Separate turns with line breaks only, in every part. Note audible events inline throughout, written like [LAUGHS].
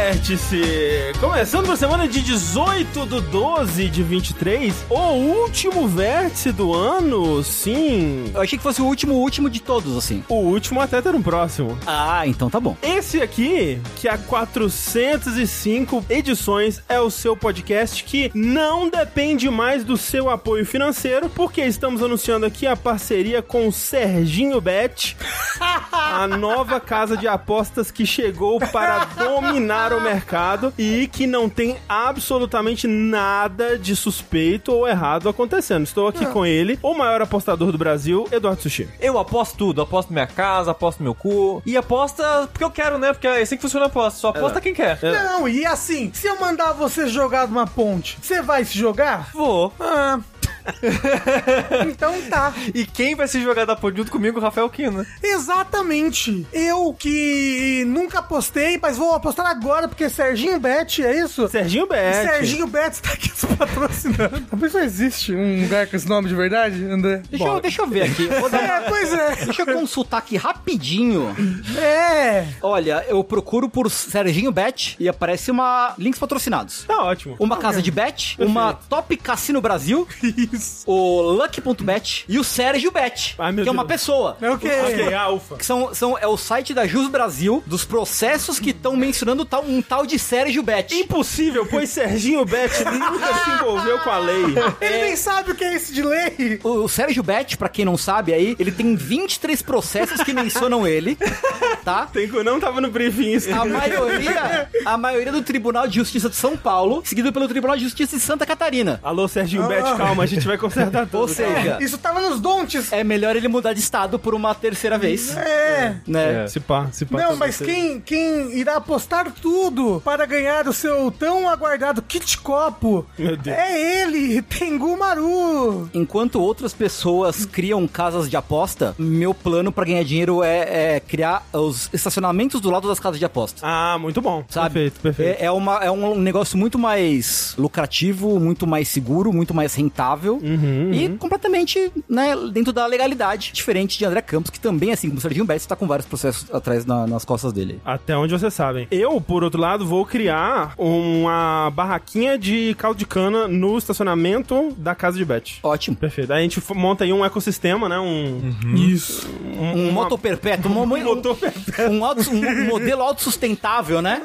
Vértice! Começando a semana de 18 do 12 de 23, o último vértice do ano, sim.
Eu achei que fosse o último, o último de todos, assim.
O último até ter um próximo.
Ah, então tá bom.
Esse aqui, que há 405 edições, é o seu podcast que não depende mais do seu apoio financeiro, porque estamos anunciando aqui a parceria com o Serginho Bet, a nova casa de apostas que chegou para dominar o mercado e que não tem absolutamente nada de suspeito ou errado acontecendo. Estou aqui com ele, o maior apostador do Brasil, Eduardo Sushi.
Eu aposto tudo, aposto minha casa, aposto meu cu. E aposta porque eu quero, né? Porque é assim que funciona a aposta. Só
É.
aposta quem quer.
Não, e assim, se eu mandar você jogar de uma ponte, você vai se [LAUGHS] jogar?
Vou.
Ah. então tá.
E quem vai se jogar da ponte junto comigo, Rafael Kina.
Exatamente. Eu que nunca apostei, mas vou apostar agora, porque Serginho Bet, é isso?
Serginho Bet.
Serginho Bet está aqui nos patrocinando. A pessoa existe um lugar com esse nome de verdade, André?
Deixa, eu, deixa eu ver aqui. Vou dar uma-
É, pois é.
Deixa eu consultar aqui rapidinho.
É.
Olha, eu procuro por Serginho Bet e aparece uma links patrocinados.
Tá ótimo.
Uma casa de bet, uma Top Cassino Brasil, o Lucky.bet e o Sérgio Bet,
Ai, meu
que é uma
Deus.
pessoa.
É o quê?
Ok, alfa.
Que são, são, é o site da Jus Brasil, dos processos que estão mencionando tal, um tal de Sérgio Bet.
Impossível, pois Serginho Bet nunca se envolveu com a lei.
Ele nem sabe o que é esse de lei.
O o Sérgio Bet, pra quem não sabe aí, ele tem 23 processos que mencionam ele, tá?
Tem que- não tava no briefing isso.
A maioria, a maioria do Tribunal de Justiça de São Paulo, seguido pelo Tribunal de Justiça de Santa Catarina.
Alô, Serginho Bet, calma, a gente vai consertar tudo.
Ou seja,
Isso tava nos dontes.
é melhor ele mudar de estado por uma terceira vez,
É.
né?
Se pá, se pá.
Não,
também.
mas quem, quem irá apostar tudo para ganhar o seu tão aguardado kit copo
Meu Deus.
é ele, Tengu Maru.
Enquanto outras pessoas criam casas de aposta, meu plano pra ganhar dinheiro é, é criar os estacionamentos do lado das casas de aposta.
Ah, muito bom.
Sabe?
Perfeito, perfeito.
É, é uma, é um negócio muito mais lucrativo, muito mais seguro, muito mais rentável
Uhum,
e completamente né, dentro da legalidade. Diferente de André Campos, que também, assim como o Serginho Betts, tá com vários processos atrás na- nas costas dele.
Até onde vocês sabem. Eu, por outro lado, vou criar uma barraquinha de caldo de cana no estacionamento da casa de Bet.
Ótimo.
Perfeito. Aí a gente f- monta aí um ecossistema, né? Um.
Isso.
Um, motor perpétuo, um, um,
motor
[LAUGHS] um auto- um modelo autossustentável, né?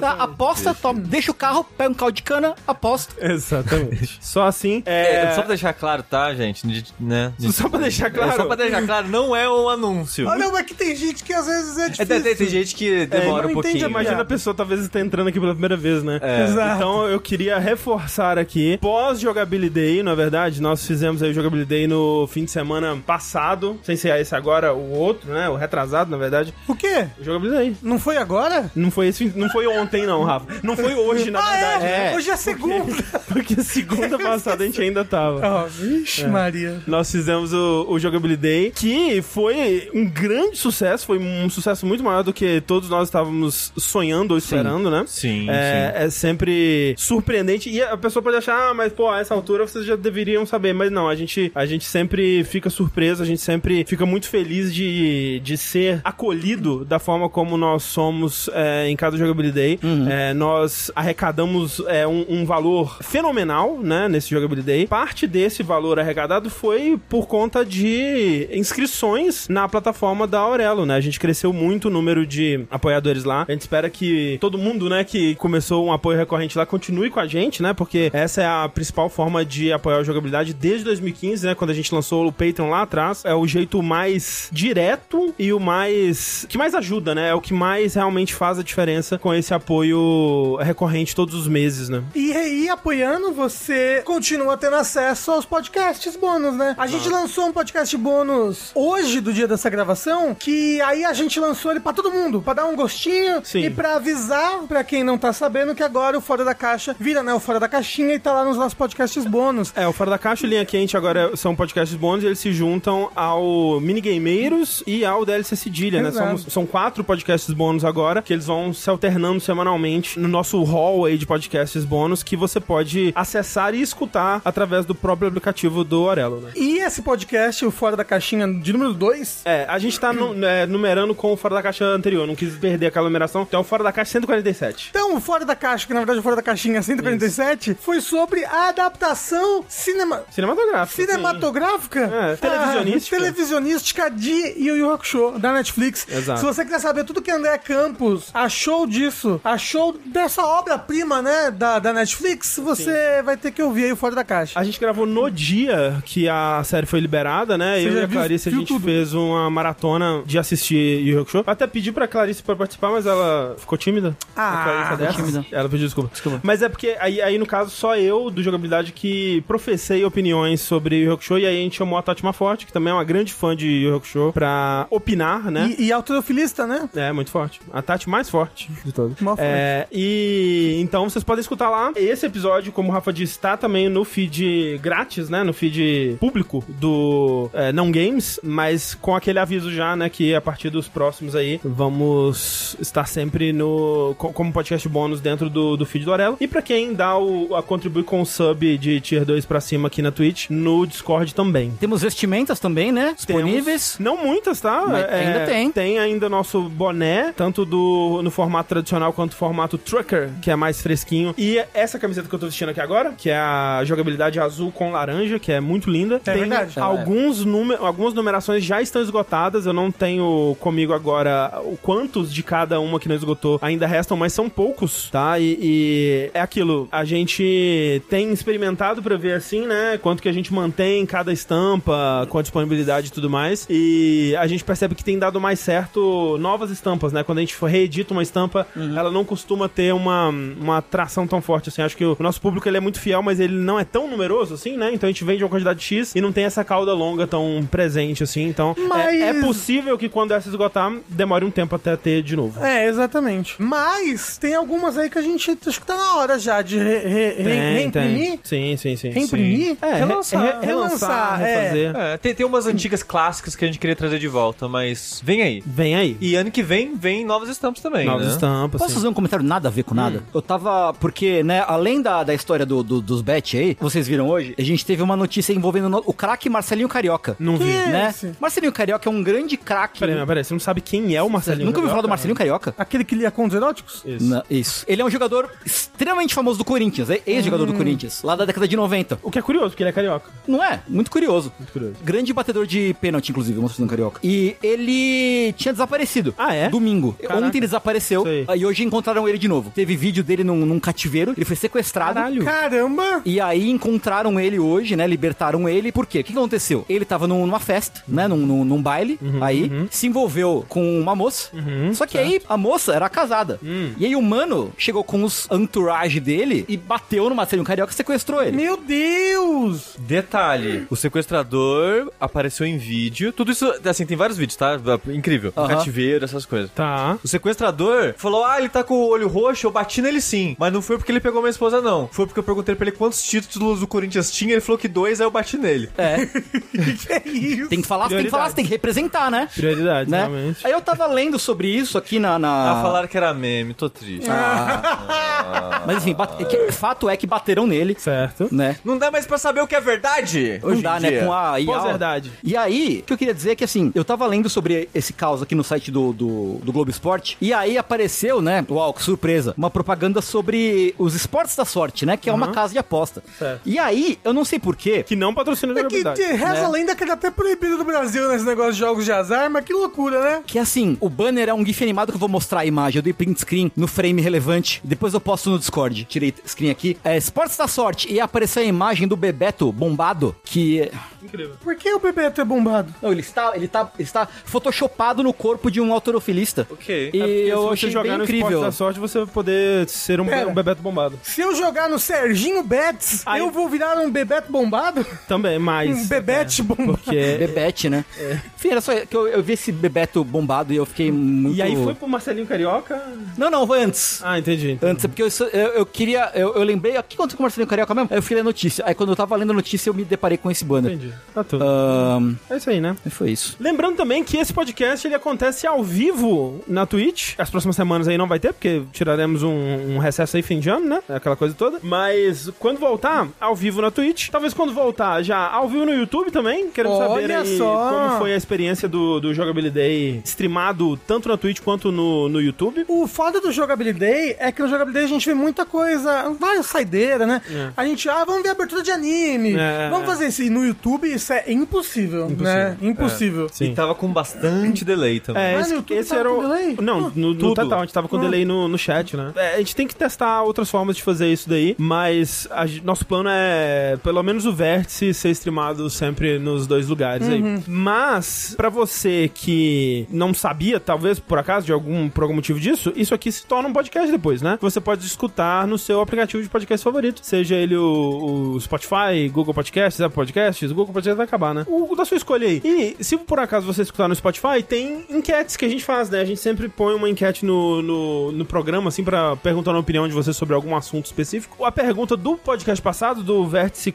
Tá, aposta, toma, deixa o carro, pega um caldo de cana, aposta.
[LAUGHS] Exatamente. Só assim. É.
É, Só pra deixar claro, tá, gente? De- né? De-
Só pra deixar
É,
claro.
só pra deixar claro, não é um anúncio.
Olha, mas Ah, é que tem gente que às vezes é
É, tem,
difícil.
tem- tem gente que
É,
demora
não
um pouquinho.
entende, imagina a pessoa talvez está entrando aqui pela primeira vez, né?
É.
Exato.
Então eu queria reforçar aqui, pós jogabilidade, na verdade, nós fizemos aí o jogabilidade no fim de semana passado, sem ser esse agora, o outro, né? O retrasado, na verdade,
O quê?
o jogabilidade.
Não foi agora?
Não foi esse, fim- não foi ontem não, Rafa. Não foi hoje, na
ah,
verdade.
é?
é.
Hoje é segunda.
[LAUGHS] Porque segunda passada a gente ainda tava.
Oh, vixe, Maria.
Nós fizemos o, o Jogabilidade, que foi um grande sucesso, foi um sucesso muito maior do que todos nós estávamos sonhando ou esperando, né?
Sim,
é, é sempre surpreendente. E a pessoa pode achar, ah, mas pô, a essa altura vocês já deveriam saber. Mas não, a gente, a gente sempre fica surpreso, a gente sempre fica muito feliz de, de ser acolhido da forma como nós somos é, em cada jogabilidade. É, nós arrecadamos é, um, um valor fenomenal, né, nesse jogabilidade. Parte desse valor arrecadado foi por conta de inscrições na plataforma da Aurelo, né? A gente cresceu muito o número de apoiadores lá. A gente espera que todo mundo, né, que começou um apoio recorrente lá continue com a gente, né? Porque essa é a principal forma de apoiar a jogabilidade desde 2015, né, quando a gente lançou o Patreon lá atrás. É o jeito mais direto e o mais que mais ajuda, né? É o que mais realmente faz a diferença com esse apoio recorrente todos os meses, né?
E aí, apoiando, você continua tendo acesso aos podcasts bônus, né? A gente lançou um podcast bônus hoje, do dia dessa gravação, que aí a gente lançou ele pra todo mundo, pra dar um gostinho
Sim.
e pra avisar pra quem não tá sabendo que agora o Fora da Caixa vira, né, o Fora da Caixinha e tá lá nos nossos podcasts bônus.
É, o Fora da Caixa e o Linha Quente agora são podcasts bons e eles se juntam ao Minigame primeiros e ao DLC Cedilha, né?
Exato.
Somos- são quatro podcasts bônus agora, que eles vão se alternando semanalmente no nosso hall aí de podcasts bônus, que você pode acessar e escutar através do próprio aplicativo do Orelo, né?
E esse podcast, o Fora da Caixinha de número 2,
É, a gente tá nu- é, numerando com o Fora da Caixa anterior, não quis perder aquela numeração, então Fora da Caixa 147.
Então, o Fora da Caixa, que na verdade é o Fora da Caixinha 147, foi sobre a adaptação cinema...
Cinematográfico.
cinematográfica,
É, televisionística.
Ah, televisionística de Yu Yu Hakusho, da Netflix.
Exato.
Se você quiser saber tudo que André Campos achou disso, achou dessa obra-prima, né, da, da Netflix, você vai ter que ouvir aí o Fora da Caixa.
A gente gravou no dia que a série foi liberada, né?
Você
eu
já
e a
viu-
Clarice, a
viu
gente
tudo?
fez uma maratona de assistir Yu Yu Hakusho. Eu Até pedi pra Clarice pra participar, mas ela ficou tímida.
Ah,
A Clarice é dessas?
tímida.
Ela pediu desculpa. Mas é porque aí, aí, no caso, só eu do Jogabilidade que professei opiniões sobre Yu Yu Hakusho. E aí a gente chamou a Tati Forte, que também é uma grande fã de Yu Yu Hakusho, pra opinar, né?
E, e autofilista, né?
É, muito forte. A Tati mais forte de todas.
Mó forte.
É, e então vocês podem escutar lá. Esse episódio, como o Rafa disse, tá também no feed grátis, né? No feed público do é, Não Games, mas com aquele aviso já, né? Que a partir dos próximos aí vamos estar sempre no co- como podcast bônus dentro do, do feed do Orelo. E pra quem dá o, a contribuir com o sub de Tier 2 pra cima aqui na Twitch, no Discord também.
Temos vestimentas também, né? Disponíveis.
Temos. Não muitas, tá?
Mas ainda tem.
Tem ainda nosso boné, tanto do, no formato tradicional quanto no formato trucker, que é mais fresquinho. E essa camiseta que eu tô vestindo aqui agora, que é a jogabilidade azul com laranja, que é muito linda.
É
tem
verdade.
Alguns número, algumas numerações já estão esgotadas. Eu não tenho comigo agora o quantos de cada uma que não esgotou ainda restam, mas são poucos, tá? E, e é aquilo. A gente tem experimentado pra ver assim, né? Quanto que a gente mantém cada estampa, com a disponibilidade e tudo mais. E a gente percebe que tem dado mais certo novas estampas, né? Quando a gente reedita uma estampa, ela não costuma ter uma, uma atração tão forte assim. Acho que o nosso público ele é muito fiel, mas ele não é tão numeroso assim, né? Então a gente vende uma quantidade X e não tem essa cauda longa tão presente assim. Então é-
Mas-
é, possível que quando essa esgotar, demore um tempo até ter de novo.
É, exatamente. Mas tem algumas aí que a gente acho que tá na hora já de re, re- re- reimprimir.
Sim, sim, sim.
Reimprimir?
sim. É, relançar,
Relançar.
re, relançar,
Relançar, é.
refazer.
É, tem, tem umas antigas clássicas que a gente queria trazer de volta, mas vem aí.
Vem aí.
E ano que vem, vem novas estampas também,
Novas
né?
estampas. assim.
Posso
sim.
fazer um comentário nada a ver
Hum.
com nada? Eu tava. Porque, né, além da, da história do, do- dos bet aí, vocês viram hoje, a gente teve uma notícia envolvendo no- o craque Marcelinho Carioca.
Não vi.
Que-
né?
Esse.
Marcelinho Carioca é um grande craque.
Peraí, mas peraí, você não sabe quem é o Marcelinho?
Nunca ouviu falar do
Carioca? né?
Marcelinho Carioca?
Aquele que lia contos eróticos?
Isso.
Na- Isso. Ele é um jogador extremamente famoso do Corinthians, é ex-jogador
Hum.
do Corinthians, lá da década de 90.
O que é curioso, porque ele é carioca.
Não é? Muito curioso.
Muito curioso.
Grande batedor de pênalti, inclusive, o Marcelinho Carioca. E ele tinha desaparecido.
Ah, é?
Domingo.
Caraca.
Ontem ele desapareceu.
Sei.
E hoje encontraram ele de novo. Teve vídeo dele num, num cativeiro. Ele foi sequestrado.
Caralho.
Caramba!
E aí encontraram ele hoje, né? Libertaram ele. Por quê? O que que aconteceu? Ele tava num- numa festa, né? Num, num- num baile.
Uhum,
aí se envolveu com uma moça. só
tá.
que aí a moça era casada.
Hum.
E aí o mano chegou com os entourage dele e bateu no Marcelinho Carioca e sequestrou ele.
Meu Deus!
Detalhe, o sequestrador apareceu em vídeo. Tudo isso, assim, tem vários vídeos, tá? Incrível.
Aham.
Cativeiro, essas coisas.
Tá.
O sequestrador falou: Ah, ele tá com o olho roxo, eu bati nele sim. Mas não foi porque ele pegou minha esposa, não. Foi porque eu perguntei pra ele quantos títulos do Corinthians tinha, ele falou que dois, aí eu bati nele.
Que isso?
Tem que falar, tem que falar,
Prioridades.
tem que representar, né?
Prioridade,
Né?
realmente.
Aí eu tava lendo sobre isso aqui na. na-
Ah, falaram que era meme, tô triste.
Ah,
Mas enfim, bate- que- fato é que bateram nele,
Certo.
né?
Não dá mais pra saber o que é verdade?
Hoje
em
dá,
dia.
né? Com a IA.
Pós-verdade.
E aí, o que eu queria dizer é que, assim, eu tava lendo sobre esse caos aqui no site do, do, do Globo Esporte, e aí apareceu, né, uau, que surpresa, uma propaganda sobre os esportes da sorte, né, que é uma
Uhum.
casa de aposta.
Certo.
E aí, eu não sei porquê,
Que não patrocina
É que
jogabilidade.
te- reza
né?
a lenda que ele é até proibido no Brasil nesse negócio de jogos de azar, mas que loucura, né?
que assim, o banner é um GIF animado que eu vou mostrar a imagem. Eu dei print screen no frame relevante. Depois eu posto no Discord. Tirei screen aqui. É Esportes da Sorte. E apareceu a imagem do Bebeto bombado, que. é-
Incrível.
Por que o Bebeto é bombado?
Não, ele está, ele tá, ele está photoshopado no corpo de um autorofilista.
Ok.
E
É porque se
eu
você
achei
jogar
bem
no
incrível.
Esporte da sorte, você vai poder ser um,
Pera.
um Bebeto bombado.
Se eu jogar no Serginho Betts,
Aí-
eu vou virar um Bebeto
[LAUGHS]
bombado?
Também,
Um
mas...
Bebete bombado.
[LAUGHS] Porque...
Bebete, né? Enfim, era só que eu, eu vi esse Bebeto bombado e eu fiquei muito.
É. E aí foi pro Marcelinho Carioca?
Não, não, foi antes.
Ah, entendi.
Antes, é porque eu, eu, eu queria. Eu, eu lembrei. O que aconteceu com o Marcelinho Carioca mesmo? Aí eu fui ler a notícia. Aí quando eu tava lendo a notícia, eu me deparei com esse banner.
Entendi. Tá tudo.
Ahn,
É isso aí, né?
Mas foi isso.
Lembrando também que esse podcast ele acontece ao vivo na Twitch. As próximas semanas aí não vai ter, porque tiraremos um, um recesso aí fim de ano, né? Aquela coisa toda. Mas quando voltar, ao vivo na Twitch. Talvez quando voltar já ao vivo no YouTube também. Queremos saber
Olha
aí
só!
como foi a experiência do, do Jogabilidade Day streamado tanto na Twitch quanto no, no YouTube.
O foda do Jogabilidade é que no Jogabilidade a gente vê muita coisa, várias saideiras, né?
É.
A gente, ah, vamos ver abertura de anime,
É.
vamos fazer isso. E no YouTube isso é impossível, né? Impossível.
Sim.
E tava com bastante delay também.
É,
Ah,
esse,
no YouTube
esse
tava
era
com
o.
delay? Ah.
Não, no, no
Tudo.
Total, a gente tava com delay no, no chat, né? É, a gente tem que testar outras formas de fazer isso daí, mas a gen- nosso plano é, pelo menos, o vértice ser streamado sempre nos dois lugares
Uhum.
aí. Mas, pra você que não sabia, talvez por acaso, de algum, por algum motivo disso, isso aqui se torna um podcast depois, né? Você pode escutar no seu aplicativo de podcast favorito, seja ele o, o Spotify, Google Podcasts, Apple Podcasts, o Google Podcasts vai acabar, né? O, o da sua escolha aí. E se por acaso você escutar no Spotify, tem enquetes que a gente faz, né? A gente sempre põe uma enquete no, no, no programa, assim, pra perguntar a opinião de você sobre algum assunto específico. A pergunta do podcast passado, do Vértice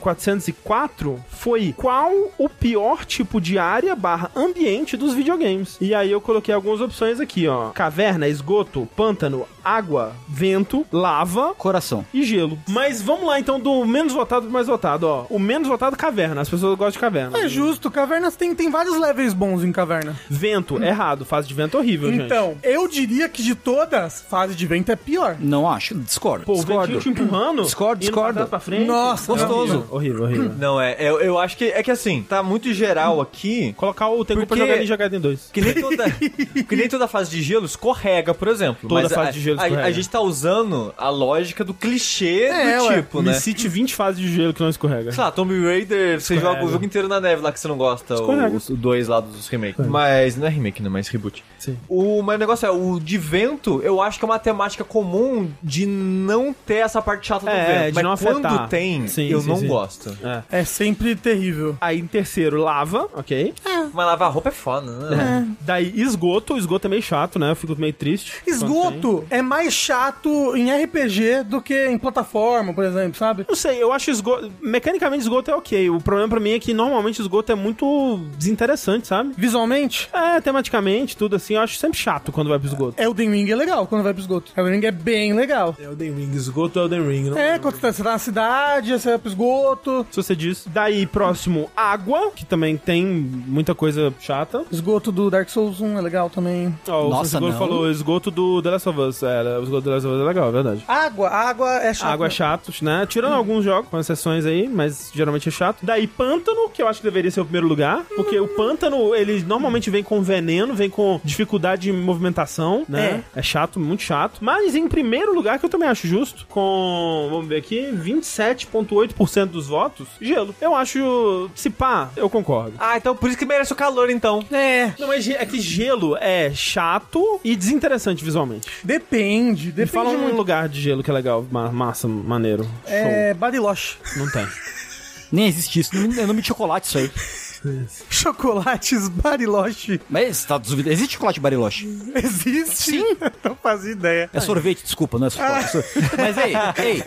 404, foi qual o pior tipo de área barra ambiente dos videogames? E aí eu coloquei algumas opções aqui, ó. Caverna, esgoto, pântano, água, vento, lava
Coração.
e gelo. Mas vamos lá então do menos votado pro mais votado, ó. O menos votado, caverna. As pessoas gostam de caverna.
É justo, cavernas tem, tem vários levels bons em caverna.
Vento, é errado. Fase de vento horrível, gente.
Então, eu diria que de todas, fase de vento é pior.
Não acho, discordo.
Pô, o
discordo.
ventinho te empurrando.
Discordo,
indo
discordo.
Pra trás, pra frente.
Nossa,
gostoso.
Horrível, horrível.
[CLEARS THROAT] Não, é, eu, eu acho que é que assim, tá muito geral aqui.
Colocar o Tengu pra
Porque-
jogar Ninja Gaiden 2.
Que nem, toda, que nem toda fase de gelo escorrega, por exemplo.
Toda
Mas
fase
a,
de gelo
a-
escorrega.
A, gente tá usando a lógica do clichê
É,
do
ué.
tipo,
Me
né?
cite 20 fases de gelo que não escorrega.
Sei lá, Tomb Raider, você
Escorrega.
joga o jogo inteiro na neve lá que você não gosta.
Escorrega.
Os dois lados dos remakes. Mas não é remake, não, mas reboot.
Sim.
O, mas o negócio é, o de vento, eu acho que é uma temática comum de não ter essa parte chata do
É,
vento.
de
mas
não
quando
afetar.
tem,
Sim,
eu
sim,
não
sim.
gosto.
É.
É sempre terrível.
Aí em terceiro, lava, ok.
Mas lavar roupa é foda, né?
Daí esgoto, o esgoto é meio chato, né? Eu fico meio triste. quando tem.
Esgoto é mais chato em RPG do que em plataforma, por exemplo, sabe?
Não sei, eu acho esgoto. Mecanicamente esgoto é ok. O problema pra mim é que normalmente esgoto é muito desinteressante, sabe?
Visualmente,
É, tematicamente, tudo assim, eu acho sempre chato quando vai pro esgoto.
Elden Ring é legal quando vai pro esgoto. Elden Ring é bem legal.
Elden Ring, esgoto Elden Ring, não?
É, quando você tá, você tá na cidade, você vai pro esgoto.
Se você diz. Daí, próximo, água, que também tem muita coisa chata.
Esgoto do Dark Souls 1 é legal também.
Ó,
Nossa,
o Sassigoro
não.
falou esgoto do The Last of Us. É, o esgoto do The Last of Us é legal, é verdade.
Água, água é chato.
Água é chato, né? Tirando alguns jogos, com exceções aí, mas geralmente é chato. Daí pântano, que eu acho que deveria ser o primeiro lugar, porque o pântano, ele normalmente vem com veneno, vem com dificuldade de movimentação, né? É. chato, muito chato. Mas em primeiro lugar, que eu também acho justo, com, vamos ver aqui, 27,8% dos votos, gelo. Eu acho, se pá, eu concordo.
Ah, então por isso que merece o
[LAUGHS]
calor, então.
É,
Não, mas é que gelo é chato e desinteressante visualmente.
depende,
Me
depende
fala um
muito.
lugar de gelo que é legal, ma- massa, maneiro. Show.
É, Bariloche. [LAUGHS]
Não tem.
Nem existe isso. não- É nome de chocolate isso aí.
Chocolates Bariloche.
Mas tá duvidando. Existe chocolate Bariloche?
Existe? Sim. Não fazia ideia.
É sorvete, desculpa, não é chocolate. é
[LAUGHS]
sorvete. Mas ei, ei.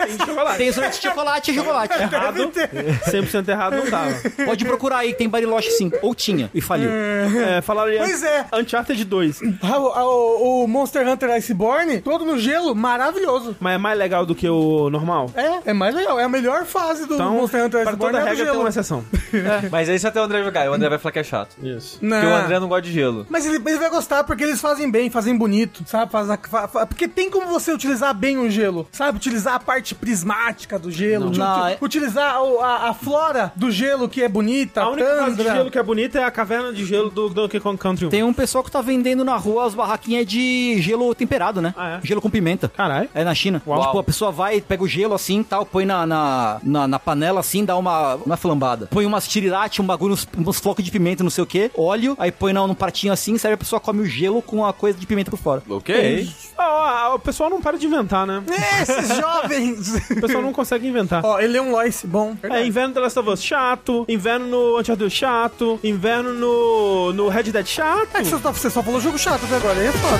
Tem sorvete de chocolate, é chocolate.
errado. 100% errado não tava.
Pode procurar aí, tem Bariloche sim. Ou tinha, e faliu.
É, falaram aí.
Pois é.
Uncharted 2.
Ah, O, ah, o- o Monster Hunter Iceborne, todo no gelo, maravilhoso.
Mas é mais legal do que o normal?
É, é mais legal. É a melhor fase do
Então,
Monster Hunter
para toda
Iceborne é a do
regra tem
gelo.
uma exceção. É.
Mas aí se até o André jogar, o André vai falar que é chato.
Isso.
Não.
Porque o André não gosta de gelo.
Mas ele, ele vai gostar porque eles fazem bem, fazem bonito, sabe? Faz a- fa- fa- porque tem como você utilizar bem o gelo, sabe? Utilizar a parte prismática do gelo, uti-
Não,
uti-
é-
utilizar o- a, a flora do gelo que é bonita,
A
a
única fase de
tundra.
gelo que é bonita é a caverna de gelo do Donkey Kong Country 1.
Tem um pessoal que tá vendendo na rua as barraquinhas de gelo temperado, né?
Ah, é?
Gelo com pimenta.
Caralho.
É na China.
Uau.
Tipo, a pessoa vai, pega o gelo assim tal, põe na, na, na, na panela assim, dá uma, uma flambada. Põe umas tirirate, um bagulho, uns, uns flocos de pimenta, não sei o que, óleo, aí põe na- num pratinho assim, serve a pessoa come o gelo com a coisa de pimenta por fora.
Ok.
Ah, ó, o pessoal não para de inventar, né? [LAUGHS]
Esses jovens!
O pessoal não consegue inventar.
Ó, ele é um Loice bom.
É,
verdade.
inverno do The Last of Us chato, inverno no Uncharted chato, inverno no, no Red Dead chato.
É que você só, você só falou jogo chato até agora, aí é foda.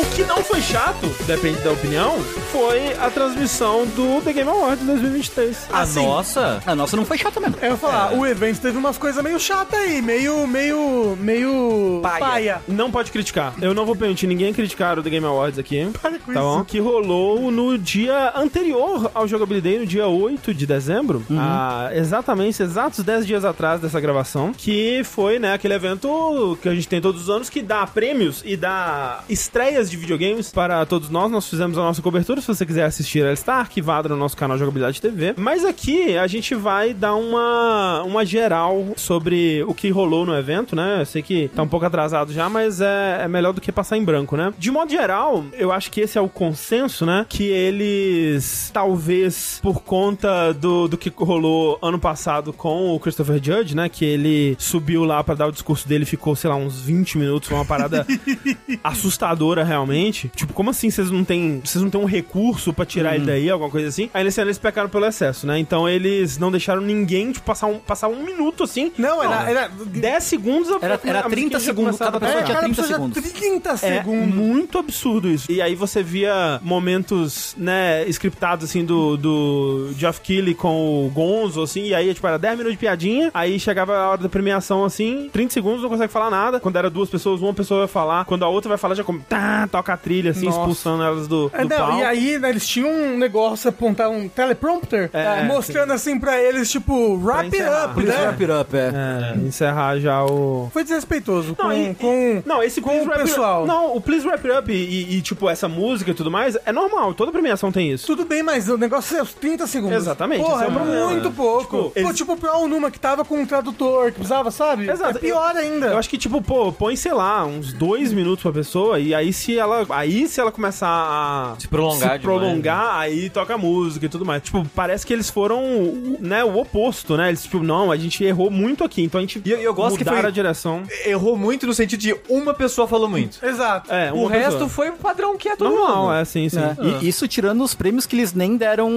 O que não foi chato, depende da opinião, foi a transmissão do The Game Awards 2023.
A
Assim,
Ah, nossa?
A É, nossa não foi chata mesmo.
Eu ia
É.
falar, o evento teve umas coisas meio chata aí, meio, meio, meio...
Paia.
Não pode criticar. Eu não vou permitir ninguém criticar o The Game Awards aqui.
Para
Tá
com isso.
bom? Que rolou no dia anterior ao Jogabilidade, no dia 8 de dezembro, há exatamente exatos 10 dias atrás dessa gravação, que foi, né, aquele evento que a gente tem todos os anos, que dá prêmios e dá estreias de videogames para todos nós. Nós fizemos a nossa cobertura, se você quiser assistir, ela está arquivada no nosso canal Jogabilidade TV. Mas aqui a gente vai dar uma, uma geral sobre o que rolou no evento, né? Eu sei que tá um pouco atrasado já, mas é, é melhor do que passar em branco, né? De modo geral, eu acho que esse é o consenso, né? Que eles, talvez por conta do, do que rolou ano passado com o Christopher Judge, né? Que ele subiu lá pra dar o discurso dele, ficou, sei lá, uns 20 minutos, foi uma parada assustadora realmente. Tipo, como assim vocês não têm, vocês não têm um recurso pra tirar
Uhum.
ele daí, alguma coisa assim? Aí nesse ano eles pecaram pelo excesso, né? Então eles não deixaram ninguém tipo, passar um passar um minuto assim.
Não, era... era
10 segundos a
Era- era
a musiquinha
30
já
segundos,
começava
cada
a tocar.
pessoa
é,
tinha
cara,
30
precisa
segundos.
de 30
É
segundos.
muito absurdo isso. E aí você via momentos, né, scriptados, assim, do, do Geoff Keighley com o Gonzo, assim, e aí, tipo, era 10 minutos de piadinha, aí chegava a hora da premiação, assim, 30 segundos, não consegue falar nada. Quando era duas pessoas, uma pessoa vai falar, quando a outra vai falar, já come, tá, toca a trilha, assim,
Nossa.
expulsando elas do, do
É, não,
palco.
e aí né, eles tinham um negócio, apontar um teleprompter,
É,
mostrando assim pra eles, tipo, wrap it
encerrar.
up,
Please
né?
Wrap it up, é.
É, encerrar já o...
Foi desrespeitoso
Não,
com,
e-
com-
Não, esse
com
Please
o
Wrap It Up-
pessoal.
Não, o Please Wrap It Up e, e, tipo, essa música e tudo mais, é normal, toda premiação tem isso.
Tudo bem, mas o negócio é os 30 segundos.
Exatamente,
Porra, é,
esse é o problema.
muito pouco.
Tipo, eles-
Pô, tipo, pra Onuma que tava com um tradutor que precisava, sabe?
Exato.
É pior ainda.
Eu acho que, tipo, pô, põe, sei lá, uns dois minutos pra pessoa, e aí se ela. Aí se ela começar a
Se prolongar né?
se prolongar, aí toca música e tudo mais. Tipo, parece que eles foram, né, o oposto, né? Eles, tipo, não, a gente errou muito aqui, então a gente
E eu- eu gosto que
mudaram
foi-
a direção.
Errou muito no sentido de uma pessoa falou muito.
Exato.
É,
o
uma
resto
pessoa.
foi o padrão que um é todo
normal,
mundo.
é assim, sim.
né? E isso tirando os prêmios que eles nem deram,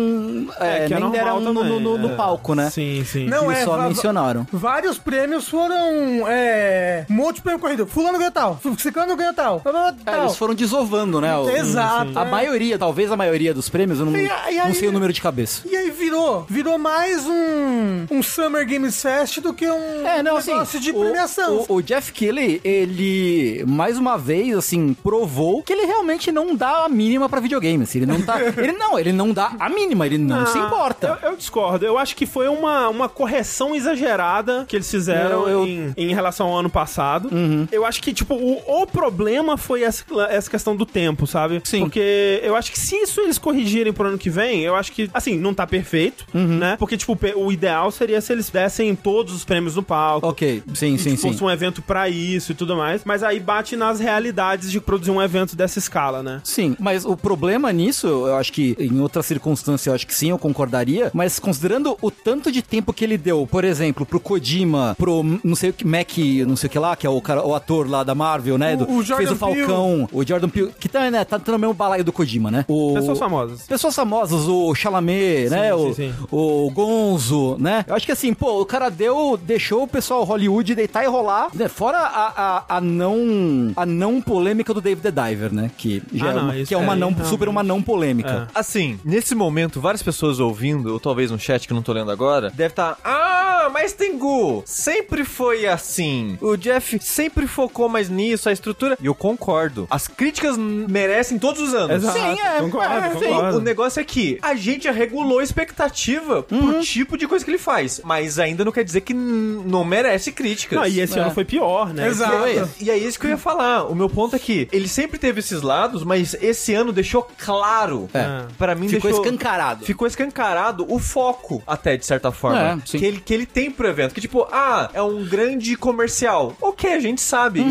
é,
É, que é
nem
normal
deram no,
também,
no- no- no
é.
palco, né?
Sim, sim.
Não,
Eles
é,
só
va- va-
mencionaram.
Vários prêmios foram. É. Um monte de prêmio corrido. Fulano ganhou tal. Fulano ganhou tal. blá, blá, blá,
É,
tal.
eles foram desovando, né? o-
Exato,
A
é.
maioria, talvez a maioria dos prêmios, eu não,
E a- e aí-
não sei o número de cabeça.
E aí virou. Virou mais um. Um Summer Games Fest do que um
É, não, assim,
negócio de
o-
premiação.
O, o Jeff Keighley, ele, mais uma vez, assim, provou que ele realmente não dá a mínima pra videogame, assim, ele não
[LAUGHS]
tá... ele não, ele não dá a mínima, ele não
Ah,
se importa.
Eu, eu discordo. Eu acho que foi uma, uma correção exagerada que eles fizeram
Eu- eu- Uhum.
Em, em relação ao ano passado. Eu acho que, tipo, o, o problema foi essa, essa questão do tempo, sabe?
Sim.
Porque eu acho que se isso eles corrigirem pro ano que vem, eu acho que, assim, não tá perfeito,
Uhum.
né? Porque, tipo, pe- o ideal seria se eles dessem todos os prêmios no palco.
Ok, sim,
E
sim,
que
sim.
fosse
Tipo,
um evento pra isso e tudo mais. Mas aí bate nas realidades de produzir um evento dessa escala, né?
Sim, mas o problema nisso, eu acho que em outra circunstância, eu acho que sim, eu concordaria, mas considerando o tanto de tempo que ele deu, por exemplo, pro Kojima, pro não sei o que, Mac, não sei o que lá, que é o, cara, o ator lá da Marvel, né?
O-
do-
o
que fez
Jordan
o Falcão, o Jordan Peele, que tá, né, tá no mesmo balaio do Kojima, né?
É
O,
Pessoas famosas.
Pessoas famosas, o Chalamet, né?
sim,
o,
sim.
o Gonzo, né? Eu acho que assim, pô, o cara deu, deixou o pessoal Hollywood deitar e rolar, né? Fora a, a, a não a não polêmica do David the Diver, né? Que já
Ah,
é
não,
uma,
isso
que é uma
aí,
não,
não.
super uma não polêmica.
Assim, nesse momento, várias pessoas ouvindo, ou talvez no chat que eu não tô lendo agora, deve estar. ah, mas Tengu, sempre foi assim. O Jeff sempre focou mais nisso, a estrutura. E eu concordo. As críticas n- merecem todos os anos.
Exato.
Sim, é,
Concordo,
é, sim.
concordo.
O negócio é que a gente regulou a expectativa pro tipo de coisa que ele faz, mas ainda não quer dizer que n- não merece críticas.
Não, e esse
É.
ano foi pior, né?
Exato.
E é isso que eu ia falar. O meu ponto é que ele sempre teve esses lados, mas esse ano deixou claro.
É.
Pra mim
Ficou
deixou...
escancarado.
Ficou escancarado o foco, até, de certa forma.
É, sim.
que, ele, que ele tem pro evento. Que tipo, ah, é um grande comercial. Ok, a gente sabe.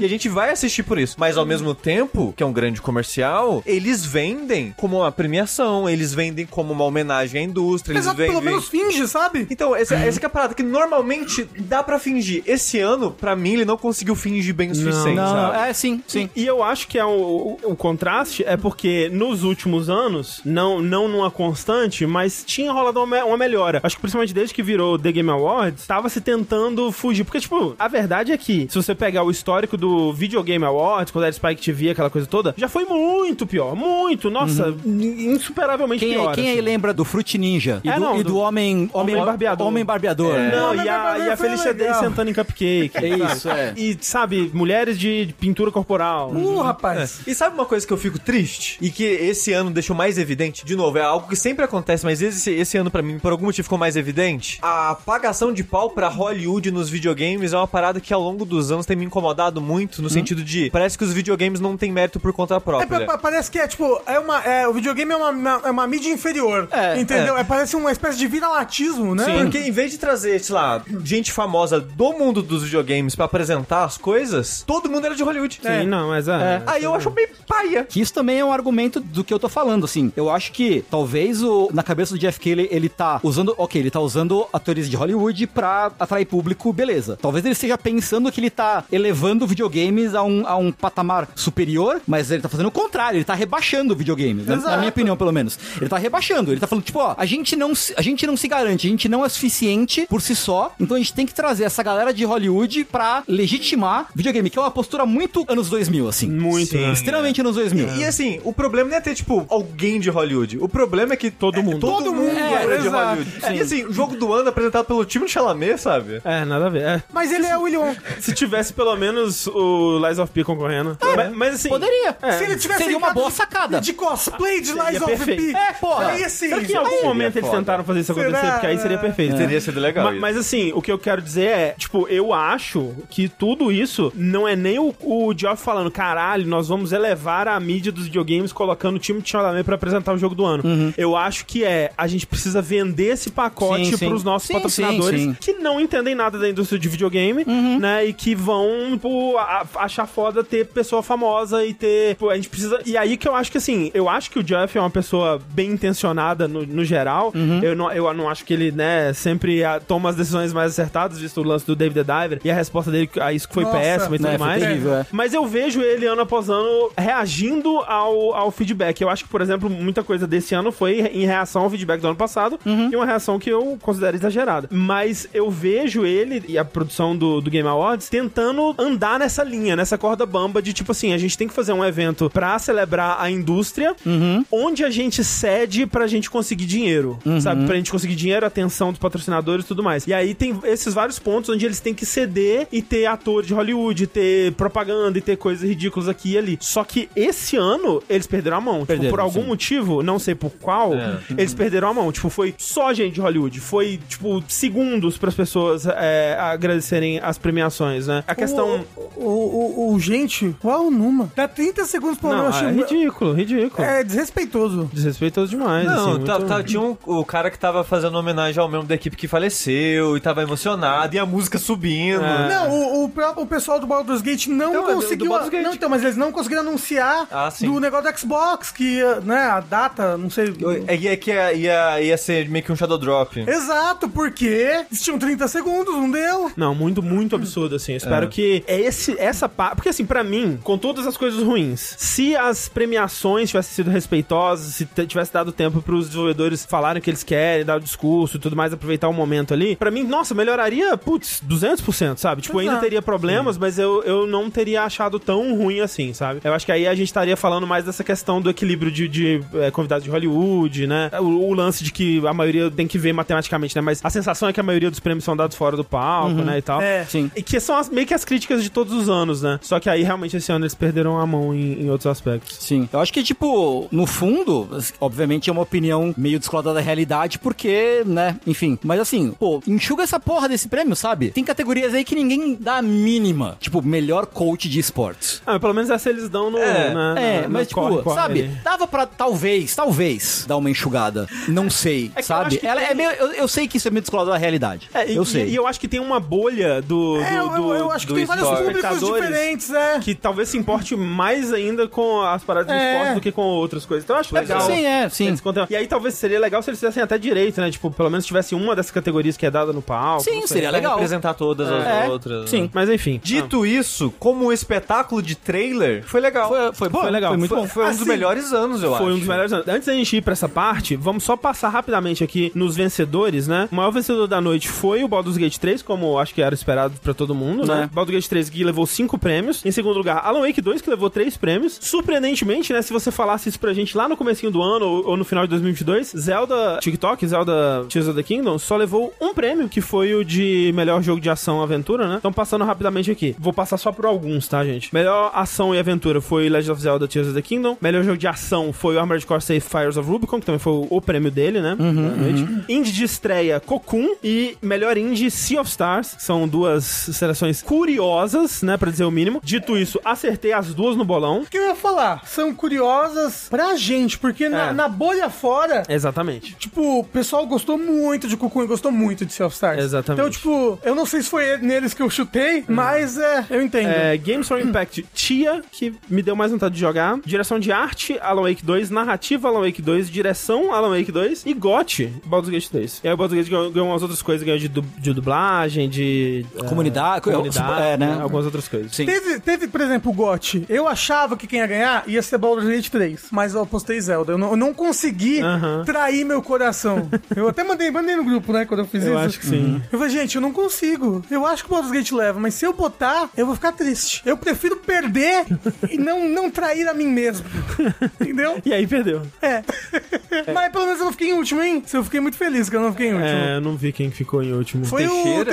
E a gente vai assistir por isso. Mas ao mesmo tempo que é um grande comercial, eles vendem como uma premiação, eles vendem como uma homenagem à indústria, eles
Exato,
vendem...
pelo menos finge, sabe?
Então, essa, essa que é a parada, que normalmente dá pra fingir. Esse ano, pra mim, ele não conseguiu fingir bem o suficiente,
Não, não,
sabe?
é sim, sim.
E eu acho que é o, o- o contraste é porque nos últimos anos, não, não numa constante, mas tinha rolado uma, me- uma melhora. Acho que principalmente desde que virou The Game Awards, tava se tentando fugir. Porque, tipo, a verdade é que, se você pegar o histórico do Video Game Awards, quando era Spike TV, aquela coisa toda, já foi muito pior. Muito, nossa, insuperavelmente
Quem,
pior.
aí- quem é aí
assim.
lembra do Fruit Ninja? E,
É,
do,
não,
e
do-
do homem, homem,
Homem Barbeador.
Homem Barbeador.
É. Não,
Não,
e
mas
a,
pra
e
mim
a
foi
Felicidade
legal.
sentando em cupcake.
É
sabe?
isso, é.
E, sabe, mulheres de pintura corporal.
Uh, rapaz.
E sabe uma coisa que eu fico triste? E que esse ano deixou mais evidente? De novo, é algo que sempre acontece, mas esse, esse ano pra mim, por algum motivo, ficou mais evidente. A pagação de pau pra Hollywood nos videogames é uma parada que ao longo dos anos tem me incomodado muito, no sentido de parece que os videogames não têm mérito por conta
É,
própria.
pa- pa- parece que é tipo, é uma, é, o videogame é uma, uma- é uma mídia inferior.
É,
entendeu? É, parece uma espécie de viralatismo, né?
Porque em vez de trazer, sei lá, gente famosa do mundo dos videogames pra apresentar as coisas, todo mundo era de Hollywood.
Sim, não, mas é.
Aí eu acho meio paia.
Que isso também é um argumento do que eu tô falando, assim. Eu acho que talvez o, na cabeça do Jeff Kelly ele tá usando. Ok, ele tá usando atores de Hollywood pra atrair público, beleza. Talvez ele esteja pensando que ele tá elevando videogames a um, a um patamar superior, mas ele tá fazendo o contrário, ele tá rebaixando videogames, né? na minha opinião, pelo menos. Ele tá rebaixando, ele tá falando, tipo, ó, a gente, não, se- a gente não se garante, a gente não é suficiente por si só, então a gente tem que trazer essa galera de Hollywood pra legitimar videogame, que é uma postura muito anos 2000, assim.
Muito,
Sim,
né?
Extremamente anos 2000.
E assim, o problema não é ter, tipo, alguém de Hollywood. O problema é que todo
mundo.
Todo,
Todo
mundo
mundo,
era
é,
de
exato.
Hollywood. E assim, o jogo do ano apresentado pelo time de Chalamet, sabe?
É, nada a ver. É.
Mas ele é o William. Wonka.
Se tivesse pelo menos o Lies of P concorrendo. mas, mas assim.
É. Poderia.
É.
Se ele tivesse
Seria uma
entrado
boa
de-
sacada.
De cosplay de Lies
Seria
of
perfeito.
P.
É, porra.
Aí assim.
Será que em
É.
algum
aí-
momento eles
foda.
tentaram fazer isso
Será?
acontecer? Porque aí seria perfeito.
Teria sido legal.
Ma-
isso.
Mas assim, o que eu quero dizer é, tipo, eu acho que tudo isso não é nem o, o Geoff falando, caralho, nós vamos elevar a mídia dos videogames colocando o time de Chalamet pra apresentar o jogo do ano.
Uhum.
Eu acho que é, a gente precisa vender esse pacote
Sim, sim.
pros nossos
Sim,
patrocinadores
sim, sim.
que não entendem nada da indústria de videogame,
Uhum.
né, e que vão, tipo, a- a- achar foda ter pessoa famosa e ter, tipo, a gente precisa... E aí que eu acho que, assim, eu acho que o Jeff é uma pessoa bem intencionada no, no geral,
Uhum.
eu, não, eu não acho que ele, né, sempre ah, toma as decisões mais acertadas, visto o lance do David the Diver, e a resposta dele a isso que foi
Nossa.
péssima e tudo
É, foi
mais.
terrível, é.
Mas eu vejo ele ano após ano reagindo ao, ao feedback. Eu acho que, por exemplo, muita coisa desse ano foi em reação ao feedback do ano passado e uma reação que eu considero exagerada. Mas eu vejo ele e a produção do, do Game Awards tentando andar nessa linha, nessa corda bamba de tipo assim, a gente tem que fazer um evento pra celebrar a indústria,
Uhum.
onde a gente cede pra gente conseguir dinheiro, sabe? Pra gente conseguir dinheiro, atenção dos patrocinadores e tudo mais. E aí tem esses vários pontos onde eles têm que ceder e ter ator de Hollywood, e ter propaganda e ter coisas ridículas aqui e ali. Só que esse ano eles perderam a mão. Tipo,
Perderam,
por algum
sim.
motivo, não sei por qual,
É.
eles perderam a mão. Tipo, foi só gente de Hollywood. Foi, tipo, segundos pras pessoas é, agradecerem as premiações, né? A questão.
O, o, o, o- gente, qual o Numa? Dá 30 segundos pra eu
Não,
achei
é ridículo, ridículo.
É desrespeitoso.
Desrespeitoso demais,
Não,
assim.
tá-
muito-
tá- tinha um, o cara que tava fazendo homenagem ao membro da equipe que faleceu e tava emocionado e a música subindo.
É.
Não, o, o, pró- o pessoal do Baldur's Gate não
Ah. Então, é do-
conseguiu.
do Baldur's Gate.
Não, então, mas eles não conseguiram anunciar
Ah, sim.
do negócio do Xbox, que né, a data, não sei.
É, e é que ia, ia, ia ser meio que um shadow drop.
Exato, porque eles tinham 30 segundos, não deu.
Não, muito, muito absurdo, assim. Eu espero
É.
que é esse, essa parte. Porque, assim, pra mim, com todas as coisas ruins, se as premiações tivessem sido respeitosas, se t- tivesse dado tempo pros desenvolvedores falarem o que eles querem, dar o discurso e tudo mais, aproveitar o momento ali, pra mim, nossa, melhoraria, putz, 200%, sabe? Tipo, ainda
Exato.
teria problemas, mas eu, eu não teria achado tão ruim assim, sabe? Eu acho que aí a gente estaria falando mais dessa questão do equilíbrio de, de, eh, convidados de Hollywood, né? O, o lance de que a maioria tem que ver matematicamente, né? Mas a sensação é que a maioria dos prêmios são dados fora do palco, né? E tal.
É.
Sim.
E que são as- meio que as críticas de todos os anos, né? Só que aí realmente esse ano eles perderam a mão em, em outros aspectos.
Sim. Eu acho que, tipo, no fundo, assim, obviamente é uma opinião meio descolada da realidade, porque, né, enfim. Mas assim, pô, enxuga essa porra desse prêmio, sabe? Tem categorias aí que ninguém dá a mínima. Tipo, melhor coach de esportes.
Ah, mas pelo menos essa eles dão no.
É,
na-
É,
na-
mas
no
tipo,
né, corre- corre
sabe?
ali.
Dava pra talvez, talvez, dar uma enxugada. Não sei,
que eu acho
sabe?
que
Ela
tem-
é meio, eu, eu sei que isso é meio descolado da realidade.
É, e,
eu sei.
E, e eu acho que tem uma bolha do.
É,
do-
eu, eu- eu acho que
do
tem vários
esporte.
públicos
Espectadores
diferentes, né?
que talvez se importe mais ainda com as paradas de
É.
esporte do que com outras coisas. Então eu acho legal.
Sim, é, sim.
Eles contam- E aí talvez seria legal se eles fizessem até direito, né? Tipo, pelo menos tivesse uma dessas categorias que é dada no palco.
Sim,
não sei.
seria legal.
Apresentar todas as
É,
outras.
sim.
né?
Mas enfim. ah.
Dito isso, como um espetáculo de trailer, foi legal.
Foi, foi bom,
Foi legal,
Foi muito
foi-
bom.
Foi um dos
Assim,
melhores anos, eu acho.
Foi um dos melhores anos. Antes da gente ir pra essa parte, vamos só passar rapidamente aqui nos vencedores, né? O maior vencedor sábado da noite foi o Baldur's Gate 3, como acho que era esperado pra todo mundo, né?
É.
Baldur's Gate 3 que levou 5 prêmios. Em segundo lugar, Alan Wake 2, que levou 3 prêmios. Surpreendentemente, né, se você falasse isso pra gente lá no comecinho do ano ou, ou no final de 2022, Zelda TikTok, Zelda Tears of the Kingdom, só levou um prêmio, que foi o de melhor jogo de ação aventura, né? Então, passando rapidamente aqui. Vou passar só por alguns, tá, gente? Melhor ação e aventura foi Legend of Zelda Tears of the Kingdom. Melhor jogo de ação foi o Armored Core Safe Fires of Rubicon, que também foi o- o prêmio dele, né? Da noite. Indie de estreia, Cocoon. E melhor indie, Sea of Stars. que São duas seleções curiosas, né? Pra dizer o mínimo. Dito isso, acertei as duas no bolão.
O que eu ia falar? São curiosas pra gente, porque na,
É.
na bolha fora,
Exatamente.
tipo, o pessoal gostou muito de Cucum e gostou muito de Self Stars.
Exatamente.
Então, tipo, eu não sei se foi neles que eu
Uhum.
chutei, mas é, eu entendo.
É, Games for Impact Tia, que me deu mais vontade de jogar. Direção de arte, Alan Wake 2. Narrativa, Alan Wake 2. Direção, Alan Wake 2. E GOT, Baldur's Gate 3. E aí o Baldur's Gate ganhou, ganhou umas outras coisas. Ganhou de, dub- de dublagem, de... é,
Comunidade,
comunidade,
é, né?
né? Algumas outras coisas.
Sim.
Teve, teve, por exemplo, o GOT. Eu achava que quem ia ganhar ia ser Baldur's Gate 3, mas eu apostei Zelda. Eu não, eu não consegui
Aham.
trair meu coração. eu até mandei, mandei no grupo, né, quando eu fiz
Eu
isso.
acho que sim.
Eu falei, gente, eu não consigo. Eu acho que o Baldur's Gate leva, mas se eu botar, eu vou ficar triste. Eu prefiro perder e não, não trair a mim
[LAUGHS]
mesmo. Entendeu?
E aí perdeu.
É. Mas pelo menos eu não fiquei em último, hein? Eu fiquei muito feliz que eu não fiquei em último.
É, eu não vi quem ficou em último.
Foi o
Teixeira?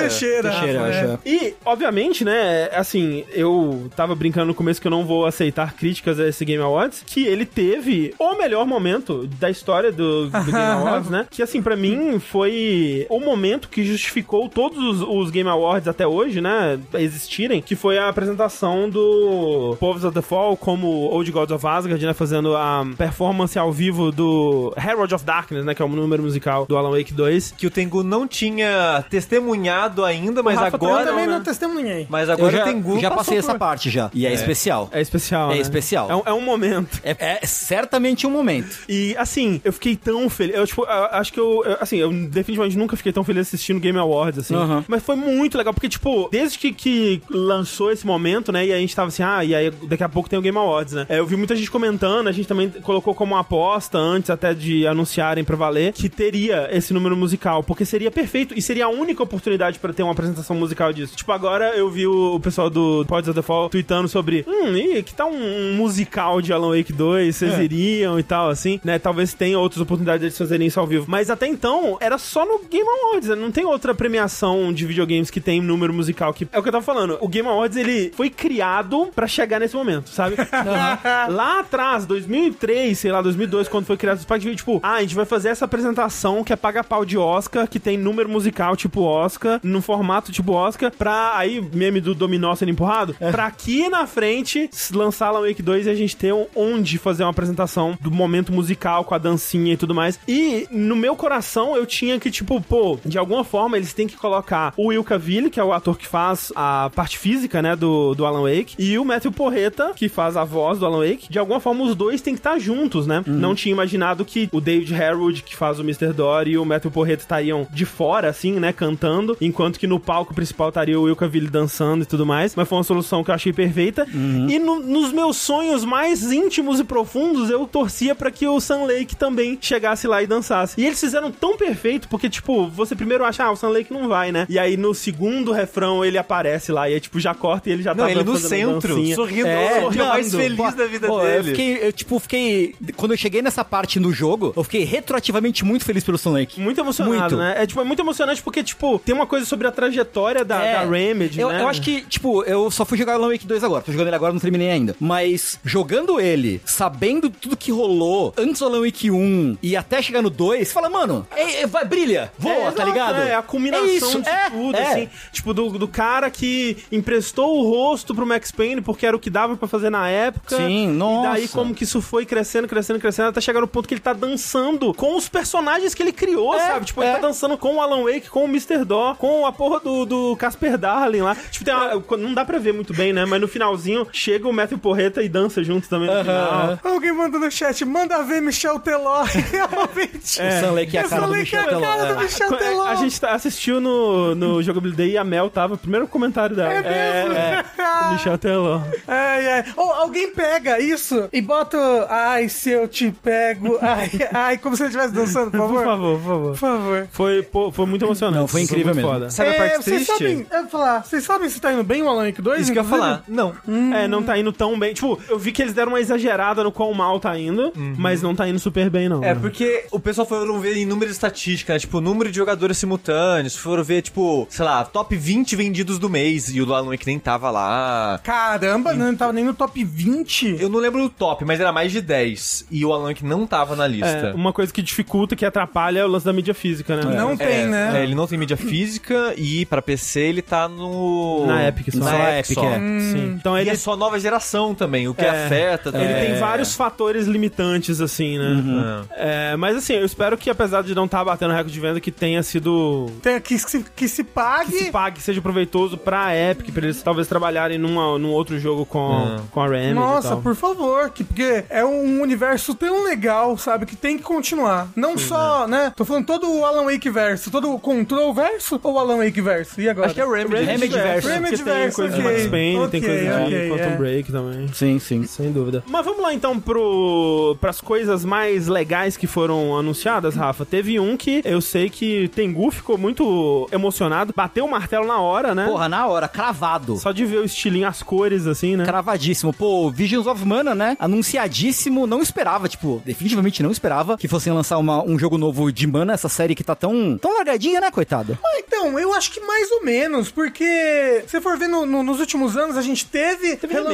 Teixeira,
Teixeira. Rafa,
eu
é.
acho,
E, obviamente, né, assim, eu tava brincando no começo que eu não vou aceitar críticas a esse Game Awards, que ele teve o melhor momento da história do, do
[LAUGHS]
Game Awards, né? Que, assim, pra mim foi o momento que justificou todos os, os Game Awards até hoje, né, existirem, que foi a apresentação do Povos of the Fall como Old Gods of Asgard, né, fazendo a performance ao vivo do Herald of Darkness, né, que é o número musical do Alan Wake 2.
Que o Tengu não tinha testemunhado ainda, mas
Rafa
agora.
Eu também não
né?
testemunhei.
Mas
Eu
agora
já,
o Tengu.
já
passou
passei
por-
essa parte já. E é, especial.
É especial,
É
né?
especial.
É um- é um momento.
É- é certamente
[LAUGHS]
um momento.
E assim, eu fiquei tão feliz. Eu, tipo, eu- acho que eu, eu- Assim, eu definitivamente nunca fiquei tão feliz assistindo Game Awards, assim.
Aham.
Mas foi muito legal, porque, tipo, desde que, que lançou esse momento, né? E a gente tava assim, ah, e aí daqui a pouco tem o Game Awards, né? É, Eu vi muita gente comentando, a gente também colocou como uma aposta antes até de anunciarem pra valer que teria esse número musical, porque seria perfeito e seria a única oportunidade pra ter uma apresentação musical disso. Tipo, agora eu vi o o pessoal do Pods of the Fall tweetando sobre, hum, e que tal um musical de Alan Wake 2? Vocês iriam e tal, assim, né? Talvez tenha outras oportunidades deles fazerem isso ao vivo. Mas até então, era só no Game Awards, né? não tem outra premiação de videogames que tem número musical que. É o que eu tava falando. O Game Awards, ele foi criado pra chegar nesse momento, sabe? [LAUGHS] Lá atrás, 2003, sei lá, 2002, quando foi criado o Spike Video, tipo, ah, a gente vai fazer essa apresentação que é paga-pau de Oscar, que tem número musical tipo Oscar, num formato tipo Oscar, pra aí, meme do dominó sendo empurrado, pra aqui na frente s- lançar Alan Wake 2 e a gente ter um, onde fazer uma apresentação do momento musical com a dancinha e tudo mais. E no meu coração eu tinha que, tipo, pô, de alguma forma eles têm que colocar o Will Cavill, que é o ator que faz a parte física, né, do, do Alan Wake, e o Matthew Porreta, que faz a voz do Alan Wake. De alguma forma os dois têm que estar juntos, né? Não tinha imaginado que o David Harwood, que faz o Mr. Dory, e o Matthew Porreta estariam de fora, assim, né, cantando, enquanto que no palco principal estaria o Will Cavill dançando e tudo mais. Mas foi uma solução que eu achei perfeita.
Uhum.
E no- nos meus sonhos mais íntimos e profundos, eu torcia pra que o Sun Lake também chegasse lá e dançasse. E eles fizeram tão perfeito, porque, tipo, você primeiro acha, ah, o Sun Lake não vai, né? E aí no segundo refrão ele aparece lá, e aí, tipo, já corta e ele já
Não,
tá
ele no
fazendo
centro,
dancinha.
sorrindo,
É,
sorrindo mais
Nando,
feliz
pô,
da vida
pô, é Eu
dele.
fiquei, eu, tipo, fiquei. Quando eu cheguei nessa parte do jogo, eu fiquei retroativamente muito feliz pelo Sun Lake.
Muito emocionado,
Muito.
né? É, tipo, é muito emocionante porque, tipo, tem uma coisa sobre a trajetória da,
É,
da Remedy,
eu,
né?
eu acho que, tipo, eu só fui jogar Alan Wake 2 agora. Tô jogando ele agora, não terminei ainda. Mas jogando ele, sabendo tudo que rolou antes do Alan Wake 1 e até chegar no 2, você fala, mano, é- é- vai, brilha, voa,
É,
tá
exato,
ligado?
É, a culminação
É isso,
de
é,
tudo,
é.
assim. Tipo, do, do cara que emprestou o rosto pro Max Payne porque era o que dava pra fazer na época.
Sim,
E
nossa.
daí como que isso foi crescendo, crescendo, crescendo, até chegar no ponto que ele tá dançando com os personagens que ele criou, sabe? Tipo, ele
é.
tá dançando com o Alan Wake, com o Mr. Dó, com a porra do, do Casper Darling lá. Tipo, tem uma- não dá pra ver muito bem, né? Mas no finalzinho, chega o Matthew Porreta e dança junto também no final.
Alguém manda no chat, manda ver Michel Teló. [LAUGHS] Realmente.
O Sun Lake é a
Eu
cara do
falei que
Michel
é a
Teló,
cara
é.
do Michel
Quando-
Teló.
A gente tá- assistiu no, no Jogabilidade e a Mel tava. Primeiro comentário dela. é.
É mesmo?
o
[LAUGHS]
Michel Teló.
Ai, ai. Ou alguém pega isso e bota. Ai, se eu te pego. [LAUGHS] Ai, Ai, ai, como se ele estivesse dançando, por favor.
Por favor, por favor.
Por favor. É,
Foi, pô, foi muito emocionante.
Não, foi incrível
muito
mesmo.
foda.
Sabe a parte
vocês
triste?
sabem, eu ia falar, vocês sabem se tá indo bem o Alan Wake 2?
Isso que eu ia
inclusive?
falar. Não.
É, não tá indo tão bem. Tipo, eu vi que eles deram uma exagerada no quão mal tá indo, mas não tá indo super bem, não.
É, porque o pessoal foram ver em número de estatística, né? Tipo, número de jogadores simultâneos, foram ver, tipo, sei lá, top 20 vendidos do mês, e o Alan Wake nem tava lá.
Caramba, não tava nem no top 20.
Eu não lembro o top, mas era mais de 10, e o Alan Wake não tava na
É,
lista.
uma coisa que dificulta, que atrapalha é o lance da mídia física, né?
Não tem,
É,
né?
é, ele não tem mídia física e pra PC ele tá no.
Na Epic só.
Na
Só
Epic, só.
é.
Sim. Então
E
ele
é só nova geração também, o que
É.
afeta.
Ele
também. É.
tem vários fatores limitantes, assim, né?
Uhum.
É, mas assim, eu espero que, apesar de não estar batendo recorde de venda, que tenha sido.
Tem que se, que se pague.
Que se pague, seja proveitoso pra Epic, pra eles talvez trabalharem numa, num outro jogo com, com a Remedy. e
Nossa,
tal.
por favor, que, porque é um universo tão legal, sabe? Que tem que continuar. Não
é.
só, né? Tô falando todo o Alan Wake verso, todo o Control verso ou Alan Wake verso? E agora?
Acho que é o Remedy.
Remedy
Remedy
Verso.
Verso.
porque Tem
Remedy
coisa de
Verso,
Max
ok.
Payne, tem
Ok,
coisa de
ok,
Quantum
é.
Break também.
Sim, sim.
Sem dúvida. Mas vamos lá então pro, pras coisas mais legais que foram anunciadas, Rafa. Teve um que eu sei que Tengu ficou muito emocionado, bateu o martelo na hora, né?
Porra, na hora, cravado.
Só de ver o estilinho, as cores, assim, né?
Cravadíssimo. Pô, Visions of Mana, né? Anunciadíssimo, não esperava, tipo, definitivamente não esperava que fossem lançar uma- um jogo novo de Mana, essa série que tá tão, tão largadinha, né, coitada?
Ah, Então, eu acho que mais ou menos, porque se for ver no- no- nos últimos anos, a gente teve,
Teve remake,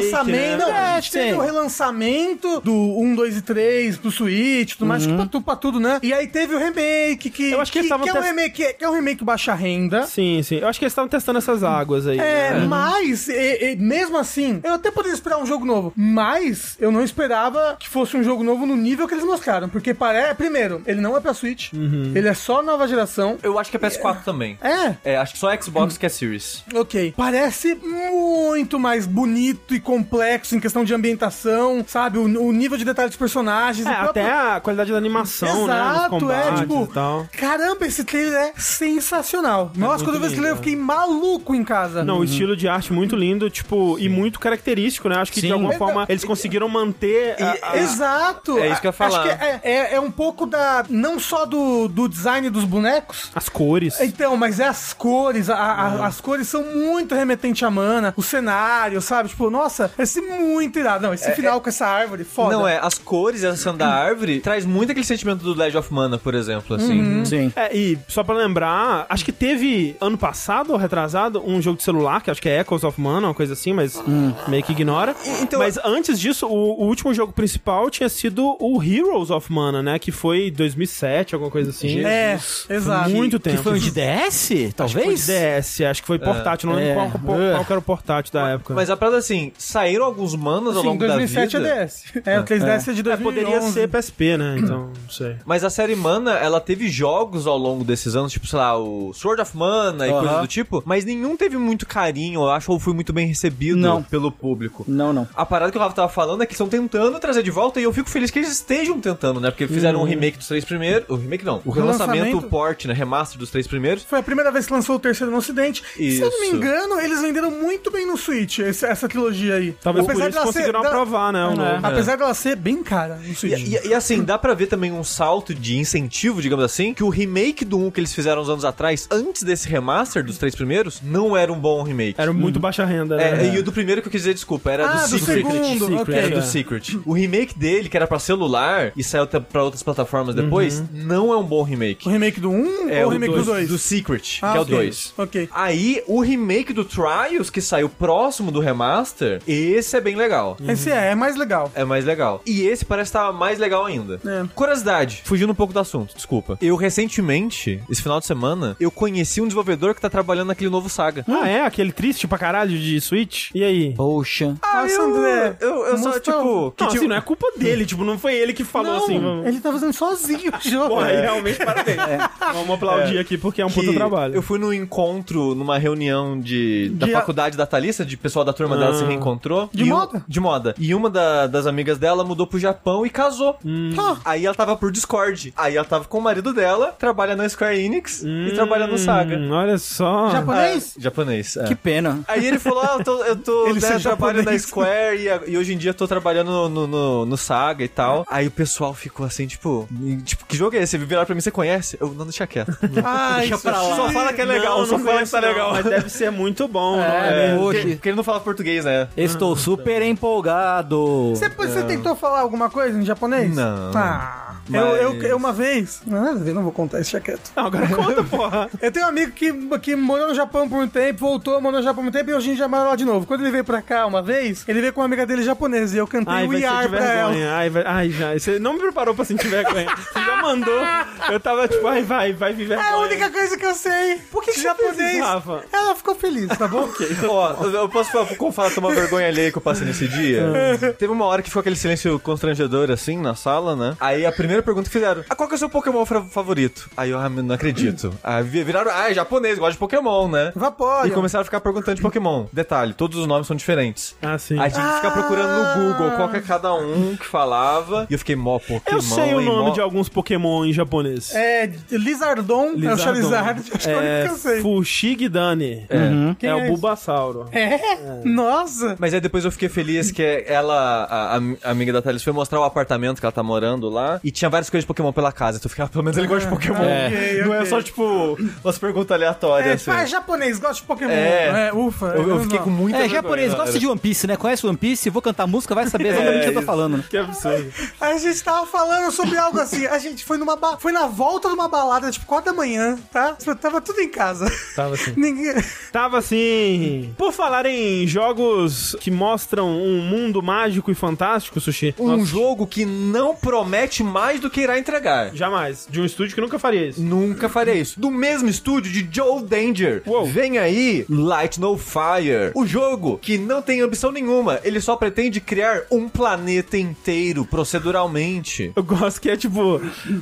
né?
relançamento. Não,
É,
a gente teve
sim.
o relançamento do 1, 2 e 3 pro Switch, tudo mais, que pra, tu- pra tudo, né? E aí teve o remake, que,
Uhum. Eu acho que eles estavam
é, um
test-
remake, que, é um remake baixa renda.
Sim, sim. Eu acho que eles estavam testando essas águas aí.
É,
né?
mas, e- e mesmo assim, eu até poderia esperar um jogo novo, mas eu não esperava que fosse um jogo novo no nível que eles mostraram, porque parece, primeiro, ele não é pra Switch,
Uhum.
ele é só nova geração.
Eu acho que é PS4 também.
É,
É, acho que só Xbox que é Series.
Ok. Parece muito mais bonito e complexo em questão de ambientação, sabe? O, o nível de detalhe dos personagens.
É,
o próprio-
até a qualidade da animação, né? Nos
Exato, é,
combates
tipo,
e tal.
caramba, esse trailer é sensacional. Nossa, quando eu vi esse
lindo,
trailer, eu
é.
fiquei maluco em casa.
Não, o estilo de arte muito lindo, tipo, e muito característico, né? Acho que de
Sim.
alguma
É,
forma
não,
eles conseguiram manter. a- a-
Exato.
É isso que eu ia falar.
Acho que é, é- é um pouco da. Não só do, do design dos bonecos.
as cores.
Então, mas é as cores, a- a- as cores são muito remetente à mana, o cenário, sabe? Tipo, nossa, esse muito irado. Não, esse final com essa árvore, foda.
Não, é, as cores e a ação da árvore traz muito aquele sentimento do Legend of Mana, por exemplo, assim.
Uhum.
Sim.
É, e só pra lembrar, acho que teve ano passado ou retrasado um jogo de celular, que acho que é Echoes of Mana, uma coisa assim, mas meio que ignora. mas antes disso, o, o último jogo principal tinha sido o Heroes of Mana, né? Que foi 2007, alguma coisa assim.
É, exato.
muito
Que
tempo.
foi um de DS, talvez?
Foi DS, acho que foi portátil, não lembro
É.
qual, qual-
É.
qual que era o portátil da época.
Mas a parada assim, saíram alguns manos ao
Sim,
longo
2007
da vida.
é DS. É, o 3DS é, de
É,
2011.
poderia ser PSP, né? Então, não sei.
Mas a série Mana, ela teve jogos ao longo desses anos, tipo, sei lá, o Sword of Mana e
Aham.
coisas do tipo, mas nenhum teve muito carinho, eu acho, ou foi muito bem recebido
Não.
pelo público.
Não, não.
A parada que o Rafa tava falando é que estão tentando trazer de volta e eu fico feliz que eles estejam tentando, né? Porque fizeram um remake dos três primeiros. O remake não. O relançamento,
relançamento.
o port, né? Remaster dos três primeiros.
Foi a primeira vez que lançou o terceiro no Ocidente. E, Se eu não me
Isso.
engano, eles venderam muito bem no Switch, esse- essa trilogia aí.
Talvez por
Apesar
isso
dela ser-
conseguiram
da-
aprovar, né? o novo.
Apesar dela ser bem cara no
É. E,
Switch.
e- e assim, dá pra ver também um salto de incentivo, digamos assim, que o remake do 1 que eles fizeram uns anos atrás, antes desse remaster dos três primeiros, não era um bom remake.
É. Era muito baixa renda, né?
É, e o do primeiro que eu quis dizer, desculpa, era
Ah,
do,
do
Secret.
segundo,
Secret,
ok.
Era
É.
do Secret. O remake dele, que era pra celular e saiu até pra outras plataformas depois, não é um bom remake.
O remake do 1
É
ou o remake do 2?
Do Secret,
Ah,
que é o
ok.
2.
Ok.
Aí, o remake do Trials, que saiu próximo do remaster, esse é bem legal.
Esse é, é mais legal.
É mais legal. E esse parece estar mais legal ainda.
É.
Curiosidade, fugindo um pouco do assunto, desculpa. Eu recentemente, esse final de semana, eu conheci um desenvolvedor que tá trabalhando naquele novo saga.
Ah, é? Aquele triste pra caralho de Switch? E aí?
Poxa.
Nossa, André,
Ah, eu, eu só,
mostrou-
tipo... que
não,
tipo-
assim, não é culpa dele, tipo, não foi ele que falou
Não,
assim, vamos.
ele tá fazendo sozinho o jogo.
Porra, aí realmente parabéns. Vamos aplaudir aqui porque é um
que
puta trabalho.
Eu fui num encontro, numa reunião de, da
De-
faculdade da Thalissa, de pessoal da turma dela se reencontrou.
De
E um-
moda?
de moda. E uma da- das amigas dela mudou pro Japão e casou.
Ah,
Aí ela tava por Discord. Aí ela tava com o marido dela, trabalha na Square Enix e trabalha no Saga.
Hum, olha só.
japonês?
Ah, japonês, é.
Que pena.
Aí ele falou, ah, eu tô, eu tô
Ele
né,
ser
trabalho na
japonês.
Square e, a- e hoje em dia eu tô trabalhando no, no, no- no Saga e tal. Aí o pessoal ficou assim, tipo, e, tipo, que jogo é esse? Viraram pra mim, você conhece? Eu, não, deixa quieto.
Ah,
Deixa
isso
pra lá.
aqui-
Só fala que é legal, só fala que tá legal.
Mas deve ser muito bom.
É,
não
hoje.
Porque, porque ele não fala português, né?
Estou super empolgado.
Você, é você tentou falar alguma coisa em japonês?
Não.
Ah,
Mas-
eu, eu, eu uma vez. Não, nada a ver, não vou contar isso, deixa quieto.
Não, agora conta, porra.
Eu tenho um amigo que, que morou no Japão por um tempo, voltou, morou no Japão por um tempo e hoje em dia mora lá de novo. Quando ele veio pra cá uma vez, ele veio com uma amiga dele japonesa e eu cantei
Ai, vai
We
sentir
Are pra ela.
vergonha. Ai, vai... ai, já. Você não me preparou pra sentir vergonha. Você já mandou. Eu tava tipo, ai, vai, vai viver.
É a única coisa que eu sei. Por que japonês?
precisava?
Ela ficou feliz, tá
[LAUGHS]
bom?
Ó, eu- eu posso falar, como falar, tomar vergonha alheia que eu passei nesse dia? Teve uma hora que ficou aquele silêncio constrangedor, assim, na sala, né? Aí a primeira pergunta que fizeram, ah, qual que é o seu Pokémon fra- favorito? Aí eu, ah, não acredito. Aí vi- viraram, ah, é japonês, gosta de Pokémon, né?
Vapora.
E começaram a ficar perguntando de Pokémon. Detalhe, todos os nomes são diferentes.
Ah, sim.
Aí tinha que ficar procurando no Google
Ah.
qual que é cada um que falava. E eu fiquei mó Pokémon.
eu sei o
hein,
nome
mó-
de alguns Pokémon em japonês.
É, Lizardon, é o
Lizardon.
Charizard. Acho que é o único que eu sei.
Fushigidane. É,
Quem
o
é [LAUGHS]
Bulbasauro.
É? Nossa!
Mas aí depois eu fiquei feliz que ela, a, a amiga da Thales, foi mostrar o apartamento que ela tá morando lá. E tinha várias coisas de Pokémon pela casa. Então eu fiquei, ah, pelo menos ele gosta de Pokémon.
ok,
Não é
ok.
só, tipo, umas perguntas
É,
aleatórias.
tipo, ah, é
assim.
japonês, gosta de Pokémon.
É.
É, ufa.
eu, eu
não.
fiquei com muita
É,
vergonha,
japonês,
cara.
gosta de One Piece, né? Conhece One Piece? Vou cantar música, vai saber exatamente o que eu tô
isso.
falando. né?
Que absurdo.
A gente tava falando sobre algo assim. A gente foi numa ba... foi na volta de uma balada, tipo, 4 da manhã, tá? Tipo, Tava tudo em casa.
Tava assim.
[LAUGHS] Ninguém.
Tava assim. Por falar em jogos que mostram um mundo mágico e fantástico, Sushi.
Um
nós-
jogo que não promete mais do que irá entregar.
Jamais. De um estúdio que nunca faria isso.
Nunca faria isso. Do mesmo estúdio de Joe Danger.
Uou.
Vem aí Light No Fire. O jogo que não tem ambição nenhuma. Ele só pretende criar um planeta inteiro proceduralmente.
Eu gosto que é tipo,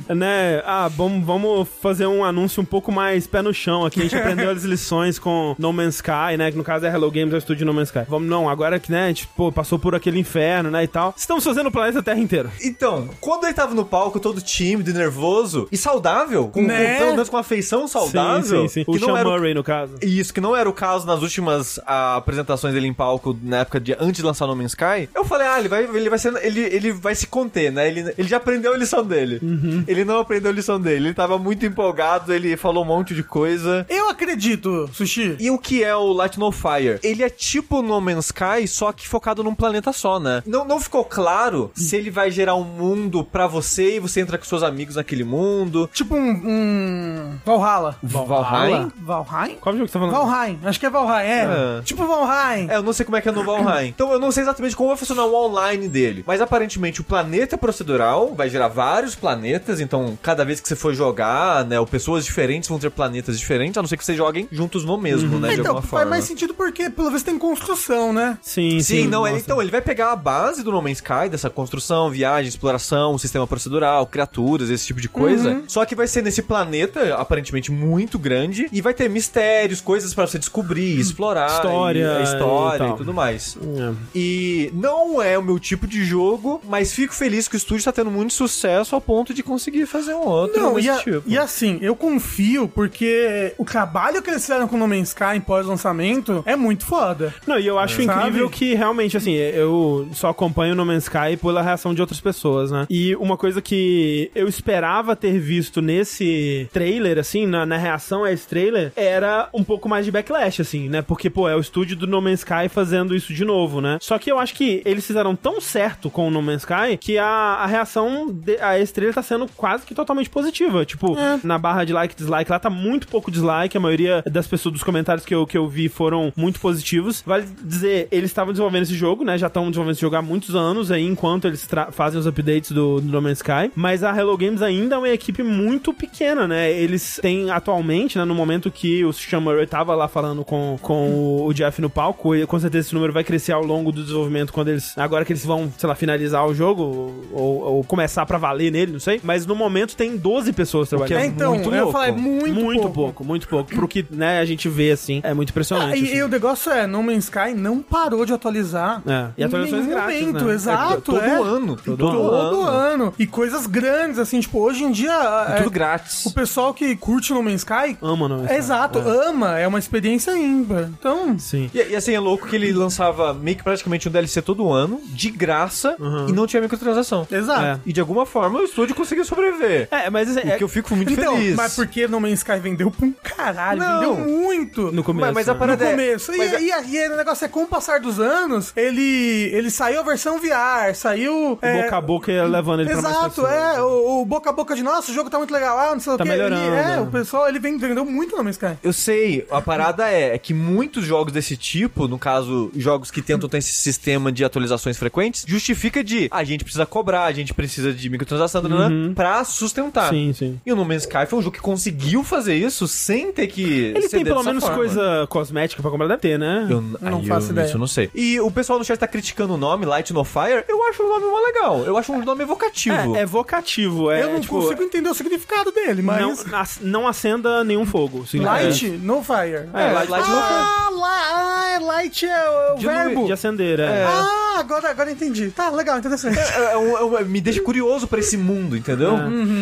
né? Ah, vamos, vamos fazer um anúncio um pouco mais pé no chão aqui. A gente aprendeu as lições com No Man's Sky, né? Que no caso é Hello Games, é o estúdio No Man's Sky. Vamos, não, agora que, né? A gente pô, passou por aquele inferno, né? E tal. Estamos fazendo o planeta Terra inteiro.
Então, quando ele tava no palco todo tímido e nervoso e saudável, com,
Né?
com- pelo menos com afeição saudável,
sim, sim.
que
O
não
Sean
era o-
Murray, no caso.
isso, que não era o caso nas últimas ah, apresentações dele em palco na época de antes de lançar No Man's Sky. Eu falei, ah, ele vai, ele vai, ser, ele, ele vai se conter, né? Ele, ele já aprendeu a lição dele.
Uhum.
Ele não aprendeu a lição dele. Ele tava muito empolgado, ele falou um monte de coisa.
Eu acredito, Sushi.
E o que é o Light No Fire? Ele é tipo No Man's Sky, só que focado num planeta só, né? Não, não ficou claro se ele vai gerar um mundo pra você e você entra com seus amigos naquele mundo.
Tipo um. um... Valhalla.
Valheim?
Valheim?
Qual jogo que você tá falando?
Valheim, acho que é Valheim, é.
É.
Tipo Valheim.
É, eu não sei como é que é no Valheim. [CLEARS THROAT] Então eu não sei exatamente como vai funcionar o online dele. Mas aparentemente o planeta procedural vai gerar vários planetas. Então cada vez que você for jogar, né, ou pessoas diferentes vão ter planetas diferentes, a não ser que vocês joguem juntos no mesmo, né, de
então,
alguma
faz
forma.
mais sentido porque, pelo visto, tem construção, né?
Sim,
Sim, não, ele,
nossa.
então ele vai pegar a base do No Man's Sky, dessa construção, viagem, exploração, sistema procedural, criaturas, esse tipo de coisa. Só que vai ser nesse planeta, aparentemente muito grande, e vai ter mistérios, coisas pra você descobrir, explorar,
História
e,
e
história e,
tal.
tudo mais.
É.
E não é o meu tipo de jogo, mas fico feliz que o estúdio tá tendo muito sucesso ao ponto de conseguir fazer um outro
Não,
desse
e, a-
tipo.
e assim, eu confio porque o trabalho que eles fizeram com No Man's Sky em pós-lançamento é muito foda.
Não, e eu acho
Sabe?
incrível que realmente, assim, eu só acompanho No Man's Sky pela reação de outras pessoas, né? E uma coisa que eu esperava ter visto nesse trailer, assim, na, na reação a esse trailer, era um pouco mais de backlash, assim, né? Porque, pô, é o estúdio do No Man's Sky fazendo isso de novo, né? Só que eu acho que eles fizeram tão certo com o No Man's Sky que a, a reação de- a esse trailer tá sendo quase que totalmente positiva. Tipo, na barra de like e dislike lá tá muito pouco dislike, a maioria das pessoas dos comentários que eu, que eu vi foram muito positivos. Vale dizer, eles estavam desenvolvendo esse jogo, né? Já estão desenvolvendo esse jogo há muitos anos aí, enquanto eles tra- fazem os updates do, do No Man's Sky. Mas a Hello Games ainda é uma equipe muito pequena, né? Eles têm atualmente, né? No momento que o Sean Murray tava lá falando com, com o- o Jeff no palco, e com certeza esse número vai crescer ao longo do desenvolvimento quando eles. Agora que eles vão, sei lá, finalizar o jogo ou, ou começar pra valer nele, não sei. Mas no momento tem 12 pessoas trabalhando.
É, então,
muito
eu ia
louco.
falar, é muito,
Muito, pouco. muito pouco. Pro que né, a gente vê, assim, é muito impressionante.
Ah, e,
assim.
e o negócio é, No Man's Sky não parou de atualizar.
É, e atualizações
Em nenhum
grátis,
É,
momento,
né?
exato.
todo
é.
ano. Todo,
Todo ano. E coisas grandes, assim, tipo, hoje em dia. é,
Tudo grátis.
o pessoal que curte No Man's Sky.
Ama, não.
é Exato, ama, é uma experiência ímpar. Então,
Sim.
E, e assim, é louco que ele lançava meio que praticamente um DLC todo ano, de graça,
Uhum.
e não tinha microtransação.
exato.
E de alguma forma o estúdio conseguiu sobreviver.
É, mas assim,
O que eu fico muito
Então,
feliz.
mas porque No Man's Sky vendeu pra um caralho,
Não.
vendeu muito.
No começo.
Mas- mas a
né?
parada-
No começo. E,
Mas é-
e, e, o negócio é, com o passar dos anos, ele, ele saiu a versão VR, saiu...
O
é,
boca a boca ia levando ele pra mais
Exato,
pessoas.
é. O, o boca a boca de nossa, o jogo tá muito legal, ah, não sei o
Tá
que.
melhorando.
é, o pessoal, ele vem- vendeu muito no Man's Sky.
Eu sei, a parada é, é que muitos jogos desse tipo, no caso, jogos que tentam ter esse sistema de atualizações frequentes, justifica de "Ah, a gente precisa cobrar, a gente precisa de microtransação uhum. pra sustentar.
Sim, sim.
E o No Man's Sky foi um jogo que conseguiu fazer isso sem ter que.
Ele tem
ceder
pelo
dessa
menos
forma.
coisa cosmética pra comprar, deve ter, né?
Eu
Ah, Não
aí
faço
eu,
ideia.
Isso eu não sei. E o pessoal no chat tá criticando o nome, Light No Fire. Eu acho o nome mó legal. Eu acho um nome evocativo.
É, é vocativo, é.
Eu não
tipo,
consigo entender o significado dele, mas...
Não, ac- não acenda nenhum fogo. significa-
Light, no fire.
É, Light,
Light no Fire.
Ah, lá, ah, light é o, é o
de,
verbo.
de acender, é.
Ah, agora, agora entendi. Tá,
[LAUGHS]
legal, interessante.
É, é um- é um- me deixa curioso pra esse mundo, entendeu?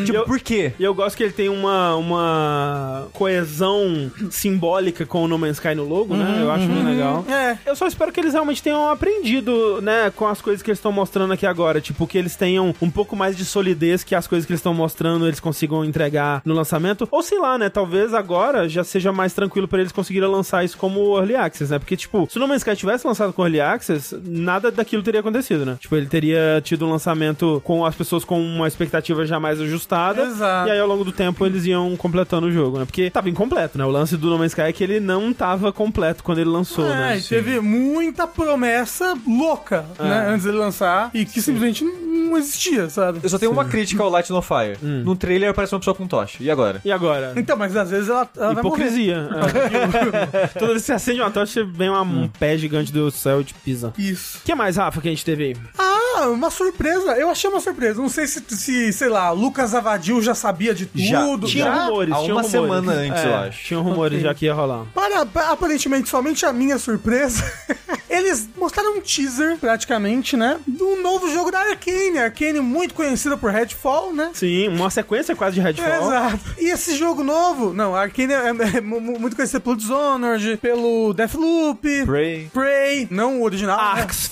Tipo,
Eu-
por quê?
E eu gosto que ele tem uma, uma coesão simbólica com o No Man's Sky no logo, né? Eu acho bem legal.
É.
Eu só espero que eles realmente tenham aprendido, né, com as coisas que eles estão mostrando aqui agora. Tipo, que eles tenham um pouco mais de solidez que as coisas que eles estão mostrando eles consigam entregar no lançamento. Ou sei lá, né, talvez agora já seja mais tranquilo pra eles conseguirem lançar isso como Early Access, né? Porque, tipo, se o No Man's Sky tivesse lançado com Early Access, nada daquilo teria acontecido, né? Tipo, ele teria tido um lançamento com as pessoas com uma expectativa já mais ajustada.
Exato.
E aí, ao longo do tempo, eles iam completando o jogo, né? Porque tava incompleto, né? O lance do No Man's Sky é que ele não tava completo quando ele lançou, né? Ah.
É, e teve muita promessa louca, né, antes dele lançar, e que simplesmente não existia, sabe?
Eu só tenho uma crítica ao Light No Fire. No trailer aparece uma pessoa com tocha. E agora?
E agora?
Então, mas às vezes ela, ela vai morrer.
Hipocrisia. É. [LAUGHS] Toda vez que você acende uma tocha, vem uma- um pé gigante do céu e te pisa.
Isso.
O que mais, Rafa, que a gente teve aí?
Ah, uma surpresa. Eu achei uma surpresa. Não sei se, se sei lá, Lucas Avadil já sabia de tudo.
Tinha
já?
rumores,
há
tinha
uma
rumores. É,
semana antes, eu acho.
Tinha rumores
Ok.
já que ia rolar.
Para, pa- aparentemente, somente a minha surpresa, [LAUGHS] eles mostraram um teaser, praticamente, né? De um novo jogo da Arkane. Arkane muito conhecida por Redfall, né?
Sim, uma sequência quase de Redfall.
Exato. E esse jogo novo? Não, a Arkane é, é mu- mu- muito conhecida pelo Dishonored, pelo Deathloop,
Prey.
Prey, não o original. né?
Arcs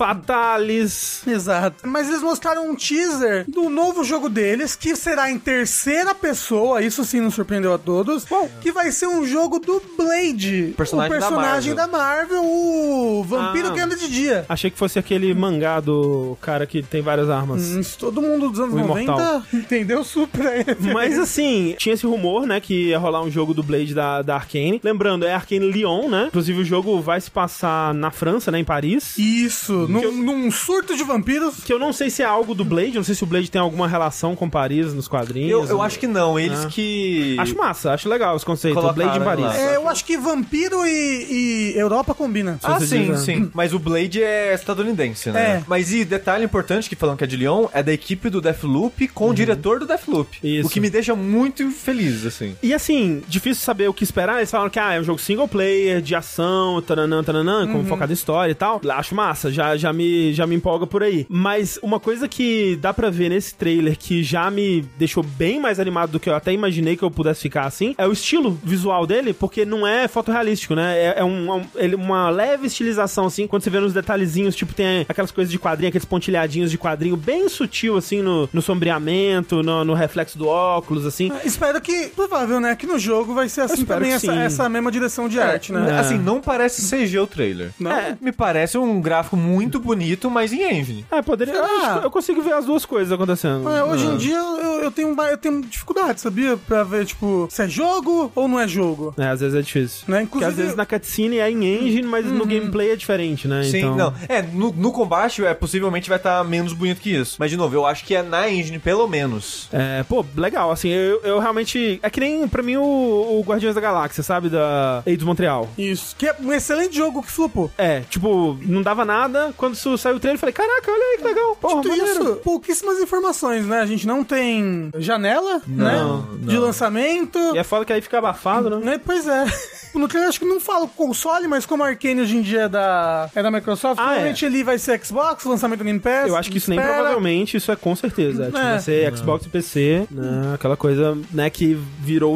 Fatalis.
Exato. Mas eles mostraram um teaser do novo jogo deles, que será em terceira pessoa, isso sim nos surpreendeu a todos, que vai ser um jogo do Blade.
Personagem
o
da
personagem da
Marvel.
Marvel, o vampiro
Ah.
que anda de dia.
Achei que fosse aquele mangá do cara que tem várias armas.
Hum, isso Todo mundo dos anos
O
90
imortal.
entendeu super aí.
Mas assim, tinha esse rumor, né, que ia rolar um jogo do Blade da, da Arkane. Lembrando, é Arkane Lyon, né? Inclusive o jogo vai se passar na França, né, em Paris.
Isso, num, num surto de vampiros.
Que eu não sei se é algo do Blade, eu não sei se o Blade tem alguma relação com Paris nos quadrinhos.
Eu, eu
né?
acho que não. Eles que.
Acho massa, acho legal os conceitos.
Colocaram
Blade em Paris.
lá.
É, eu acho que vampiro e, e Europa combina.
Ah,
você
sim,
diz, né?
sim. Mas o Blade é estadunidense, né?
É.
Mas e detalhe importante que falando que é de Lyon, é da equipe do Deathloop com o diretor do Deathloop.
Isso.
O que me deixa muito feliz, assim.
E assim, difícil saber o que esperar. Eles falaram que ah, é um jogo single player, de ação, tananã, tananã, com focado em história e tal. Acho massa, já, já, me, já me empolga por aí. Mas uma coisa que dá pra ver nesse trailer que já me deixou bem mais animado do que eu até imaginei que eu pudesse ficar assim, é o estilo visual dele, porque não é fotorrealístico, né? É, é um- é um- ele- uma leve estilização, assim, quando você vê nos detalhezinhos, tipo, tem aquelas coisas de quadrinho, aqueles pontilhadinhos de quadrinho bem sutil, assim, no, no sombreamento, no, no reflexo do óculos, assim.
Ah, Espero que, provável, né, que no jogo vai ser assim
espero
também,
que
essa,
sim.
essa mesma direção de arte, né?
É. Assim, não parece CG o trailer.
Não?
É, me parece um gráfico muito bonito, mas em engine.
É, poderia. Eu,
Será?
acho que eu consigo ver as duas coisas acontecendo.
É, hoje em dia eu, eu tenho, ba- eu tenho dificuldade, sabia? Pra ver, tipo, se é jogo ou não é jogo.
É, às vezes é difícil.
Né?
Porque às
Inclusive, Hum, uhum.
vezes na cutscene é em engine, mas no gameplay é diferente, né?
Sim,
então...
não. É, no, no combate, é, possivelmente vai estar menos bonito que isso. Mas, de novo, eu acho que é na engine, pelo menos.
É, pô, legal, assim, eu, eu realmente. É que nem pra mim o, o Guardiões da Galáxia, sabe? Da Eidos Montreal.
isso. Que é um excelente jogo que flopou.
É, tipo, não dava nada. Quando isso saiu o trailer, eu falei: caraca, olha aí que
legal. Porra,
Dito
maneiro.
isso, pouquíssimas informações, né? A gente não tem janela,
Não,
né?
não.
De lançamento.
E é foda que aí fica abafado, né?
Né? Pois é. No trailer acho que não fala o console, mas como a Arkane hoje em dia é da, é da Microsoft,
Ah,
provavelmente ele vai ser Xbox, lançamento Game Pass.
Eu acho que isso nem
espera.
provavelmente, isso é com certeza. É, tipo,
É.
vai ser Xbox e PC, né? Aquela coisa, né, que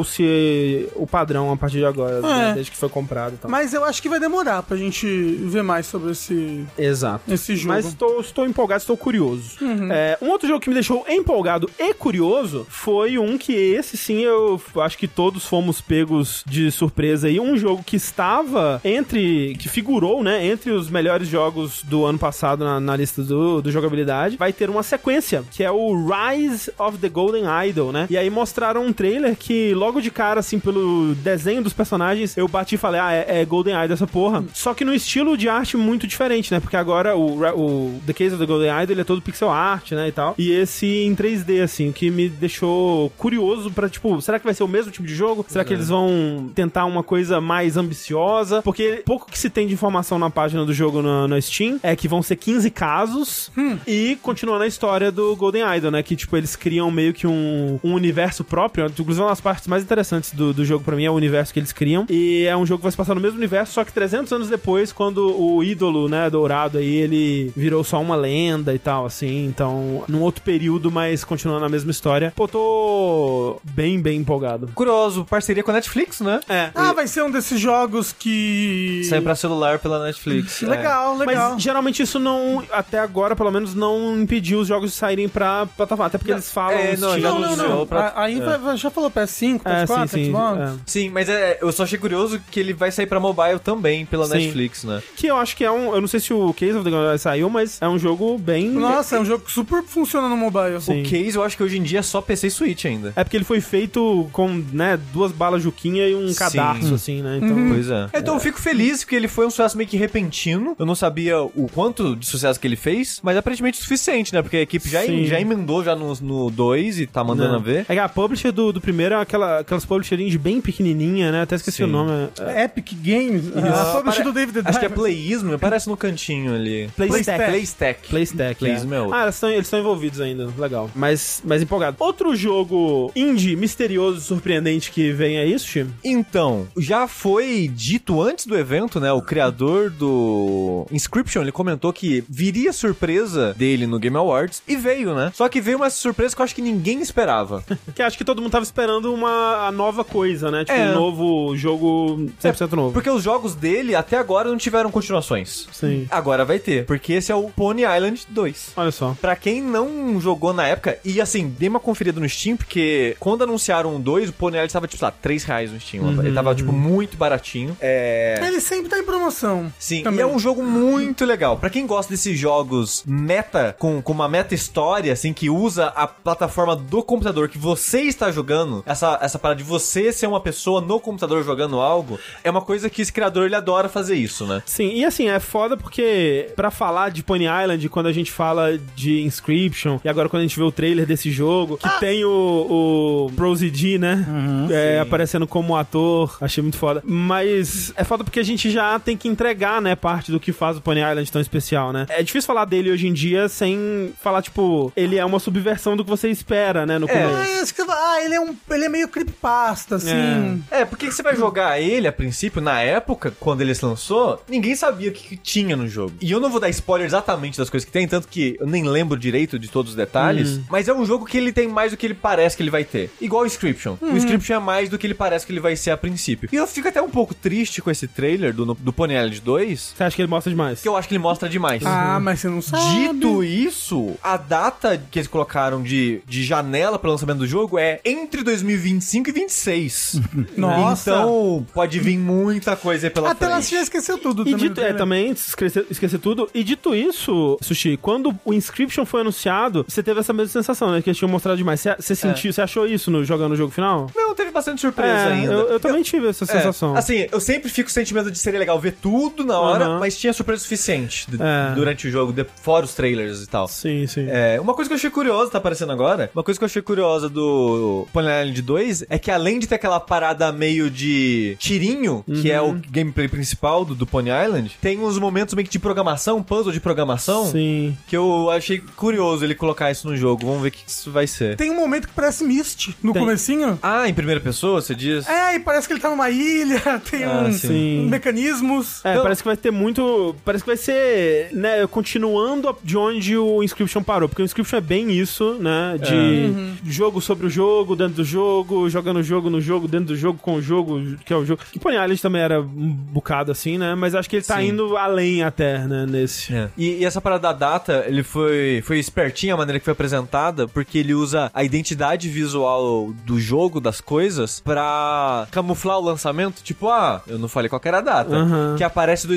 virou-se o padrão a partir de agora, né,
É.
desde que foi comprado e tal.
Mas eu acho que vai demorar pra gente ver mais sobre esse,
Exato.
esse jogo. Uhum.
Mas estou, estou empolgado, estou curioso. É, um outro jogo que me deixou empolgado e curioso foi um que esse sim eu acho que todos fomos pegos de surpresa aí. Um jogo que estava entre. que figurou, né? Entre os melhores jogos do ano passado na, na lista do, do jogabilidade. Vai ter uma sequência, que é o Rise of the Golden Idol, né? E aí mostraram um trailer que logo de cara, assim, pelo desenho dos personagens, eu bati e falei, ah, é, é Golden Idol essa porra. Só que no estilo de arte muito diferente, né? Porque agora o, Ra- o The Case of the Golden Idol, ele é todo pixel art, né, e tal. E esse em 3D, assim, o que me deixou curioso pra, tipo, será que vai ser o mesmo tipo de jogo? Será que eles vão tentar uma coisa mais ambiciosa? Porque pouco que se tem de informação na página do jogo na, na Steam é que vão ser 15 casos
Hum.
e continuando a história do Golden Idol, né? Que, tipo, eles criam meio que um, um universo próprio. Inclusive, uma das partes mais interessantes do, do jogo pra mim é o universo que eles criam. E é um jogo que vai se passar no mesmo universo, só que 300 anos depois, quando o ídolo, né, dourado aí, ele virou só uma lenda e tal, assim. Então, num outro período, mas continuando a mesma história. Pô, tô bem, bem empolgado.
Curioso, parceria com a Netflix, né?
É.
Ah, vai ser um desses jogos que.
Sai pra celular pela [LAUGHS] Netflix. é.
Legal, legal.
Mas geralmente isso não, até agora, pelo menos, não impediu os jogos de saírem pra plataforma. Até porque eles falam.
É, não,
Steam,
já
não, não,
anunciou
não.
pra-
A- Aí
é.
vai- já falou
Tá
PS5,
É,
PS4,
sim, sim.
Xbox.
é.
Sim, mas é, eu só achei curioso que ele vai sair pra mobile também pela
Sim.
Netflix, né?
Que eu acho que é um. Eu não sei se o Case of the Golden Idol saiu, mas é um jogo bem.
Nossa, é um jogo que super funciona no mobile.
Sim.
O case eu acho que hoje em dia é só PC e Switch ainda.
É porque ele foi feito com, né, duas balas Juquinha e um
Sim.
cadarço, assim, né? Então.
Pois é. Então eu fico feliz porque ele foi um sucesso meio que repentino. Eu não sabia o quanto de sucesso que ele fez, mas aparentemente o suficiente, né? Porque a equipe já,
Sim.
já emendou já no 2 e tá mandando
né?
a ver.
É que a publisher do, do primeiro é aquela, aquelas publisherinhas bem pequenininha, né? Até esqueci
Sim.
o nome. É,
Epic Games. Ah,
Ah,
publisher
pare-
do David
Acho que é
Diamond.
Playismo, aparece no cantinho ali.
Playstack.
Playstack.
Playstack, é.
Playismo é outro.
Ah, eles estão, eles estão envolvidos ainda, legal. Mas, mas empolgado. Outro jogo indie, misterioso, surpreendente que vem é isso, time?
Então, já foi dito antes do evento, né? O criador do Inscription, ele comentou que viria surpresa dele no Game Awards e veio, né? Só que veio uma surpresa que eu acho que ninguém esperava. [LAUGHS]
Que acho que todo mundo tava esperando uma a nova coisa, né? Tipo,
É.
um novo jogo 100% novo.
Porque os jogos dele até agora não tiveram continuações.
Sim.
Agora vai ter, porque esse é o Pony Island 2.
Olha só.
Pra quem não jogou na época, e assim, dei uma conferida no Steam, porque quando anunciaram o 2, o Pony Island tava tipo, sei lá, 3 reais no Steam. ele tava, tipo, muito baratinho. É.
Ele sempre tá em promoção.
Sim,
Também.
e é um jogo muito legal. Pra quem gosta desses jogos meta, com, com uma meta história, assim, que usa a plataforma do computador que você está jogando, essa, essa parada de você ser uma pessoa no computador jogando algo, é uma coisa que esse criador ele adora fazer isso, né?
Sim, e assim, é foda porque pra falar de Pony Island, quando a gente fala de Inscription, e agora quando a gente vê o trailer desse jogo,
Ah!
que tem o, o Prozzy D, né?
Uhum,
É, aparecendo como ator, achei muito foda. Mas é foda porque a gente já tem que entregar, né, parte do que faz o Pony Island tão especial, né? É difícil falar dele hoje em dia sem falar, tipo, ele é uma subversão do que você espera,
É.
né, no começo.
Ah, isso que eu- ah, ele é um. Ele é meio creepypasta, assim.
É, porque você vai jogar ele a princípio, na época, quando ele se lançou, ninguém sabia o que, que tinha no jogo. E eu não vou dar spoiler exatamente das coisas que tem, tanto que eu nem lembro direito de todos os
Hum.
detalhes, mas é um jogo que ele tem mais do que ele parece que ele vai ter. Igual o Inscription.
Uhum.
O Inscription é mais do que ele parece que ele vai ser a princípio. E eu fico até um pouco triste com esse trailer do, do Pony Island 2,
Você acha que ele mostra demais?
que eu acho que ele mostra demais.
É.
Ah, mas você não sabe.
Dito isso, a data que eles colocaram de, de janela para lançamento do jogo é entre 2025
[LAUGHS]
e 26.
Nossa.
Então, pode vir muita coisa aí pela
Até lá
frente.
você já esqueceu tudo
E
também. né?
dito,
do
é,
trailer.
também, esquecer, esquecer tudo. E dito isso, Sushi, quando o Inscription foi anunciado, você teve essa mesma sensação, né? Que eles tinham mostrado demais. Você,
É.
você sentiu, você achou isso no, jogando o jogo final?
Não, teve bastante surpresa
É,
ainda.
Eu, eu também tive essa
É,
sensação.
assim, eu sempre fico com o sentimento de seria legal ver tudo na hora,
Aham.
mas tinha surpresa suficiente d-
É.
durante o jogo, de- fora os trailers e tal.
Sim, sim.
É, uma coisa que eu achei curiosa, tá aparecendo agora, uma coisa que eu achei curiosa do Pony Island 2 é que além de ter aquela parada meio de tirinho, que é o
Uhum.
gameplay principal do, do Pony Island, tem uns momentos meio que de programação, puzzle de programação,
Sim. Sim.
Que eu achei curioso ele colocar isso no jogo. Vamos ver o que isso vai ser.
Tem um momento que parece Mist no
Tem.
comecinho.
Ah, em primeira pessoa, você diz?
É, e parece que ele tá numa ilha, [LAUGHS] tem
Ah,
um,
sim.
Sim.
mecanismos.
É, parece que vai ter muito. Parece que vai ser, né, continuando a- de onde o Inscription parou. Porque o Inscription é bem isso, né? De
É.
jogo sobre o jogo, dentro do jogo, jogando o jogo no jogo, dentro do jogo, com o jogo, que é o jogo. Que Pony Island também era um bocado assim, né? Mas acho que ele tá
Sim.
indo além até, né, nesse.
É. E, e essa parada da data, ele foi, foi espertinho a maneira que foi apresentada, porque ele usa a identidade visual do jogo, das coisas, pra camuflar o lançamento. Tipo, ah, eu não falei qual que era a data.
Aham.
Que aparece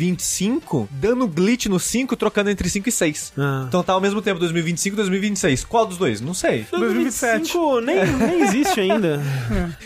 2025, dando glitch no 5, trocando entre 5 e 6.
Ah.
Então tá ao mesmo tempo 2025 e 2026. Qual dos dois? Não sei.
2027.
2025 nem, nem existe ainda.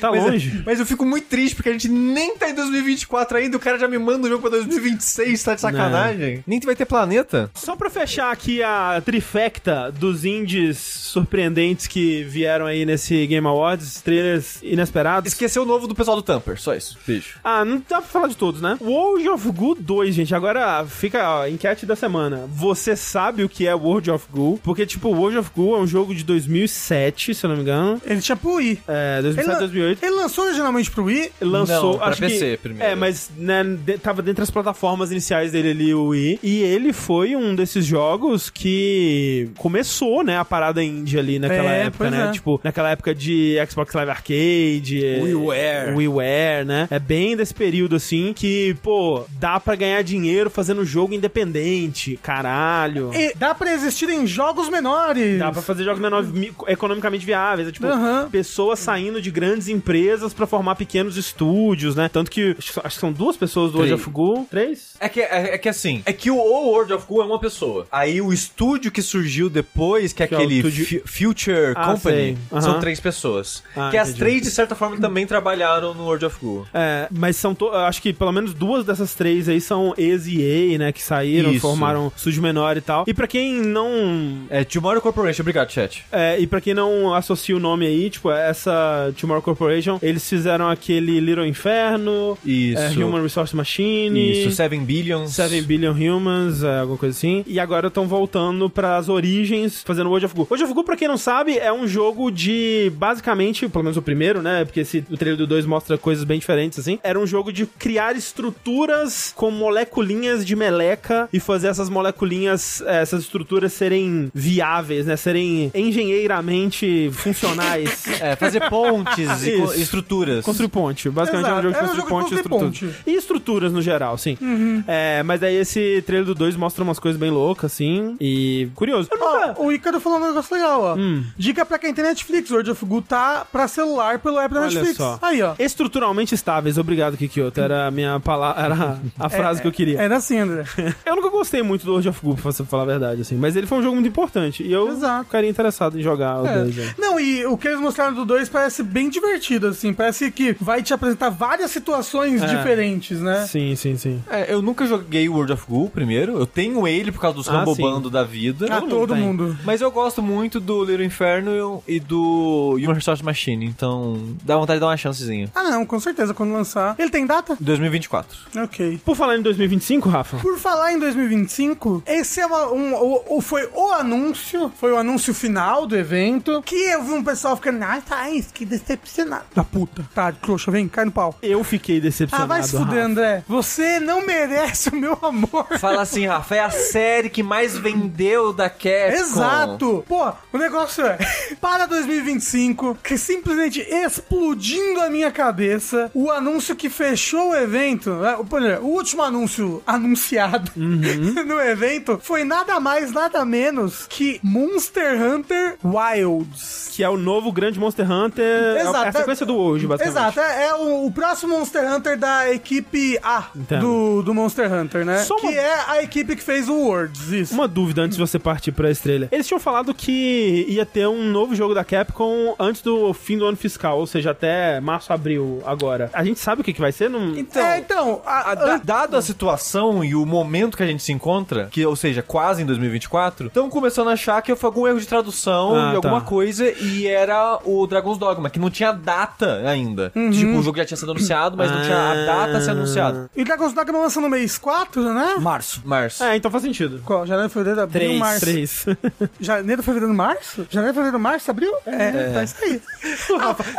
Tá
Mas,
longe.
é. mas eu fico muito triste porque a gente nem tá em 2024 ainda, o cara já me manda o jogo pra 2026, tá de sacanagem. Nem vai ter planeta.
Só pra fechar aqui a trifecta dos indies surpreendentes que vieram aí nesse Game Awards, trailers inesperados.
Esqueceu o novo do pessoal do Tamper, só isso. Beijo.
Ah, não dá pra falar de todos, né? World of Goo 2, gente. Agora fica a enquete da semana. Você sabe o que é World of Goo? Porque, tipo, World of Goo é um jogo de 2007, se eu não me engano.
Ele tinha pro Wii.
É,
Ele,
2007,
lan-
2008.
ele lançou originalmente pro Wii.
Ele lançou,
Não, pra
acho
PC
que,
primeiro.
É, mas né, de- tava dentro das plataformas iniciais dele ali o Wii, e ele foi um desses jogos que começou, né, a parada indie ali naquela
É,
época,
pois
né?
é.
Tipo, naquela época de Xbox Live Arcade, é,
WiiWare.
WiiWare, né? É bem desse período assim que, pô, dá pra ganhar dinheiro fazendo jogo independente, caralho.
E dá pra existir em jogos menores.
Dá pra fazer jogos menores mi- economicamente viáveis. É, tipo,
Aham.
pessoas saindo de grandes empresas pra formar pequenos estúdios, né? Tanto que acho que são- acho que são duas pessoas do World
Três.
of Goo. Três?
É que, é, é que assim, é que o o World of Goo é uma pessoa. Aí o estúdio que surgiu depois, que é
Que é o
aquele
estúdio-
Fu- Future
Ah,
Company,
sei. Aham.
são três pessoas.
Ah,
que as
entendi.
três, de certa forma, também trabalharam no World of Goo.
É, mas são. to- Acho que pelo menos duas dessas três aí são ex e A, né? Que saíram,
Isso.
formaram estúdio menor e tal. E pra quem não.
É Tomorrow Corporation, obrigado, chat.
é, e pra quem não associa o nome aí, tipo, essa Tomorrow Corporation, eles fizeram aquele Little Inferno,
Isso.
é, Human Resource Machine.
Isso, 7 Billions.
7 Billion Humans, é, alguma coisa assim. E agora estão voltando pras origens, fazendo World of Goo. World of Goo, pra quem não sabe, é um jogo de, basicamente, pelo menos o primeiro, né? Porque esse, o trailer do 2 mostra coisas bem diferentes, assim. Era um jogo de criar estruturas com moleculinhas de meleca e fazer essas moleculinhas, eh, essas estruturas serem viáveis, né? Serem engenheiramente funcionais.
É, fazer
[LAUGHS]
pontes e co-
Isso.
estruturas.
Construir ponte. Basicamente
Exato.
é um jogo de
Era um
construir
jogo
ponte
de
e
construir
estruturas. E estruturas no geral, sim. É, mas aí esse trailer do 2 mostra umas coisas bem loucas, assim. E curioso. Eu nunca-
Ó, o Icaro falou um negócio legal, ó.
Hum.
Dica pra quem tem Netflix. World of Goo tá pra celular pelo app da
Olha
Netflix.
só.
Aí, ó.
Estruturalmente estáveis. Obrigado, Kikioto. Era a minha palavra. Era [LAUGHS] a frase que eu queria.
Era assim, André.
Eu nunca gostei muito do World of Goo, pra você falar a verdade, assim. Mas ele foi um jogo muito importante. E eu
Exato.
ficaria interessado em jogar o né? 2. aí.
Não, e o que eles mostraram do 2 parece bem divertido, assim. Parece que vai te apresentar várias situações
É.
diferentes, né?
Sim, sim, sim.
É, eu nunca joguei World of Goo primeiro. Eu tenho ele por causa dos
Ah,
Rambobando da vida.
Ah,
mundo
todo
tem.
mundo.
Mas eu gosto muito do Little Inferno e do Human Resource Machine, então dá vontade de dar uma chancezinha.
Ah, não, com certeza, quando lançar. Ele tem data?
2024.
Ok.
Por falar em 2025, Rafa?
Por falar em 2025, esse é uma- um, o- o- foi o anúncio, foi o anúncio final do evento, que eu vi um pessoal ficando, ai, tá, isso, que decepcionado. Da puta. Tá, trouxa, vem, cai no pau.
Eu fiquei
Ah,
decepcionado.
vai se fuder,
Rafa.
André. Você não merece o meu amor.
Fala assim, Rafa, é a série que mais vendeu da
É
Capcom.
Exato! Pô, o negócio é, [LAUGHS] para 2025, que simplesmente explodindo a minha cabeça, o anúncio que fechou o evento, né, o- por exemplo, o último anúncio anunciado
Uhum.
[LAUGHS] no evento foi nada mais, nada menos que Monster Hunter Wilds.
Que é o novo grande Monster Hunter. Exato. É a sequência do hoje, basicamente.
Exato, é, é o, o próximo Monster Hunter da equipe A
Entendo.
do, do Monster Hunter, né?
Só uma-
Que é a equipe que fez o Worlds, isso.
Uma dúvida antes de você partir pra estrela. Eles tinham falado que ia ter um novo jogo da Capcom antes do fim do ano fiscal, ou seja, até março, abril agora. A gente sabe o que, que vai ser? Não...
Então,
é, então, a-
a- da- dado a situação e o momento que a gente se encontra, que ou seja, quase em 2024, estão começando então a achar que foi algum erro de tradução
Ah,
de alguma
tá.
coisa e era o Dragon's Dogma, que não tinha data ainda. Tipo, o jogo já tinha sido anunciado, mas não tinha a data a ser anunciada.
E o Dragon's Dogma é lança no mês 4, né?
Março.
Março.
É, então faz sentido. fevereiro.
Qual? Janeiro, fevereiro, abril,
Três,
março.
Três. [LAUGHS]
Janeiro, fevereiro, março? Janeiro, fevereiro, março, abril? É, tá isso aí.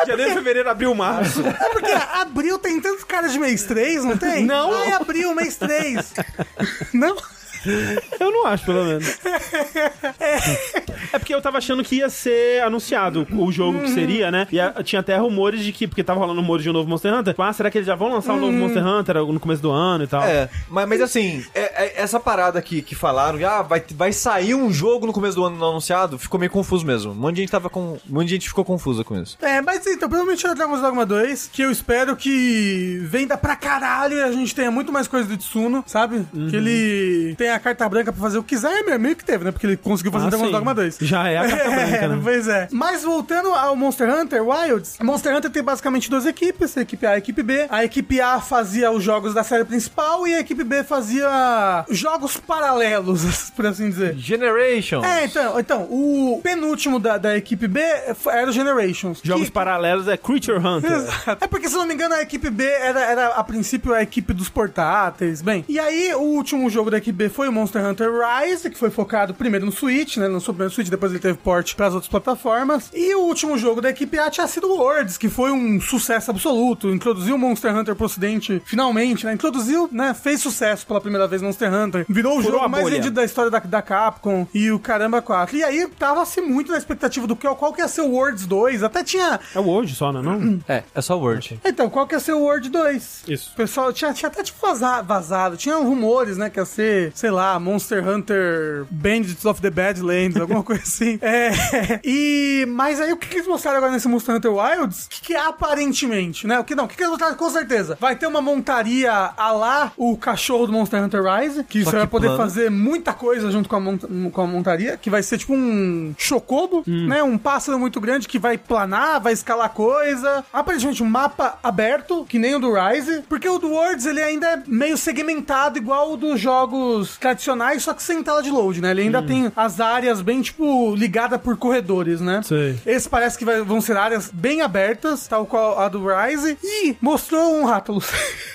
Janeiro, fevereiro, abril, março.
É porque abril tem tantos caras de mês 3, não tem?
Não.
Ai, abril,
[LAUGHS]
mês 3. não?
Eu não acho, pelo menos. É porque eu tava achando que ia ser anunciado o jogo que seria, né? E a- tinha até rumores de que, porque tava rolando rumores de um novo Monster Hunter. Ah, será que eles já vão lançar um novo Monster Hunter no começo do ano e tal?
É, mas, mas assim, é- é- essa parada que, que falaram, ah, vai, vai sair um jogo no começo do ano não anunciado, ficou meio confuso mesmo. Um monte de gente tava com. Um monte de gente ficou confusa com isso.
É, mas então, provavelmente era Dragon's Dogma 2, que eu espero que venda pra caralho e a gente tenha muito mais coisa do Tsuno, sabe?
Uhum.
Que ele tenha a carta branca pra fazer o que quiser, é meio que teve, né? Porque ele conseguiu fazer
Ah,
Dragon's
sim.
Dogma 2.
Já é a carta branca,
[LAUGHS]
né?
Pois é. Mas voltando ao Monster Hunter Wilds, Monster Hunter tem basicamente duas equipes, a equipe A e a equipe B. A equipe A fazia os jogos da série principal e a equipe B fazia jogos paralelos, [LAUGHS] por assim dizer.
Generation!
É, então, então o penúltimo da, da equipe B é, era o Generations.
Jogos
que-
paralelos é Creature Hunter.
Exato. É porque, se não me engano, a equipe B era, era a princípio a equipe dos portáteis, bem. E aí, o último jogo da equipe B foi o Monster Hunter Rise, que foi focado primeiro no Switch, né? Lançou primeiro no Switch, depois ele teve port para as outras plataformas. E o último jogo da equipe A tinha sido o Worlds, que foi um sucesso absoluto. Introduziu o Monster Hunter pro ocidente, finalmente, né? Introduziu, né? Fez sucesso pela primeira vez Monster Hunter. Virou o
Furou a
jogo mais
bolha.
vendido da história da, da Capcom e o Caramba 4. E aí, tava-se muito na expectativa do que, qual que ia ser o Worlds 2. Até tinha
É o hoje só, não é? Não?
É, é só Word.
então, qual que ia ser o Word 2?
Isso.
O pessoal tinha, tinha até tipo vaza- vazado, tinha rumores, né, que ia ser, sei lá, Monster Hunter Bandits of the Badlands, alguma [LAUGHS] coisa assim. É, [LAUGHS] e, mas aí o que, que eles mostraram agora nesse Monster Hunter Wilds? Que, que é aparentemente, né, o que não, o que, que eles mostraram com certeza? Vai ter uma montaria a lá o cachorro do Monster Hunter Rise, que
Só
você
que
vai poder
plano.
fazer muita coisa junto com a, monta- com a montaria, que vai ser tipo um chocobo, né, um pássaro muito grande que vai planar, vai escalar coisa. Aparentemente um mapa aberto, que nem o do Rise, porque o do Worlds ele ainda é meio segmentado igual o dos jogos tradicionais, só que sem tela de load, né? Ele ainda tem as áreas bem tipo ligada por corredores, né?
Sei.
Esse parece que vai- vão ser áreas bem abertas, tal qual a do Rise, e mostrou um Rattlus. [LAUGHS]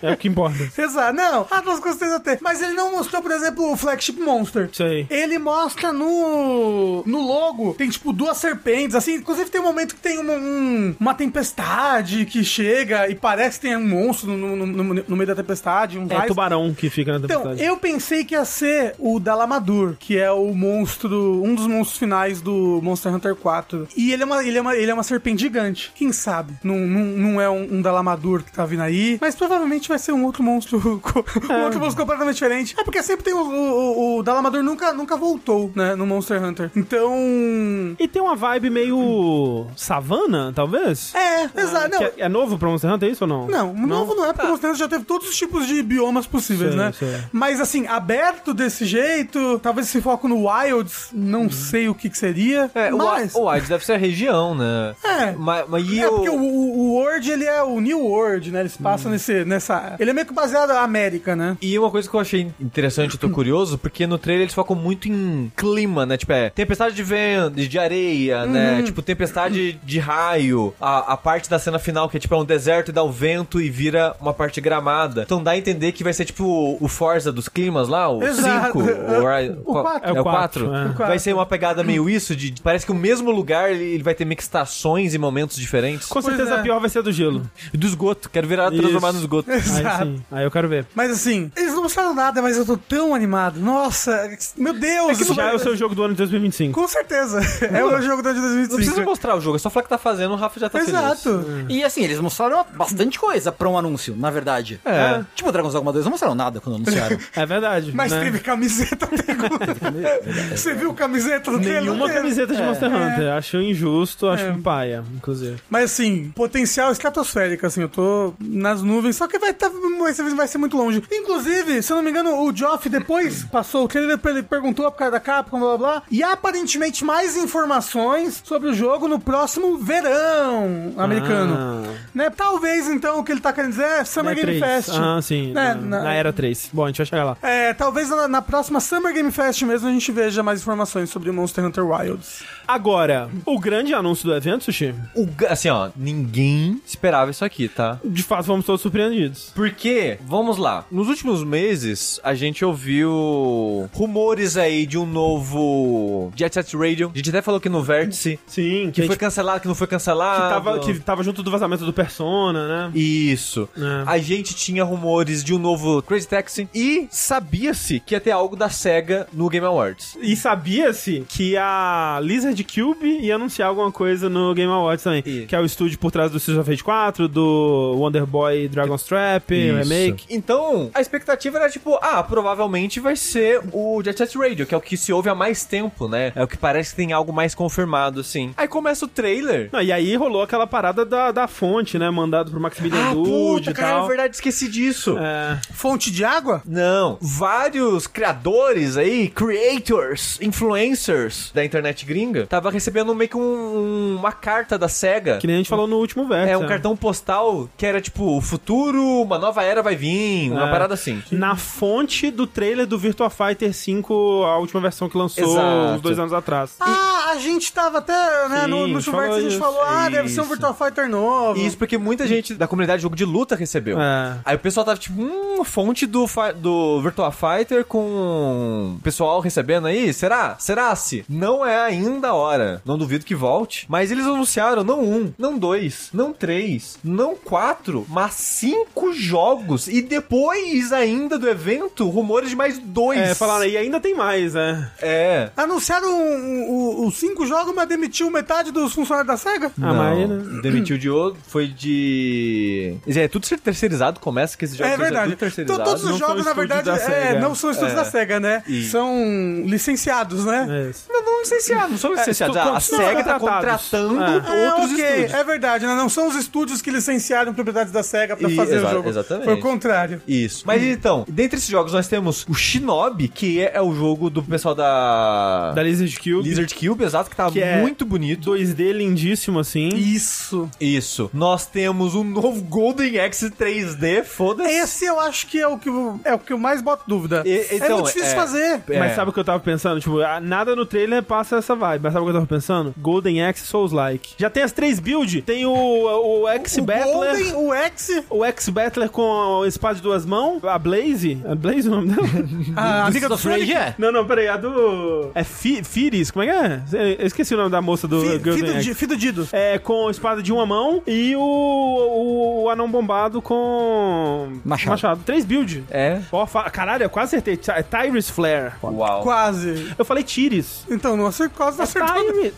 É o que importa.
Exato, não. Atlas com certeza tem. Mas ele não mostrou, por exemplo, o Flagship Monster.
Sei.
Ele mostra no no logo, tem tipo duas serpentes, assim. Inclusive tem um momento que tem uma, um- uma tempestade que chega e parece que tem um monstro no, no- no- no meio da tempestade, um
É
Rise.
tubarão que fica na
Então,
tempestade.
eu pensei que ia ser o Dalamador, que é o monstro, um dos monstros finais do Monster Hunter 4. E ele é uma, ele é uma, ele é uma serpente gigante. Quem sabe? Não, não, não é um, um Dalamador que tá vindo aí, mas provavelmente vai ser um outro monstro, [LAUGHS] co- um outro monstro completamente diferente. É porque sempre tem o, o, o- o Dalamador nunca, nunca voltou, né, no Monster Hunter. Então...
E tem uma vibe meio savana, talvez?
É, exato. Não,
Que é, é novo pra Monster Hunter, é isso ou não?
Não, novo não é, porque o Monster Hunter já teve todos os tipos de biomas possíveis,
Sei,
né?
sei.
Mas assim, aberto desse jeito, talvez esse foco no Wilds, não sei o que, que seria.
É, o
mas...
Wa- o Wide deve ser a região, né?
É.
Mas, mas e
é,
o-
porque o, o World, ele é o New World, né? Eles passam nesse, nessa... Ele é meio que baseado na América, né?
E uma coisa que eu achei interessante, eu tô curioso, porque no trailer eles focam muito em clima, né? Tipo, é tempestade de vento, de areia,
Uhum.
né? Tipo, tempestade de raio. A, a parte da cena final, que é tipo, é um deserto e dá o vento e vira uma parte gramada. Então dá a entender que vai ser tipo o- o Forza dos climas lá, o
Exato.
5.
O quatro.
É
É
o quatro,
o 4.
é. O
quatro.
Vai ser uma pegada meio isso, de parece que o mesmo lugar ele ele vai ter meio que estações e momentos diferentes.
Com
Pois
certeza
é.
a pior vai ser a do gelo.
E do esgoto, quero virar transformar no
Isso. [LAUGHS]
esgoto.
Exato.
Aí sim. Aí eu quero ver.
Mas assim, eles não mostraram nada, mas eu tô tão animado. Nossa, meu Deus!
Isso
isso
já
vai-
é o seu jogo do ano de 2025.
Com certeza. [LAUGHS] É o meu jogo de
Não precisa
2025.
mostrar o jogo, é só falar que tá fazendo, o Rafa já tá feliz.
Exato.
E assim, eles mostraram bastante coisa pra um anúncio, na verdade.
É.
Tipo, Dragon's Dogma 2 não mostraram nada quando anunciaram.
É verdade.
Mas
né?
teve camiseta [LAUGHS] Tengu. Você viu camiseta do
Nenhuma camiseta de Monster Hunter. Acho injusto, acho um
É.
paia, inclusive.
Mas assim, potencial estratosférico, assim, eu tô nas nuvens, só que vai, tá, vai, ser, vai ser muito longe. Inclusive, se eu não me engano, o Geoff depois
Hum.
passou o trailer, ele perguntou pro cara da Capcom, blá blá blá, e há, aparentemente mais informações sobre o jogo no próximo verão americano.
Ah.
Né? Talvez então o que ele tá querendo dizer é Summer
Na
Game
E3.
Fest.
Ah, sim. na,
Né, na-
na era 3. Bom, a gente vai chegar lá.
É, É, talvez na, na próxima Summer Game Fest mesmo a gente veja mais informações sobre Monster Hunter Wilds.
Agora, o grande anúncio do evento, Sushi,
O ga- assim, ó, ninguém esperava isso aqui, tá?
de fato fomos todos surpreendidos.
Porque, vamos lá, nos últimos meses a gente ouviu rumores aí de um novo Jet Set Radio. A gente até falou que no Vértice,
Sim,
que
a
foi
gente-
cancelado, que não foi
que,
cancelado.
tava, que tava junto do vazamento do Persona, né?
Isso.
É.
A gente tinha rumores de um novo Crazy Taxi e sabia-se que ia ter algo da SEGA no Game Awards.
E sabia-se que a Lizard Cube ia anunciar alguma coisa no Game Awards também.
Isso.
Que é o estúdio por trás do Season of Fate 4, do Wonder Boy Dragon's Trap, remake.
Então, a expectativa era tipo, ah, provavelmente vai ser o Jet Set Radio, que é o que se ouve há mais tempo, né? É o que parece que tem algo mais confirmado, assim. Aí começa o trailer.
Não, e aí rolou aquela parada da, da fonte, né? Mandado pro
Ah,
Maximilian Dude e
cara,
tal.
na é verdade, esqueci disso.
É.
Fonte de água?
Não, vários criadores aí, creators, influencers da internet gringa, tava recebendo meio que um- uma carta da SEGA.
Que nem a gente falou no último né? verso.
É um cartão postal que era tipo, o futuro, uma nova era vai vir, uma
É.
parada assim.
Na fonte do trailer do Virtua Fighter 5, a última versão que lançou
Exato.
uns dois anos atrás.
Ah, a gente tava até, né,
Sim,
no, no Chuvarts
falou
a gente
isso.
falou, ah, deve ser um
Isso.
Virtual Fighter novo.
E Isso porque muita gente da comunidade de jogo de luta recebeu.
Hum. É.
Aí o pessoal tava tipo, hum, fonte do, fi- do Virtua Fighter com o pessoal recebendo aí? Será? Será se? Não é ainda a hora. Não duvido que volte. Mas eles anunciaram não um, não dois, não três, não quatro, mas cinco jogos. E depois ainda do evento, rumores de mais dois.
É, falaram, e ainda tem mais, né?
É.
Anunciaram um, o- o- os cinco jogos, mas demitiu metade dos funcionários da SEGA?
Ah, mas, né?
Demitiu de outro, foi de. Quer dizer, É tudo ser terceirizado, começa que esse jogo
É
tudo
verdade. Então,
terceirizado.
todos
não
os
são
jogos, na
estúdios
verdade,
da
é,
SEGA.
não são estúdios
É.
da SEGA, né?
Isso.
São licenciados, né?
É isso.
Não, não licenciado, não são licenciados.
são-
É, a a
são
SEGA tá
contratados.
contratando
É.
É,
outros
ok,
estúdios.
é verdade, né? Não são os estúdios que licenciaram propriedades da SEGA pra
E-
fazer
exa-
o jogo.
exatamente.
Foi o
É.
contrário.
Isso.
Hum.
Mas então, dentre esses jogos nós temos o Shinobi, que é, é o jogo do pessoal da,
Da Lizard Cube.
Lizard Cube, exato, que tá
Que é-
muito bonito.
2D lindíssimo, assim.
Isso.
Isso. Nós temos um novo Golden Axe 3D, foda-se.
Esse eu acho que é o que eu, é o que eu mais boto dúvida.
E-
é
então,
muito difícil
é-
fazer.
É.
Mas sabe o que eu tava pensando? Tipo, ah, nada no trailer passa essa vibe. Mas sabe o que eu tava pensando? Golden Axe Souls-like. Já tem as três builds. Tem o, o,
O Golden,
X-Battler.
o X,
O X-Battler com a espada de duas mãos. A Blaze. A Blaze é o nome dela?
a amiga do Sonic.
é.
[LAUGHS] não, não, peraí. A do... É Fi Firis. Como é que é? Eu esqueci o nome da moça do
Fi-
Golden
Fido
Axe.
Di- Fido Dido.
É, com a espada de uma mão e o, o, o anão bombado com...
Machado.
Três builds.
É.
Ó, fa- caralho, eu quase acertei. Ty- É Tyrus Flare.
Uau.
Quase.
Eu falei Tiris.
Então, não acertou, quase
Tá
não acertou.
Tyrus.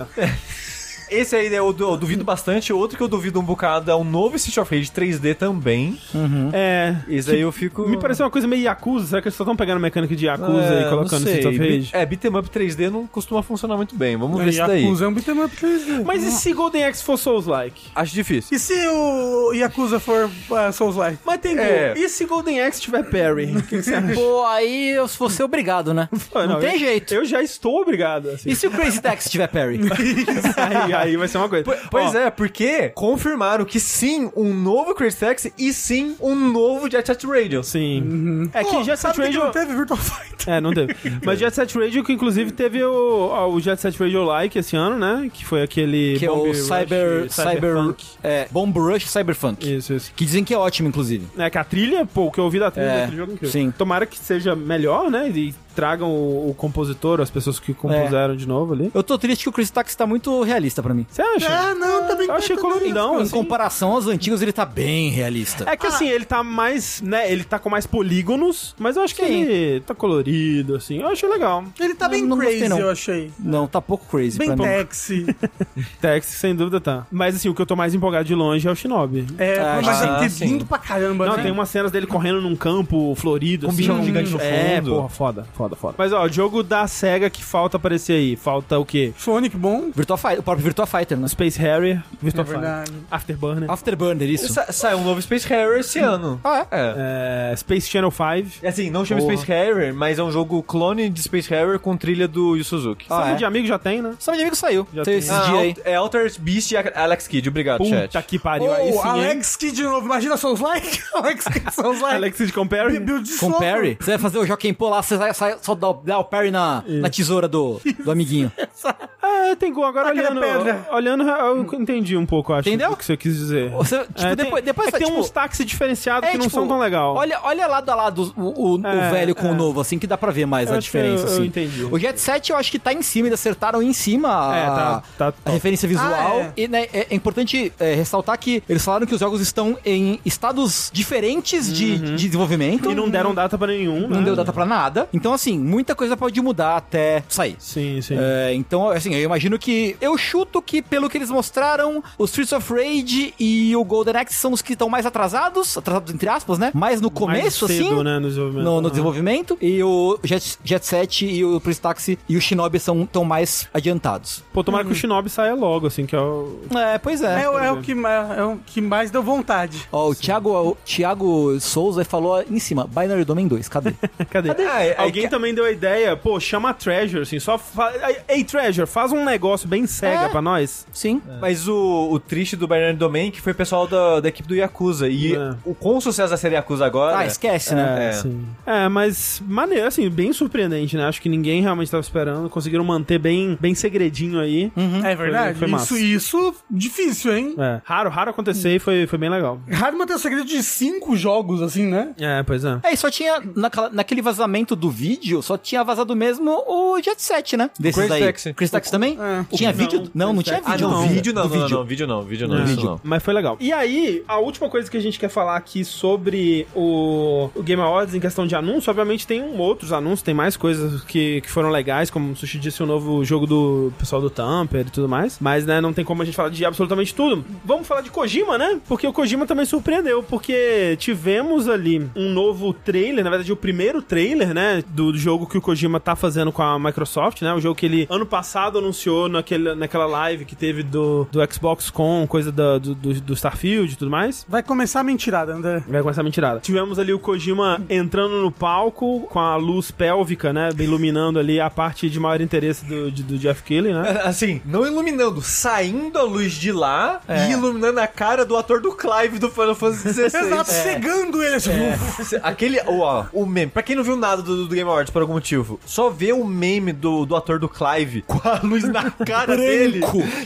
Esse aí eu, du- eu duvido bastante. Outro que eu duvido um bocado é o novo Street of Rage 3D também. Uhum.
É.
Esse aí eu fico...
Me pareceu uma coisa meio Yakuza. Será que eles só estão pegando mecânica de Yakuza
É,
e colocando
não sei.
Street of Rage?
Bi- É, beat'em up 3D não costuma funcionar muito bem. Vamos ver isso daí.
Yakuza é um beat'em up 3D.
Mas e se Golden Axe for Souls-like?
Acho difícil.
E se o Yakuza for ah, Souls-like?
Mas tem
É.
E se Golden Axe tiver parry? O que que você acha?
Pô, aí eu se fosse obrigado, né?
Pô,
Não, tem
eu-
jeito.
Eu já estou obrigado. Assim.
E se o Crazy Taxi tiver parry?
[LAUGHS]
aí, aí vai ser uma coisa.
Pois é, porque confirmaram que sim, um novo Crazy Taxi e sim, um novo Jet Set Radio.
Sim. É que
Pô,
Jet Set
sabe que
Radio...
não teve
[LAUGHS]
Virtual Fighter?
É, não teve. Mas Jet Set Radio, que inclusive teve o, ó, o Jet Set Radio Like esse ano, né? Que foi aquele...
que é o
Bomb
Cyber...
Rush,
Cyber...
Cyberpunk.
É, Bomb Rush Cyberfunk.
Isso, isso.
Que dizem que é ótimo, inclusive.
É que a trilha, pô, o que eu ouvi da trilha
É,
daquele jogo é incrível.
sim.
Tomara que seja melhor, né? E tragam o, o compositor, as pessoas que
É.
compuseram de novo ali.
Eu tô triste que o Crazy Taxi tá muito realista pra mim.
Você acha?
É,
Ah, não, também
eu achei
tá-
coloridão,
em
assim.
comparação aos antigos, ele tá bem realista.
É que assim, ele tá mais, né? Ele tá com mais polígonos, mas eu acho que
Sim.
ele tá colorido, assim. Eu achei legal.
Ele tá bem
Não gostei,
crazy,
não.
eu achei.
Não, tá pouco crazy
Bem
pra mim.
taxi.
Tex, sem dúvida, tá. Mas assim, o que eu tô mais empolgado de longe é o Shinobi.
É,
Ah,
mas
sim.
tem que ter
sim.
vindo pra caramba,
Não, um
né?
tem umas cenas dele correndo num campo florido,
Com um
assim.
bichão gigante no
É,
fundo.
porra, foda.
foda, foda.
Mas ó, jogo da SEGA que falta aparecer aí. Falta o quê?
Sonic bom.
Virtua Fighter, o próprio Virtua Fighter, né?
Space Harrier, Virtua
É verdade.
Fighter, Afterburner,
Afterburner, isso.
Sa- sai um novo Space Harrier esse ano.
Ah, é?
É.
é, Space Channel 5.
E Assim, não chama
Porra.
Space Harrier, mas é um jogo clone de Space Harrier com trilha do Yu Suzuki.
Ah,
Sabe
é?
de amigo já tem, né?
Só meu amigo saiu.
Já tem.
Teve esses
Ah,
dias aí.
Al- É Altered Beast e A- Alex Kidd. Obrigado, chat.
Puta que pariu. aí sim,
Ou
hein?
Alex Kidd de novo. Imagina Souls Like. [LAUGHS] Alex Kidd Souls Like.
Alex de Compare.
Build de
Com
soco.
parry? Você vai fazer o Joaquim Pô lá, você sai, sai- só dá o, dá o parry na, na tesoura do, do amiguinho.
É, tem gol. Agora
Taca na
olhando,
pedra.
olhando, eu entendi um pouco, acho.
Entendeu?
O que você quis dizer.
[LAUGHS] Você, tipo,
É,
depois,
tem,
depois
é que tem
tipo,
uns táxis diferenciados
é,
que não
tipo,
são tão legal.
Olha, olha lado a lado o, o- o
É,
velho com
é.
o novo, assim, que dá pra ver mais
Eu
a
acho
diferença.
que eu- eu
assim.
entendi.
O Jet Set eu acho que tá em cima, eles acertaram em cima a,
É, tá- tá
a
top.
referência visual.
Ah,
E né, é, é importante é, ressaltar que eles falaram que os jogos estão em estados diferentes de, de desenvolvimento.
Uhum. e não deram data pra nenhum, né?
Não deu data pra nada. Então, assim, muita coisa pode mudar até sair.
Sim, sim.
É, então, assim, eu imagino que. Eu chuto que, pelo que eles mostraram, o Streets of Rage e o Golden Axe são os que estão mais atrasados atrasados entre aspas, né? Mas no começo,
Mais cedo,
assim.
né, no desenvolvimento.
No, no
Ah.
desenvolvimento, e o Jet, Jet Set e o Prince Taxi e o Shinobi são tão mais adiantados.
Pô, tomara que o Shinobi saia logo, assim, que é o...
É, pois
É, o- é o que, ma- é o que mais deu vontade.
Ó, o Thiago, o Thiago Souza falou em cima: Binary Domain 2, cadê?
[LAUGHS] Cadê?
Ah, é-
Alguém
é que-
também deu a ideia, pô, chama a Treasure, assim, só... Fa... Ei, Treasure, faz um negócio bem cega
É.
pra nós.
Sim.
Mas o, o triste do Bernard Domain é que foi o pessoal da, da equipe do Yakuza. E
É.
o, com o sucesso da série Yakuza agora.
Ah, esquece, né?
É.
sim. É, mas maneiro, assim, bem surpreendente, né? Acho que ninguém realmente tava esperando. Conseguiram manter bem, bem segredinho aí.
É
Hum?
verdade.
Foi- foi massa.
isso, isso, difícil, hein?
É, raro, raro acontecer e foi, foi bem legal.
Raro manter o segredo de cinco jogos, assim, né?
É, pois é.
É, e só tinha, naquela- naquele vazamento do vídeo, só tinha vazado mesmo o Jet Set, né? Desses
Crazy
daí.
Taxi.
Chris Taxi também? Tinha
Não,
vídeo? Não, não tinha
Crazy
vídeo.
Ah, não,
não.
do
vídeo não,
do
não,
vídeo.
não, vídeo não, vídeo não,
É.
isso não.
Mas foi legal. E aí, a última coisa que a gente quer falar aqui sobre o, o Game Awards em questão de anúncio, obviamente tem um, outros anúncios, tem mais coisas que, que foram legais, como o Sushi disse, o novo jogo do pessoal do Tamper e tudo mais. Mas, né, não tem como a gente falar de absolutamente tudo. Vamos falar de Kojima, né? Porque o Kojima também surpreendeu, porque tivemos ali um novo trailer, na verdade o primeiro trailer, né, do, do jogo que o Kojima tá fazendo com a Microsoft, né? O jogo que ele ano passado anunciou naquele, naquela live que teve do, do Xbox com coisa da- do, do, do Starfield e tudo mais.
Vai começar a mentirada, André.
Vai começar a mentirada. Tivemos ali o Kojima entrando no palco com a luz pélvica, né? Iluminando ali a parte de maior interesse do, de- do Jeff Keighley, né?
[LAUGHS] Assim, não iluminando, saindo a luz de lá
É.
e iluminando a cara do ator do Clive do
[LAUGHS]
Final Fantasy XVI.
Exato, cegando ele. assim, uf.
Aquele, ó, o meme. Pra quem não viu nada do, do Game Awards por algum motivo, só vê o meme do, do ator do Clive com a luz
[LAUGHS]
na cara dele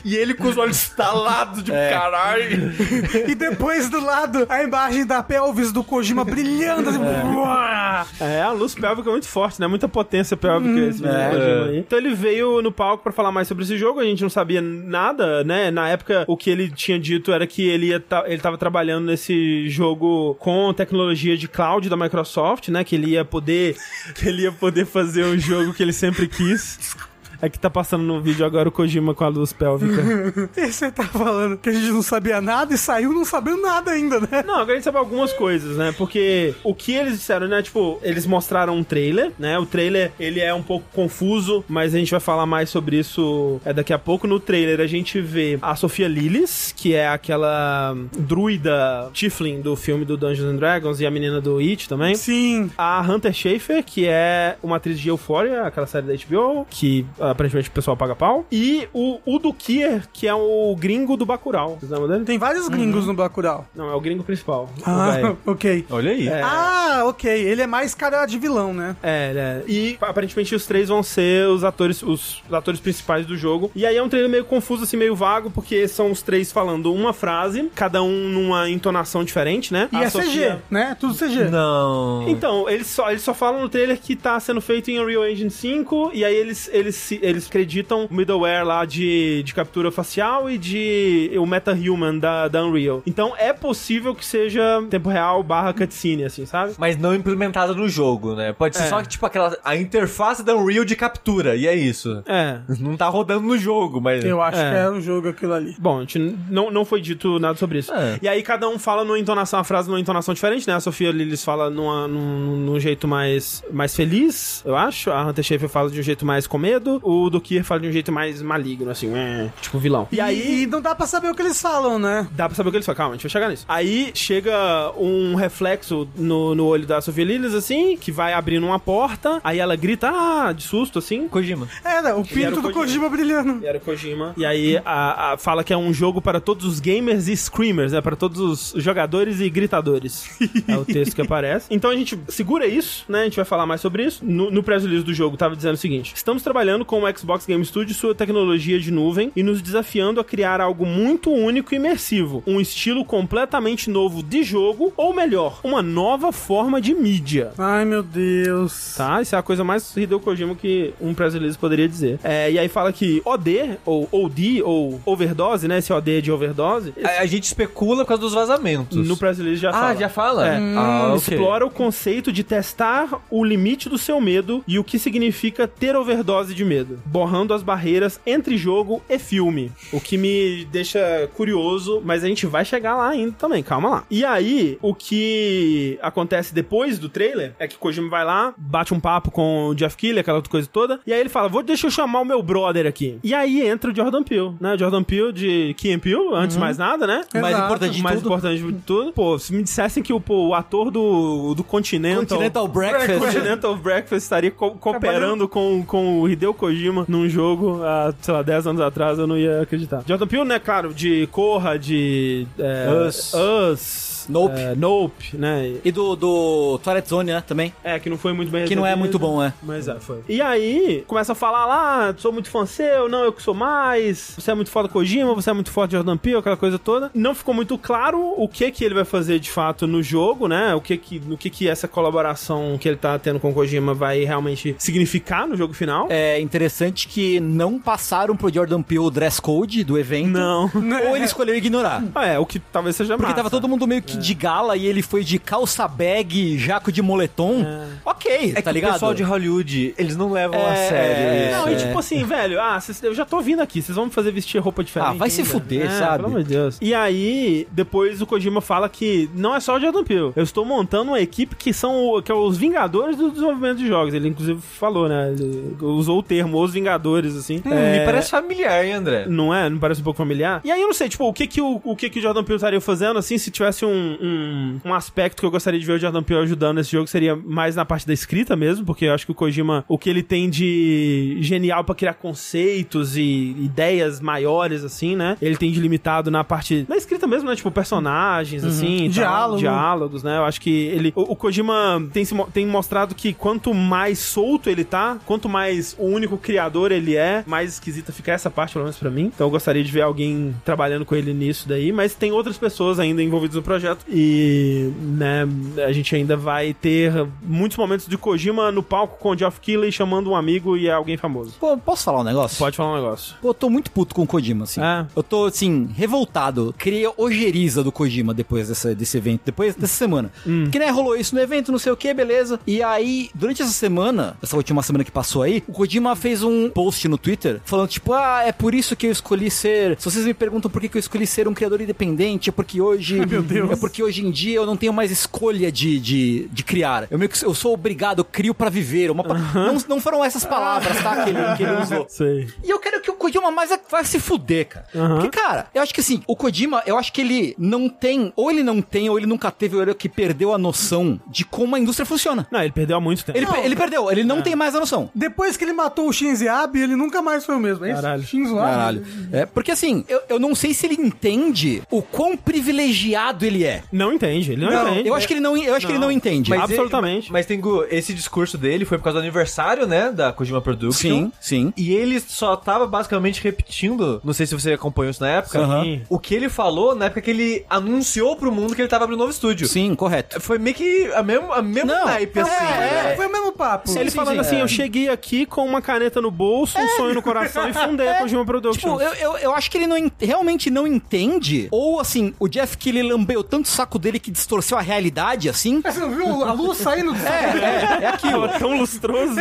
e ele com os olhos estalados, tipo,
É.
caralho.
[LAUGHS] E depois do lado, a imagem da pelvis do Kojima brilhando. Assim, [LAUGHS] uá.
É, a luz pélvica é muito forte, né? Muita potência pélvica esse Kojima aí. Então ele veio no palco pra falar mais sobre esse jogo, a gente não sabia nada, né? Na época, o que ele tinha dito era que ele, ia tá- ele tava trabalhando nesse jogo com tecnologia de cloud da Microsoft, né? Que ele ia poder, [LAUGHS] que ele ia poder fazer o jogo que ele sempre quis. É que tá passando no vídeo agora o Kojima com a luz pélvica.
E você tá falando que a gente não sabia nada e saiu não sabendo nada ainda, né?
Não, agora a gente sabe algumas coisas, né? Porque o que eles disseram, né? Tipo, eles mostraram um trailer, né? O trailer, ele é um pouco confuso, mas a gente vai falar mais sobre isso é, daqui a pouco. No trailer, a gente vê a Sofia Lillis, que é aquela druida Tiflin do filme do Dungeons and Dragons e a menina do It também.
Sim.
A Hunter Schaefer, que é uma atriz de Euphoria, aquela série da HBO, que ah, aparentemente o pessoal paga pau. E o Udo Kier, que é o gringo do Bacurau. Vocês lembram dele?
Tem vários gringos no Bacurau.
Não, é Uhum. o gringo principal. o
Ah, [LAUGHS]
velho.
ok.
Olha aí.
É.
Ah, ok. Ele é mais cara de vilão, né?
É, né? E aparentemente os três vão ser os atores, os atores principais do jogo. E aí é um trailer meio confuso, assim, meio vago, porque são os três falando uma frase, cada um numa entonação diferente, né?
E
A
é
Sofia-
CG, né? Tudo CG.
Não.
Então, eles só, eles só falam no trailer que tá sendo feito em Unreal Engine 5, e aí eles, eles se se- eles acreditam o middleware lá de, de captura facial e de o MetaHuman da, da Unreal. Então é possível que seja tempo real barra cutscene, assim, sabe?
Mas não implementado no jogo, né? Pode
É.
ser só que, tipo, aquela. A interface da Unreal de captura, e é isso.
É.
Não tá rodando no jogo, mas.
Eu acho
É.
que é um jogo aquilo ali.
Bom, a gente n- não, não foi dito nada sobre isso.
É.
E aí cada um fala numa entonação, a frase numa entonação diferente, né? A Sofia Lillis fala numa, num, num jeito mais, mais feliz, eu acho. A Hunter Schaefer fala de um jeito mais com medo. O Dukir fala de um jeito mais maligno, assim, é, tipo vilão. E aí...
não dá pra saber o que eles falam, né?
Dá pra saber o que eles falam, calma, a gente vai chegar nisso. Aí chega um reflexo no, no olho da Sofia Lillis, assim, que vai abrindo uma porta, aí ela grita, ah, de susto, assim.
Kojima.
Era É, né? o
era
pinto
o
do
Kojima.
Kojima brilhando.
E era o Kojima. E aí a, a- fala que é um jogo para todos os gamers e screamers, né? Para todos os jogadores e [LAUGHS] gritadores. é o texto que aparece. Então a gente segura isso, né? A gente vai falar mais sobre isso. No, no press release do jogo tava dizendo o seguinte: Estamos trabalhando com o Xbox Game Studio e sua tecnologia de nuvem e nos desafiando a criar algo muito único e imersivo. Um estilo completamente novo de jogo, ou melhor, uma nova forma de mídia.
Ai, meu Deus.
Tá? Isso é a coisa mais Hideo Kojima que um brasileiro poderia dizer. É, e aí fala que OD, ou OD, ou overdose, né? Esse OD de overdose,
A, a gente especula por causa dos vazamentos.
no brasileiro já
ah,
fala.
já fala?
É.
Ah, ok.
Explora o conceito de testar o limite do seu medo e o que significa ter overdose de medo, borrando as barreiras entre jogo e filme. O que me deixa curioso, mas a gente vai chegar lá ainda também, calma lá. E aí, o que acontece depois do trailer é que Kojima vai lá, bate um papo com o Jeff Keighley, aquela outra coisa toda, e aí ele fala: "Vou deixa eu chamar o meu brother aqui". E aí entra o Jordan Peele, né? O Jordan Peele de Key and Peele, antes de mais nada, né?
O mais
Exato.
importante de
mais
tudo.
importante de tudo. Pô, se me dissessem que o, pô, o ator do, do
então.
Continental... É,
Continental Breakfast.
Continental Breakfast estaria co- cooperando com, com o Hideo Kojima num jogo há, sei lá, 10 anos atrás, eu não ia acreditar. Jordan Peele, né, claro, de Corra, de... é,
Us.
Us,
Nope.
é, nope, né?
E do, do Twilight Zone, né? Também.
É, que não foi muito bem
Que não é
recebido.
muito bom, é.
Mas é, foi. E aí, começa a falar lá, sou muito fã seu, não, eu que sou mais, você é muito foda Kojima, você é muito forte Jordan Peele, aquela coisa toda. Não ficou muito claro o que que ele vai fazer de fato no jogo, né? O que que, no que que essa colaboração que ele tá tendo com o Kojima vai realmente significar no jogo final.
É interessante que não passaram pro Jordan Peele o dress code do evento.
Não.
Ou ele escolheu ignorar.
[LAUGHS] Ah, é, o que talvez seja
Porque
massa.
tava todo mundo meio que de gala e ele foi de calça bag, jaco de moletom. Ok,
É
tá
que
ligado?
o pessoal de Hollywood, eles não levam a
É,
sério
é.
isso.
Não, e
é.
tipo assim, velho, ah, cês- eu já tô vindo aqui, vocês vão me fazer vestir roupa diferente.
Ah, vai se
ainda? É,
fuder, sabe?
Pelo amor de Deus. E aí, depois o Kojima fala que não é só o Jordan Peele. Eu estou montando uma equipe que são o- que é os Vingadores do desenvolvimento de jogos. Ele, inclusive, falou, né? Ele usou o termo os Vingadores, assim.
Hum, Me parece familiar, hein, André?
Não é? Não parece um pouco familiar? E aí eu não sei, tipo, o que que o, o, que que o Jordan Peele estaria fazendo, assim, se tivesse um, um, um aspecto que eu gostaria de ver o Jordan Peele ajudando nesse jogo, seria mais na parte da escrita mesmo, porque eu acho que o Kojima, o que ele tem de genial pra criar conceitos e ideias maiores, assim, né? Ele tem de limitado na parte da escrita mesmo, né? Tipo, personagens, assim, e tal,
Diálogo.
diálogos, né? Eu acho que ele... O, o Kojima tem, se mo- tem mostrado que quanto mais solto ele tá, quanto mais o único criador ele é, mais esquisita fica essa parte, pelo menos pra mim. Então eu gostaria de ver alguém trabalhando com ele nisso daí, mas tem outras pessoas ainda envolvidas no projeto e, né, a gente ainda vai ter muitos momentos de Kojima no palco com o Geoff Keighley chamando um amigo e alguém famoso.
Pô, posso falar um negócio?
Pode falar um negócio.
Pô, eu tô muito puto com o Kojima, assim.
É.
Eu tô, assim, revoltado. Criei ojeriza do Kojima depois dessa, desse evento, depois dessa semana. Que, né, rolou isso no evento, não sei o que, beleza. E aí, durante essa semana, essa última semana que passou aí, o Kojima fez um post no Twitter falando, tipo, ah, é por isso que eu escolhi ser... Se vocês me perguntam por que, que eu escolhi ser um criador independente, é porque [LAUGHS] hoje... Meu Deus. É porque hoje em dia eu não tenho mais escolha de, de, de criar. Eu meio que... Eu sou obrigado, eu crio pra viver. Uma pa- não, não foram essas palavras, tá, que ele- que ele usou.
É. Sei.
E eu quero que o Kojima mais vai se fuder, cara.
Aham.
Porque, cara, eu acho que assim, o Kojima, eu acho que ele não tem, ou ele não tem, ou ele nunca teve, ou ele é que perdeu a noção de como a indústria funciona.
Não, ele perdeu há muito tempo.
Ele, pe- ele perdeu, ele
É.
não tem mais a noção.
Depois que ele matou o Shinzo Abe, ele nunca mais foi o mesmo. É isso?
Caralho.
Shinzo Abe?
Caralho. É, porque assim, eu, eu não sei se ele entende o quão privilegiado ele é. é.
Não entende, ele não,
Não,
entende.
Eu acho que ele não, eu acho que ele não entende.
Mas-
ele-
Absolutamente.
mas, Tengu, esse discurso dele foi por causa do aniversário, né, da Kojima Production.
sim, sim.
E ele só tava basicamente repetindo, não sei se você acompanhou isso na época,
Aham.
o que ele falou na época que ele anunciou pro mundo que ele tava abrindo um novo estúdio.
Sim,
É
correto.
Foi meio que a mesmo, a mesmo
Não,
naipe, assim.
É,
né?
foi o mesmo papo.
Ele
Sim,
falando
sim,
assim,
é.
eu cheguei aqui com uma caneta no bolso, um sonho no coração e fundei a Kojima Productions.
Tipo, eu, eu, eu acho que ele não en- realmente não entende. Ou assim, o Jeff Keighley lambeu tanto o saco dele que distorceu a realidade, assim.
Você não viu a luz saindo do
É, é, é aquilo.
Tava [LAUGHS] tão lustroso.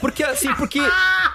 Porque assim, porque.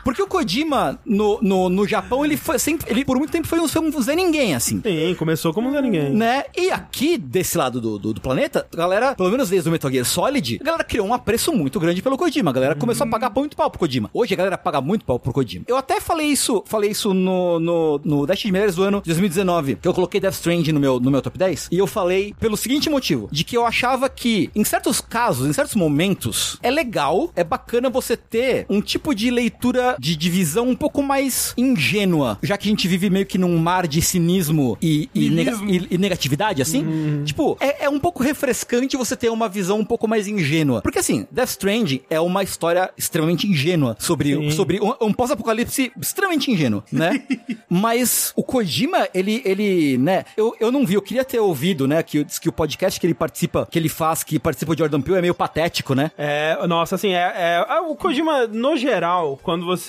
Porque o Kojima, no, no, no Japão, ele foi sempre. Ele por muito tempo foi um, foi um Zé Ninguém, assim.
Sim, começou como não é ninguém.
Né? E aqui, desse lado do, do, do planeta, a galera, pelo menos desde o Metal Gear Solid, a galera criou um apreço muito grande pelo Kojima. A galera começou a pagar pau muito pau pro Kojima. Hoje a galera paga muito pau pro Kojima. Eu até falei isso, falei isso no, no, no Dash de Melhores do ano de 2019, que eu coloquei Death Stranding no meu, no meu top 10. E eu falei pelo seguinte motivo: de que eu achava que, em certos casos, em certos momentos, é legal, é bacana você ter um tipo de leitura de divisão um pouco mais ingênua, já que a gente vive meio que num mar de cinismo e, e, nega- e- e negatividade, assim. Tipo, é, é um pouco refrescante você ter uma visão um pouco mais ingênua. Porque, assim, Death Stranding é uma história extremamente ingênua sobre, sobre um, um pós-apocalipse extremamente ingênuo, né? Mas o Kojima, ele, ele né? Eu, eu não vi, eu queria ter ouvido, né? Que, diz que o podcast que ele participa, que ele faz, que participa de Jordan Peele, é meio patético, né?
É, nossa, assim, é, é- ah, o Kojima, no geral, quando você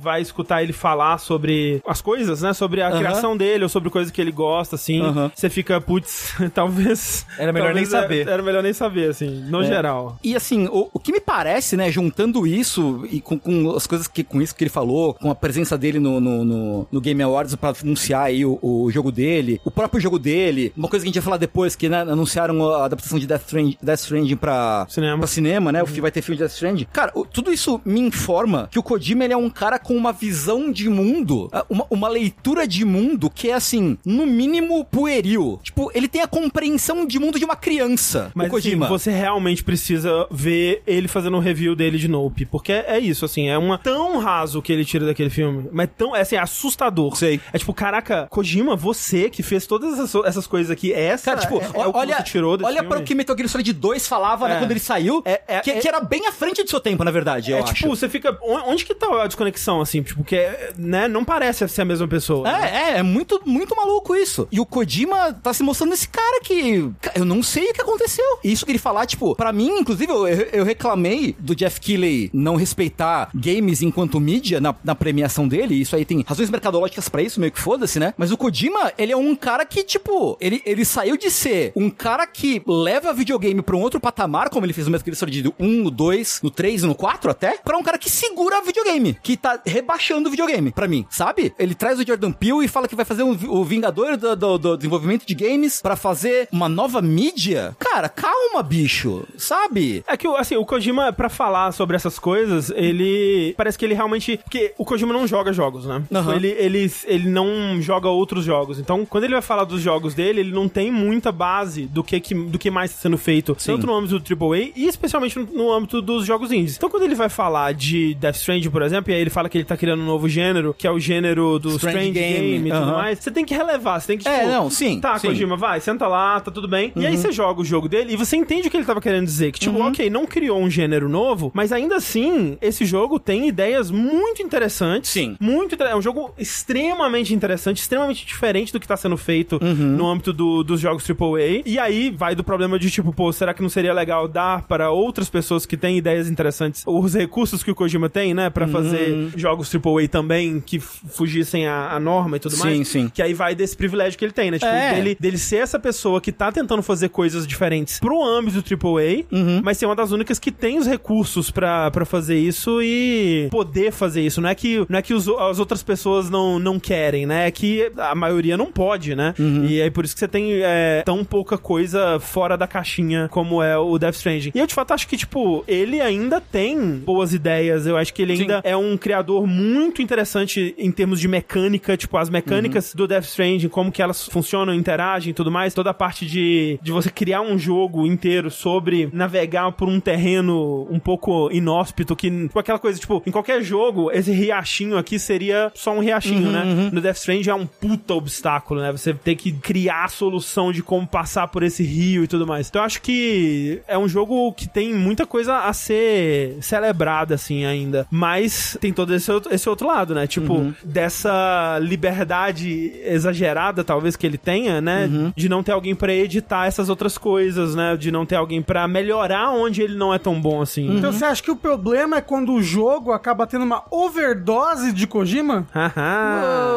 vai escutar ele falar sobre as coisas, né? Sobre a
Aham.
criação dele ou sobre coisas que ele gosta, assim,
Aham.
você fica, putz, [LAUGHS] talvez.
Era melhor
talvez
nem
é-
saber.
Era melhor nem saber, assim, no geral.
E assim, o, o que me parece, né, juntando isso e com, com as coisas que com isso que ele falou, com a presença dele no, no, no- no Game Awards pra anunciar aí o, o jogo dele, o próprio jogo dele, uma coisa que a gente ia falar depois, que né, anunciaram a adaptação de Death Stranding, Death Stranding pra,
Cinema. Uhum.
pra cinema, né? O filme vai ter filme de Death Stranding. Cara, o- tudo isso me informa que o Kojima ele é um cara com uma visão de mundo, ah, uma, uma leitura de mundo que é assim, no mínimo pueril. Tipo, ele tem a compreensão de mundo de uma criança.
Mas
o
assim,
Kojima.
você realmente precisa ver ele fazendo um review dele de Nope. Porque é isso, assim, é uma tão raso que ele tira daquele filme. Mas tão, é assim, assustador.
Sei.
É tipo, caraca, Kojima, você que fez todas essas, essas coisas aqui, essa
Cara, tipo,
é, é o que
olha,
você tirou desse
olha
filme?
para o que Metal Gear Solid 2 falava, né,
É.
quando ele saiu,
é-
que,
é-
que era bem à frente do seu tempo, na verdade, eu
É
acho.
tipo, você fica. on- Onde que tá a desconexão, assim? Tipo, porque, né, não parece ser a mesma pessoa. né?
É, é, é muito, muito maluco isso. E o Kojima tá se mostrando esse cara que. ca- Eu não sei o que aconteceu. E isso que ele falar, tipo, pra mim, inclusive, eu, eu- eu reclamei do Jeff Keighley não respeitar games enquanto mídia na, na premiação dele. Isso aí tem razões mercadológicas pra isso, meio que foda-se, né? Mas o Kojima, ele é um cara que, tipo, ele, ele saiu de ser um cara que leva videogame pra um outro patamar, como ele fez no Metal Gear Solid 1, no 2, no 3, no 4 até, pra um cara que segura videogame, que tá rebaixando o videogame, pra mim, sabe? Ele traz o Jordan Peele e fala que vai fazer um vi- o Vingador do, do- do desenvolvimento de games pra fazer uma nova mídia. Cara, calma, bicho, sabe?
É que, o- assim, o Kojima, pra falar sobre essas coisas, ele. Parece que ele realmente. Porque o Kojima não joga jogos, né?
Aham.
Tipo, Ele, ele, ele não joga outros jogos. Então, quando ele vai falar dos jogos dele, ele não tem muita base do que, que- do que mais tá sendo feito, tanto no âmbito do AAA e especialmente no, no âmbito dos jogos indies. Então, quando ele vai falar de Death Stranding, por exemplo, e aí ele fala que ele tá criando um novo gênero, que é o gênero do
Strange
Strange,
Game,
Game, e tudo
aham.
mais, você tem que relevar, você tem que.
É,
tipo,
não, sim,
Tá,
sim.
Kojima. Kojima, vai, senta lá, tá tudo bem. E aí você joga o jogo dele e você entende o que ele tava querendo dizer. Que, tipo, ok, não criou um gênero novo, mas ainda assim, esse jogo tem ideias muito interessantes.
Sim.
Muito inter- É um jogo extremamente interessante, extremamente diferente do que tá sendo feito no âmbito do- dos jogos AAA. E aí vai do problema de, tipo, pô, será que não seria legal dar para outras pessoas que têm ideias interessantes os recursos que o Kojima tem, né, Pra fazer jogos AAA também que f- fugissem à, à norma e tudo
Sim,
mais?
sim.
Que aí vai desse privilégio que ele tem, né? Tipo,
É.
dele, dele ser essa pessoa que tá tentando fazer coisas diferentes pro âmbito do AAA,
Uhum.
mas ser uma das únicas que tem os recursos pra pra fazer isso e poder fazer isso. Não é que, não é que os- as outras pessoas não, não querem, né? É que a maioria não pode, né?
Uhum.
E aí por isso que você tem é, tão pouca coisa fora da caixinha como é o Death Stranding. E eu de fato acho que, tipo, ele ainda tem boas ideias. Eu acho que ele ainda é um criador muito interessante em termos de mecânica, tipo, as mecânicas do Death Stranding, como que elas funcionam, interagem e tudo mais. Toda a parte de, de você criar um jogo inteiro sobre navegar por um terreno um pouco inóspito, que, tipo, aquela coisa, tipo, em qualquer jogo, esse riachinho aqui seria só um riachinho, né? No Death Stranding é um puta obstáculo, né? Você tem que criar a solução de como passar por esse rio e tudo mais. Então eu acho que é um jogo que tem muita coisa a ser celebrada, assim, ainda. Mas tem todo esse outro, esse outro lado, né? Tipo, dessa liberdade exagerada, talvez, que ele tenha, né? De não ter alguém pra editar essas outras coisas, né? De não ter alguém pra melhorar onde ele não é tão bom assim. [LAUGHS]
Então você acha que o problema é quando o jogo acaba tendo uma overdose de Kojima?
Haha.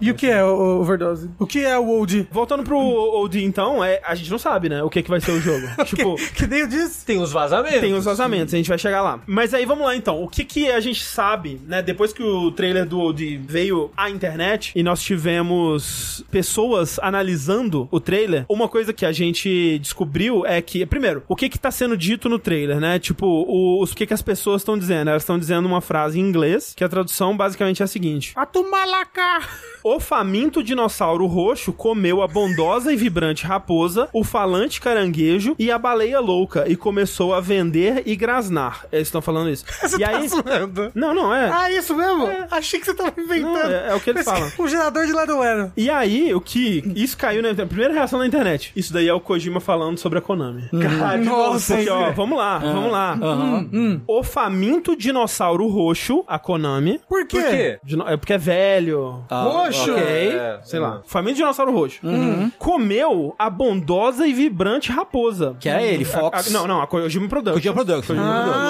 E o que é o overdose? O que é o old?
Voltando pro Old, então, é, a gente não sabe, né? O que, que vai ser o jogo. tipo,
Que nem eu disse.
Tem os vazamentos.
tem os vazamentos, a gente vai chegar lá. Mas aí vamos lá então. O que, que a gente sabe, né? Depois que o trailer do Old veio à internet e nós tivemos pessoas analisando o trailer, uma coisa que a gente descobriu é que, primeiro, o que que tá sendo dito no trailer, né? Tipo, o, os o que que as pessoas estão dizendo? Elas estão dizendo uma frase em inglês, que a tradução basicamente é a seguinte:
Atumalaca!
o faminto dinossauro roxo comeu a bondosa e vibrante raposa, o falante caranguejo e a baleia louca e começou a vender e grasnar. Eles estão falando isso.
[LAUGHS] Você
e
tá
aí.
zoando.
Não, não, é.
Ah, isso mesmo? Achei que você tava inventando.
Não, é- é o que eles
Mas
falam.
Um gerador de lado
E aí, o que. Isso caiu na a primeira reação na internet. Isso daí é o Kojima falando sobre a Konami. Cara, de novo,
Nossa, Hum.
porque, ó,
isso é-
vamos lá, vamos lá. O faminto dinossauro roxo, a Konami.
Por quê?
Por quê?
Dino- É porque é velho.
Ah,
Roxo?
Ok,
É,
sei lá. Faminto dinossauro roxo. Uhum. Comeu a bondosa e vibrante raposa.
Que era ele, Fox.
A- não, não, a Kojima Production.
Kojima Productions.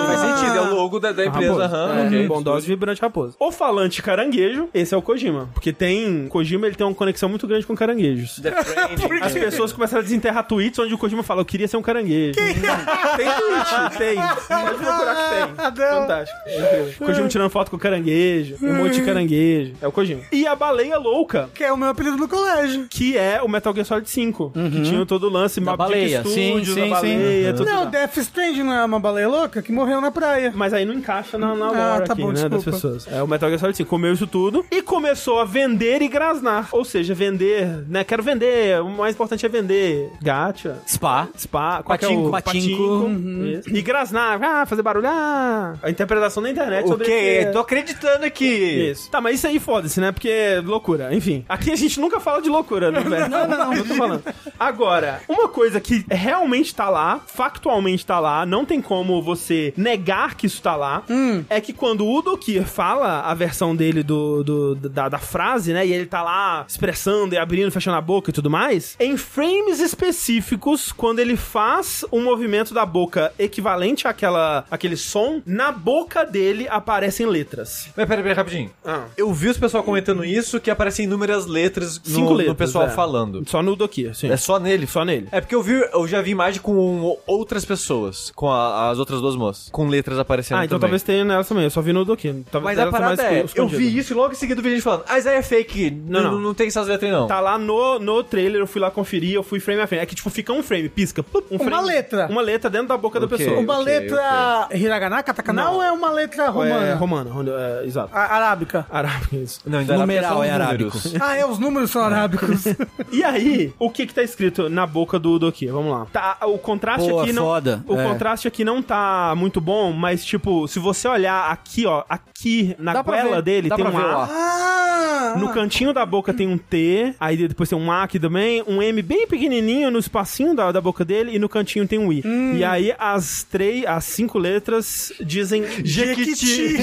Faz sentido, é o logo da, da empresa.
Raposa.
aham,
É,
ok.
Bondosa e vibrante raposa. O falante caranguejo, esse é o Kojima. Porque tem. Kojima ele tem uma conexão muito grande com caranguejos.
The Friend.
As pessoas começaram a desenterrar tweets onde o Kojima fala: Eu queria ser um caranguejo. Tem tweet, tem. Pode procurar que tem.
Ah, não.
Fantástico. Incrível. Kojima tirando foto com caranguejo. Um monte de caranguejo. É o Kojima. E a baleia louca.
Que é o meu apelido no colégio.
Que é o Metal Gear Solid 5. Que tinha todo o lance
Uhum. Da
Map Jack
baleia,
Studios, da
sim, sim, Uhum.
baleia,
sim.
tudo
Não,
lá.
Death Stranding não é uma baleia louca que morreu na praia.
Mas aí não encaixa na, na
Ah,
lore
tá
aqui,
bom,
né, das
desculpa.
pessoas. É, o Metal Gear Solid 5 comeu isso tudo e começou a vender e grasnar. Ou seja, vender, né? Quero vender, o mais importante é vender. Gacha,
Spa.
spa, qual que é
Patinco,
o-
patinco. Uhum.
isso. E grasnar, ah, fazer barulho, ah. A interpretação da internet
O
sobre
quê?
esse-
[LAUGHS] Tô acreditando aqui.
Isso. Tá, mas isso aí foda-se, né? Porque é loucura. Enfim, aqui a gente nunca fala de loucura, né, velho? Não, não, não. Eu tô falando. Agora, uma coisa que realmente tá lá, factualmente tá lá, não tem como você negar que isso tá lá, é que quando o Dokir fala a versão dele do, do- da, da frase, né? E ele tá lá expressando e abrindo, fechando a boca e tudo mais, em frames específicos, quando ele faz um movimento da boca equivalente àquela, àquele som, na boca dele aparecem letras.
Mas pera, pera, rapidinho.
Ah.
Eu vi os pessoal comentando isso, que aparecem inúmeras letras no,
Cinco
no
letras.
pessoal
é.
falando.
Só no Dokir, sim.
É só nele?
Só nele.
É porque eu vi, eu já vi imagem com outras pessoas, com a- as outras duas moças, com letras aparecendo
Ah, então
também.
talvez tenha nela também. Eu só vi no Dokir. Talvez
Mas a
ela tá mais
parada é,
esco-
eu
escondida.
vi isso e logo em seguida eu vi gente falando, ah, isso aí é fake, não,
não.
não. tem essas letras aí não.
Tá lá no, no trailer, eu fui lá conferir, eu fui frame a frame. É que, tipo, fica um frame, pisca. plup, um
Uma
frame,
letra.
Uma letra dentro da boca da
Ok.
pessoa.
Uma
ok,
letra hiragana, katakana
Não.
ou é uma letra romana?
É, romana, ro- é, exato.
A-
[LAUGHS]
arábica.
Arábico, isso.
Não, então ainda um
Numeral é arábico.
números.
Ah, é, os números são arábicos.
E aí, o que que tá escrito na boca do Doki? Vamos lá. Tá, o contraste
Pô,
aqui não,
foda.
o
É.
contraste aqui não tá muito bom, mas tipo, se você olhar aqui, ó, aqui na
Dá pra
goela
ver,
dele
dá
tem
pra
um
ver o
A.
A.
ah!
[LAUGHS] No cantinho da boca tem um T, aí depois tem um A aqui também, um M bem pequenininho no espacinho da, da boca dele e no cantinho tem um I. E aí as três, as cinco letras dizem
Jequiti.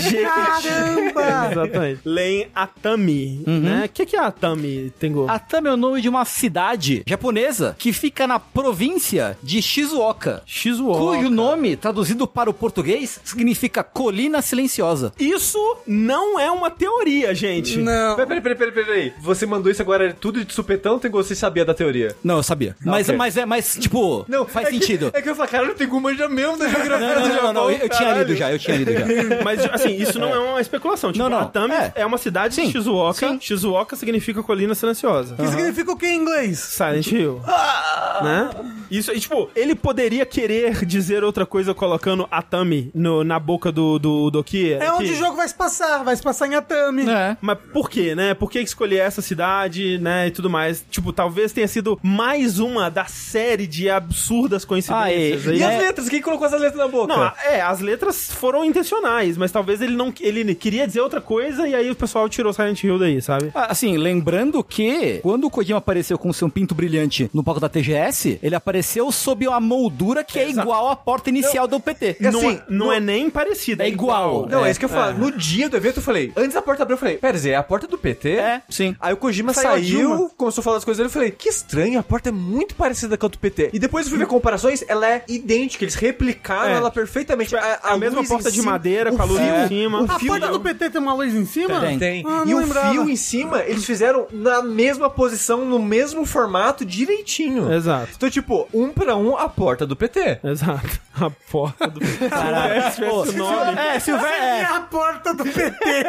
Caramba!
Exatamente. Leem Atami, né? O que, que é Atami, Tengu?
Atami é o nome de uma cidade japonesa que fica na província de Shizuoka.
Shizuoka.
Cujo nome, traduzido para o português, significa colina silenciosa.
Isso não é uma teoria, gente.
Não.
Peraí, peraí, peraí, peraí, peraí, peraí. Você mandou isso agora é tudo de supetão, tem você sabia da teoria?
Não, eu sabia. Mas,
Ah, ok.
mas, é, mas tipo, não, faz
é que-
sentido.
é que eu falei, caralho, tem Tengu manja mesmo da
Não, não,
geografia do
não, não,
Japão,
não, Eu tinha
caralho.
lido já, eu tinha lido
[LAUGHS]
já.
Mas, assim, isso não é uma especulação. Tipo,
Não, não.
Atami é.
É.
uma cidade de
Sim.
Shizuoka.
Sim.
Shizuoka significa colina silenciosa.
Que significa o que em inglês?
Tipo,
Silent Hill.
ah!
Né? Isso, e, tipo, ele poderia querer dizer outra coisa colocando Atami no, na boca do, do, do Kia.
É onde
que-
o jogo vai se passar, vai se passar em Atami.
É.
Mas por quê, né? Por que escolher essa cidade, né? E tudo mais. Tipo, talvez tenha sido mais uma da série de absurdas coincidências.
Ah,
aí.
E
É.
as letras? Quem colocou essas letras na boca?
Não, a- é, as letras foram intencionais, mas talvez ele não ele queria dizer outra coisa e aí o pessoal tirou Silent Hill daí, sabe?
Ah, Assim, lembrando que quando o Kojima apareceu com o seu pinto brilhante no palco da TGS, ele apareceu sob uma moldura que é igual à porta inicial do PT.
É
não,
assim,
é- não
no-
é nem parecido,
É igual.
Não, é,
É,
isso que eu falo. No dia do evento eu falei, antes da porta abrir, eu falei, pera, Zé, é a porta do PT?
É, sim.
Aí o Kojima
Saiu a Dilma.
saiu, começou a falar as coisas dele, eu falei, que estranho, a porta é muito parecida com a do PT. E depois eu fui ver comparações, ela é idêntica, eles replicaram
É.
ela perfeitamente.
Tipo, a mesma
luz em
porta de
cima,
madeira
o
com a luz
fio,
em cima.
o
A
fio
porta
da-
do PT tem uma luz em cima?
Tem.
Tem.
Ah,
e
não
o
lembrava.
fio em cima, eles fizeram na mesma posição, no mesmo formato, direitinho.
Exato.
Então, tipo, um pra um a porta do PT.
Exato. A porta [LAUGHS] do
Caralho.
Se tivesse esse
Ah,
nome.
É,
assim,
Silvério.
É
É.
a porta do PT.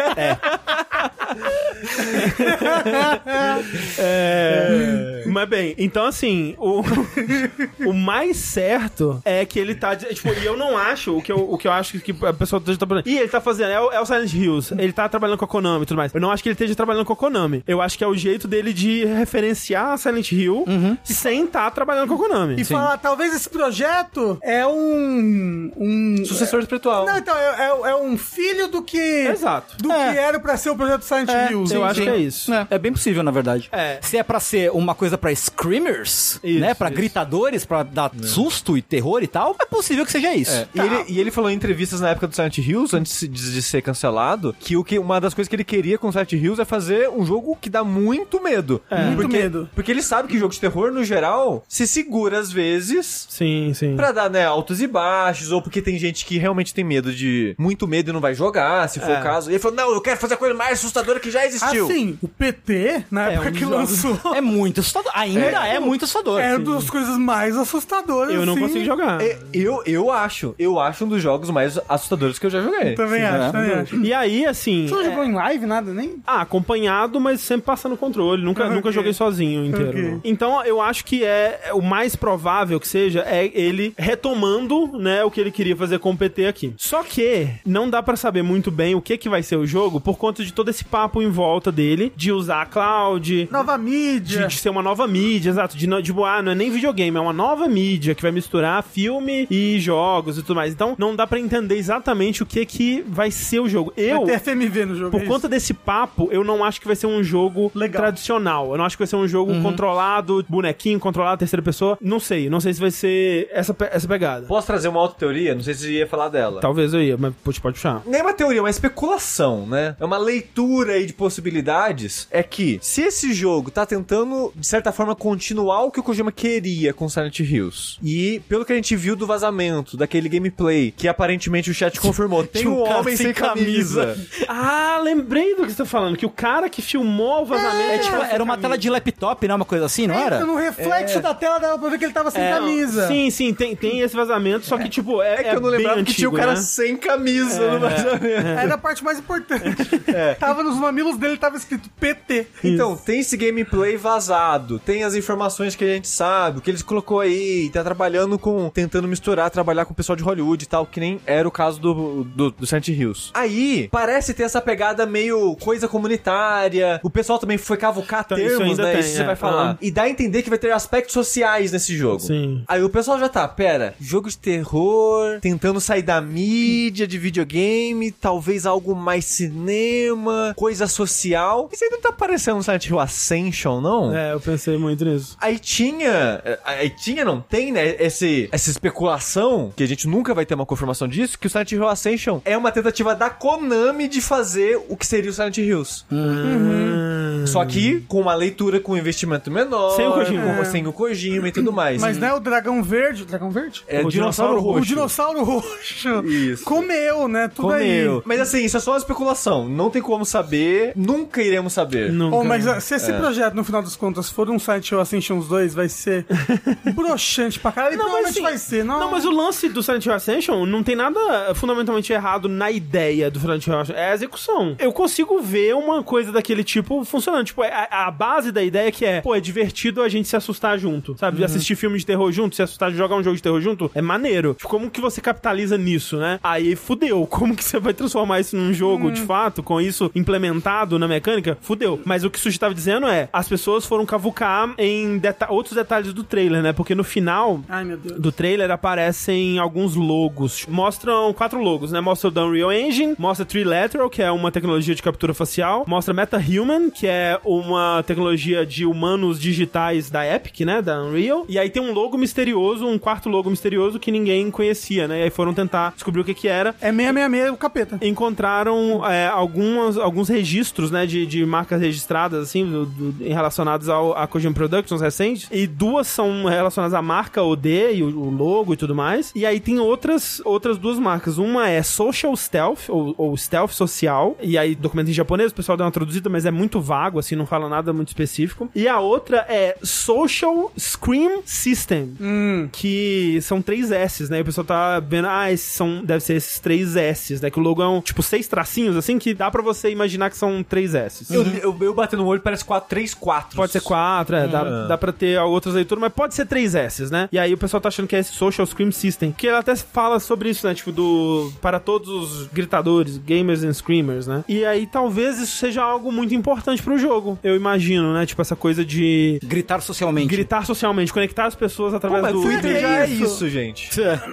É... Mas bem, então assim, o, [LAUGHS] o mais certo é que ele tá. Tipo, e eu não acho, o que eu, o que eu acho que a pessoa esteja trabalhando. E ele tá fazendo, é o, é o Silent Hills. Ele tá trabalhando com a Konami e tudo mais. Eu não acho que ele esteja trabalhando com a Konami. Eu acho que é o jeito dele de referenciar a Silent Hill sem estar trabalhando com a Konami.
Uhum. E falar, talvez esse projeto é um. um
Sucessor espiritual.
Não, então, é, é- é um filho do que.
Exato.
Do
É.
que era pra ser o projeto Silent Hill.
eu acho que é isso.
É. bem possível, na verdade.
É.
Se é pra ser uma coisa pra screamers,
Isso,
né? Pra
isso.
gritadores, pra dar susto e terror e tal, é possível que seja isso.
É, E, ele, e ele falou em entrevistas na época do Silent Hills, antes de, de ser cancelado, que, o que uma das coisas que ele queria com o Silent Hills é fazer um jogo que dá muito medo.
É. Muito
porque,
medo.
Porque ele sabe que jogo de terror, no geral, se segura às vezes
Sim, sim.
pra dar, né, altos e baixos, ou porque tem gente que realmente tem medo de... Muito medo e não vai jogar, se for o caso. E ele falou, não, eu quero fazer a coisa mais assustadora que já existiu.
É. Assim, o PT, na
É,
época
um
que
dos
[LAUGHS]
lançou,
É muito assustador. Ainda é, muito assustador.
é uma das coisas mais assustadoras.
Eu não
assim.
consigo jogar.
É, eu, eu acho. Eu acho um dos jogos mais assustadores que eu já joguei.
Também acho,
né?
também acho.
E aí, assim.
Você não
é-
jogou em live, nada, nem?
Ah, acompanhado, mas sempre passando controle. Nunca,
Ah, Ok.
nunca joguei sozinho inteiro.
Ok.
não. Então, eu acho que é é o mais provável que seja é ele retomando, né, o que ele queria fazer com o PT aqui. Só que não dá pra saber muito bem o que que vai ser o jogo por conta de todo esse papo em volta dele de usar a cloud,
Nova mídia.
de, de ser uma nova mídia, exato. De, no- de ah, não é nem videogame, é uma nova mídia que vai misturar filme e jogos e tudo mais. Então, não dá pra entender exatamente o que que vai ser o jogo. Eu
Vai ter FMV no jogo.
por
é
conta desse papo, eu não acho que vai ser um jogo
Legal.
tradicional. Eu não acho que vai ser um jogo controlado, bonequinho, controlado, terceira pessoa. Não sei. Não sei se vai ser essa, pe- essa pegada.
Posso trazer uma outra teoria? Não sei se ia falar dela.
Talvez eu ia, mas pode, pode puxar.
nem é uma teoria, uma especulação, né? É uma leitura aí de possibilidades. É que se esse jogo tá tentando, de certa forma, continuar o que o Kojima queria com Silent Hills. E pelo que a gente viu do vazamento, daquele gameplay, que aparentemente o chat confirmou, tem
Tinha
um,
um cara
homem
sem
sem camisa.
camisa.
Ah, lembrei do que você tá falando. Que o cara que filmou o vazamento...
É, tipo, era uma tela de laptop, não? Uma coisa assim, não era?
isso. No reflexo da tela dava pra ver que ele tava sem
É,
camisa.
um Sim, sim, tem, tem esse vazamento, só que, tipo, é, né?
É que eu não lembrava que tinha o cara
né?
sem camisa
É.
né? no vazamento.
Era a parte mais importante. Tava nos mamilos dele, tava escrito PT.
Então, tem esse gameplay vazado, tem as informações que a gente sabe, o que eles colocou aí, tá trabalhando com. tentando misturar, trabalhar com o pessoal de Hollywood e tal, que nem era o caso do, do, do Silent Hills. Aí, parece ter essa pegada meio coisa comunitária, o pessoal também foi cavucar
Então, isso
termos,
ainda
né?
tem,
isso você
é.
vai falar.
Ah.
E dá a entender que vai ter aspectos sociais nesse jogo.
Sim.
Aí o pessoal já tá, pera, jogo de terror, tentando sair da mídia, de videogame, talvez algo mais cinema, coisa social. Isso aí não tá parecendo um Silent Hill Ascension, não?
É, eu pensei muito nisso.
Aí tinha, aí tinha, não tem, né? Esse, essa especulação, que a gente nunca vai ter uma confirmação disso, que o Silent Hill Ascension é uma tentativa da Konami de fazer o que seria o Silent Hills. Só que com uma leitura com um investimento menor.
Sem o Kojima. né,
com- Sem o Kojima e tudo mais.
Mas não é o dragão verde, o dragão verde?
É
O
dinossauro,
dinossauro
roxo.
O dinossauro roxo.
Isso.
Comeu, né? Tudo
Comeu.
aí.
Mas assim, isso é só uma especulação. Não tem como saber. Nunca iremos saber.
Nunca. É.
Pô, mas ah, se esse projeto, no final das contas, for um site ou Ascensions 2, vai
[LAUGHS]
ser broxante pra caralho. E
Não, mas
provavelmente
assim,
Então, vai ser, não?
Não, mas o lance do Silent Hill Ascension não tem nada fundamentalmente errado na ideia do Silent Hill Ascension. É a execução. Eu consigo ver uma coisa daquele tipo funcionando. Tipo, a, a base da ideia é que é, pô, é divertido a gente se assustar junto, sabe?
Uhum.
Assistir filme de terror junto, se assustar de jogar um jogo de terror junto, é maneiro. Tipo, como que você capitaliza nisso, né? Aí fudeu. [LAUGHS] Como que você vai transformar isso num jogo
Uhum.
de fato, com isso implementado na mecânica? Fudeu. Mas o que o Suji tava dizendo é, as pessoas foram cavucar em deta- outros detalhes do trailer, né? Porque no final,
Ai, meu Deus.
do trailer aparecem alguns logos. Mostram quatro logos, né? Mostra o do Unreal Engine, mostra Tree Lateral, que é uma tecnologia de captura facial, mostra MetaHuman, que é uma tecnologia de humanos digitais da Epic, né? Da Unreal. E aí tem um logo misterioso, um quarto logo misterioso que ninguém conhecia, né? E aí foram tentar descobrir o que que era
É 666 o capeta.
encontraram é, algumas, alguns registros, né, de, de marcas registradas, assim, do, do- em relacionados ao, a Kojima Productions recentes, e duas são relacionadas à marca OD e o, o logo e tudo mais, e aí tem outras, outras duas marcas, uma é Social Stealth, ou, ou Stealth Social, e aí documento em japonês, o pessoal deu uma traduzida, mas é muito vago, assim, não fala nada muito específico, e a outra é Social Scream System,
Hum.
que são três S's, né? E o pessoal tá vendo, ah, esses são, deve ser esses três S's, né? Que o logo é um, tipo, seis tracinhos, assim, que dá pra você imaginar que são três S's.
Eu, eu, eu bater no olho parece 4, 3, 4.
Pode ser quatro, é, dá, dá pra ter outras leituras, mas pode ser três S's, né? E aí o pessoal tá achando que é esse Social Scream System, que ela até fala sobre isso, né? Tipo, do... para todos os gritadores, gamers and screamers, né? E aí talvez isso seja algo muito importante pro jogo, eu imagino, né? Tipo, essa coisa de
Gritar socialmente.
gritar socialmente, conectar as pessoas
Pô,
através
mas
do...
Twitter
que
já
é
é
isso?
isso, gente.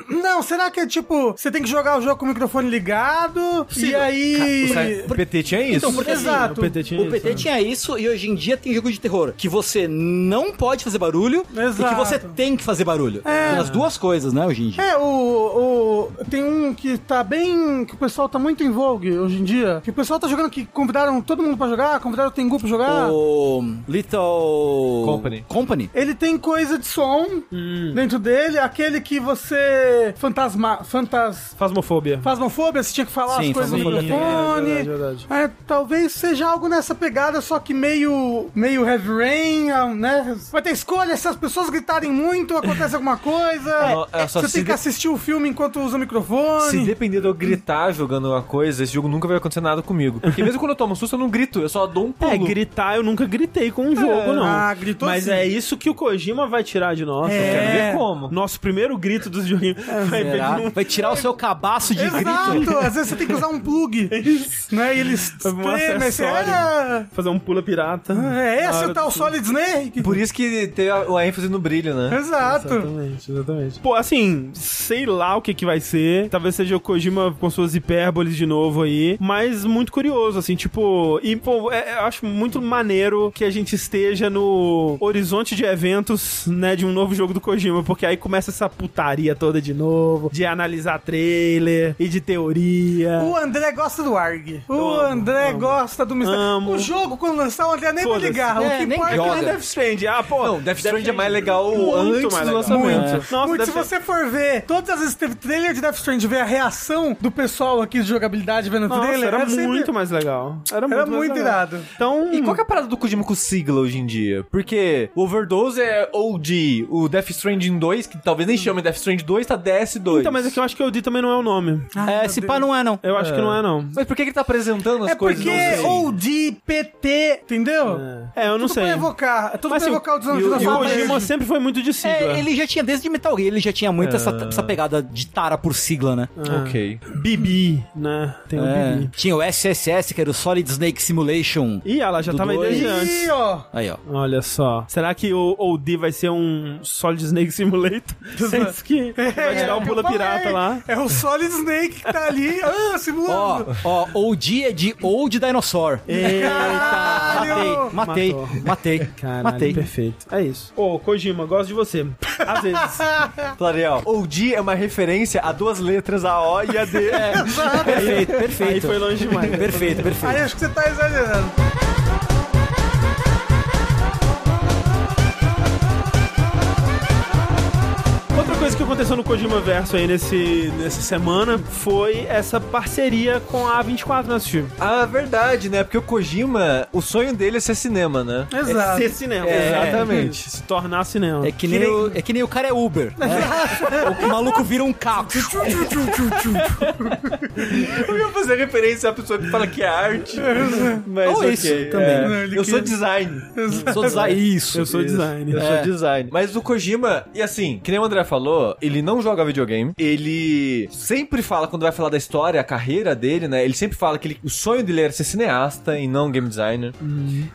Não, será que é tipo, você tem que jogar o jogo com o microfone ligado e aí.
O site- o PT tinha isso?
Então, porque assim,
Exato.
O PT tinha
O PT
isso, né?
tinha isso e hoje em dia tem jogo de terror que você não pode fazer barulho e
Exato.
que você tem que fazer barulho. Tem as duas coisas, né, hoje em dia.
É, o, o- Tem um que tá bem. que o pessoal tá muito em vogue hoje em dia. Que o pessoal tá jogando, que convidaram todo mundo pra jogar, convidaram o Tengu pra jogar.
O Little
Company.
Company.
Ele tem coisa de som dentro dele, aquele que você. fantasma. fantas.
Fasmofobia.
Fasmofobia, você tinha que falar
Sim,
as coisas no
fasmofobia tem, é
microfone.
verdade, verdade.
É, talvez seja algo nessa pegada, só que meio, meio heavy rain, ah, né? Vai ter escolha, se as pessoas gritarem muito, acontece alguma coisa.
É, é, só
você
se
tem que
de-
assistir o filme enquanto usa o microfone.
Se depender de eu gritar jogando uma coisa, esse jogo nunca vai acontecer nada comigo. Porque mesmo quando eu tomo um susto, eu não grito, eu só dou um pulo.
É, gritar eu nunca gritei com um jogo, não.
ah, gritou
Mas
sim.
é isso que o Kojima vai tirar de nós.
É.
eu quero ver
como.
Nosso primeiro grito dos joguinhos. vai
Será?
pegar um-
Vai tirar o seu cabaço de grito.
Exato, às vezes você tem que usar um plug,
É
né? E ele treme, aí você,
acessório.
"Ah,
[LAUGHS] Fazer um pula pirata.
é
Na
esse
hora
o tal
do-
Solid Snake?
Por isso que teve a, a ênfase no brilho, né?
Exato.
Exatamente, exatamente. Pô, assim, sei lá o que que vai ser. Talvez seja o Kojima com suas hipérboles de novo aí. Mas muito curioso, assim, tipo... E, pô, é- eu acho muito maneiro que a gente esteja no horizonte de eventos, né, de um novo jogo do Kojima. Porque aí começa essa putaria toda de novo, de analisar trailer e de teoria.
O André gosta do ARG. O
Amo,
André
amo.
gosta do mistério.
Amo.
O jogo, quando lançar, o André nem vai
Foda-se.
ligar.
É,
o que
nem
importa
joga.
Mas Death Strand, ah, pô.
Não, Death Strand é mais legal antes do lançamento.
Muito. né? Nossa,
Muito, se
Death Stranding-
você for ver, todas as vezes que teve trailer de Death Strand, ver a reação do pessoal aqui de jogabilidade vendo o
Nossa,
trailer, é
era
sempre-
muito mais legal. Era muito,
era
mais
muito
legal.
irado.
Então,
E qual que é a parada do Kojima com sigla hoje em dia? Porque o Overdose é OG, o Death Stranding 2, que talvez nem chame Death Stranding 2, tá DS2.
Então, mas é que eu acho que o D também não é o nome.
É, se pá não é, não.
Eu acho que não é, não.
Mas por que que ele tá apresentando as
É
coisas?
porque
não sei.
OD, PT, entendeu?
É, eu não
tudo
sei.
pra evocar. é Tudo
Mas
pra
assim,
evocar o
e
desafio
o,
da
e o
sua
Kojima
vez.
sempre foi muito de sigla. Ah.
É, ele já tinha, desde Metal Gear, ele já tinha muito essa, essa pegada de tara por sigla, né?
Ah. Ok.
Bibi, né? Tem o
É.
Bibi.
Tinha o SSS, que era o Solid Snake Simulation.
Ih, ela já
Do
tava aí
dois.
desde assim, antes.
Ih, ó.
Aí, ó.
Olha só. Será que o OD vai ser um Solid Snake
[LAUGHS]
Simulator? É isso que vai te dar É o
que
pula
É, eu falei.
pirata lá.
É o Solid Snake que tá ali, ah, simulando.
Ó, ó, OG é de Old Dinosaur.
Eita,
Caralho!
Matei,
Matou.
matei,
Caralho,
matei.
perfeito. É isso. Ô, Kojima, gosto de você. Às vezes.
Florial, OG é uma referência a duas letras, a O e
[LAUGHS]
a D.
[LAUGHS]
É,
Perfeito, perfeito.
Aí foi longe demais.
Perfeito, perfeito.
Aí acho que você tá exagerando.
Outra coisa que aconteceu no Kojima Verso aí nesse, nessa semana foi essa parceria com a A24 nesse filme.
[LAUGHS] Ah, verdade, né? Porque o Kojima, o sonho dele é ser cinema, né?
É
Exato.
ser cinema.
É,
exatamente. Se tornar cinema.
É que, nem
um-
o, é que nem o cara é Uber. né? o maluco vira um carro.
Eu ia fazer referência à pessoa que fala que é arte. [LAUGHS] Mas
Ou
ok,
isso,
é.
também.
Ele
Eu sou
quer-
design.
Sou design- Isso. É.
Eu sou designer.
Eu sou design. Mas o Kojima, e assim, que nem o André falou, ele não joga videogame. Ele sempre fala, quando vai falar da história, a carreira dele, né? Ele sempre fala que ele- o sonho dele era ser cineasta e não game designer.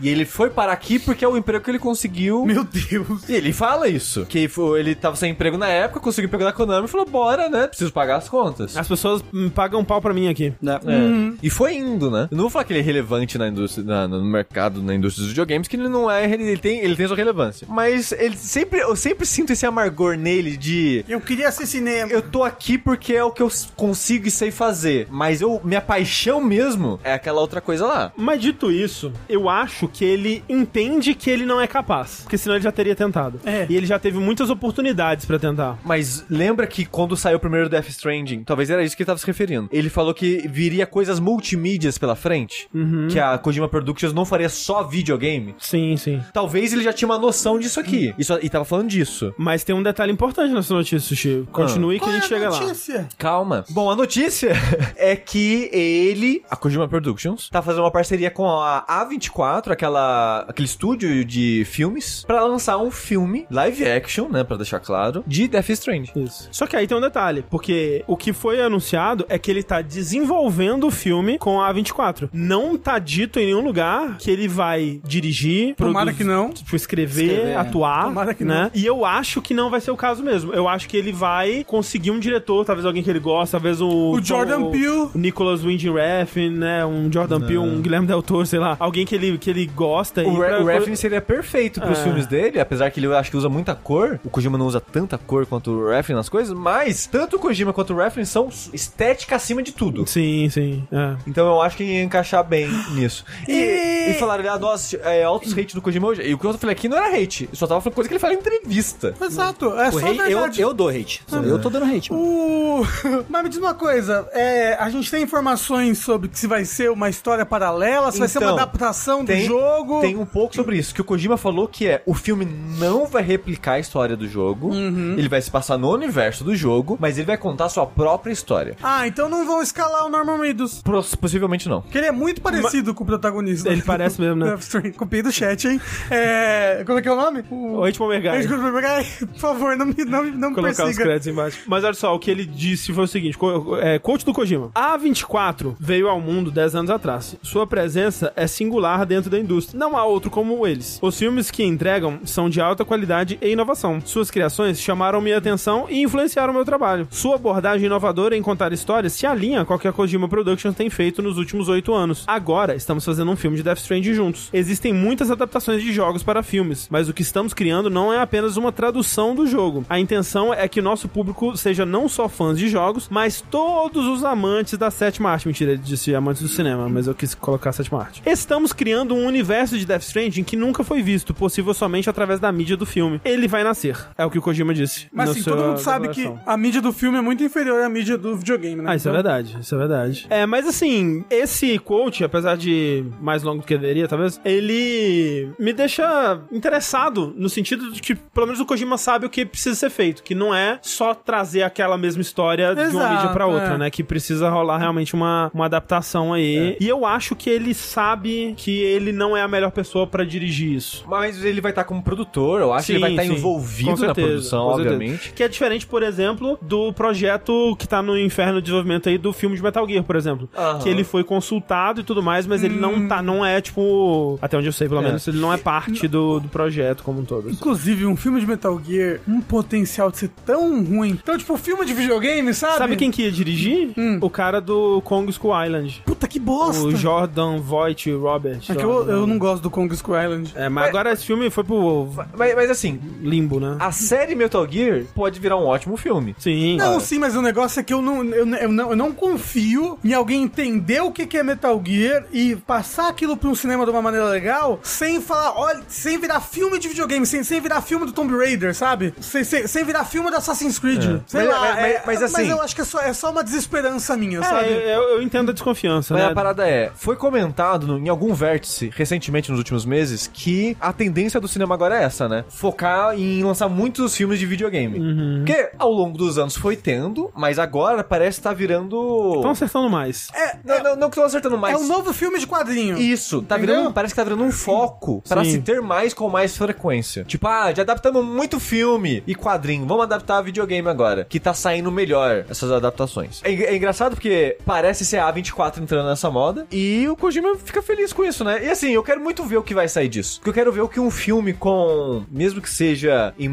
E ele foi parar aqui porque é o emprego que ele conseguiu.
Meu Deus.
E ele fala isso. Que foi- ele tava sem emprego na época, conseguiu emprego na Konami e falou: bora, né? Preciso pagar as contas.
As pessoas hum, pagam um pau pra mim aqui.
Né?
É.
Hum,
E foi indo, né? Eu não vou falar que ele é relevante na indústria, na- no mercado, na indústria dos videogames, que ele não é, ele tem, ele tem sua relevância. Mas ele sempre, eu sempre sinto esse amargor nele de
Eu queria ser cinema.
eu tô aqui porque é o que eu s- consigo e sei fazer, mas eu minha paixão mesmo é aquela outra coisa lá.
Mas dito isso, eu acho que ele entende que ele não é capaz. Porque senão ele já teria tentado.
É.
E ele já teve muitas oportunidades pra tentar.
Mas lembra que quando saiu o primeiro Death Stranding, talvez era isso que ele tava se referindo. Ele falou que viria coisas multimídias pela frente, que a Kojima Productions não faria só videogame.
Sim, sim.
Talvez ele já tinha uma noção disso aqui. Isso, e tava falando disso.
Mas tem um detalhe importante nessa notícia, Sushi. Continue que
Qual
a gente
é
chega lá.
notícia?
Calma. Bom, a notícia [LAUGHS] é que ele, a Kojima Productions, tá fazendo uma parceria com a A24, aquela, aquele estúdio de filmes, pra lançar um filme live action, né, Pra deixar claro, de Death Stranding.
Isso. Só que aí tem um detalhe, porque o que foi anunciado é que ele tá desenvolvendo o filme com a A24. Não tá dito em nenhum lugar que ele vai dirigir,
Tomara
produzir-
que não.
Tipo, escrever,
Escrever, é.
atuar,
Tomara que
né?
não.
E eu acho que não vai ser o caso mesmo. Eu acho que ele vai conseguir um diretor, talvez alguém que ele gosta, talvez o...
O Jordan
o-
Peele.
o Nicholas Winding Refn, né? Um Jordan Peele, um Guilherme Del Toro, sei lá. Alguém que ele, que ele gosta. e
O, Re
pra-
o Refn seria perfeito pros
É.
filmes dele, apesar que ele eu acho que usa muita cor. O Kojima não usa tanta cor quanto o Refn nas coisas, mas tanto o Kojima quanto o Refn são estética acima de tudo.
Sim, sim. É.
Então eu acho que ia encaixar bem nisso. E,
E-
e falaram, ah, nossa, é altos hate do Kojima hoje. E o que eu falei aqui não era hate, eu só tava falando coisa que ele fala em entrevista.
Exato. É
O
só
rei- eu,
verdade.
eu dou hate.
Ah.
Eu tô dando hate. mano.
O... [LAUGHS] Mas me diz uma coisa, é, a gente tem informações sobre que se vai ser uma história paralela, se vai ser uma
Então,
adaptação
tem-
do jogo.
Tem um pouco sobre isso, que o Kojima falou que é o filme não vai replicar a história do jogo,
Uhum.
ele vai se passar no universo do jogo, mas ele vai contar sua própria história.
Ah, então não vão escalar o Norman Reedus.
Pros- possivelmente não.
Porque ele é muito parecido com o protagonista.
Ele parece mesmo, né?
[LAUGHS] Death Stranding. Copiei do chat, hein? É, Como é que é o nome? O...
Oi, Timo Mergai.
Oi, Timo Mergai. Por favor, não me, não, me- não me
colocar os
persiga.
créditos embaixo. Mas olha só, o que ele disse foi o seguinte: co- é, coach do Kojima. A 24 veio ao mundo 10 anos atrás. Sua presença é singular dentro da indústria. Não há outro como eles. Os filmes que entregam são de alta qualidade e inovação. Suas criações chamaram minha atenção e influenciaram meu trabalho. Sua abordagem inovadora em contar histórias se alinha com o que a Kojima Productions tem feito nos últimos oito anos. Agora estamos fazendo um filme de Death Stranding juntos. Existem muitas adaptações de jogos para filmes, mas o que estamos criando não é apenas uma tradução do jogo. A intenção é que nosso público seja não só fãs de jogos, mas todos os amantes da sétima arte. Mentira, ele disse amantes do cinema, mas eu quis colocar a sétima arte. Estamos criando um universo de Death Stranding que nunca foi visto, possível somente através da mídia do filme. Ele vai nascer. É o que o Kojima disse.
Mas
na
assim,
sua
todo mundo sabe que
gravação.
a mídia do filme é muito inferior à mídia do videogame, né?
Ah, isso é
Então-
verdade, isso é verdade. É, mas assim, esse quote, apesar de mais longo do que deveria, talvez, ele me deixa interessado no sentido de que, pelo menos, o Kojima sabe o que precisa ser feito, que não é só trazer aquela mesma história de uma
Exato,
mídia pra outra,
é.
né? Que precisa rolar realmente uma, uma adaptação aí. E eu acho que ele sabe que ele não é a melhor pessoa pra dirigir isso.
Mas ele vai estar como produtor, eu acho, que ele
Sim,
vai estar
sim.
envolvido
Com
na
certeza,
produção,
com certeza.
obviamente.
Que é diferente, por exemplo, do projeto que tá no inferno de desenvolvimento aí do filme de Metal Gear, por exemplo.
Aham.
Que ele foi consultado e tudo mais, mas ele não tá, não é tipo. Até onde eu sei, pelo
É.
menos, ele não é parte do, do projeto como um todo. assim.
Inclusive, um filme de Metal Gear, um potencial de ser ser tão ruim. Então, tipo, filme de videogame, sabe?
Sabe quem que ia dirigir? O cara do Kong School Island.
Puta que bosta!
O Jordan Voight Robert.
É que eu, eu não gosto do Kong School Island.
É, mas agora esse filme foi pro
Mas, mas assim,
limbo, né?
a série Metal Gear pode virar um ótimo filme.
Sim.
Não, sim, mas o negócio é que eu não, eu, eu não, eu não confio em alguém entender o que que é Metal Gear e passar aquilo pra um cinema de uma maneira legal sem falar, olha, sem virar filme de videogame, sem, sem virar filme do Tomb Raider, sabe? Sem, sem, sem virar filme do Assassin's Creed. Sei
Mas-
lá,
mas-
é-
mas- mas assim-
eu acho que é só, é só uma desesperança minha,
É,
sabe?
eu, eu entendo a desconfiança,
Mas
né?
a parada é, foi comentado no- em algum vértice recentemente nos últimos meses que a tendência do cinema agora é essa, né? Focar em lançar muitos filmes de videogame.
Uhum.
Porque ao longo dos anos foi tendo, mas agora parece estar virando. É,
Estão acertando mais.
não, não, não que estão acertando
Então, É
mais.
um novo filme de quadrinho.
Isso, tá
Entendeu?
virando, parece que tá virando um foco pra
Sim.
se ter mais com mais frequência. Tipo, ah, já adaptamos muito filme e quadrinho, vamos adaptar a videogame agora, que tá saindo melhor essas adaptações. É, en- é engraçado porque parece ser a A24 entrando nessa moda e o Kojima fica feliz com isso, né? E assim, eu quero muito ver o que vai sair disso. Porque eu quero ver o que um filme com, mesmo que seja em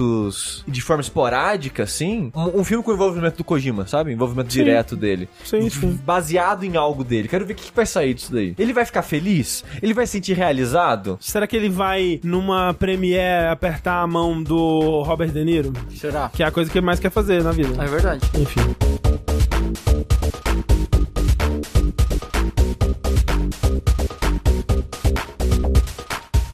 momentos de forma esporádica, assim, um, um filme com envolvimento do Kojima, sabe? Envolvimento direto dele
Sim, sim.
baseado em algo dele. Quero ver o que que vai sair disso daí. Ele vai ficar feliz? Ele vai se sentir realizado?
Será que ele vai, numa premiere, apertar a mão do Robert De Niro?
Será?
Que é a coisa que ele mais quer fazer na vida.
É verdade.
Enfim.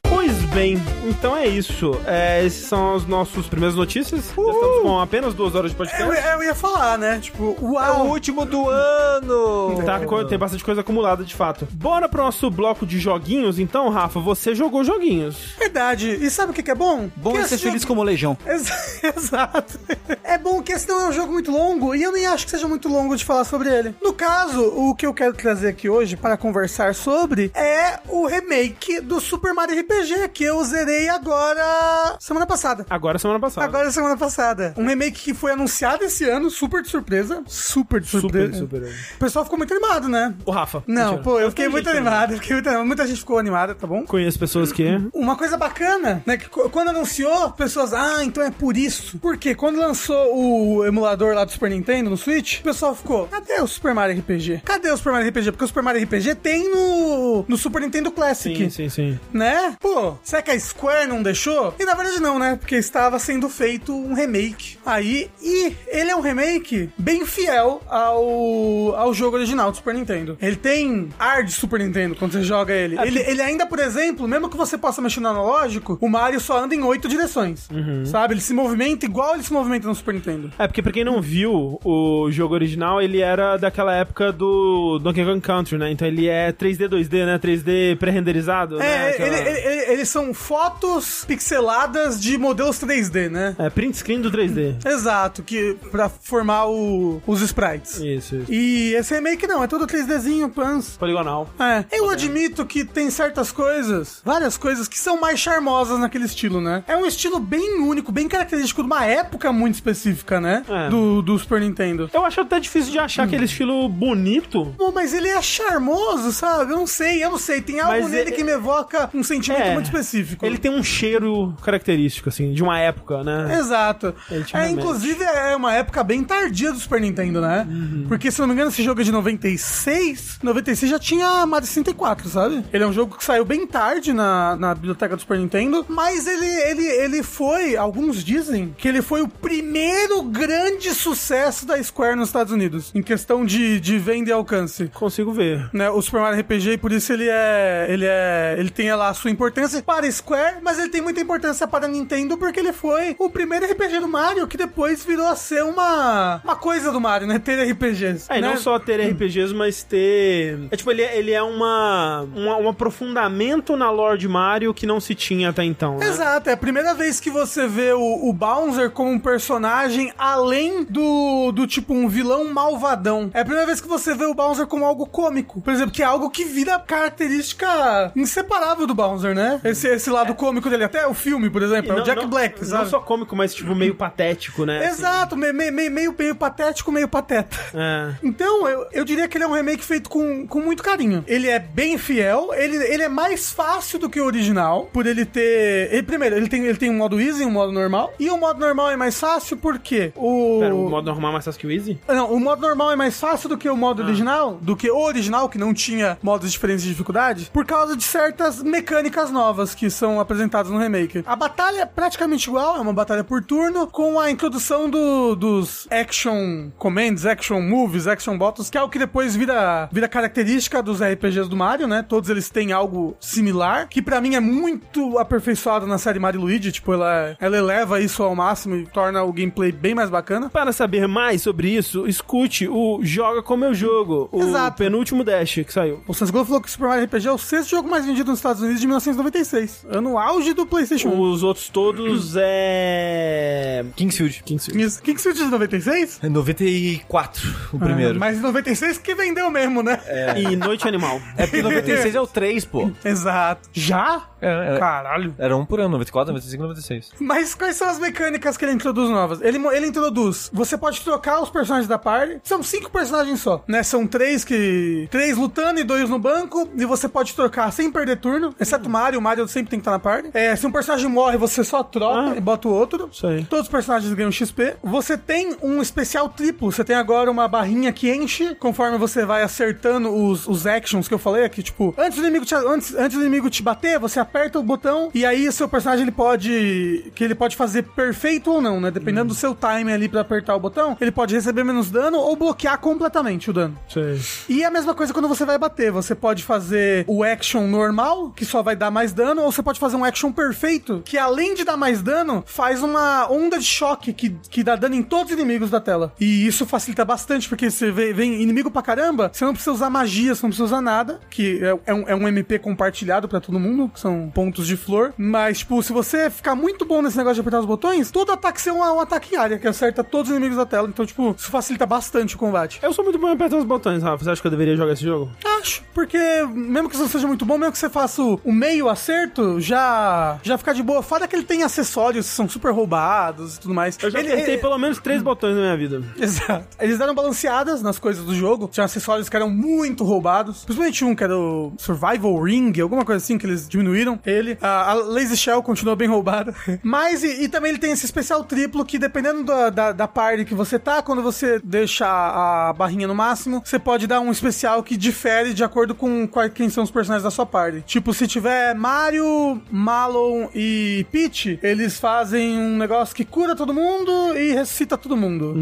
Pois bem, então é isso. É, esses são os nossos primeiras notícias. Já estamos com apenas duas horas de
Eu,
podcast.
eu ia falar, né? Tipo,
É o
uau!
último do ano!
Tá, co- tem bastante coisa acumulada de fato. Bora pro nosso bloco de joguinhos, então, Rafa. Você jogou joguinhos.
Verdade. E sabe o que, que é bom?
Bom
que
é ser
assim,
esse
feliz
jogo-
como legião.
Ex- [LAUGHS] Exato. É bom que esse não é um jogo muito longo e eu nem acho que seja muito longo de falar sobre ele. No caso, o que eu quero trazer aqui hoje para conversar sobre é o remake do Super Mario RPG que eu zerei agora semana passada.
Agora, semana passada.
Agora semana passada. Um remake que foi anunciado esse ano, super de surpresa. Super de surpresa.
super, super.
O pessoal ficou muito animado, né?
O Rafa.
Não,
Mentira.
pô, eu
Mas
fiquei
tem
muito
gente, né?
animado, eu fiquei muito animado. Muita gente ficou animada, tá bom?
Conheço pessoas que. é.
Uma coisa bacana, né? Que co- quando anunciou, pessoas, ah, então é por isso. Porque quando lançou o emulador lá do Super Nintendo no Switch, o pessoal ficou, cadê o Super Mario RPG? Cadê o Super Mario RPG? Porque o Super Mario RPG tem no, no Super Nintendo Classic.
Sim, sim, sim.
Né? Pô, será que a Square não deixou? E na verdade não, né? Porque estava sendo feito um remake aí. E ele é um remake bem fiel ao, ao jogo original do Super Nintendo. Ele tem ar de Super Nintendo quando você joga ele. Ele, ele ainda, por exemplo, mesmo que você possa mexer no analógico, o Mario só anda em oito direções. Sabe? Ele se movimenta igual ele se movimenta no Super Nintendo.
É, porque pra quem não viu, o jogo original, ele era daquela época do Donkey Kong Country, né? Então ele é 3D, 2D, né? 3D pré-renderizado, né?
É,
Aquela-
ele- ele- ele- eles são fotos pixeladas de modelos 3D, né?
É, print screen do 3D.
Exato, que pra formar o- os sprites.
Isso, isso.
E esse remake não, é todo 3Dzinho, pans.
Poligonal.
É, eu admito que tem certas coisas, várias coisas que são mais charmosas naquele estilo, né? É um estilo bem único, bem característico de uma época muito específica, né?
É.
Do, do Super Nintendo.
Eu acho até difícil de
Hum.
achar aquele estilo bonito.
Bom, mas ele é charmoso, sabe? Eu não sei, eu não sei. Tem algo
Mas
nele
ele-
que me evoca um sentimento
É.
muito específico.
Ele tem um cheiro característico, assim, de uma época, né?
Exato.
Ele te
É,
remete.
inclusive, é uma época bem tardia do Super Nintendo, né? Porque, se não me engano, esse jogo é de 96. 96 já tinha Mario 64, sabe? Ele é um jogo que saiu bem tarde na, na biblioteca do Super Nintendo, mas ele, ele, ele foi, alguns dizem, que ele foi o primeiro grande sucesso da Square nos Estados Unidos, em questão de, de venda e alcance
Consigo ver.
né, o Super Mario RPG e por isso ele é, ele é, ele tem lá a sua importância para a Square, mas ele tem muita importância para a Nintendo porque ele foi o primeiro RPG do Mario que depois virou a ser uma, uma coisa do Mario, né, ter RPGs.
É, e
né?
não só ter RPGs, mas ter. É tipo, ele é, ele é uma, uma- um aprofundamento na lore de Mario que não se tinha até então. Né?
Exato, é a primeira vez que você vê o, o Bowser como um personagem além do, do tipo um vilão malvadão. É a primeira vez que você vê o Bowser como algo cômico. Por exemplo, que é algo que vira característica inseparável do Bowser, né? Esse, ter esse lado cômico dele. Até o filme, por exemplo, é o
Não-
Jack
não-
Black,
Não
sabe?
só cômico, mas tipo meio patético, né? assim.
Exato, me- me- me- meio, meio patético, meio pateta.
É.
Então, eu, eu diria que ele é um remake feito com, com muito carinho. Ele é bem fiel, ele, ele é mais fácil do que o original, por ele ter. Ele, primeiro, ele tem, ele tem um modo easy e um modo normal. E o modo normal é mais fácil porque o.
Pera, o modo normal é mais fácil que o Easy?
Não, o modo normal é mais fácil do que o modo original, do que o original, que não tinha modos diferentes de dificuldade, por causa de certas mecânicas novas que são apresentadas no remake. A batalha é praticamente igual, é uma batalha por turno, com a introdução do- dos action commands, action moves, action buttons, que é o que depois vira, vira característica dos RPGs do Mario, né? Todos eles têm algo similar, que pra mim é muito aperfeiçoado na série Mario e Luigi, tipo, ela, ela eleva isso ao máximo e torna o gameplay bem mais bacana.
Para saber mais sobre isso, escute o Joga Como Eu Jogo, o
Exato.
penúltimo Dash que saiu.
O Sasgolo falou que o Super Mario RPG é o sexto jogo mais vendido nos Estados Unidos de 1996, ano auge do PlayStation 1.
Os outros todos é.
Kingsfield.
Kingsfield.
Isso. King Suit de 96?
É 94, o primeiro.
Mas em 96 que vendeu mesmo, né?
E Noite Animal.
É porque 96 é o 3, pô.
Exato. Já?
É, é.
Caralho.
Era um por ano, 94, 95, 96.
Mas quais são as mecânicas que ele introduz novas? Ele, mo- ele introduz, você pode trocar os personagens da party, são cinco personagens só, né? São três que... três lutando e dois no banco, e você pode trocar sem perder turno, exceto
Hum.
o Mario, o Mario sempre tem que estar na party. É, se um personagem morre, você só troca
Ah.
e bota o outro.
Isso aí.
Todos os personagens ganham XP. Você tem um especial triplo, você tem agora uma barrinha que enche, conforme você vai acertando os, os actions que eu falei aqui, tipo, antes do inimigo te, antes, antes do inimigo te bater, você aperta o botão, e aí o seu personagem ele pode, que ele pode fazer perfeito ou não, né? Dependendo do seu time ali pra apertar o botão, ele pode receber menos dano ou bloquear completamente o dano. E a mesma coisa quando você vai bater. Você pode fazer o action normal, que só vai dar mais dano, ou você pode fazer um action perfeito, que além de dar mais dano, faz uma onda de choque que, que dá dano em todos os inimigos da tela. E isso facilita bastante, porque você vê- vem inimigo pra caramba, você não precisa usar magia, você não precisa usar nada, que é, é um, é um MP compartilhado pra todo mundo, que são pontos de flor. Mas, tipo, se você ficar muito bom nesse negócio de apertar os botões, todo ataque seu é um ataque em área, que acerta todos os inimigos da tela. Então, tipo, isso facilita bastante o combate.
Eu sou muito bom em apertar os botões, Rafa. Você acha que eu deveria jogar esse jogo?
Acho, porque mesmo que isso não seja muito bom, mesmo que você faça o o meio acerto, já já fica de boa. Fora que ele tem acessórios que são super roubados e tudo mais.
Eu já
ele, é,
apertei
ele-
pelo menos três botões na minha vida.
[LAUGHS] Exato. Eles deram balanceadas nas coisas do jogo. Tinha acessórios que eram muito roubados. Principalmente um que era o Survival Ring, alguma coisa assim, que eles diminuíram ele. A, a Lazy Shell continua bem roubada. [LAUGHS] Mas, e, e também ele tem esse especial triplo que, dependendo da, da, da party que você tá, quando você deixa a barrinha no máximo, você pode dar um especial que difere de acordo com qual- quem são os personagens da sua party. Tipo, se tiver Mario, Malon e Peach, eles fazem um negócio que cura todo mundo e ressuscita todo mundo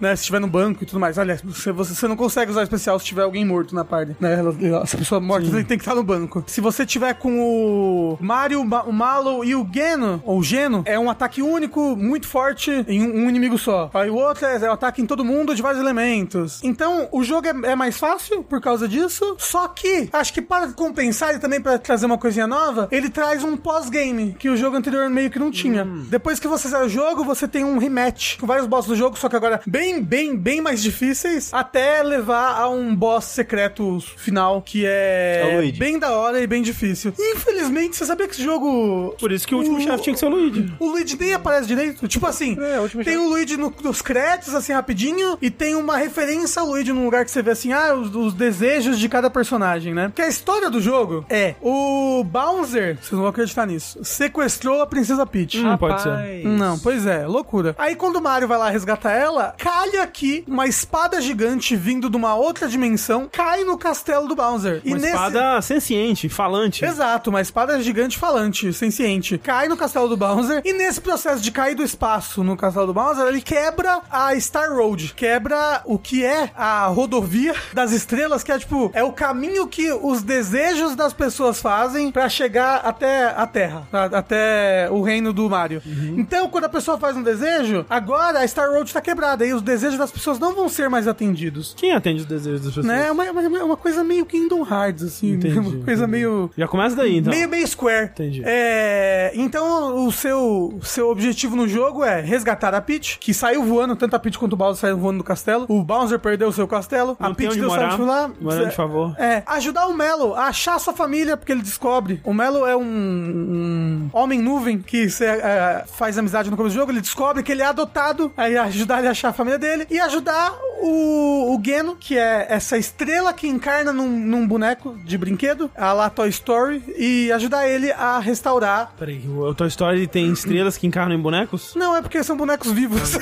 né? Se estiver no banco e tudo mais. Aliás, você, você, você não consegue usar especial se tiver alguém morto na party, né? Ela- ela- Essa pessoa morta tem que estar no banco. Se você tiver com o Mario, Ma- o Malo e o Geno, ou Geno, é um ataque único, muito forte, em um, um inimigo só. Aí o outro é, é um ataque em todo mundo de vários elementos. Então, o jogo é, é mais fácil por causa disso, só que, acho que para compensar e também para trazer uma coisinha nova, ele traz um pós-game, que o jogo anterior meio que não tinha.
Hum.
Depois que você zera o jogo, você tem um rematch com vários bosses do jogo, só que agora bem, bem, bem mais difíceis, até levar a um boss secreto final, que
É o
é
Luigi.
bem da hora e bem difícil. Infelizmente, você sabia que esse jogo...
Por isso que o último chefe tinha que ser o Luigi.
O Luigi nem aparece direito. Tipo assim,
É, o último
tem o Luigi no- nos créditos, assim, rapidinho, e tem uma referência ao Luigi num lugar que você vê assim, ah, os, os desejos de cada personagem, né? Que a história do jogo é o Bowser, vocês não vão acreditar nisso, sequestrou a Princesa Peach.
Não Hum, pode ser.
Rapaz.
Não, pois é, loucura. Aí quando o Mario vai lá resgatar ela, calha aqui uma espada gigante vindo de uma outra dimensão, cai no castelo do Bowser.
Uma espada senciente, falante.
Exato, uma espada gigante falante, senciente. Cai no castelo do Bowser e nesse processo de cair do espaço no castelo do Bowser, ele quebra a Star Road, quebra o que é a rodovia das estrelas, que é tipo, é o caminho que os desejos das pessoas fazem pra chegar até a Terra, a- até o reino do Mario.
Uhum.
Então, quando a pessoa faz um desejo, agora a Star Road tá quebrada e os desejos das pessoas não vão ser mais atendidos.
Quem atende os desejos das pessoas?
Né? É uma, uma, uma coisa meio Kingdom Hearts, assim.
Entendi,
uma [LAUGHS] coisa
entendi.
meio
Já começa daí, então.
Meio, meio square.
Entendi.
É, então, o seu, seu objetivo no jogo é resgatar a Peach, que saiu voando, tanto a Peach quanto o Bowser saíram voando do castelo. O Bowser perdeu o seu castelo.
Não
a
tem
Peach
onde
deu
morar.
salto lá.
Morando de favor.
É, ajudar o Melo a achar sua família, porque ele descobre. O Melo Joel é um, um homem nuvem que você é, faz amizade no começo do jogo, ele descobre que ele é adotado, aí ajudar ele a achar a família dele e ajudar o, o Geno, que é essa estrela que encarna num, num boneco de brinquedo, a lá Toy Story, e ajudar ele a restaurar.
Peraí, o Toy Story tem estrelas que encarnam em bonecos?
Não, é porque são bonecos vivos.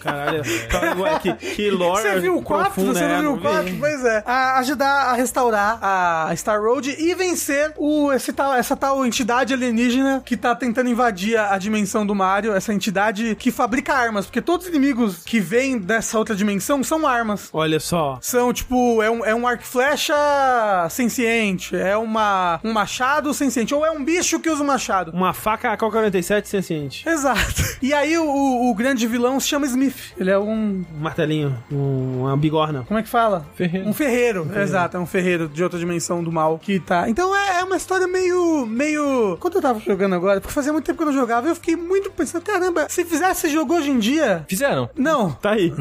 Caralho, tá igual que, que lore
Você viu o 4?
profunda,
Você
é,
não viu o
vi.
4? Pois é. A ajudar a restaurar a Star Road e vencer o, esse tal, essa tal entidade alienígena que tá tentando invadir a, a dimensão do Mario, essa entidade que fabrica armas, porque todos os inimigos que vêm dessa outra dimensão são armas.
Olha só.
São, tipo, é um, é um arco e flecha senciente, é uma, um machado senciente, ou é um bicho que usa um machado.
Uma faca AK-47 sem ciente.
Exato. E aí o, o grande vilão se chama Smith. Ele é um.
Um martelinho. um- uma bigorna.
Como é que fala?
Ferreiro.
Um ferreiro, exato, é um ferreiro de outra dimensão do mal que tá. Então é, é uma história meio. meio. Quando eu tava jogando agora, porque fazia muito tempo que eu não jogava, eu fiquei muito pensando, caramba, se fizesse jogo hoje em dia.
Fizeram.
Não.
Tá
[LAUGHS]
aí.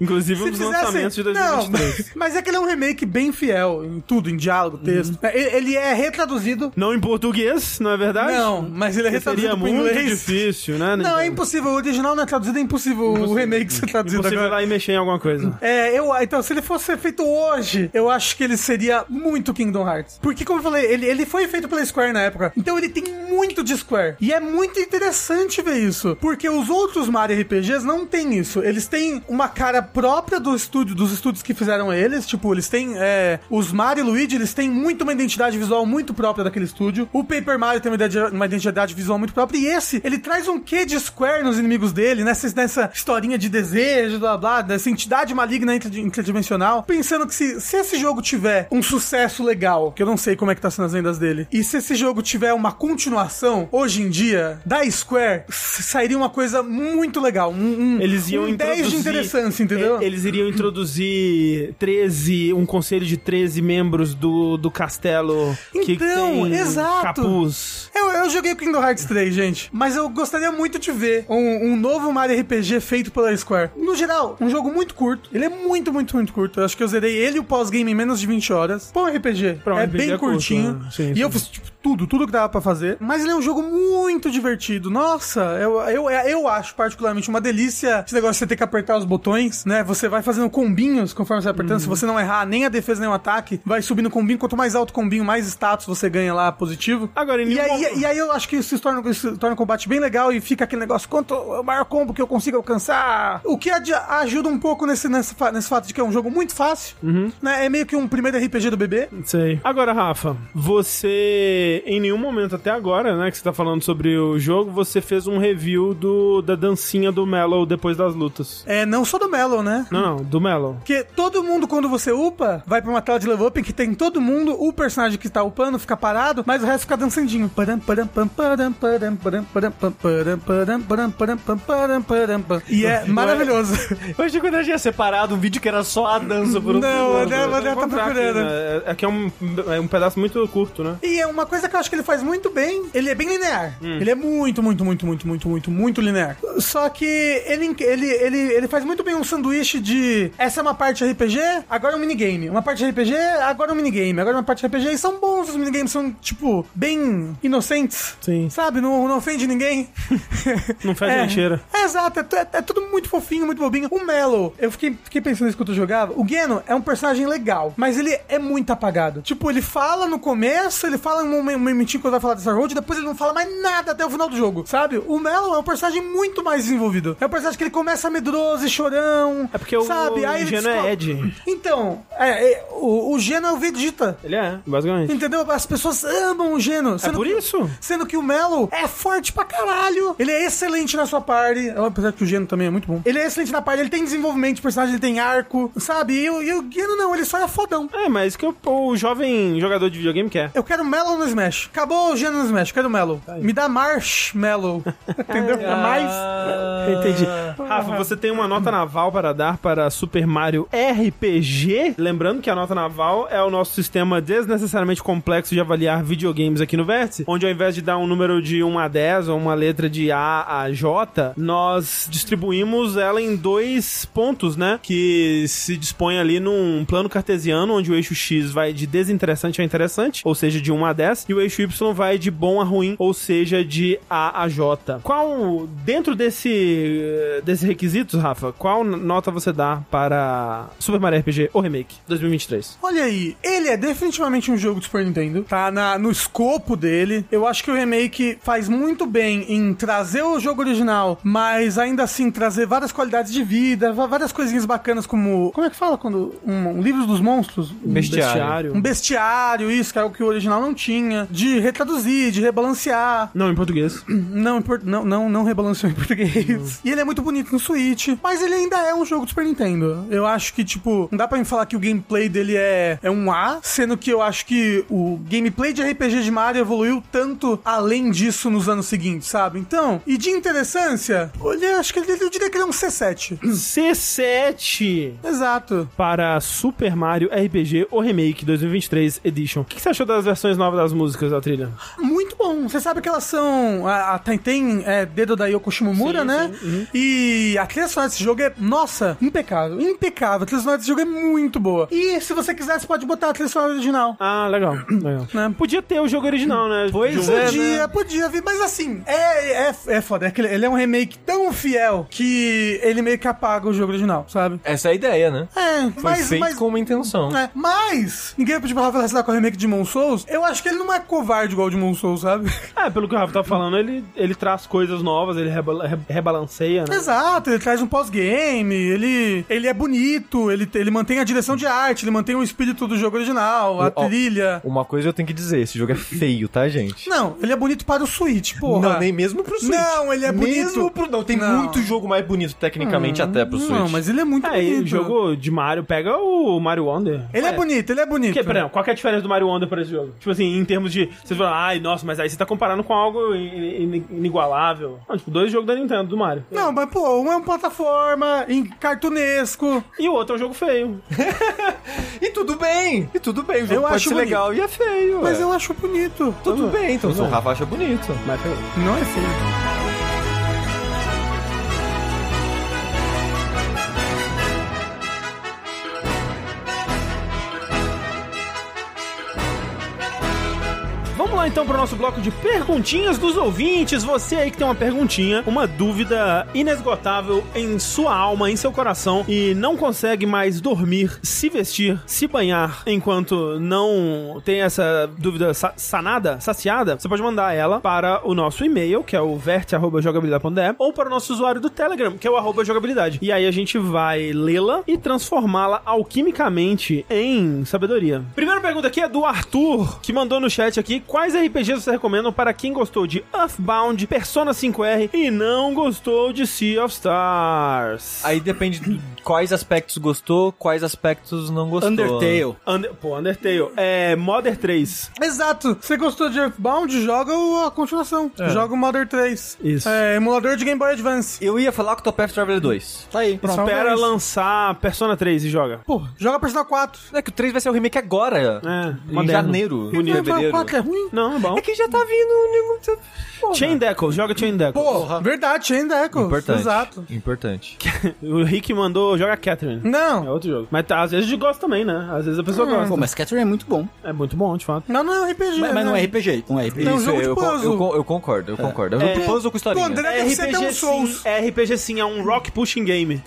Inclusive
Se
os Um
fizesse.
lançamentos de
Não,
2023.
[LAUGHS] mas é que ele é um remake bem fiel em tudo, em diálogo,
Uhum.
texto. Ele ele é retraduzido.
Não em português, não é verdade?
Não, mas ele é
Porque
retraduzido
Seria
pro
muito
inglês.
difícil, né?
Não, é
Nintendo?
impossível. O original não é traduzido, é impossível, o remake ser traduzido
Você vai
agora.
lá É e mexer em alguma coisa.
[LAUGHS] É, eu, então, se ele fosse ser feito hoje, eu acho que ele seria muito Kingdom Hearts. Porque, como eu falei, ele, ele foi feito pela Square na época. Então, ele tem muito de Square. E é muito interessante ver isso. Porque os outros Mario RPGs não têm isso. Eles têm uma cara própria do estúdio, dos estúdios que fizeram eles. Tipo, eles têm. é, os Mario e Luigi, eles têm muito uma identidade visual muito própria daquele estúdio. O Paper Mario tem uma identi- uma identidade visual muito própria. E esse, ele traz um quê de Square nos inimigos dele, nessa, nessa historinha de desejo, blá blá, dessa entidade maligna intradi- interdimensional. Pensando que se, se esse jogo tiver um sucesso legal, que eu não sei como é que tá sendo as vendas dele, e se esse jogo tiver uma continuação, hoje em dia, da Square, s- sairia uma coisa muito legal. Um, um,
Eles iam
um 10
introduzir...
de interessância, entendeu?
e- Eles iriam introduzir 13, um conselho de 13 membros do, do castelo que
Então,
tem
exato.
capuz.
Eu, eu joguei o Kingdom Hearts 3, gente. Mas eu gostaria muito de ver um, um novo Mario RPG feito pela Square. No geral, um jogo muito curto. Ele é muito, muito, muito curto. Eu acho que eu zerei ele e o pós-game em menos de 20 horas. Pô, um RPG.
Pra um
é
RPG
bem
é curto,
curtinho.
né? Sim,
e
sim.
eu fiz tipo, tudo, tudo que dava pra fazer. Mas ele é um jogo muito divertido. Nossa, eu, eu, eu acho particularmente uma delícia esse negócio de você ter que apertar os botões, né? Você vai fazendo combinhos conforme você vai apertando. Se
Uhum.
você não errar nem a defesa nem o ataque, vai subindo o combinho. Quanto mais alto o combinho, mais status você ganha lá positivo.
Agora, em
E
nenhum
aí,
momento-
e aí eu acho que isso se torna, isso torna o combate bem legal e fica aquele negócio, quanto é o maior combo que eu consigo alcançar. O que adi- ajuda um pouco nesse, nesse, fa- nesse fato de que é um jogo muito fácil,
Uhum.
né? É meio que um primeiro RPG do bebê.
Não Sei. Agora, Rafa, você em nenhum momento até agora, né, que você tá falando sobre o jogo, você fez um review do, da dancinha do Mellow depois das lutas.
É, não só do Melo, né?
Não, não, do Mellow.
Porque todo mundo, quando você upa, vai pra uma tela de level up em que tem todo mundo, o personagem que tá upando fica parado, mas o resto fica dançandinho. Param, param, pam, param, param, param, param, pam, param, param, param, param, pam, param, param, pam. E é maravilhoso.
Eu achei que eu tinha separado um vídeo que era só a dança por um
Não,
segundo.
eu devo- eu devo tá
Encontrar aqui,
procurando.
né? É é que é um, é um pedaço muito curto, né?
E é uma coisa que eu acho que ele faz muito bem. Ele é bem linear. Ele é muito, muito, muito, muito, muito, muito, muito linear. Só que ele, ele, ele, ele faz muito bem um sanduíche de essa é uma parte RPG, agora é um minigame. Uma parte RPG, agora é um minigame. Agora é uma parte RPG. E são bons, os minigames são, tipo, bem inocentes.
Sim.
Sabe? Não, não ofende ninguém.
Não fede nem cheira.
É, exato, é, tu- é- é tudo muito fofinho, muito bobinho. O Mellow, eu fiquei, fiquei pensando isso quando eu jogava. O Geno é um personagem legal, mas ele é muito apagado. Tipo, ele fala no começo, ele fala um mom- um momentinho quando vai falar dessa road, depois ele não fala mais nada até o final do jogo, sabe? O Mellow é um personagem muito mais desenvolvido. É um personagem que ele começa medroso e chorão.
É porque o
sabe? Aí ele
Geno é Ed.
Então, é, é, o, o Geno é o Vegeta.
Ele é, basicamente.
Entendeu? As pessoas amam o Geno.
É por isso?
Sendo que o Melo é forte pra caralho. Ele é excelente na sua party. Apesar que o Geno também é muito bom. Ele é excelente na party, ele tem desenvolvimento de personagem, ele tem arco, sabe? E, o- e o Geno não, ele só é fodão.
É, mas que o, o jovem jogador de videogame quer.
Eu quero Melo no Smash. Acabou o Geno no Smash, eu quero Melo. Me dá Marshmallow. [LAUGHS] Entendeu? É mais.
Ah,
Ah, Entendi. Rafa, você tem uma nota naval para dar para Super Mario RPG? Lembrando que a nota naval é o nosso sistema desnecessariamente complexo de avaliar videogames aqui no Vértice, onde ao invés de dar um número de 1 a 10 ou uma letra de A a J, nós distribuímos ela em dois pontos, né? Que se dispõe ali num plano cartesiano, onde o eixo X vai de desinteressante a interessante, ou seja, de 1 a 10, e o eixo Y vai de bom a ruim, ou seja, de A a J. Qual, dentro desse, eh, desses requisitos, Rafa, qual n- nota você dá para Super Mario RPG ou Remake 2023?
Olha aí, ele é definitivamente um jogo do Super Nintendo, tá na, no escopo dele. Eu acho que o remake faz muito bem em trazer o jogo original, mas ainda assim trazer várias qualidades de vida, va- várias coisinhas bacanas como... Como é que fala quando... Um, um livro dos monstros? Um
Bestiário.
Um bestiário, isso, que é o que o original não tinha. De retraduzir, de rebalancear.
Não, em português.
Não, em por- não, não, não rebalanceou em português. E ele é muito bonito no Switch, mas ele ainda é um jogo do Super Nintendo. Eu acho que, tipo, não dá pra me falar que o gameplay dele é, é um A, sendo que eu acho que o gameplay de RPG de Mario evoluiu tanto além disso nos anos seguintes, sabe? Então, e de interessância, olha, acho que ele, eu diria que ele é um C7.
C7
[CLEARS THROAT] Exato.
para Super Mario RPG ou Remake 2023 Edition. O que que você achou das versões novas das músicas da trilha?
Muito bom. Você sabe que elas são. A, a- tem tem é, dedo da Yoko Shimomura, né?
uhum.
E a trilha sonora desse jogo é, nossa, impecável. Impecável. A trilha sonora desse jogo é muito boa. E se você quiser, você pode botar a trilha sonora original.
Ah,
[CLEARS THROAT]
legal. legal.
Né? é,
Podia ter o jogo original, né? Pois
Podia, podia vir, mas assim, é, é, é foda. É que ele- ele é um remake tão fiel que ele meio que apaga o jogo original, sabe?
Essa é a ideia, né?
É,
Foi
mas,
feito
mas,
com uma intenção.
É, mas, ninguém pediu pra Rafa relacionar com o remake de Demon Souls. Eu acho que ele não é covarde igual o Demon Souls, sabe?
É, pelo que o Rafa tá falando, ele, ele traz coisas novas, ele rebala- re- rebalanceia, né?
Exato, ele traz um pós-game, ele, ele é bonito, ele, ele mantém a direção de arte, ele mantém o espírito do jogo original, a
Ó.
trilha.
Uma coisa eu tenho que dizer, esse jogo é feio, tá, gente?
Não, ele é bonito para o Switch, porra.
Não, nem mesmo pro Switch.
Não, ele é bonito.
Mesmo pro... Não, tem
Não.
muito jogo mais bonito tecnicamente até pro Switch.
Não, mas ele é muito
É, e
bonito.
o jogo de Mario pega o Mario Wonder.
Ele é
Ué,
bonito, ele é bonito.
Que, pera, qual que é a diferença do Mario Wonder pra esse jogo? Tipo assim, em termos de. Vocês falam, ai, nossa, mas aí você tá comparando com algo in- in- inigualável. Não, tipo, dois jogos da Nintendo, do Mario.
Não, mas pô, um é uma plataforma em cartunesco.
E o outro é um jogo feio.
E tudo bem, e tudo bem. O jogo
Eu
pode
acho
ser
bonito.
legal e é feio.
Mas
ué.
eu acho bonito.
Tudo bem, então. Se o Rafa acha bonito.
Mas feio.
Não é feio.
Vamos lá então para o nosso bloco de perguntinhas dos ouvintes. Você aí que tem uma perguntinha, uma dúvida inesgotável em sua alma, em seu coração e não consegue mais dormir, se vestir, se banhar enquanto não tem essa dúvida sa- sanada, saciada, você pode mandar ela para o nosso e-mail, que é o verte@jogabilidade.de, ou para o nosso usuário do Telegram, que é o arroba jogabilidade. E aí a gente vai lê-la e transformá-la alquimicamente em sabedoria. Primeira pergunta aqui é do Arthur, que mandou no chat aqui quais RPGs você recomendam para quem gostou de Earthbound, Persona 5R e não gostou de Sea of Stars.
Aí depende de quais aspectos gostou, quais aspectos não gostou.
Ah, Undertale.
Under- pô, Undertale. É, Mother 3.
Exato. Você gostou de Earthbound? Joga o- a continuação. Joga o Mother 3.
Isso.
É, emulador de Game Boy Advance.
Eu ia falar Octopath Traveler 2.
Tá aí.
Pronto,
Espera
é isso.
lançar Persona 3 e joga.
Pô, joga Persona 4.
É que o 3 vai ser o remake agora.
É,
em
moderno.
janeiro.
Bonito.
Em fevereiro.
Quatro é ruim?
Não, é bom.
É que já tá vindo... um-
Chain Deco, joga Chain Deco.
Pô, verdade, ainda é,
Importante.
Exato.
Importante.
O Rick mandou, joga Catherine.
Não.
É outro jogo. Mas tá, às vezes de gosta também, né? Às vezes a pessoa
Pô,
gosta.
mas Catherine é muito bom.
É muito bom, de fato.
Não, não é um RPG.
Mas, mas não
né?
é RPG. Não é RPG.
Não, um jogo de
eu, con-
puzzle.
Eu, con- eu concordo, eu concordo. É um jogo de puzzle com historinha.
Pô, André deve ser até um Souls.
é RPG sim, é um rock pushing [LAUGHS] game.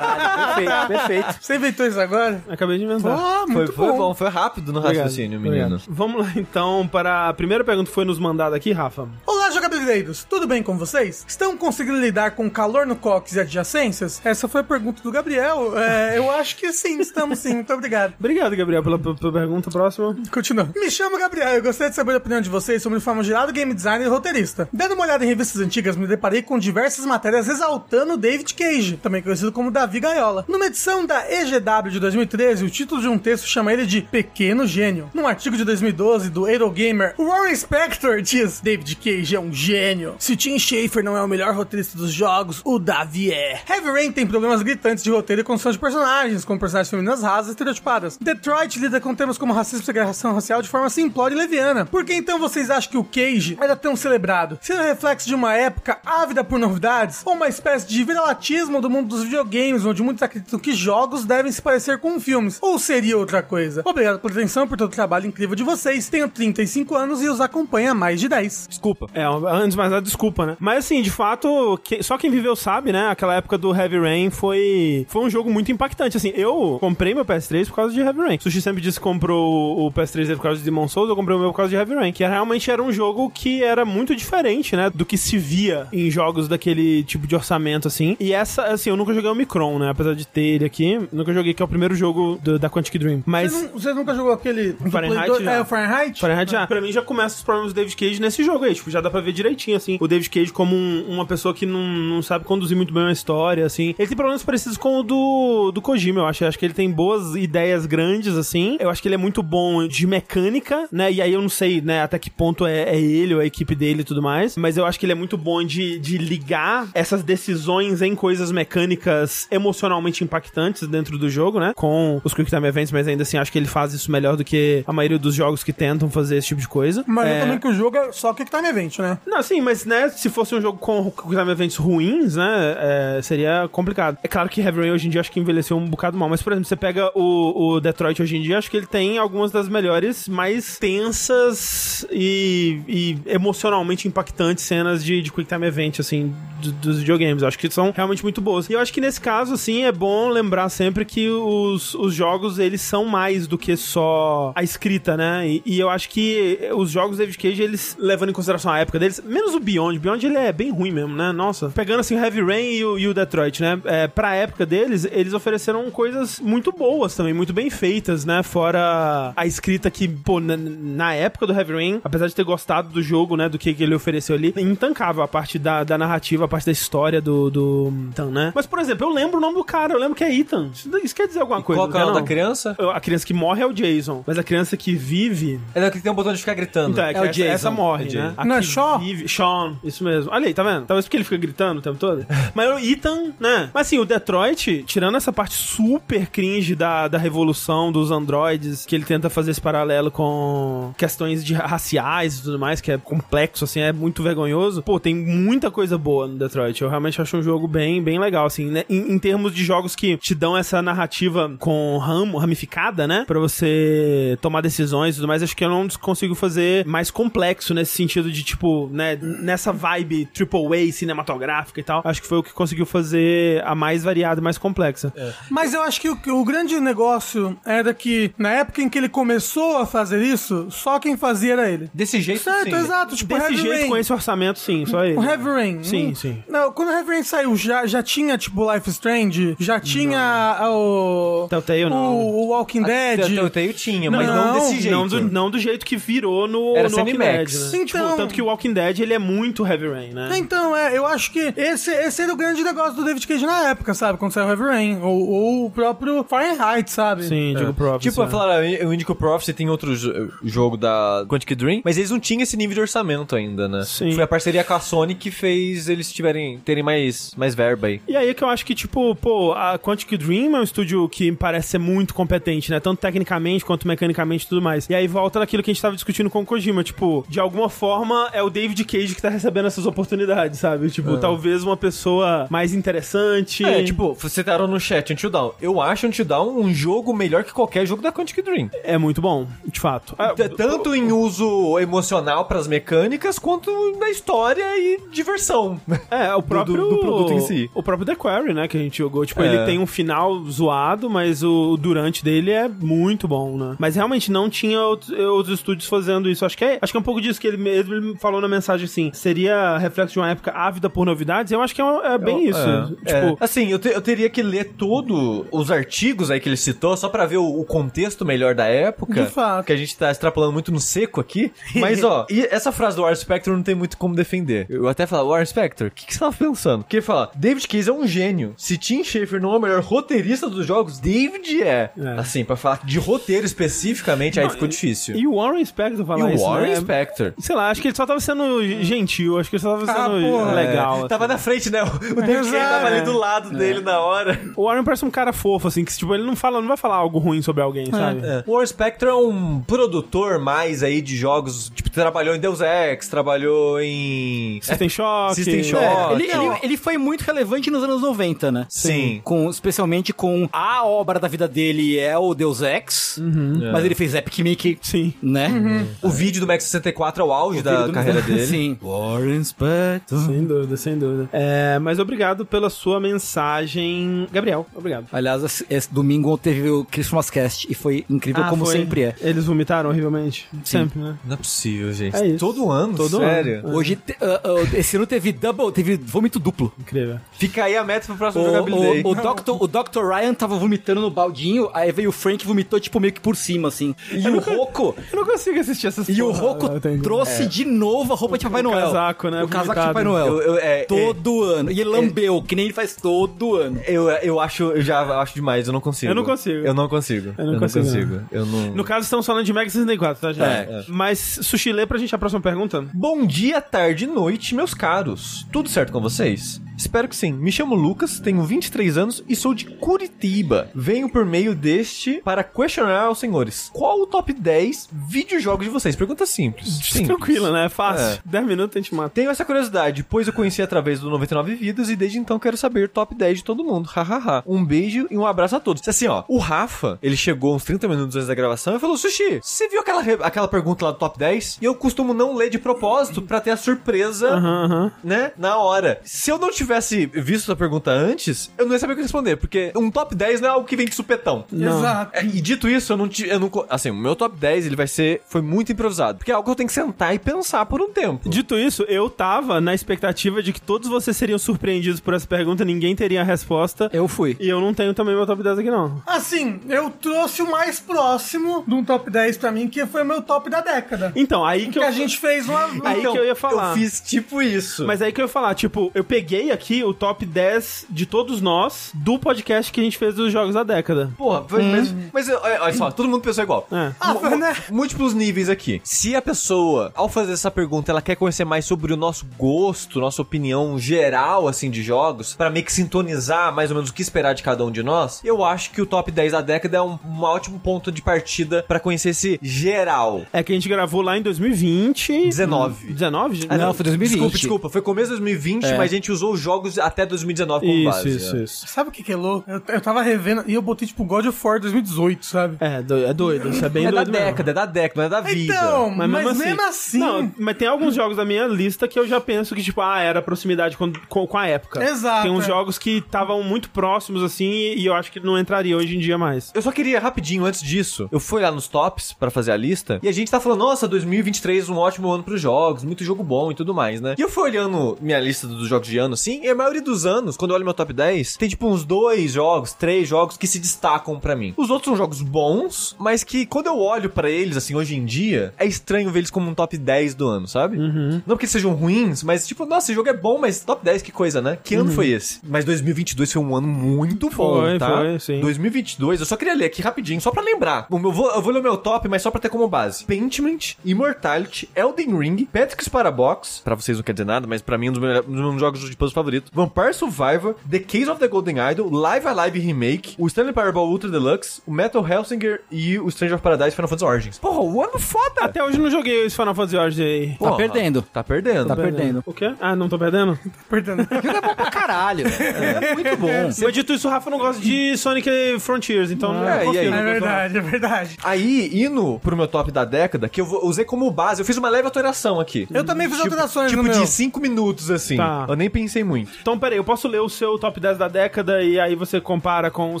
Perfeito, perfeito.
Você inventou isso agora?
Acabei de inventar.
Ah,
Foi,
muito
foi
bom.
bom. foi rápido no
Obrigado,
raciocínio,
obrigado.
menino.
Vamos lá então para a primeira pergunta que foi nos mandada aqui, Rafa.
Olá, jogabilideiros! Tudo bem com vocês? Estão conseguindo lidar com calor no cox e adjacências? Essa foi a pergunta do Gabriel. É, eu acho que sim, estamos sim. Muito obrigado.
Obrigado, Gabriel, pela, pela pergunta. Próxima.
Continua. Me chamo Gabriel eu gostaria de saber a opinião de vocês sobre o forma gerado game designer e roteirista. Dando uma olhada em revistas antigas, me deparei com diversas matérias exaltando David Cage, também conhecido como Davi Gaiola. Numa edição da EGW de 2013, o título de um texto chama ele de Pequeno Gênio. Num artigo de 2012 do Eurogamer, o Warren Spector diz David Cage é um gênio gênio. Se Tim Schafer não é o melhor roteirista dos jogos, o Davi é. Heavy Rain tem problemas gritantes de roteiro e construção de personagens, como personagens femininas rasas e estereotipadas. Detroit lida com temas como racismo e segregação racial de forma simplória e leviana. Por que então vocês acham que o Cage era tão celebrado? Sendo reflexo de uma época ávida por novidades, ou uma espécie de viralatismo do mundo dos videogames, onde muitos acreditam que jogos devem se parecer com filmes, ou seria outra coisa? Obrigado por atenção e por todo o trabalho incrível de vocês. Tenho 35 anos e os acompanho há mais de 10.
Desculpa. É, antes de mais nada, desculpa, né? Mas assim, de fato, que- só quem viveu sabe, né? Aquela época do Heavy Rain foi, foi um jogo muito impactante. Assim, eu comprei meu PS3 por causa de Heavy Rain. Sushi sempre disse que comprou o PS3 dele por causa de Demon Souls, eu comprei o meu por causa de Heavy Rain. Que era- realmente era um jogo que era muito diferente, né? Do que se via em jogos daquele tipo de orçamento, assim. E essa, assim, eu nunca joguei o Micron, né? Apesar de ter ele aqui, nunca joguei, que é o primeiro jogo do- da Quantic Dream. Mas.
Você, não- você nunca jogou aquele. do
Fahrenheit,
Play dois-
já.
É, o Fahrenheit?
Fahrenheit já. Pra mim já começa os problemas do David Cage nesse jogo aí. Tipo, já dá pra ver direitinho, assim. O David Cage como um- uma pessoa que não, não sabe conduzir muito bem uma história, assim. Ele tem problemas parecidos com o do, do Kojima, eu acho. Eu acho que ele tem boas ideias grandes, assim. Eu acho que ele é muito bom de mecânica, né? E aí eu não sei, né, até que ponto é, é ele ou a equipe dele e tudo mais. Mas eu acho que ele é muito bom de, de ligar essas decisões em coisas mecânicas emocionalmente impactantes dentro do jogo, né? Com os Quick Time Events, mas ainda assim acho que ele faz isso melhor do que a maioria dos jogos que tentam fazer esse tipo de coisa.
Mas
É,
eu também que o jogo é só o que tá no evento, né?
não, sim, mas né, se fosse um jogo com Quick Time Events ruins, né, é, seria complicado. É claro que Heavy Rain hoje em dia acho que envelheceu um bocado mal, mas por exemplo, você pega o, o Detroit hoje em dia, acho que ele tem algumas das melhores, mais tensas e, e emocionalmente impactantes cenas de, de Quick Time Event, assim, do- dos videogames. Eu acho que são realmente muito boas. E eu acho que nesse caso, assim, é bom lembrar sempre que os, os jogos, eles são mais do que só a escrita, né? E, e eu acho que eh, os jogos David Cage, eles, levando em consideração a época deles, menos o Beyond. Beyond, ele é bem ruim mesmo, né? Nossa. Pegando, assim, o Heavy Rain e o, e o Detroit, né? É, pra época deles, eles ofereceram coisas muito boas também, muito bem feitas, né? Fora a escrita que, pô, na, na época do Heavy Rain, apesar de ter gostado do jogo, né? Do que, que ele ofereceu ali, é intancável a parte da, da narrativa, a parte da história do, do Ethan, né? Mas, por exemplo, eu lembro o nome do cara, eu lembro que é Ethan. Isso, isso quer dizer alguma coisa,
Qual que é o
não
nome da
quer,
criança?
não? A criança que morre é o Jason, mas a criança que vive
É daquele que tem um botão de ficar gritando.
então, é, que
o
essa,
Jason.
essa morre,
É o
né?
Jason.
A
Não é
que
Shaw?
vive- Sean, isso mesmo. Olha aí, tá vendo? Talvez porque ele fica gritando o tempo [LAUGHS] todo. Mas o Ethan, né? Mas assim, o Detroit, tirando essa parte super cringe da, da revolução dos androides, que ele tenta fazer esse paralelo com questões de raciais e tudo mais, que é complexo, assim, é muito vergonhoso. Pô, tem muita coisa boa no Detroit. Eu realmente acho um jogo bem, bem legal, assim, né? Em, em termos de jogos que te dão essa narrativa com ramo, ramificada, né? Pra você tomar decisões e tudo mais, acho que eu não consigo fazer mais complexo nesse sentido de, tipo, né? Nessa vibe triple A cinematográfica e tal. Acho que foi o que conseguiu fazer a mais variada, mais complexa.
É.
Mas eu acho que o, o grande negócio era que, na época em que ele começou a fazer isso, só quem fazia era ele.
Desse jeito,
Certo,
sim.
exato. Tipo,
Desse
Heavy
jeito,
Rain.
com esse orçamento, sim, só ele.
O Heavy Rain.
Sim,
Não-
sim.
Não, quando o Heavy Rain saiu, já, já tinha, tipo, Life is Strange, já tinha ah, o...
Telltale, não. Ah,
O, o Walking Dead.
Eu, eu, eu tinha, mas não,
Não,
desse jeito.
Não do, não do jeito que virou no,
Era
no Walking Dead,
Cinemax.
né?
Então-
Tipo, tanto que o Walking Dead, ele é muito Heavy Rain, né?
Então, é, eu acho que esse, esse era o grande negócio do David Cage na época, sabe? Quando saiu Heavy Rain. Ou, ou o próprio Fahrenheit, sabe?
Sim, digo Prophecy.
Tipo,
é.
falaram, o Indico Prophecy tem outro jo- jogo da Quantic Dream, mas eles não tinham esse nível de orçamento ainda, né?
Sim.
Foi a parceria com a Sony que fez eles tiverem, terem mais, mais verba aí.
E aí que eu acho que, tipo, pô, a Quantic Dream é um estúdio que me parece ser muito competente, né? Tanto tecnicamente quanto mecanicamente e tudo mais. E aí volta naquilo que a gente tava discutindo com o Kojima, tipo, de alguma forma é o David Cage que tá recebendo essas oportunidades, sabe? Tipo, talvez uma pessoa mais interessante.
É, tipo, você taram no chat Until Down. Eu acho Until Down um jogo melhor que qualquer jogo da Quantic Dream.
É muito bom, de fato. Ah,
T- Tanto em uso emocional pras mecânicas, quanto na história e diversão. [LAUGHS]
É, o próprio
do produto em si.
O próprio The Quarry, né, que a gente jogou. Tipo,
É.
ele tem um final zoado, mas o durante dele é muito bom, né? Mas realmente não tinha outros, outros estúdios fazendo isso. Acho que, é, acho que é um pouco disso que ele mesmo ele falou na mensagem assim: seria reflexo de uma época ávida por novidades. Eu acho que é, um- é bem isso.
É.
Tipo,
Assim, eu, te- eu teria que ler todos os artigos aí que ele citou, só pra ver o, o contexto melhor da época.
De fato.
Que a gente tá extrapolando muito no
[LAUGHS]
seco aqui. Mas, ó, e essa frase do Warren Spector não tem muito como defender. Eu até falo, Warren Spector, o que, que você tava pensando? Porque ele fala, David Case é um gênio. Se Tim Schafer não é o melhor roteirista dos jogos, David é. Assim, pra falar de roteiro especificamente, aí ficou difícil.
E o Warren Spector falar
E
isso.
o Warren
né?
Spector.
Sei lá, acho que ele só tava sendo sendo gentil, acho que ele só tava sendo
Ah, porra.
legal. assim.
é.
É.
Tava na frente, né? O David
Exato.
tava ali do lado dele na hora.
O Warren parece um cara fofo, assim, que tipo, ele não fala, não vai falar algo ruim sobre alguém, sabe?
O Warren Spector é um produtor mais aí de jogos, tipo, trabalhou em Deus Ex, trabalhou em...
System Shock.
System Shock.
É, ele,
Ótimo.
ele- ele foi muito relevante nos anos 90, né?
Sim.
Com, especialmente com a obra da vida dele é o Deus Ex,
Uhum.
mas ele fez Epic Mickey,
É. Sim.
né?
O vídeo do Max 64 é o auge
Filho
Uhum. da
do- [LAUGHS]
carreira dele.
Sim. Warren Spector.
Sem dúvida, sem dúvida. É, mas obrigado pela sua mensagem, Gabriel. Obrigado.
Aliás, esse, esse domingo teve o Christmas Cast e foi
Ah,
incrível como
Ah, foi.
sempre é.
Eles vomitaram horrivelmente. Sempre, né?
Não é possível, gente.
É isso.
Todo ano,
Todo
sério.
ano.
Hoje, te- ah, ah, esse ano teve double, teve vômito duplo.
Incrível.
Fica aí a meta pro
O,
próximo jogabilidade.
o, o, Dr., o Dr. Ryan tava vomitando no baldinho, aí veio o Frank e vomitou, tipo, meio que por cima, assim. E o [LAUGHS] Roco,
Eu não consigo assistir essas
e o
porra,
Roco
eu Ah, entendi.
trouxe de novo a roupa de Papai
o
Noel.
casaco, né,
O É. casaco de
vomitado.
Papai Noel.
Eu- eu- é,
todo ano. E ele lambeu, que nem ele faz todo ano.
Eu, eu acho, eu já acho demais, eu não consigo.
Eu não consigo.
Eu não consigo.
Eu não consigo,
Eu não.
No caso, estamos falando de Mega 64, tá, gente?
É.
Mas, Sushi, lê pra gente a próxima pergunta.
Bom dia, tarde e noite, meus caros. Tudo certo com vocês? Espero que sim. Me chamo Lucas, tenho 23 anos e sou de Curitiba. Venho por meio deste para questionar aos senhores. Qual o top 10 videojogos de vocês? Pergunta simples. simples.
Tranquilo, né? É fácil. 10 minutos a gente mata.
Tenho essa curiosidade, pois eu conheci através do 99 Vidas e desde então quero saber top 10 de todo mundo. Hahaha. um beijo e um abraço a todos. Assim, ó, o Rafa, ele chegou uns 30 minutos antes da gravação e falou: Sushi, você viu aquela, re- aquela pergunta lá do top 10? E eu costumo não ler de propósito pra ter a surpresa, né, na hora. Se eu não tivesse visto essa pergunta antes, eu não ia saber o que responder, porque um top 10 não é algo que vem de supetão.
Exato.
É, E dito isso, eu não, ti- eu não. co- Assim, o meu top 10 ele vai ser. Foi muito improvisado. Porque é algo que eu tenho que sentar e pensar por um tempo.
Dito isso, eu tava na expectativa de que todos vocês seriam surpreendidos por essa pergunta, ninguém teria a resposta.
Eu fui.
E eu não tenho também meu top 10 aqui, não.
Assim, eu trouxe o mais próximo de um top 10 pra mim, que foi o meu top da década.
Então, aí que,
Que
eu.
a gente fez uma.
Aí que eu ia falar.
Eu fiz tipo isso.
Mas aí que eu ia falar, tipo, eu peguei aqui o top 10 de todos nós do podcast que a gente fez dos jogos da década.
porra, foi mesmo. Mas olha olha só, todo mundo pensou igual.
É.
Ah, foi, né?
Múltiplos níveis aqui. Se a pessoa, ao fazer essa pergunta, ela quer conhecer mais sobre o nosso gosto, nossa opinião geral, assim, de jogos, pra meio que sintonizar mais ou menos o que esperar de cada um de nós, eu acho que o top 10 da década é um, um ótimo ponto de partida pra conhecer esse geral.
É que a gente gravou lá em 2020.
19.
19?
Ah, não, foi 2020.
Desculpa, desculpa. Foi começo de 2020, mas a gente usou os jogos até 2019 como
Isso,
base.
isso,
né?
isso.
Sabe o que que é louco? Eu, eu tava revendo e eu botei tipo God of War 2018, sabe?
É, do- é doido, isso é bem
É da
doido mesmo.
década, é da década, não é da vida.
Então, mas,
mesmo
mesmo, assim.
Não, mas tem alguns jogos da minha lista que eu já penso que, tipo, ah, era a proximidade com, com, com a época.
Exato,
Tem uns
é.
jogos que estavam muito próximos, assim, e, e eu acho que não entraria hoje em dia mais.
Eu só queria rapidinho antes disso. Eu fui lá nos tops pra fazer a lista e a gente tá falando, nossa, 2023 um ótimo ano pros jogos, muito jogo bom e tudo mais, né? E eu fui olhando minha lista dos jogos de ano assim, e a maioria dos anos, quando eu olho meu top 10, tem tipo uns dois jogos, três jogos que se destacam pra mim. Os outros são jogos bons, mas que quando eu olho pra eles assim hoje em dia, é estranho ver eles como um top 10 do ano, sabe?
Uhum.
Não porque eles sejam ruins, mas tipo, nossa, esse jogo é bom, mas top 10 que coisa, né? Que ano foi esse? Mas 2022 foi um ano muito bom,
Uhum. Foi,
tá?
foi, sim.
2022, eu só queria ler aqui rapidinho, só pra lembrar. O meu- vou- eu vou ler o meu top, mas só pra ter como base. Pentiment, Immortality, Elden Ring, Patrick's Parabox, pra vocês não quer dizer nada, mas pra mim é um dos melhores- um dos meus jogos de puzzle favoritos. Vampire Survivor, The Case of the Golden Idol, Live Alive Remake, o Stanley Parable Ultra Deluxe, o Metal Hellsinger e o Stranger of Paradise Final Fantasy Origins. Porra, o ano foda!
Até hoje eu não joguei esse Final Fantasy Origins aí.
Tá perdendo.
Tá perdendo.
Tá perdendo.
O quê? Ah, não tô perdendo?
Perdendo.
É bom pra [LAUGHS] caralho. É muito bom.
Mas dito isso, o Rafa não gosta de Sonic Frontiers, então não,
É, e aí?
confio.
É verdade, é verdade.
Aí, indo pro meu top da década, que eu vou- usei como base, eu fiz uma leve alteração aqui.
Eu também fiz
Tipo-
alterações
Tipo
no meu.
de 5 minutos, assim.
Tá.
Eu nem pensei muito.
Então, peraí, eu posso ler o seu top 10 da década e aí você compara com o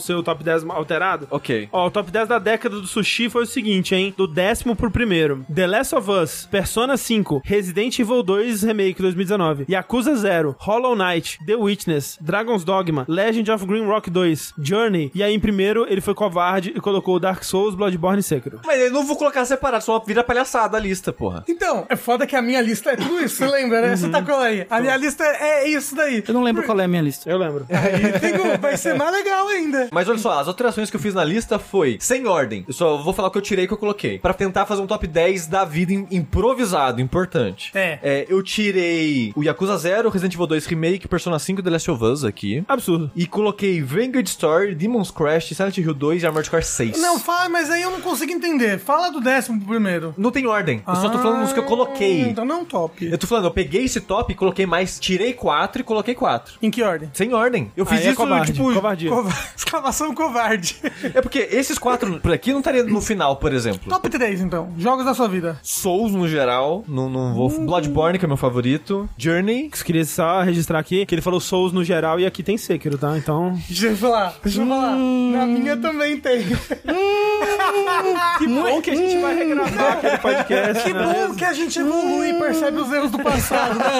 seu top 10 alterado?
Ok.
Ó, o top 10 da década do sushi foi o seguinte, hein? Do décimo pro primeiro. The Last of Us, Persona 5, Resident Evil 2 Remake 2019, Yakuza 0, Hollow Knight, The Witness, Dragon's Dogma, Legend of Green Rock 2, Journey. E aí, em primeiro, ele foi covarde e colocou Dark Souls, Bloodborne e Sekiro.
Mas eu não vou colocar separado, só vira palhaçada a lista, porra.
Então, é foda que a minha lista é tudo isso, você lembra, né? Você tá com ela aí. A minha lista é isso
[LAUGHS]
daí.
Eu não lembro qual é a minha lista.
Eu lembro. [LAUGHS]
E tem como- vai ser mais legal ainda.
Mas olha só, as alterações que eu fiz na lista foi sem ordem. Eu só vou falar o que eu tirei e o que eu coloquei. Pra tentar fazer um top 10 da vida im- improvisado, importante. bastante.
É.
eu tirei o Yakuza 0, Resident Evil 2 Remake, Persona 5 The Last of Us aqui.
Absurdo.
E coloquei Vanguard Story, Demon's Crash, Silent Hill 2 e Armored Core 6.
Não, fala, mas aí eu não consigo entender. Fala do décimo pro primeiro.
Não tem ordem. Eu só tô falando dos que eu
Ah,
coloquei.
Então não top.
Eu tô falando, eu peguei esse top, coloquei mais, tirei 4 e coloquei 4.
Em que ordem?
Sem ordem. Eu fiz
Aí é
isso,
covarde,
tipo...
covardia.
[LAUGHS]
Cova... Escavação covarde.
É porque esses quatro por aqui não estaria no final, por exemplo.
[LAUGHS] top 3, então. Jogos da sua vida.
Souls no geral, não, não vou.
Hum.
Bloodborne, que é meu favorito. Journey.
Queria só registrar aqui que ele falou Souls no geral e aqui tem Sekiro, tá? Então.
Deixa eu falar. Deixa eu falar.
Hum.
Na minha também tem.
Que bom que a gente vai [LAUGHS] regravar aquele podcast. né?
Que bom que a gente evolui e percebe os erros do passado. né?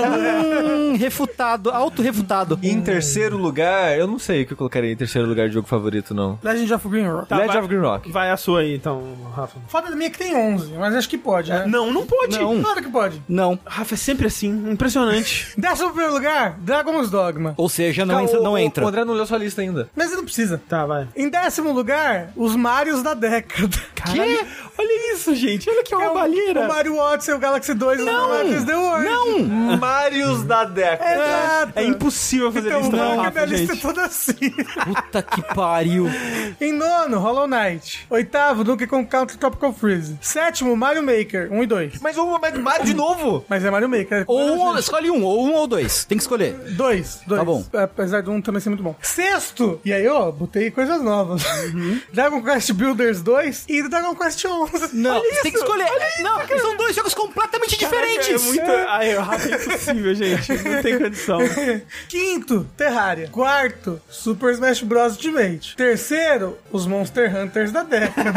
[LAUGHS]
Hum, refutado, auto-refutado.
Hum.
Em terceiro lugar, eu não sei o que eu colocaria em terceiro lugar de jogo favorito, não.
Legend of Green Rock.
Legend
Tá, vai.
of Green Rock.
Vai a sua aí, então, Rafa.
Foda da minha é que tem 11, mas acho que pode, né?
Não, não pode.
Não.
Claro que pode.
Não.
Rafa é sempre assim, impressionante.
Décimo primeiro lugar, Dragon's Dogma.
Ou seja, não, entra, não
O- O
entra.
André não leu sua lista ainda.
Mas você não precisa.
[LAUGHS] tá, vai.
Em décimo lugar, os Marios da década.
Caralho, Olha isso, gente. Olha que
O
roubalheira.
Mario Odyssey, o Galaxy 2, o Mario The World.
Não!
Marios da década.
Exato.
É impossível fazer
Então,
isso
não,
não,
a minha
Rafa,
lista é
gente.
toda assim.
Puta que pariu.
em nono, Hollow Knight. Oitavo, Donkey Kong Country Tropical Freeze. Sétimo, Mario Maker, 1 e 2.
Mas o
É,
mas Mario de [LAUGHS] novo?
Mas é Mario Maker.
Ou um, escolhe um, ou um ou dois. Tem que escolher.
Dois, dois.
Tá bom.
Apesar do um também ser muito bom. Sexto! E aí, ó, botei coisas novas. [LAUGHS] Dragon Quest Builders 2 e Dragon Quest 11.
Não,
Olha
tem que
isso.
escolher. não, são dois jogos completamente
Caraca, é
diferentes.
muito... Ai, o Rafa é impossível, gente. Não tem condição.
[LAUGHS] Quinto, Terraria. Quarto, Super Smash Bros. Ultimate. Terceiro, os Monster Hunters
[LAUGHS]
da década.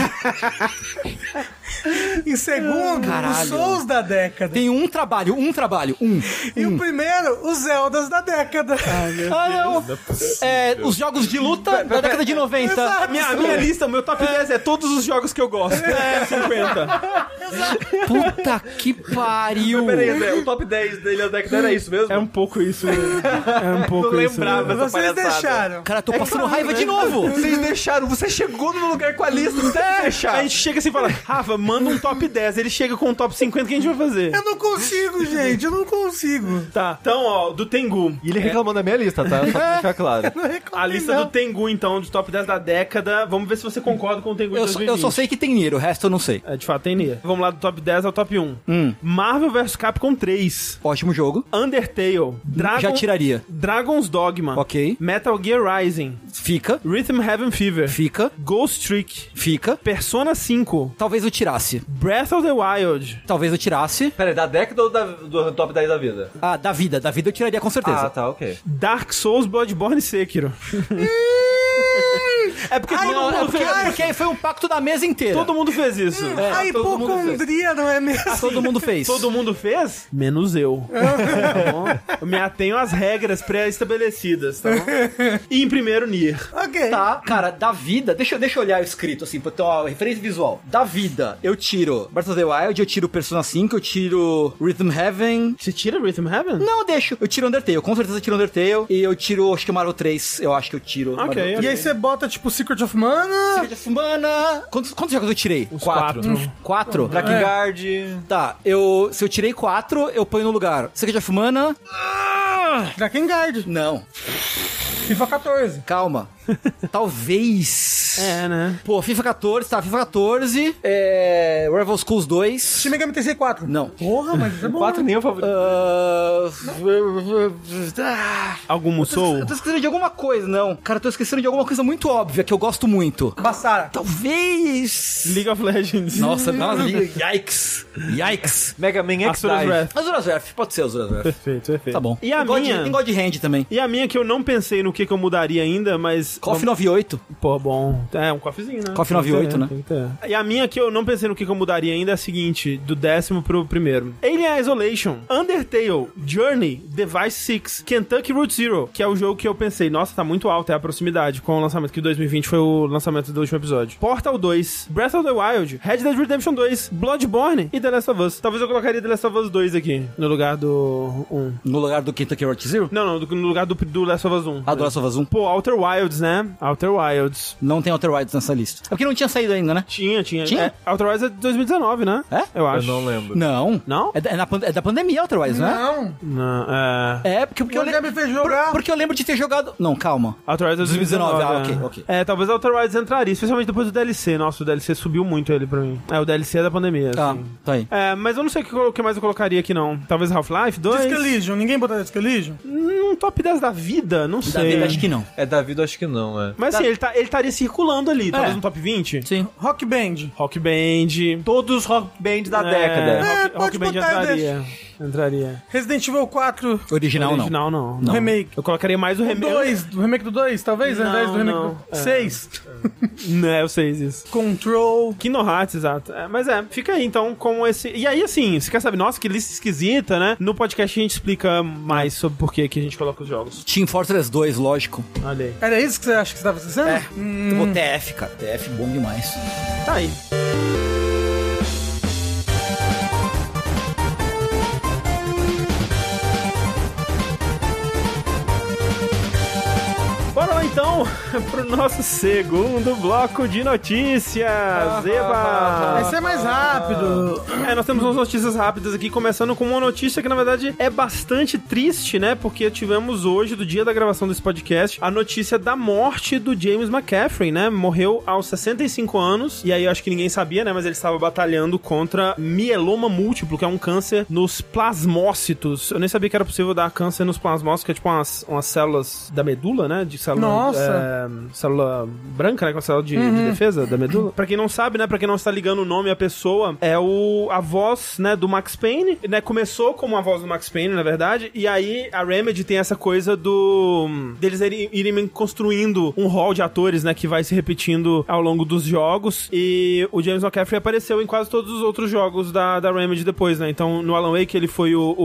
em segundo, os
Caralho.
Souls da década.
Tem um trabalho, um trabalho, um.
E
Hum.
o primeiro, os Zeldas da década.
Ah, não. É, os jogos de luta da década de 90.
Exato.
tá- Minha, É minha lista, meu top 10 é todos os jogos que eu gosto. [LAUGHS] É, 50.
Puta que pariu.
Peraí, André, o top 10 dele da década era isso mesmo?
É um pouco isso. É um pouco
não
isso.
lembrava
mesmo.
essa
Vocês
palhaçada.
deixaram.
Cara, eu tô passando raiva de novo.
Vocês deixaram, você chegou no lugar com a lista, não tem que
A
deixar.
gente chega assim e fala, Rafa, manda um top 10. Ele chega com um top 50, o que a gente vai fazer?
Eu não consigo, gente. Eu não consigo.
Tá, então, ó, do Tengu.
E ele reclamando da minha lista, tá? Só pra deixar claro.
Não
[LAUGHS]
reclamo,
A lista
não.
do Tengu, então, do top 10 da década. Vamos ver se você concorda com o Tengu de
Eu só,
2020.
eu só sei que tem dinheiro, o resto eu não sei.
É, de fato, tem Nia. Vamos lá do top 10 ao top 1.
Hum.
Marvel vs Capcom 3.
Ótimo jogo.
Undertale. Dragon...
Já tiraria.
Dragon's Dogma.
Ok.
Metal Gear Rising.
Fica,
Rhythm Heaven Fever.
fica,
Ghost Trick.
fica.
Persona 5.
Talvez eu tirasse.
Breath of the Wild.
Talvez eu tirasse.
[LAUGHS] Peraí, da década ou da- do top 10 da vida?
Ah, da vida. Da vida eu tiraria com certeza.
Ah, tá, ok.
Dark Souls, Bloodborne e Sekiro. é porque, todo,
Não, é
mundo
porque,
fez,
é porque aí foi um pacto da mesa inteira.
todo mundo fez isso.
A hipocondria, não é mesmo?
[LAUGHS] Todo mundo fez.
Todo mundo fez? Menos
[LAUGHS]
eu.
É.
tá bom? Eu me atenho às regras pré-estabelecidas, tá bom? E em primeiro, Nier.
Ok.
Tá, cara, da vida, deixa, eu- deixa eu olhar o escrito assim, pra ter uma referência visual. Da vida, eu tiro Breath of the Wild, eu tiro Persona 5, eu tiro Rhythm Heaven.
Você tira Rhythm Heaven?
Não, eu deixo. Eu tiro Undertale, com certeza eu tiro Undertale. E eu tiro, acho que Mario 3, eu acho que eu tiro.
Ok.
E aí você bota, tipo, Secret of Mana.
Mario... Mana! Quantos, quantos jogos eu tirei?
Quatro.
Uns Quatro? Uhum. É.
Drakengard.
Tá, eu. Se eu tirei quatro, eu ponho no lugar. Secret of Mana? Ah!
Drakengard.
Não.
FIFA 14.
[LAUGHS] Calma. Talvez.
É, né?
Pô, FIFA 14, tá? FIFA 14. É. Rival Schools 2.
Shin Megami Tensei 4.
Não.
Porra, mas isso é bom.
Quatro nem o favorito.
Ah,
Algum Musou?
Eu tô esquecendo de alguma coisa, não. Cara, eu tô esquecendo de alguma coisa muito óbvia que eu gosto muito.
Bassara.
Talvez.
League of Legends.
Nossa, nossa, yikes. Yikes.
Mega Man X
Asura's Wrath.
Azuras Ref, pode ser Azuras Ref.
Perfeito, perfeito.
Tá bom.
E a
Tem God-
minha?
Tem God Hand também.
E a minha que eu não pensei no que, que eu mudaria ainda, mas.
KOF 98.
Pô, bom. É, um cofezinho, né?
Coffee
Tem que
98,
ter,
né?
tem que ter. E a minha que eu não pensei no que, que eu mudaria ainda é a seguinte: do décimo pro primeiro. Alien Isolation, Undertale, Journey, Device 6, Kentucky Route Zero, que é o jogo que eu pensei, nossa, tá muito alto, é a proximidade com o lançamento, que 2020 foi o lançamento do último episódio. Portal 2, Breath of the Wild, Red Dead Redemption 2, Bloodborne e The Last of Us. Talvez eu colocaria The Last of Us 2 aqui, no lugar do 1.
No lugar do Kentucky Road Zero?
Não, não, do- no lugar do, do Last of Us 1.
Ah, do Last of Us 1.
Pô, Outer Wilds, né? Outer Wilds.
Não tem tinha Outer Wilds nessa lista? É porque não tinha saído ainda, né?
Tinha, tinha.
Tinha?
É, Outer Wilds é de 2019, né?
É?
Eu
Eu
acho.
não lembro.
Não.
Não?
É da, é na pan- é da pandemia Outer Wilds, né?
Não.
Não, é...
É, porque, porque
O André me fez jogar.
porque eu lembro de ter jogado... Não, calma.
Outer Wilds é 2019. é.
2019, ah, ok, ok.
É, talvez Outer Wilds entraria, especialmente depois do DLC. Nossa, o DLC subiu muito ele pra mim. É, o DLC é da pandemia,
Tá,
assim.
tá aí.
É, mas eu não sei o que, o que mais eu colocaria aqui, não. Talvez Half-Life 2?
Disco Elysium. Ninguém botou Disco Elysium?
Hum, top 10 da vida? Não
Da
sei.
vida, acho que não.
É da vida, acho que não, é.
Mas assim, ele, tá, ele estaria circulando
É.
ali, talvez no top 20.
Sim.
Rock Band.
Rock Band.
Todos os rock bands da década.
Rock,
É,
Rock
pode
Band
botar,
entraria. Entraria.
Resident Evil 4.
Original, não.
Original, não.
Não.
Remake.
Eu colocaria mais o remake.
2. Do remake do 2, talvez? Ao
Não,
invés do remake
não.
do
É.
6.
Não, [LAUGHS] é, eu sei isso.
Control.
Kingdom Hearts, exato. É, mas é, fica aí então com esse. E aí, assim, você quer saber? Nossa, que lista esquisita, né? No podcast a gente explica mais sobre por que que a gente coloca os jogos.
Team Fortress 2, lógico.
Olha aí.
Era isso que você acha que você tava dizendo?
É. Pô, TF, cara. TF bom demais.
Tá aí. Bora lá então [LAUGHS] pro nosso segundo bloco de notícias. Eba!
Esse é mais rápido.
É, nós temos umas notícias rápidas aqui, começando com uma notícia que, na verdade, é bastante triste, né? Porque tivemos hoje, do dia da gravação desse podcast, a notícia da morte do James McCaffrey, né? Morreu aos 65 anos, e aí eu acho que ninguém sabia, né? Mas ele estava batalhando contra mieloma múltiplo, que é um câncer nos plasmócitos. Eu nem sabia que era possível dar câncer nos plasmócitos, que é tipo umas, umas células da medula, né? De célula,
Nossa.
é, célula branca, né? Que é uma célula de, de defesa da medula. Pra quem não sabe, né? Pra quem não está ligando o nome à pessoa, é o, a voz, né? Do Max Payne, né? Começou como a voz do Max Payne, na verdade. E aí a Remedy tem essa coisa do. deles irem, irem construindo um hall de atores, né? Que vai se repetindo ao longo dos jogos. E o James McCaffrey apareceu em quase todos os outros jogos da, da Remedy depois, né? Então no Alan Wake ele foi o,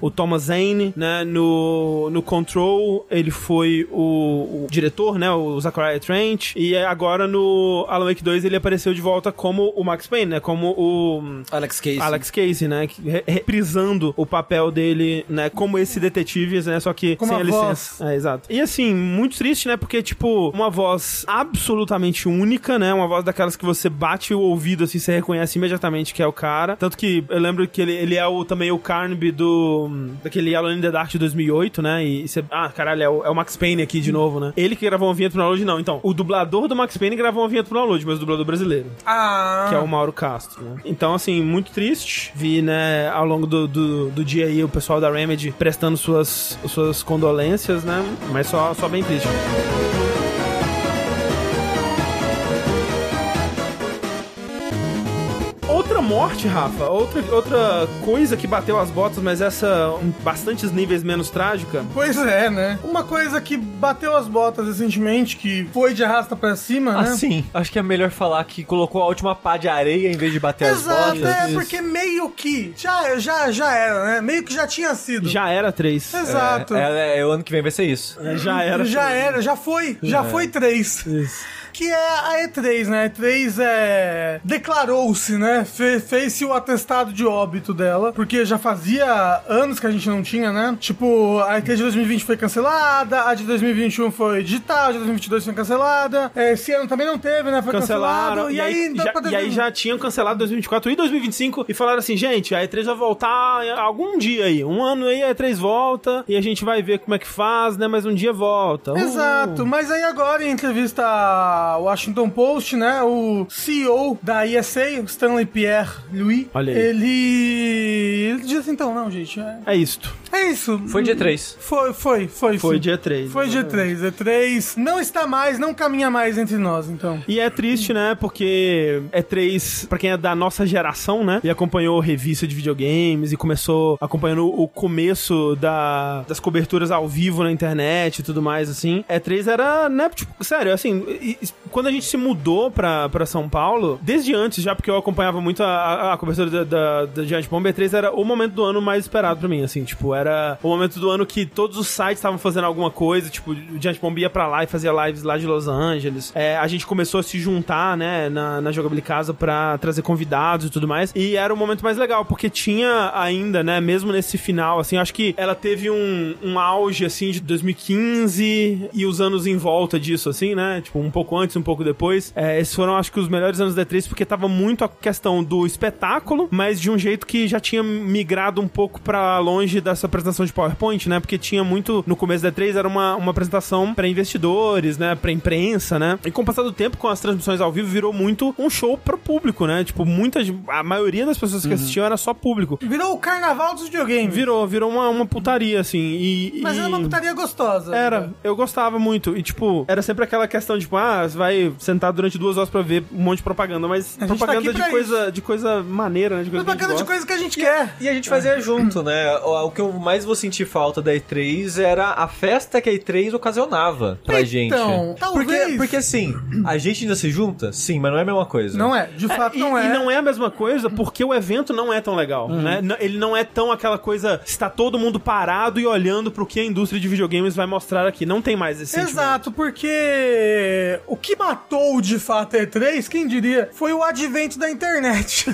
o, o Thomas Zane, né? No, no Control ele foi o, o diretor, né? O Zachariah Trent. E agora no Alan Wake 2 ele apareceu de volta como o Max Payne, né? Como o
Alex Case.
Alex Casey, né? que re- Reprisando o papel dele, né? Como esse detetive, né? Só que
Como
sem
a
a
voz.
licença. É, exato. E assim, muito triste, né? Porque, tipo, uma voz absolutamente única, né? Uma voz daquelas que você bate o ouvido, assim, você reconhece imediatamente que é o cara. Tanto que eu lembro que ele, ele é o, também o Carnaby do... daquele Alone in the Dark de 2008, né? E, você... Ah, caralho, é o, é o Max Payne aqui de novo, né? Ele que gravou uma vinheta pro download, não. Então, o dublador do Max Payne gravou uma vinheta pro download, mas o dublador brasileiro
Ah.
que é o Mauro Castro, né? Então, assim, muito triste. Vi, né, ao longo do, do, do dia aí o pessoal da Remedy prestando suas, suas condolências, né? Mas só, só bem triste. Outra morte, Rafa, outra, outra coisa que bateu as botas, mas essa um, bastantes níveis menos trágica.
Pois é, né? Uma coisa que bateu as botas recentemente, que foi de arrasta pra cima, né?
Assim, acho que é melhor falar que colocou a última pá de areia em vez de bater as
Exato,
botas.
é, porque meio que já, já, já era, né? Meio que já tinha sido.
Já era três.
Exato.
É, é, é, o ano que vem vai ser isso.
É, já era. É.
Já era, já foi, já foi três.
Isso.
Que é a E3, né? A E3 é. declarou-se, né? Fe- Fez-se o atestado de óbito dela, porque já fazia anos que a gente não tinha, né? Tipo, a E3 de 2020 foi cancelada, a de 2021 foi digital, a de 2022 foi cancelada, é, esse ano também não teve, né? Foi
cancelaram.
cancelado. E, tá aí, dá
já,
pra
e aí já tinham cancelado 2024 e 2025 e falaram assim, gente, a E3 vai voltar algum dia aí. Um ano aí a E3 volta e a gente vai ver como é que faz, né? Mas um dia volta. Uh.
Exato, mas aí agora em entrevista ao Washington Post, né, o CEO da ESA, o Stanley Pierre Louis,
Olha aí.
ele... ele diz assim, então, não, gente, é,
É isto.
é isso.
Foi dia 3.
Foi, foi, foi.
Foi
sim.
dia 3.
Foi dia 3. E3 não está mais, não caminha mais entre nós, então.
E é triste, né? Porque é três, pra quem é da nossa geração, né? E acompanhou revista de videogames e começou acompanhando o começo da, das coberturas ao vivo na internet e tudo mais, assim. É três era, né? Tipo, sério, assim, e- e quando a gente se mudou pra, pra São Paulo, desde antes já, porque eu acompanhava muito a, a, a cobertura da, da, da Giant Bomb, E3 era o momento do ano mais esperado pra mim, assim, tipo, era o momento do ano que todos os sites estavam fazendo alguma coisa, tipo, o Giant Bomb ia pra lá e fazia lives lá de Los Angeles, É, a gente começou a se juntar, né, na, na Jogabilidade Casa pra trazer convidados e tudo mais, e era o momento mais legal, porque tinha ainda, né, mesmo nesse final, assim, acho que ela teve um, um auge, assim, de 2015 e os anos em volta disso, assim, né, tipo, um pouco antes, um um pouco depois. É, esses foram, acho que, os melhores anos da E3, porque tava muito a questão do espetáculo, mas de um jeito que já tinha migrado um pouco pra longe dessa apresentação de PowerPoint, né? Porque tinha muito. No começo da E3 era uma, uma apresentação pra investidores, né? Pra imprensa, né? E com o passar do tempo, com as transmissões ao vivo, virou muito um show pro público, né? Tipo, muitas. A maioria das pessoas que assistiam era só público.
Virou o carnaval dos videogames.
Virou, virou uma, uma putaria, assim. E,
Mas
e...
era uma putaria gostosa.
Era, eu gostava muito. E, tipo, era sempre aquela questão, tipo, ah, você vai sentar durante duas horas pra ver um monte de propaganda, mas
gente tá
propaganda
aqui pra
de, coisa, de coisa maneira, né? De coisa que a gente
Propaganda de
gosta.
coisa que a gente quer.
E a gente fazia junto, né? O o que eu mais vou sentir falta da E3 era a festa que a E3 ocasionava pra
Então,
gente.
talvez.
Porque, porque assim, a gente ainda se junta? Sim, mas não é a mesma coisa.
Não é, de fato
E,
não é.
e não é a mesma coisa porque o evento não é tão legal, né? N- Ele não é tão aquela coisa, está todo mundo parado e olhando pro que a indústria de videogames vai mostrar aqui. Não tem mais esse sentimento.
Exato, porque o que matou de fato a E3, quem diria, foi o advento da internet.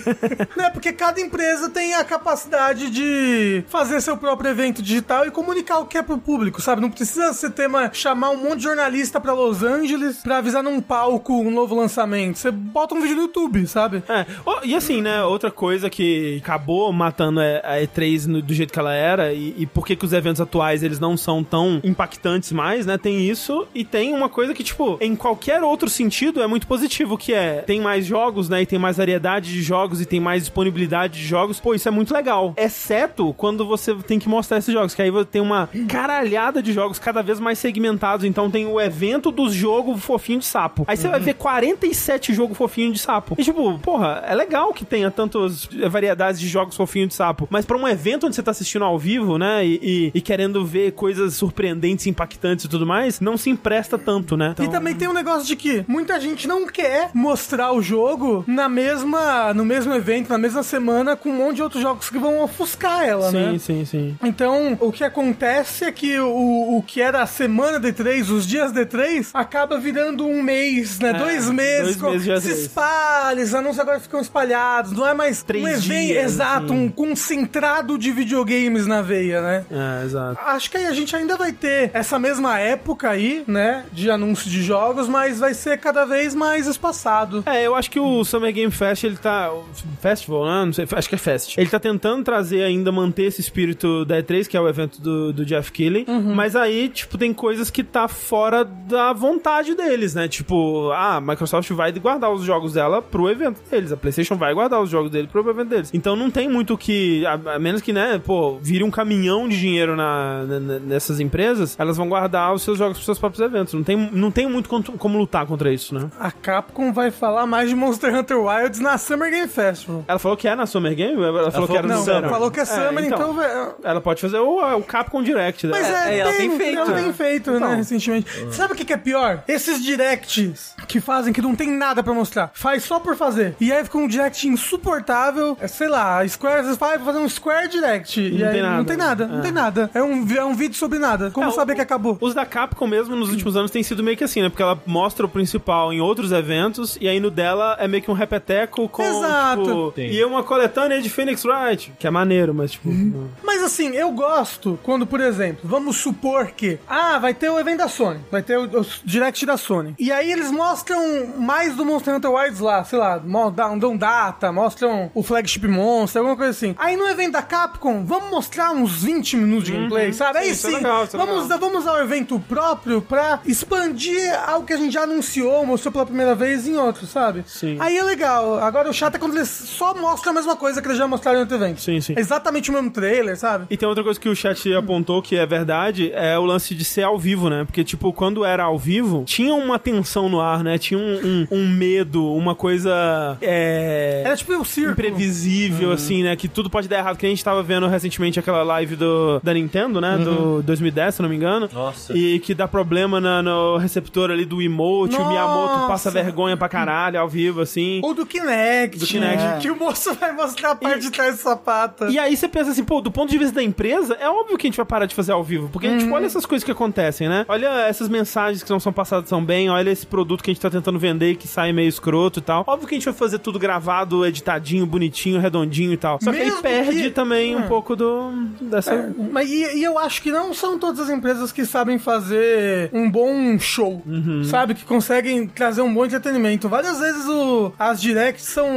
né? Porque cada empresa tem a capacidade de fazer seu próprio evento digital e comunicar o que é pro público, sabe? Não precisa você ter uma, chamar um monte de jornalista pra Los Angeles pra avisar num palco um novo lançamento. Você bota um vídeo no YouTube, sabe?
É. Ó, e assim, né? Outra coisa que acabou matando é- a E3 no- do jeito que ela era e, e por que que os eventos atuais eles não são tão impactantes mais, né? Tem isso e tem uma coisa que, tipo, em qualquer outro sentido é muito positivo, que é tem mais jogos, né? E tem mais variedade de jogos e tem mais disponibilidade de jogos. Pô, isso é muito legal. Exceto quando você tem que mostrar esses jogos, que aí você tem uma caralhada de jogos cada vez mais segmentados. Então tem o evento dos jogos fofinho de sapo. Aí você
Uhum.
vai ver 47 jogos fofinho de sapo. E tipo, porra, é legal que tenha tantas variedades de jogos fofinho de sapo. Mas pra um evento onde você tá assistindo ao vivo, né? E, e- e querendo ver coisas surpreendentes, impactantes e tudo mais, não se empresta tanto, né?
E também tem um negócio de que muita gente não quer mostrar o jogo na mesma, no mesmo evento, na mesma semana, com um monte de outros jogos que vão ofuscar ela, né?
Sim, sim, sim.
Então, o que acontece é que o, o que era a semana D3, os dias D3, acaba virando um mês, né? dois meses.
É, dois meses de
se
D3.
espalha, os anúncios agora ficam espalhados. Não é mais
Três
um evento,
dias,
exato,
assim.
um concentrado de videogames na veia, né?
É, exato.
Acho que aí a gente ainda vai ter essa mesma época aí, né? De anúncio de jogos, mas vai ser cada vez mais espaçado.
É, eu acho que o Summer Game Fest, ele tá. o Festival, né? Não sei, acho que é Fest. Ele tá tentando trazer ainda, manter esse espírito da E3, que é o evento do, do Jeff Keighley. Mas aí, tipo, tem coisas que tá fora da vontade deles, né? Tipo, ah, a Microsoft vai guardar os jogos dela pro evento deles. A PlayStation vai guardar os jogos dele pro evento deles. Então não tem muito o que. A, a menos que, né, pô, vire um caminhão de dinheiro na, na- na- nessas empresas, elas vão guardar os seus jogos pros seus próprios eventos. Não tem, não tem muito contra- como lutar contra isso, né?
A Capcom vai falar mais de Monster Hunter Wilds na Summer Game Festival.
Ela falou que é na Summer Game? Ela, falou, que era no
Não,
Summer.
falou que é Summer, então, vai-
Ela pode fazer o, o Capcom Direct né? dela.
Mas é,
é, ela tem feito,
Ela
né?
tem feito, né, recentemente. Sabe o que, que é pior? Esses directs que fazem que não tem nada pra mostrar. Faz só por fazer. E aí fica um direct insuportável. É, sei lá, a Square às vezes fala, "Ah, vou fazer um Square Direct. E
Não
aí
tem nada.
não tem nada, não tem nada. É um, vi- é um vídeo sobre nada. Como
É,
saber
o-
que acabou?
Os da Capcom mesmo nos últimos anos tem sido meio que assim, né? Porque ela mostra o principal em outros eventos e aí no dela é meio que um repeteco com.
Exato.
tipo,
Sim.
e é uma coletânea de Phoenix Wright, que é maneiro, mas
Uhum.
tipo. não.
Mas assim, eu gosto quando, por exemplo, vamos supor que, ah, vai ter o evento da Sony, vai ter o, o direct da Sony. E aí eles mostram mais do Monster Hunter Wilds lá, sei lá, mo- dão, dão data, mostram o flagship monster, alguma coisa assim. Aí no evento da Capcom, vamos mostrar uns 20 minutos de gameplay, sabe? Aí
isso
sim,
é legal, isso é
vamos,
legal.
vamos ao evento próprio pra expandir algo que a gente já anunciou, mostrou pela primeira vez em outro, sabe?
Sim.
Aí é legal. Agora o chato é quando eles só mostram a mesma coisa que eles já mostraram em outro evento.
Sim, sim.
É exatamente o mesmo trailer, sabe?
E tem outra coisa que o chat apontou que é verdade, é o lance de ser ao vivo, né? Porque, tipo, quando era ao vivo, tinha uma tensão no ar, né? Tinha um, um- um medo, uma coisa. É...
Era tipo um circo.
imprevisível, assim, né? Que tudo pode dar errado. Que a gente tava vendo recentemente aquela live do, da Nintendo, né? Do 2010, se não me engano.
Nossa.
E que dá problema na- no receptor ali do emote. O Miyamoto
Nossa.
passa vergonha pra caralho ao vivo, assim.
Ou do Kinect.
Do Kinect.
né? Que o moço vai mostrar a parte de trás do sapato.
E aí você pensa assim, pô, do ponto de vista da empresa, é óbvio que a gente vai parar de fazer ao vivo, porque,
Uhum.
tipo, olha essas coisas que acontecem, né? Olha essas mensagens que não são passadas tão bem, olha esse produto que a gente tá tentando vender e que sai meio escroto e tal. Óbvio que a gente vai fazer tudo gravado, editadinho, bonitinho, redondinho e tal. Só que
Mesmo
aí perde
que- Hum. É.
também um pouco do... dessa...
Mas e, e
Uhum.
eu acho que não são todas as empresas que sabem fazer um bom show, sabe? Que conseguem trazer um bom entretenimento. Várias vezes o- as directs são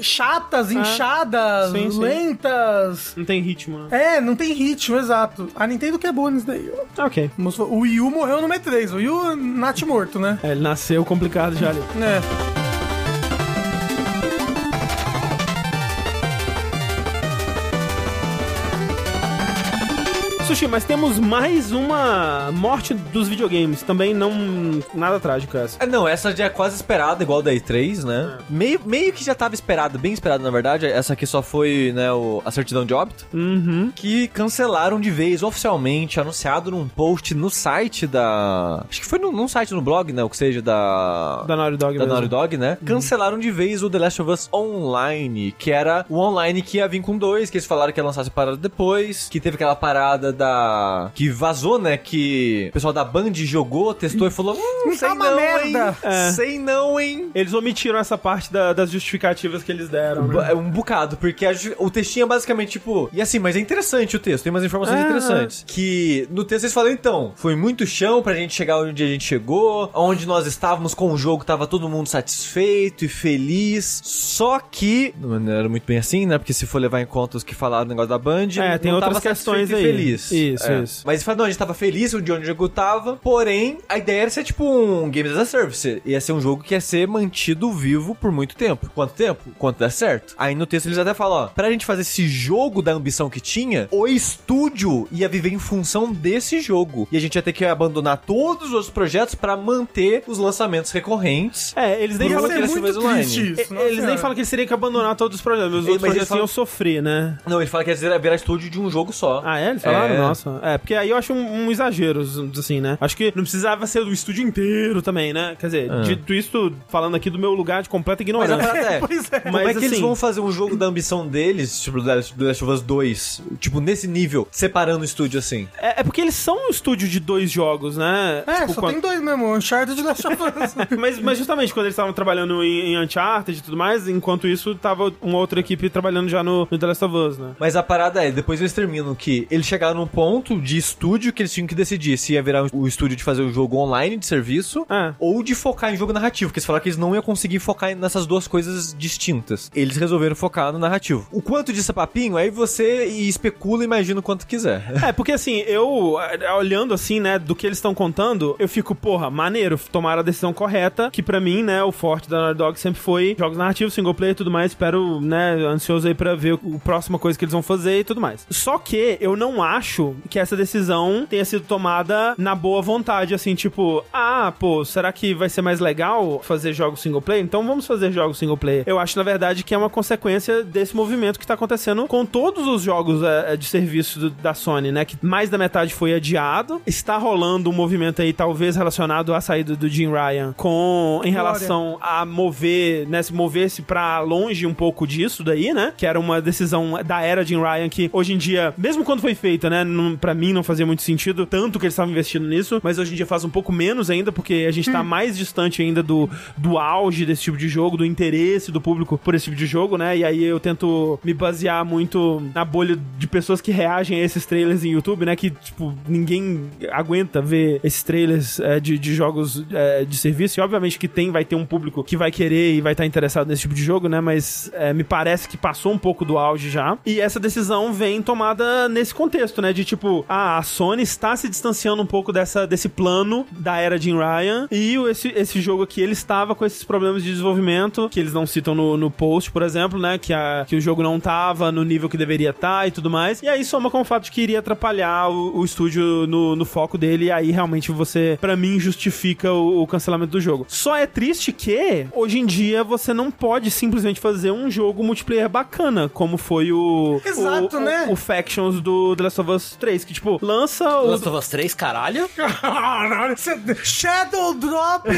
chatas, inchadas,
Ah. Sim, sim.
lentas.
Não tem ritmo, né?
É, não tem ritmo, exato. A Nintendo que é boa nisso daí.
Ah, Ok.
Mas O Wii U morreu no M3, o Wii U Nat morto, né?
É, ele nasceu complicado já ali.
É.
Sushi, mas temos mais uma morte dos videogames. Também não. Nada trágico essa.
Ah, não, essa já é quase esperada, igual da E3, né?
É.
Meio, meio que já tava esperada, bem esperada, na verdade. Essa aqui só foi, né, o, a certidão de óbito.
Uhum.
Que cancelaram de vez, oficialmente, anunciado num post no site da... Acho que foi num, num site, no blog, né, o que seja, da...
Da Naughty Dog
da
mesmo.
Naughty Dog, né? Cancelaram de vez o The Last of Us Online, que era o online que ia vir com dois, que eles falaram que ia lançar separado depois, que teve aquela parada da. que vazou, né? Que o pessoal da Band jogou, testou e falou: hum,
Tá
sei
uma
não, hein?
merda."
É.
Sei não, hein?
Eles omitiram essa parte da- das justificativas que eles deram.
Bu-
Né?
É um bocado, porque a ju- o textinho é basicamente tipo. E assim, mas é interessante o texto, tem umas informações
Ah.
interessantes. Que no texto eles falam, então, foi muito chão pra gente chegar onde a gente chegou, onde nós estávamos com o jogo, tava todo mundo satisfeito e feliz. Só que. Não era muito bem assim, né? Porque se for levar em conta os que falaram do negócio da Band.
É, tem
não tava
outras questões
satisfeito e
aí.
Feliz.
Isso,
É.
isso.
Mas ele fala, não, a gente tava feliz de onde o jogo tava, porém, a ideia era ser tipo um Games as a Service. Ia ser um jogo que ia ser mantido vivo por muito tempo. Quanto tempo? Quanto der certo. Aí no texto eles até falam, ó, pra gente fazer esse jogo da ambição que tinha, o estúdio ia viver em função desse jogo. E a gente ia ter que abandonar todos os outros projetos pra manter os lançamentos recorrentes.
É, eles nem
Ia
falam
ser
que eles-
muito triste
e- Eles nem falam que eles teriam que abandonar todos os projetos. Os
Mas
outros
eles
projetos
falam-
iam sofrer, né?
Não, ele fala que ia virar estúdio de um jogo só.
Ah, é? Eles falaram?
É.
Nossa. É, porque aí eu acho um, um exagero, assim, né? Acho que não precisava ser do estúdio inteiro também, né? Quer dizer, dito isso, falando aqui do meu lugar de completa
É. Mas a
ignorância.
parada
[LAUGHS]
é,
Pois é.
Como é
Mas,
que eles
assim-
vão fazer um jogo da ambição deles, tipo do The The Last of Us 2, tipo nesse nível, separando o estúdio assim?
É, é porque eles são um estúdio de dois jogos, né?
É,
Tipo,
só
quando-
tem dois mesmo, Uncharted e Last of Us.
[LAUGHS] Mas, mas justamente quando eles estavam trabalhando em, em Uncharted e tudo mais, enquanto isso, tava uma outra equipe trabalhando já no, no The Last of Us, né?
Mas a parada é, depois eles terminam que eles chegaram num ponto de estúdio que eles tinham que decidir se ia virar o estúdio de fazer o jogo online de serviço
É.
ou de focar em jogo narrativo, porque eles falaram que eles não iam conseguir focar nessas duas coisas distintas. Eles resolveram focar no narrativo. O quanto disso é papinho, aí você especula e imagina o quanto quiser. [LAUGHS]
É, porque assim, eu, eh, olhando assim, né, do que eles estão contando, eu fico, porra, maneiro, tomaram a decisão correta, que pra mim, né, o forte da Naughty Dog sempre foi jogos narrativos, single player e tudo mais, espero, né, ansioso aí pra ver o, a próxima coisa que eles vão fazer e tudo mais. Só que eu não acho que essa decisão tenha sido tomada na boa vontade, assim, tipo, ah, pô, será que vai ser mais legal fazer jogos single player? Então vamos fazer jogos single player. Eu acho, na verdade, que é uma consequência desse movimento que tá acontecendo com todos os jogos eh, de serviço do- da Sony, né? Que mais da metade foi adiado. Está rolando um movimento aí, talvez relacionado à saída do Jim Ryan, com em relação a mover, né? Se mover-se pra longe um pouco disso daí, né? Que era uma decisão da era Jim Ryan que hoje em dia, mesmo quando foi feita, né? Não, pra mim não fazia muito sentido, tanto que eles estavam investindo nisso, mas hoje em dia faz um pouco menos ainda, porque a gente tá mais distante ainda do, do auge desse tipo de jogo, do interesse do público por esse tipo de jogo, né? E aí eu tento me basear muito na bolha de pessoas que reagem a esses trailers em YouTube, né? Que, tipo, ninguém aguenta ver esses trailers é, de, de jogos é, de serviço. E obviamente que tem, vai ter um público que vai querer e vai estar interessado nesse tipo de jogo, né? Mas é, me parece que passou um pouco do auge já. E essa decisão vem tomada nesse contexto, né? De tipo, ah, a Sony está se distanciando um pouco dessa, desse plano da era Jim Ryan. E o- esse, esse jogo aqui, ele estava com esses problemas de desenvolvimento, que eles não citam no, no post, por exemplo, né? Que, a, que o jogo não tava no nível que deveria estar e tudo mais. E aí soma com o fato de que iria atrapalhar o, o estúdio no, no foco dele. E aí realmente você, pra mim, justifica o, o cancelamento do jogo. Só é triste que, hoje em dia, você não pode simplesmente fazer um jogo multiplayer bacana, como foi o.
Exato,
o-
né?
O, o Factions do The Last of Us 3, que tipo, lança o.
Last of Us 3, caralho?
Caralho, você-
[LAUGHS]
Shadow Drop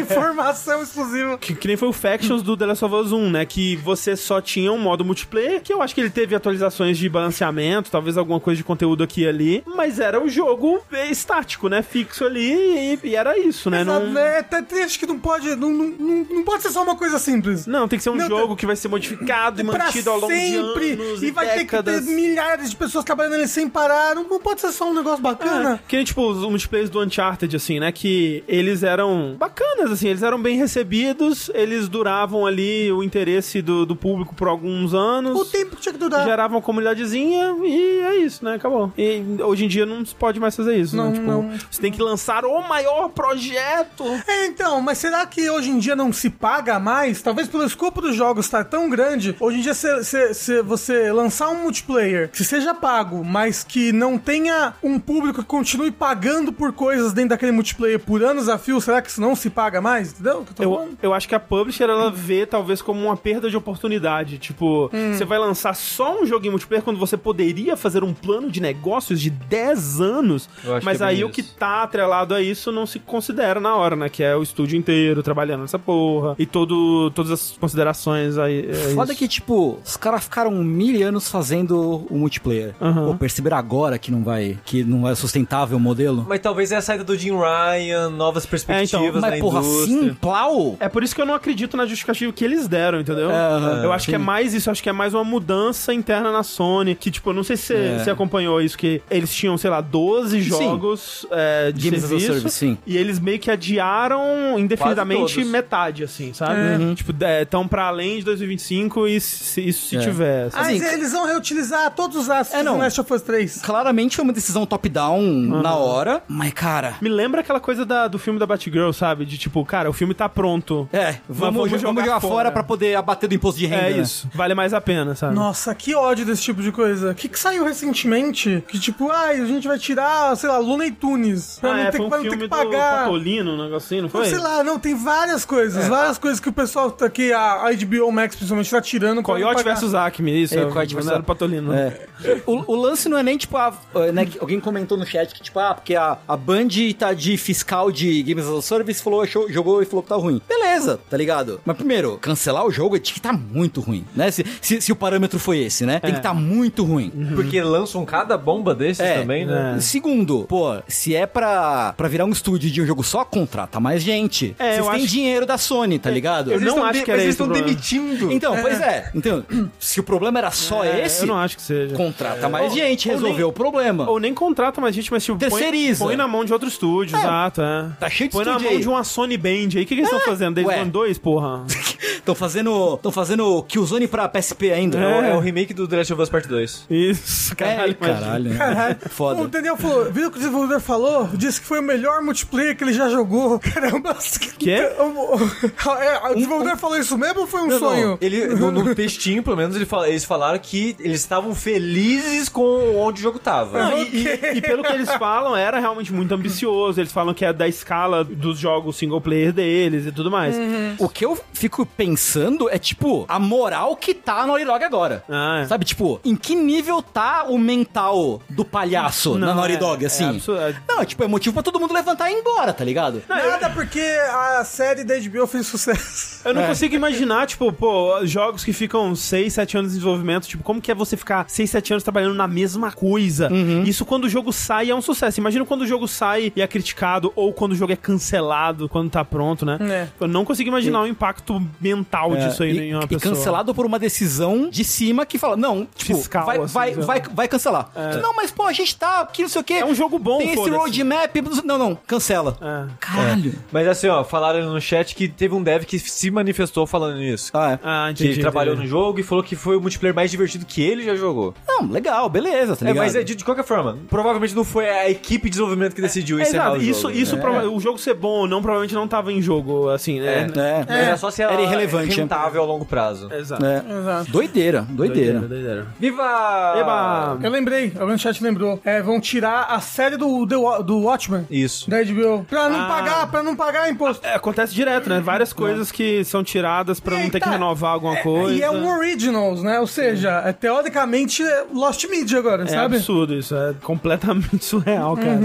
informação exclusiva.
Que, que nem foi o Factions do The Last of Us 1, né? Que você só tinha um modo multiplayer, que eu acho que ele teve atualizações de balanceamento, talvez alguma coisa de conteúdo aqui e ali, mas era o jogo eh, estático, né? Fixo ali e, e era isso, né?
Exato,
Não-
né? É até triste que não pode. Não, não, não- não pode ser só uma coisa simples.
Não, tem que ser um
Não, tá
jogo que vai ser modificado e
Pra
mantido ao longo de
sempre.
anos
e vai ter que ter
décadas.
milhares de pessoas trabalhando nele sem parar, não, não pode ser só um negócio bacana.
Que nem, tipo, os multiplayers do Uncharted, assim, né? Que eles eram bacanas, assim, eles eram bem recebidos, eles duravam ali o interesse do, do público por alguns anos.
O tempo que tinha que durar.
Gerava uma comunidadezinha e é isso, né? Acabou. E hoje em dia não se pode mais fazer isso,
Não,
né? Tipo,
não.
você tem que lançar o maior projeto.
É, então, mas será que hoje em dia não se paga mais? Talvez pelo escopo dos jogos estar tão grande, hoje em dia se, se- se você lançar um multiplayer que seja pago, mas que não tenha um público que continue pagando por coisas dentro daquele multiplayer por anos a fio, será que isso não se paga mais? Entendeu? o que eu tô
Eu,
falando?
eu acho que a publisher ela vê talvez como uma perda de oportunidade. Tipo,
Hum.
você vai lançar só um jogo em multiplayer quando você poderia fazer um plano de negócios de 10 anos,
Eu acho
mas
que é bem
aí o
isso.
que tá atrelado a isso não se considera na hora, né? Que é o estúdio inteiro trabalhando nessa porra e todo, todas as considerações aí. É
Foda
isso.
que, tipo, os caras ficaram mil anos fazendo o multiplayer.
Aham.
Pô, perceberam agora que não vai, que não é sustentável o modelo?
Mas talvez é a saída do Jim Ryan, novas perspectivas
então,
na
Mas, porra,
indústria.
assim, plau?
É por isso que eu não acredito na justificativa que eles deram, entendeu?
É,
eu acho que é
sim.
mais isso, eu acho que é mais uma mudança interna na Sony, que, tipo, eu não sei se você
É.
você acompanhou isso, que eles tinham, sei lá, 12 jogos é, de
Games as a
serviço,
service, sim.
e eles meio que adiaram indefinidamente
todos.
metade, assim, sabe?
É.
Uhum.
Tipo, estão pra além de 2025 e se, isso se
É.
tiver. sabe?
Mas
assim,
eles vão reutilizar todos os assets
É, não.
do Last of Us 3.
Claramente foi uma decisão top-down na hora, mas, cara...
Me lembra aquela coisa da- do filme da Batgirl, sabe? De tipo, cara, o filme tá pronto.
É, vamos,
vamos
vamos jogar,
jogar
fora,
fora.
pra poder abater do imposto de renda.
É
né?
isso. Vale mais a pena, sabe?
Nossa, que ódio desse tipo de coisa. O que, que saiu recentemente? Que tipo, ai, a gente vai tirar, sei lá, Luna e Tunis. Pra
Ah,
não
é,
ter,
foi um
pra não ter
filme do
que pagar.
Patolino, um negocinho, não
Não,
foi?
sei lá, não, tem várias coisas, várias coisas que o pessoal tá aqui, a a HBO Max principalmente, tá tirando. pra não
Coyote
pagar.
versus Acme, isso.
É,
É,
Coyote versus
Leonardo
Acme.
Patolino. né?
É. O, o lance não é nem tipo a, ah, né, que alguém comentou no chat que tipo ah porque a, a Band tá de fiscal de Games as a Service falou achou- jogou e falou que tá ruim. Beleza, tá ligado? Mas primeiro cancelar o jogo tinha que tá muito ruim, né? Se, se, se o parâmetro foi esse, né?
É.
Tem que tá muito ruim.
Uhum.
Porque lançam cada bomba desses
É.
também, né?
Segundo, pô, se é pra, pra virar um estúdio de um jogo só, contrata mais gente.
É,
Vocês
eu
têm
acho- É,
dinheiro da Sony, tá ligado?
Eu
Eles
não
tão
acho
de-
que era
mas eles
esse o
estão
problema.
demitindo.
Então, pois é. Então, se o problema era só
É,
esse,
Eu não acho que seja.
contrata mais gente,
ou nem-
resolveu o problema.
Ou nem contrata mais gente, mas tipo, põe-
Terceiriza.
Põe, na mão de outro estúdio,
É.
exato, é.
Tá cheio de
Põe na
estúdio
mão
aí. É.
de uma Sony Band aí. O que, que eles estão fazendo? Desde
ué.
o ano 2,
[LAUGHS]
porra?
Estão fazendo, tão fazendo Killzone pra PSP ainda.
É o-
É.
é o remake do The Last of Us Part 2.
Isso, caralho. imagina.
É, caralho. né?
É. [LAUGHS] O
Foda.
Daniel falou, viu o que o desenvolvedor falou? Disse que foi o melhor multiplayer que ele já jogou. [LAUGHS] Caramba, [LAUGHS]
Quê?
O, o- é, o desenvolvedor falou isso mesmo ou foi um
Não, não.
sonho?
Ele, no, no textinho, pelo menos, ele fala- eles falaram que eles estavam felizes com onde o jogo tava.
Não, e, e- e pelo que eles falam, era realmente muito ambicioso. Eles falam que é da escala dos jogos single player deles e tudo mais.
O que eu fico pensando é, tipo, a moral que tá no Naughty Dog agora.
Ah, é.
Sabe, tipo, em que nível tá o mental do palhaço na Naughty
é-
Dog,
é
assim?
absurdo, é.
Não, é tipo, é motivo pra todo mundo levantar e ir embora, tá ligado?
Nada porque a série da HBO fez sucesso.
Eu não consigo imaginar, tipo, pô, jogos que ficam 6, 7 anos de desenvolvimento, tipo, como que é você ficar 6, 7 anos trabalhando na mesma coisa? Isso quando o jogo sai é um sucesso. Imagina quando o jogo sai e é criticado, ou quando o jogo é cancelado, quando tá pronto, né?
É.
Eu não consigo imaginar o impacto mental disso aí
É, e,
em uma
e
pessoa.
cancelado por uma decisão de cima que fala, não, tipo,
Fiscal,
vai,
assim,
vai,
sei lá.
vai, vai cancelar. Não, mas pô, a gente tá aqui, não sei o quê.
É um jogo bom,
Tem esse
foda-se.
roadmap. Não, não, cancela.
É.
Caralho.
Mas assim, ó, falaram no chat que teve um dev que se manifestou falando nisso.
Ah, é.
Ah,
Que
entendi.
ele trabalhou
entendi. Tá
no jogo e falou que foi o multiplayer mais divertido que ele já jogou.
Não, legal, beleza, tá
É,
ligado?
mas é de, de qualquer forma, provavelmente não foi a equipe de desenvolvimento que decidiu
É,
encerrar
exato.
o jogo.
Isso, isso
né?
prova- o jogo ser bom ou não, provavelmente não tava em jogo, assim, né?
É,
Era só se ela é
Era
é.
irrelevante,
rentável a longo prazo.
Exato.
é. Doideira, doideira.
doideira.
Viva!
Eba!
Eu lembrei, alguém no chat lembrou. É, vão tirar a série do, The Wa- do Watchmen.
Isso.
Da HBO. Pra não
Ah.
pagar, pra não pagar imposto.
É, acontece direto, né? Várias coisas que são tiradas pra não ter que
Eita!
renovar alguma coisa.
E é um Originals, né? Ou seja, é, teoricamente é Lost Media agora,
É
sabe?
absurdo isso, é completamente [LAUGHS] surreal, cara.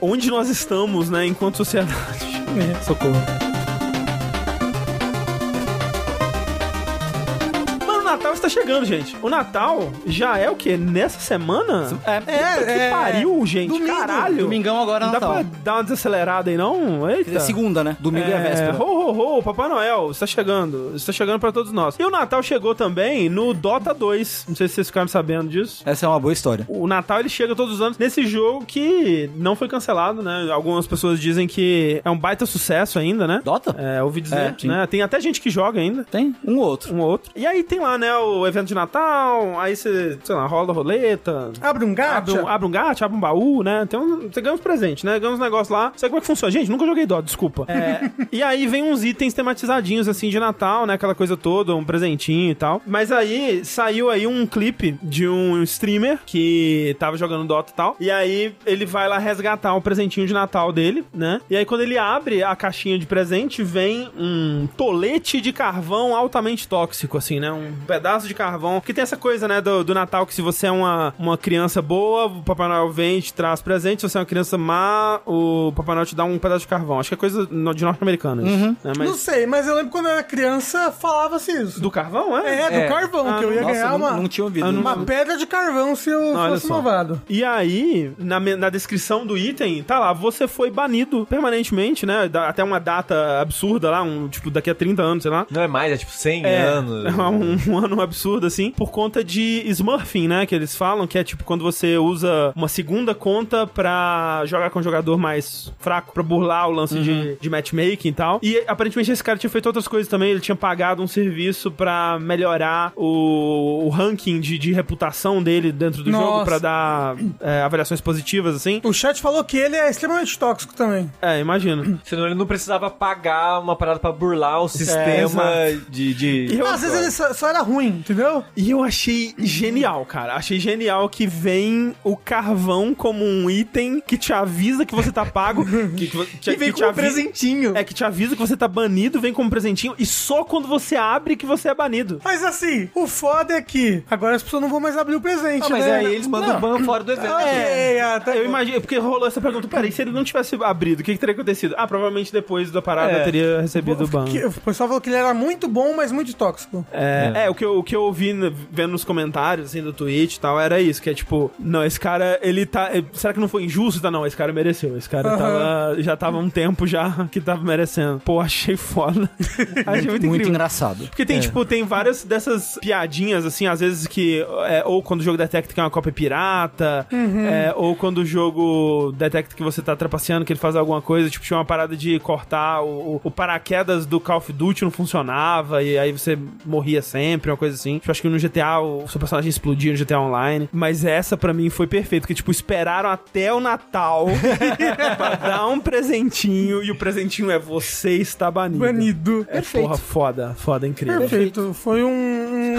Onde nós estamos, né, enquanto sociedade? Socorro. Mano, o Natal está chegando, gente. O Natal já é o quê? Nessa semana?
É,
Puta que
é.
pariu, gente.
Domingo.
Caralho.
Domingão agora é
Não dá
Natal.
pra dar uma desacelerada aí, não? Eita.
é segunda, né? Domingo é, a véspera.
Ho, ho, ho, Papai Noel, está chegando. Está chegando pra todos nós. E o Natal chegou também no Dota 2. Não sei se vocês ficaram sabendo disso.
Essa é uma boa história.
O Natal ele chega todos os anos nesse jogo que não foi cancelado, né? Algumas pessoas dizem que é um baita sucesso ainda, né?
Dota?
É, ouvi dizer,
É, sim.
né? Tem até gente que joga ainda.
Tem um ou outro.
Um ou outro. E aí tem lá, né, o evento de Natal, aí você, sei lá, rola a roleta,
Abre um gato.
Abre um, abre um gato, abre um baú, né? Tem um, você ganha uns presentes, né? Ganha uns negócios lá. Sabe como é que funciona? Gente, nunca joguei Dó, desculpa. É, [LAUGHS] e aí vem uns itens tematizadinhos, assim, de Natal, né? Aquela coisa toda, um presentinho e tal. Mas aí saiu aí um clipe de um streamer que tava jogando Dota e tal. E aí ele vai lá resgatar o presentinho de Natal dele, né? E aí quando ele abre a caixinha de presente, vem um tolete de carvão altamente tóxico, assim, né? Um pedaço de carvão. Porque tem essa coisa, né, do, do Natal, que se você é uma, uma criança boa, o Papai Noel vem e te traz presente. Se você é uma criança má, o Papai Noel te dá um pedaço de carvão. Acho que é coisa no- de norte-americano isso. né? Mas
Uhum. Não sei, mas eu lembro quando eu era criança, falava-se isso.
do carvão, é?
É, do
É.
carvão,
Ah,
que eu ia
Nossa,
ganhar
não,
uma,
não tinha ouvido.
Ah, não-
uma pedra de carvão se eu
Não, olha
fosse
só.
malvado.
E aí, na, me- na descrição do item, tá lá, você foi banido permanentemente, né? Da- até uma data absurda lá, um, tipo, daqui a 30 anos, sei lá.
Não é mais, é tipo 100
É,
anos.
é [LAUGHS] um, um ano absurdo, assim, por conta de smurfing, né? Que eles falam que é tipo quando você usa uma segunda conta pra jogar com um jogador mais fraco, pra burlar o lance de, de matchmaking e tal. E aparentemente esse cara tinha feito outras coisas também, ele tinha pagado um serviço pra melhorar o, o ranking de, de reputação dele dentro do jogo,
Nossa.
pra dar é, avaliações positivas, assim.
O chat falou que ele é extremamente tóxico também.
É, imagino.
Senão ele não precisava pagar uma parada pra burlar o sistema de... de...
Eu-
Às vezes ele só, só era ruim, entendeu?
E eu achei genial, cara. Achei genial que vem o carvão como um item que te avisa que você tá pago. [LAUGHS] que, que, que, que
um
te avi-
presentinho.
É, que te avisa que você tá banido, vem como presentinho. E só quando você abre que você é banido.
Mas assim, o foda é que agora as pessoas não vão mais abrir o
Ah,
presente,
mas
né?
aí eles mandam
Não.
ban
é.
fora do evento.
Ok, ah, tá
Eu
bom.
imagino, porque rolou essa pergunta, peraí, se ele não tivesse abrido, o que, que teria acontecido? Ah, provavelmente depois da parada
É.
teria recebido o ban.
Que- o pessoal falou que ele era muito bom, mas muito tóxico.
É, é, o, que eu, o que eu ouvi n- vendo nos comentários, assim, do Twitch e tal, era isso, que é tipo, não, esse cara, ele tá, é, será que não foi injusto? Tá, não, esse cara mereceu, esse cara
Aham.
tava, já tava há um tempo já que tava merecendo. Pô, achei foda. achei muito,
é Muito
incrível.
engraçado.
Porque tem, tipo, tem várias dessas piadinhas, assim, às vezes que. é, ou quando o jogo detecta que é uma cópia pirata, é, ou quando o jogo detecta que você tá trapaceando, que ele faz alguma coisa, tipo, tinha uma parada de cortar o, o- o paraquedas do Call of Duty não funcionava, e aí você morria sempre, uma coisa assim. Tipo, acho que no GTA o seu personagem explodia no GTA Online. Mas essa, pra mim, foi perfeita, porque, tipo, esperaram até o Natal [LAUGHS] pra dar um presentinho, e o presentinho é você está banido.
Banido.
É, porra, foda, foda, incrível.
Perfeito. Foi um,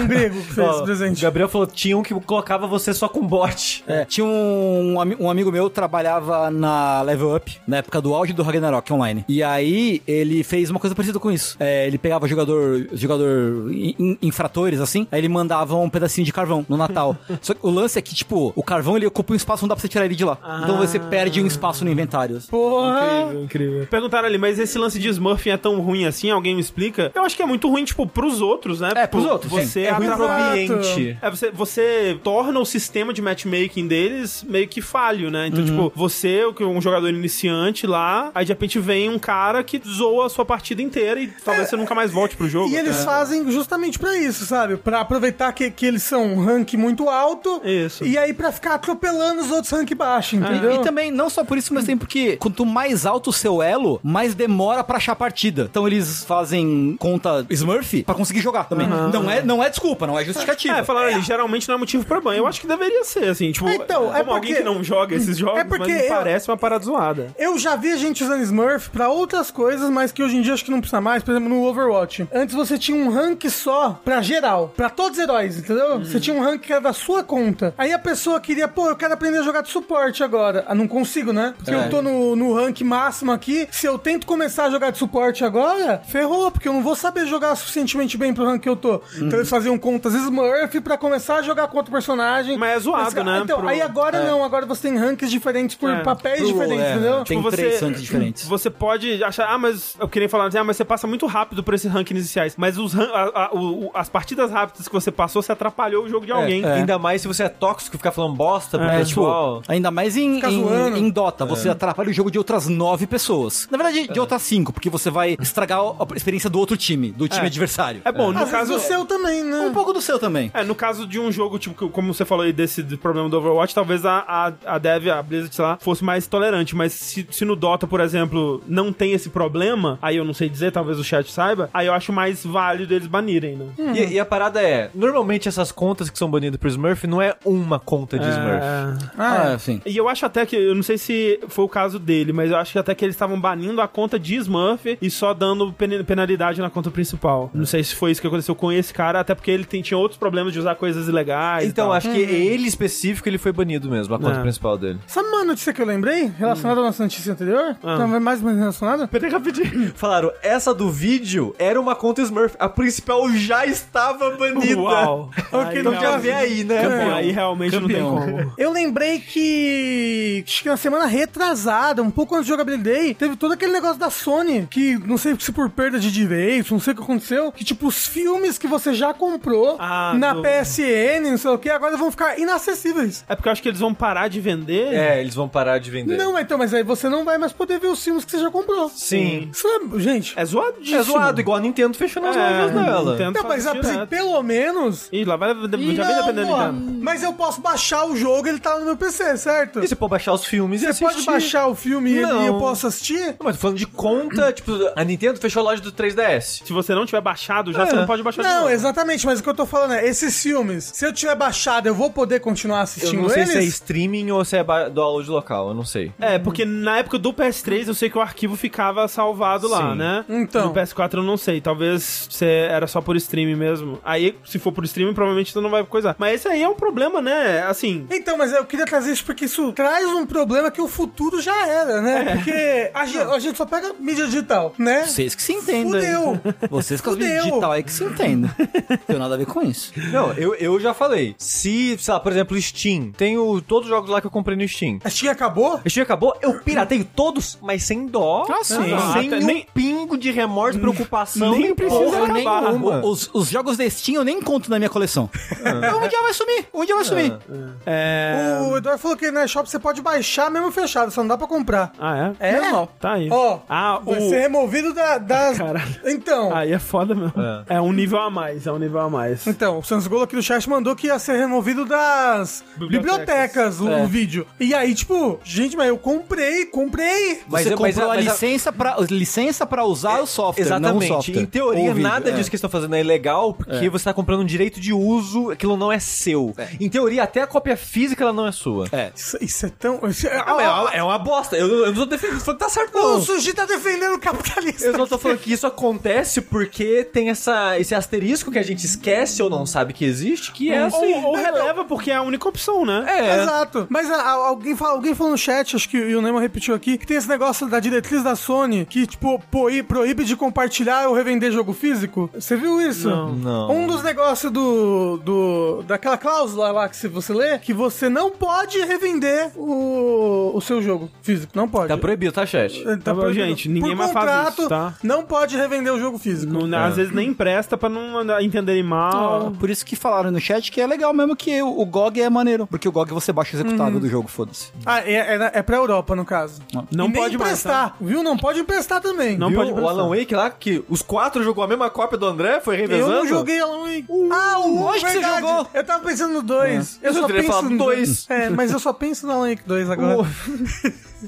[LAUGHS]
um grego que fez esse
O
presente.
Gabriel falou, tinha um que colocava você só com bot.
É, tinha um, ami- um amigo meu que trabalhava na Level Up, na época do auge do Ragnarok online. E aí ele fez uma coisa parecida com isso. É, ele pegava jogador, jogador in- in- infratores, assim, aí ele mandava um pedacinho de carvão no Natal. Só que o lance é que, tipo, o carvão ele ocupa um espaço, não dá pra você tirar ele de lá. Então você perde um espaço no inventário.
Porra!
Incrível. Perguntaram ali, mas esse lance de Smurfing é tão ruim assim? Alguém me explica? Eu acho que é muito ruim, tipo, pros outros, né?
É, pros
Tipo,
outros, sim.
Você
É ruim pro
atrapalha-
ambiente.
É, você, você torna o sistema de matchmaking deles meio que falho, né? Então, tipo, você, o que- um jogador iniciante lá, aí de repente vem um cara que zoa a sua partida inteira e talvez você nunca mais volte pro jogo. né?
E eles fazem justamente pra isso, sabe? Pra aproveitar que, que eles são um rank muito alto.
Isso. É.
E aí pra ficar atropelando os outros rank baixo, entendeu?
E, e também, não só por isso, mas também porque quanto mais alto o seu elo, mais demora pra achar a partida. Então eles fazem conta Smurf pra conseguir jogar também. Não, é, não é desculpa, não é justificativa.
É, falaram ali, geralmente não é motivo pra ban. Eu acho que deveria ser, assim, tipo,
É, então,
como
é
alguém
porque-
que não joga esses jogos,
É porque
mas me
eu-
parece uma parada zoada.
Eu já vi gente usando Smurf pra outras coisas, mas que hoje em dia acho que não precisa mais. Por exemplo, no Overwatch. Antes você tinha um rank só pra geral, pra todos os heróis, entendeu?
Hum.
Você tinha um rank que era da sua conta. Aí a pessoa queria, pô, eu quero aprender a jogar de suporte agora. Ah, não consigo, né? Porque
É.
eu tô no, no rank máximo aqui. Se eu tento
Uhum.
começar a jogar de suporte agora, ferrou, porque eu não vou saber jogar suficientemente bem pro rank que eu tô. Então eles fazem faziam contas Smurf pra começar a jogar com outro personagem.
Mas é zoado,
Mas, cara,
né,
Então,
pro-
aí agora não, agora você tem ranks diferentes por
É, Tipo,
papéis
pro role,
diferentes,
é,
entendeu?
né? Tem três ranks diferentes.
Você Hum, pode achar, ah, mas eu queria falar assim, ah, mas você passa muito rápido por esses rankings iniciais. Mas os ran- a- a- o- o- as partidas rápidas que você passou, você atrapalhou o jogo de alguém.
Ainda mais se você é tóxico, ficar falando bosta pro
É,
pessoal.
tipo, Ainda mais em,
Fica zoando.
em, em Dota, você atrapalha o jogo de outras nove pessoas. Na verdade, de outras cinco, porque você vai estragar a experiência do outro time, do time adversário.
É bom, no
Às
caso.
vezes o seu também, né?
Um pouco do seu também.
É, no caso de um jogo, tipo, que- como você falou aí desse do problema do Overwatch, talvez a, a, a Dev, a Blizzard, sei lá, fosse mais tolerante. Mas se, se no Dota, por exemplo, não tem esse problema, aí eu não sei dizer, talvez o chat saiba, aí eu acho mais válido eles banirem, né?
E, e a parada é, normalmente essas contas que são banidas pro Smurf não é uma conta de Smurf.
É.
Ah, sim.
E eu acho até que, eu não sei se foi o caso dele, mas eu acho que até que eles estavam banindo a conta de Smurf e só dando pen- penalidade na conta principal. Não sei se foi isso que aconteceu com esse cara, até porque ele tem- tinha outros problemas de usar coisas ilegais. e
Então,
tal.
acho que ele específico, ele foi banido mesmo, a conta
É.
principal dele.
Sabe uma notícia que eu lembrei, relacionada à nossa notícia anterior? Também mais ou menos relacionada?
Peraí, rapidinho.
Falaram, essa do vídeo era uma conta Smurf, a principal já estava banida.
Uau. Aí,
então já
não.
vê aí, né?
Campeão. Aí realmente não tem como.
[CLEARS THROAT] Eu lembrei que. Acho que na semana retrasada, um pouco antes do Jogabilidade Day, teve todo aquele negócio da Sony, que não sei se por perda de direitos, não sei o que aconteceu, que tipo, os filmes que você já comprou
Ah,
na
do-
PSN, não sei o que, agora vão ficar inacessíveis.
É porque eu acho que eles vão parar de vender.
É, eles vão parar de vender.
Não, então, mas aí você não vai mais poder ver os filmes que você já comprou.
Sim.
Isso é- gente.
É zoado disso.
É zoado, igual a Nintendo fechando as
É,
lojas dela.
Nintendo
Não, mas
faz
assim,
direto.
pelo menos.
Ih, lá vai já vem
Não,
dependendo
pô,
da Nintendo.
mas eu posso baixar o jogo, ele tá no meu PC, certo?
E você pode baixar os filmes e
Você
assistir.
pode baixar o filme e
Não.
e eu posso assistir?
Não, mas tô falando de conta, tipo, a Nintendo fechou a loja do 3DS.
Se você não tiver baixado já,
É.
você não pode baixar de
Não,
novo.
exatamente, mas o que eu tô falando é, esses filmes, se eu tiver baixado, eu vou poder continuar
Eu
assistindo
não sei
eles?
se é streaming ou se é ba- download local, eu não sei.
É, porque na época do PS3 eu sei que o arquivo ficava salvado lá,
Sim.
né?
Então.
No PS4 eu não sei. Talvez você era só por stream mesmo. Aí, se for por stream, provavelmente você não vai coisar. Mas esse aí é um problema, né? Assim.
Então, mas eu queria trazer isso porque isso traz um problema que o futuro já era, né?
É.
Porque a gente, a gente só pega mídia digital, né?
Vocês que se entendem.
Fudeu!
Vocês com as
Fudeu.
mídias digital aí que se entendem. Não tem nada a ver com isso.
Não, eu, eu já falei. Se, sei lá, por exemplo, Steam. Tenho todos os jogos lá que eu comprei no Steam.
A Steam acabou?
Steam acabou, eu pirateio todos, mas sem dó.
Ah, sim.
Sem
Ah,
um
nem-
pingo de remorso, preocupação.
nem precisa
porra
acabar.
nenhuma.
Os, os jogos da Steam eu nem conto na minha coleção. um dia vai sumir, um dia vai sumir.
É.
O Eduardo falou que na shop você pode baixar mesmo fechado, só não dá pra comprar.
Ah, é?
É?
Normal.
Tá aí.
Ó,
ah,
vai ser removido da,
[LAUGHS]
das...
Caralho.
Então...
Aí é foda mesmo. É. um nível a mais, é um nível a mais.
Então, o Sans Golo aqui no chat mandou que ia ser removido das bibliotecas,
Bibliotecas.
o
é.
vídeo. E aí, tipo, gente, mas eu comprei, comprei.
Mas
Você
é- mas
comprou
é- mas é-
a licença pra licença para usar o software, não o
Exatamente.
software.
Em teoria,
Ou o vídeo,
nada
é.
disso que eles estão fazendo é ilegal, porque você tá comprando um direito de uso, aquilo não é seu. Em teoria, até a cópia física ela não é sua.
É.
Isso, isso é tão. Isso é,
Não, é,
Ah,
uma, é uma bosta. Eu, eu não tô defendendo, falando que tá certo,
o
não.
Sushi tá defendendo o capitalista.
Eu só tô falando que isso acontece porque tem essa, esse asterisco que a gente esquece ou não sabe que existe, que é assim.
ou, ou releva, porque é a única opção, né?
É.
Exato. Mas a- a- alguém, fala- alguém falou no chat, acho que o Nemo repetiu aqui, que tem esse negócio da diretriz da Sony que, tipo, poi- proíbe de compartilhar ou revender jogo físico. Você viu isso? Não.
Não.
Um dos negócios do, do. daquela cláusula lá que se você lê, que você não pode revender o, o seu jogo físico. Não pode. Então,
Tá proibido, tá, chat?
Tá bom, gente, ninguém
Por
mais faz
contrato,
isso, tá?
Não pode revender o jogo físico.
Não- Às vezes nem presta pra não andar- entenderem mal.
Ah, Por isso que falaram no chat que é legal mesmo que o, o GOG é maneiro. Porque o GOG você baixa o executável do jogo, foda-se.
Ah, é, é, é pra Europa, no caso.
Não
E nem
pode mais, tá?
emprestar, viu? Não pode emprestar também.
Não
Viu
pode
o Alan Wake lá, que os quatro jogou a mesma cópia do André, foi
Eu
revezando?
não joguei Alan Wake. ah, o
lógico que você jogou.
Eu tava pensando no 2. Eu
Eu
só
teria
penso
falado
no
dois.
É, mas eu só penso no Alan Wake 2 agora.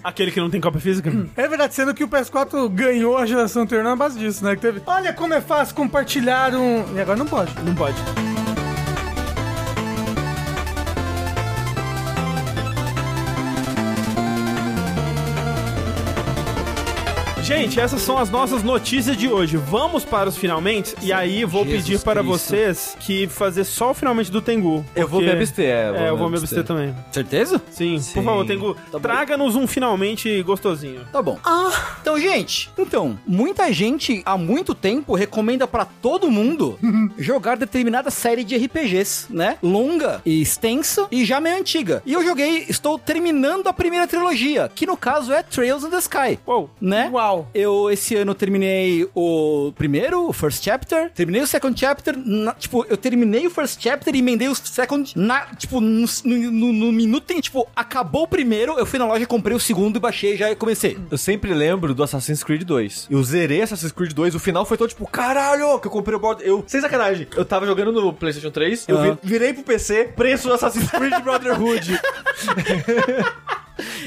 Aquele que não tem cópia física?
É verdade, sendo que o PS4 ganhou a geração anterior na base disso, né? Que teve... Olha como é fácil compartilhar um... E agora não pode.
Não pode. Gente, essas são as nossas notícias de hoje. Vamos para os finalmente. E aí vou
Jesus
pedir para
Cristo.
vocês que fazer só o finalmente do Tengu.
Eu vou me
porque-
abster.
É, eu vou me abster também.
Certeza?
Sim,
Sim. Tá
por favor, Tengu,
bom.
traga-nos um finalmente gostosinho.
Tá bom. Então, gente, então, muita gente há muito tempo recomenda pra todo mundo jogar determinada série de RPGs, né? Longa e extensa e já meio antiga. E eu joguei, estou terminando a primeira trilogia, que no caso é Trails in the Sky.
Uou.
Né?
Uau.
Eu esse ano terminei o primeiro, o first chapter, terminei o second chapter, na- tipo, eu terminei o first chapter e emendei o second na, tipo, no, no, no minuto, em- tipo, acabou o primeiro, eu fui na loja, comprei o segundo e baixei já e comecei.
Eu sempre lembro do Assassin's Creed 2. Eu zerei Assassin's Creed 2, o final foi todo tipo, caralho, que eu comprei o board. Eu, sem sacanagem, eu tava jogando no PlayStation 3, eu vi-
Ah.
virei pro PC, preço do Assassin's Creed
[LAUGHS]
Brotherhood.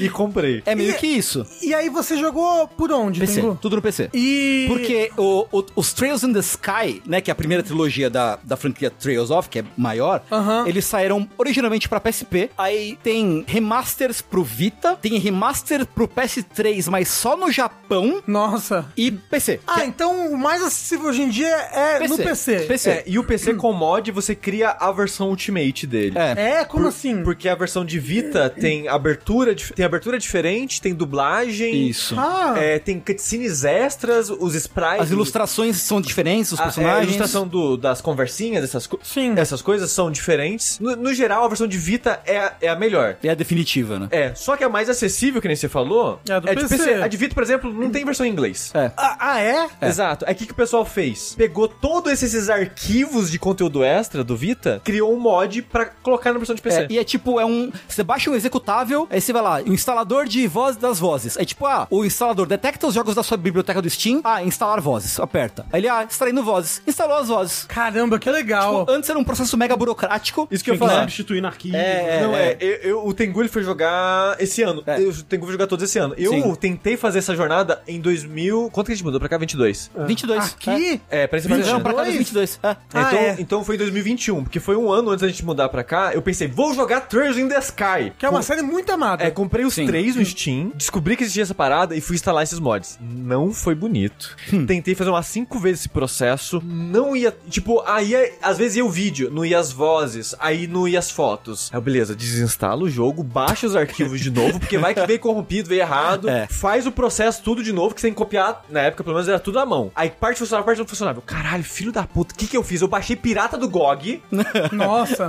e comprei.
É meio que isso.
E aí você jogou por onde,
PC,
Tengu?
tudo no PC.
E...
Porque o- o- os Trails in the Sky, né, que é a primeira trilogia da, da franquia Trails of, que é maior,
Aham.
eles saíram originalmente pra PSP. Aí tem remasters pro Vita, tem remaster pro PS3, mas só no Japão
Nossa.
e PC.
Ah, então o mais acessível hoje em dia é no PC.
PC.
É, e o PC com mod, você cria a versão Ultimate dele.
Hum. É.
É? Como assim?
Porque a versão de Vita tem abertura, dif- tem abertura diferente, tem dublagem,
Isso.
Ah,
é, tem cutscenes extras, os sprites.
As ilustrações são diferentes, os
A- é,
personagens.
A ilustração do- das conversinhas, essas, co
Sim.
essas coisas são diferentes. No, no geral, a versão de Vita é, a- é a melhor.
É a definitiva, né?
É, só que a mais acessível, que nem você falou,
É a do
de
PC.
A de Vita, por exemplo, não tem versão em inglês.
É.
ah, ah, é?
Exato. É o que, que o pessoal fez? Pegou todos esses, esses arquivos de conteúdo extra do Vita, criou um mod pra colocar na versão de PC.
É, e é tipo, é um. Você baixa um executável, aí você vai lá, o instalador de voz das vozes. É tipo, ah, o instalador detecta os jogos da sua biblioteca do Steam. Ah, instalar vozes. Aperta. Aí ele, ah, extraindo vozes. Instalou as vozes.
Caramba, que legal.
Tipo, antes era um processo mega burocrático.
Isso que eu ia
Tem que
falar.
substituir no arquivo.
É,
não,
é.
é. eu- eu- o Tengu ele foi jogar esse ano.
É.
Eu- O Tengu foi jogar todos esse ano. Eu
Sim.
tentei fazer essa jornada em 2000. Quanto que a gente mudou pra cá? 22.
22. É.
Aqui?
É, pra esse
Eles vieram
ano.
pra cá nos 22. É.
Então,
Ah, é.
então foi em 2021, porque foi um ano antes da gente mudar pra cá. Eu pensei, vou jogar Trails in the Sky.
Que é uma
Com-
série muito amada.
É, comprei os
Sim.
três no Steam, descobri que existia essa parada e fui instalar esses mods. Não foi bonito.
Hum.
Tentei fazer umas cinco vezes esse processo, não ia. Tipo, aí às vezes ia o vídeo, não ia as vozes, aí não ia as fotos. Aí, eu, beleza, desinstala o jogo, baixa os arquivos de novo, porque vai que veio corrompido, veio errado.
[LAUGHS] É.
Faz o processo tudo de novo, que você tem que copiar. Na época, pelo menos, era tudo à mão. Aí parte funcionava, parte não funcionava. Eu, Caralho, filho da puta, o que que eu fiz? Eu baixei Pirata do GOG,
Nossa.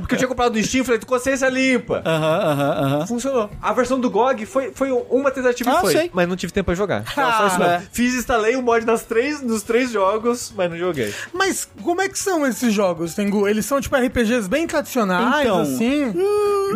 porque eu tinha comprado no Steam, falei, tu consciência limpa.
Aham, aham, aham.
Funcionou. A versão do GOG foi, foi uma tentativa
Ah,
e foi.
sei.
Mas não tive tempo pra jogar.
Ah,
Só isso mesmo.
é.
Fiz, instalei o mod nas três, nos três jogos, mas não joguei.
Mas como é que são esses jogos, Tengu? Eles são, tipo, RPGs bem tradicionais,
Então,
assim?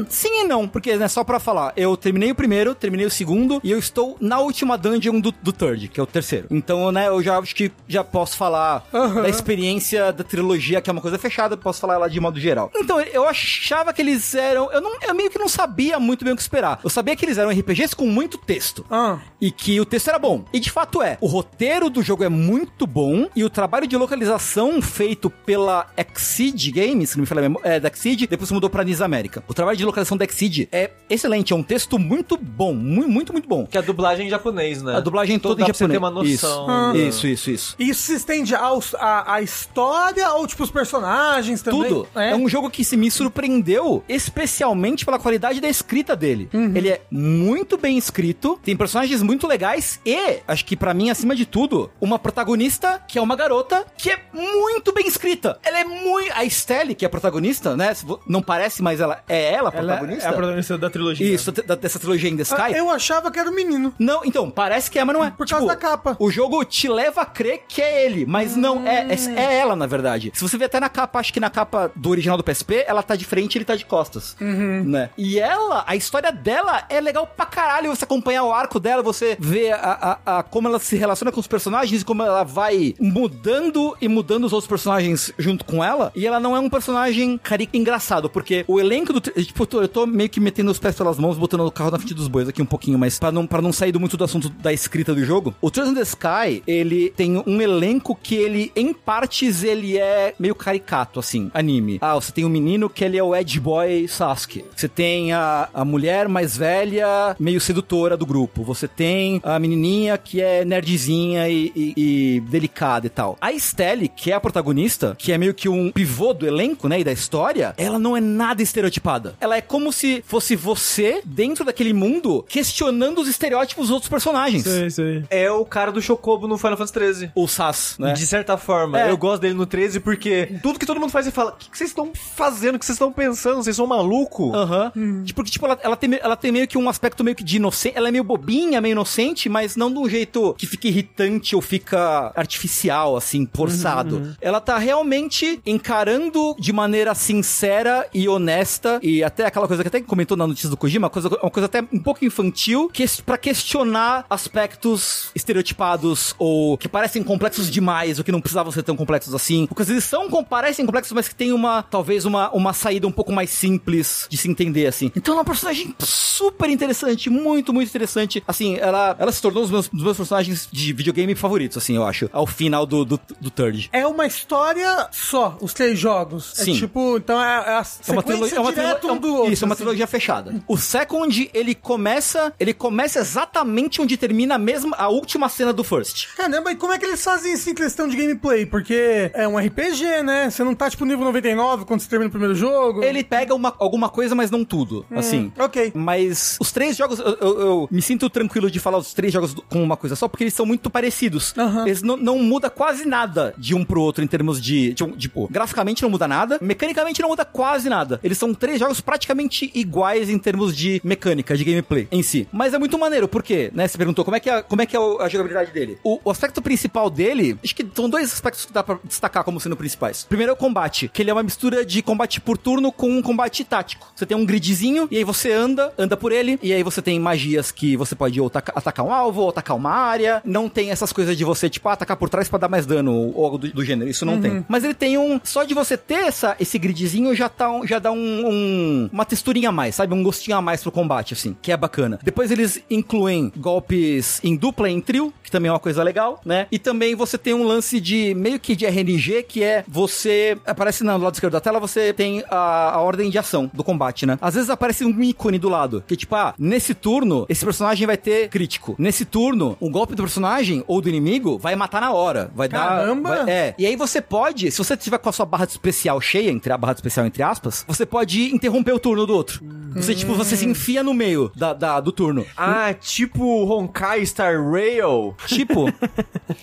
Sim e não, porque né, só pra falar, eu terminei o primeiro, terminei o segundo e eu estou na última dungeon do, do third, que é o terceiro. Então, né, eu já acho que já posso falar da experiência da trilogia, que é uma coisa fechada, posso falar ela de modo geral. Então, eu achava que eles eram, eu não, eu meio que não sabia muito bem o que esperar. Eu sabia que eles eram RPGs com muito texto.
Ah.
E que o texto era bom. E de fato é. O roteiro do jogo é muito bom. E o trabalho de localização feito pela Exceed Games, se não me falha a memória, é, da Exceed, depois mudou pra Nis América. O trabalho de localização da Exceed é excelente. É um texto muito bom. Muito, muito, muito bom.
Que é a dublagem em japonês, né?
A dublagem é
Então
toda
dá
em
pra você
japonês.
ter uma noção. né? da-
Isso, isso, isso. isso.
Isso se estende aos- à, à história ou, tipo, os personagens também?
Tudo. É. um jogo que se me surpreendeu, especialmente pela qualidade da escrita dele.
Uhum.
Ele é muito bem escrito, tem personagens muito legais e, acho que pra mim, acima de tudo, uma protagonista que é uma garota que é muito bem escrita. Ela é muito. A Estelle, que é a protagonista, né? se vo- Não parece, mas ela é ela
Ela
a protagonista.
é a protagonista da trilogia.
Isso, da- dessa trilogia In The Sky.
Ah, Eu achava que era um menino.
Não, então, parece que é, mas não é.
Por causa da capa.
O jogo te leva a crer que é ele, mas não, é, é, é ela, na verdade. Se você ver até na capa, acho que na capa do original do PSP, ela tá de frente e ele tá de costas. Né? E ela, a história dela é legal pra caralho. Você acompanhar o arco dela, você vê a, a- a- como ela se relaciona com os personagens e como ela vai mudando e mudando os outros personagens junto com ela. E ela não é um personagem cari- engraçado, porque o elenco do. tri- Tipo, eu tô- eu tô meio que metendo os pés pelas mãos, botando o carro na frente dos bois aqui um pouquinho, mas pra não, pra não sair do- muito do assunto da escrita do jogo, o Trails in the Sky, ele tem um elenco que ele, em partes, ele é meio caricato, assim, anime. Ah, você tem um menino que ele é o Ed Boy Sasuke. Você tem a, a mulher mais velha, meio sedutora do grupo. Você tem a menininha que é nerdzinha e, e- e delicada e tal. A Stelle, que é a protagonista, que é meio que um pivô do elenco, né, e da história, ela não é nada estereotipada. Ela é como se fosse você dentro daquele mundo questionando os estereótipos dos outros personagens.
Sei, sei.
É o cara do Chocobo no Final Fantasy XIII.
O Sass, né?
De certa forma,
É.
eu gosto dele no 13 porque tudo que todo mundo faz, ele fala: O que que vocês estão fazendo? O que vocês estão pensando? Vocês são maluco?
Aham. Tipo, porque, tipo, ela, ela tem, me- ela tem meio que um aspecto meio que de inocente. Ela é meio bobinha, meio inocente, mas não de um jeito que fica irritante ou fica artificial, assim, forçado. Ela tá realmente encarando de maneira sincera e honesta. E até aquela coisa que até comentou na notícia do Kojima, uma coisa, uma coisa até um pouco infantil, que, pra questionar aspectos estereotipados ou que parecem complexos demais, ou que não precisavam ser tão complexos assim. Porque eles são, com- parecem complexos, mas que tem uma, talvez, uma, uma saída um pouco mais simples de se entender, assim. Então ela é uma personagem super interessante, muito, muito interessante. Assim, ela, ela se tornou um dos meus, dos meus personagens de videogame favoritos, assim, eu acho, ao final do, do, do Third.
É uma história só, os três jogos.
Sim.
É tipo, então é, é a
É uma
sequência
trilogia, é uma
direta
trilogia,
um do outro.
isso, é uma
assim.
trilogia fechada. O Second, ele começa, ele começa exatamente onde termina a mesma, a última cena do First.
Caramba, e como é que eles fazem isso em questão de gameplay? Porque é um RPG, né? Você não tá tipo nível 99 quando você termina o primeiro jogo.
Ele pega uma- alguma coisa, mas não tudo, assim.
Ok.
Mas os três jogos, eu, eu- eu me sinto tranquilo de falar os três jogos do- com uma coisa só, porque eles são muito parecidos.
Aham.
Eles não, não muda quase nada de um pro outro em termos de, de um- tipo, graficamente não muda nada, mecanicamente não muda quase nada. Eles são três jogos praticamente iguais em termos de mecânica, de gameplay em si. Mas é muito maneiro, por quê? Né, você perguntou como é que é, como é, que é o- a jogabilidade dele. O, o aspecto principal dele, acho que são dois aspectos que dá pra destacar como sendo principais. Primeiro é o combate, que ele é uma mistura de combate por turno com um combate tático. Você tem um gridzinho e aí você anda, anda por ele, e aí você tem magias que você pode ou ataca- atacar um alvo, ou atacar uma área. Não tem essas coisas de você, tipo, ah, atacar por trás pra dar mais dano, ou algo do, do gênero. Isso não tem. Mas ele tem um. Só de você ter essa, esse gridzinho já, tá um- já dá um, um- uma texturinha a mais, sabe? Um gostinho a mais pro combate, assim, que é bacana. Depois eles incluem golpes em dupla, e em trio, que também é uma coisa legal, né? E também você tem um lance de meio que de RNG, que é você. Aparece no lado esquerdo da tela, você tem a, a ordem de ação do combate, né? Às vezes aparece um ícone do lado, que tipo, ah, nesse turno, esse personagem vai ter crítico. Nesse turno, o golpe do personagem ou do inimigo vai matar na hora. Vai
Caramba!
dar. vai- é. E aí você pode, se você tiver com a sua barra de especial cheia, entre a barra de especial entre aspas, você pode interromper o turno do outro. Você, tipo, você se enfia no meio da, da- do turno.
Ah, tipo Honkai Star Rail.
Tipo,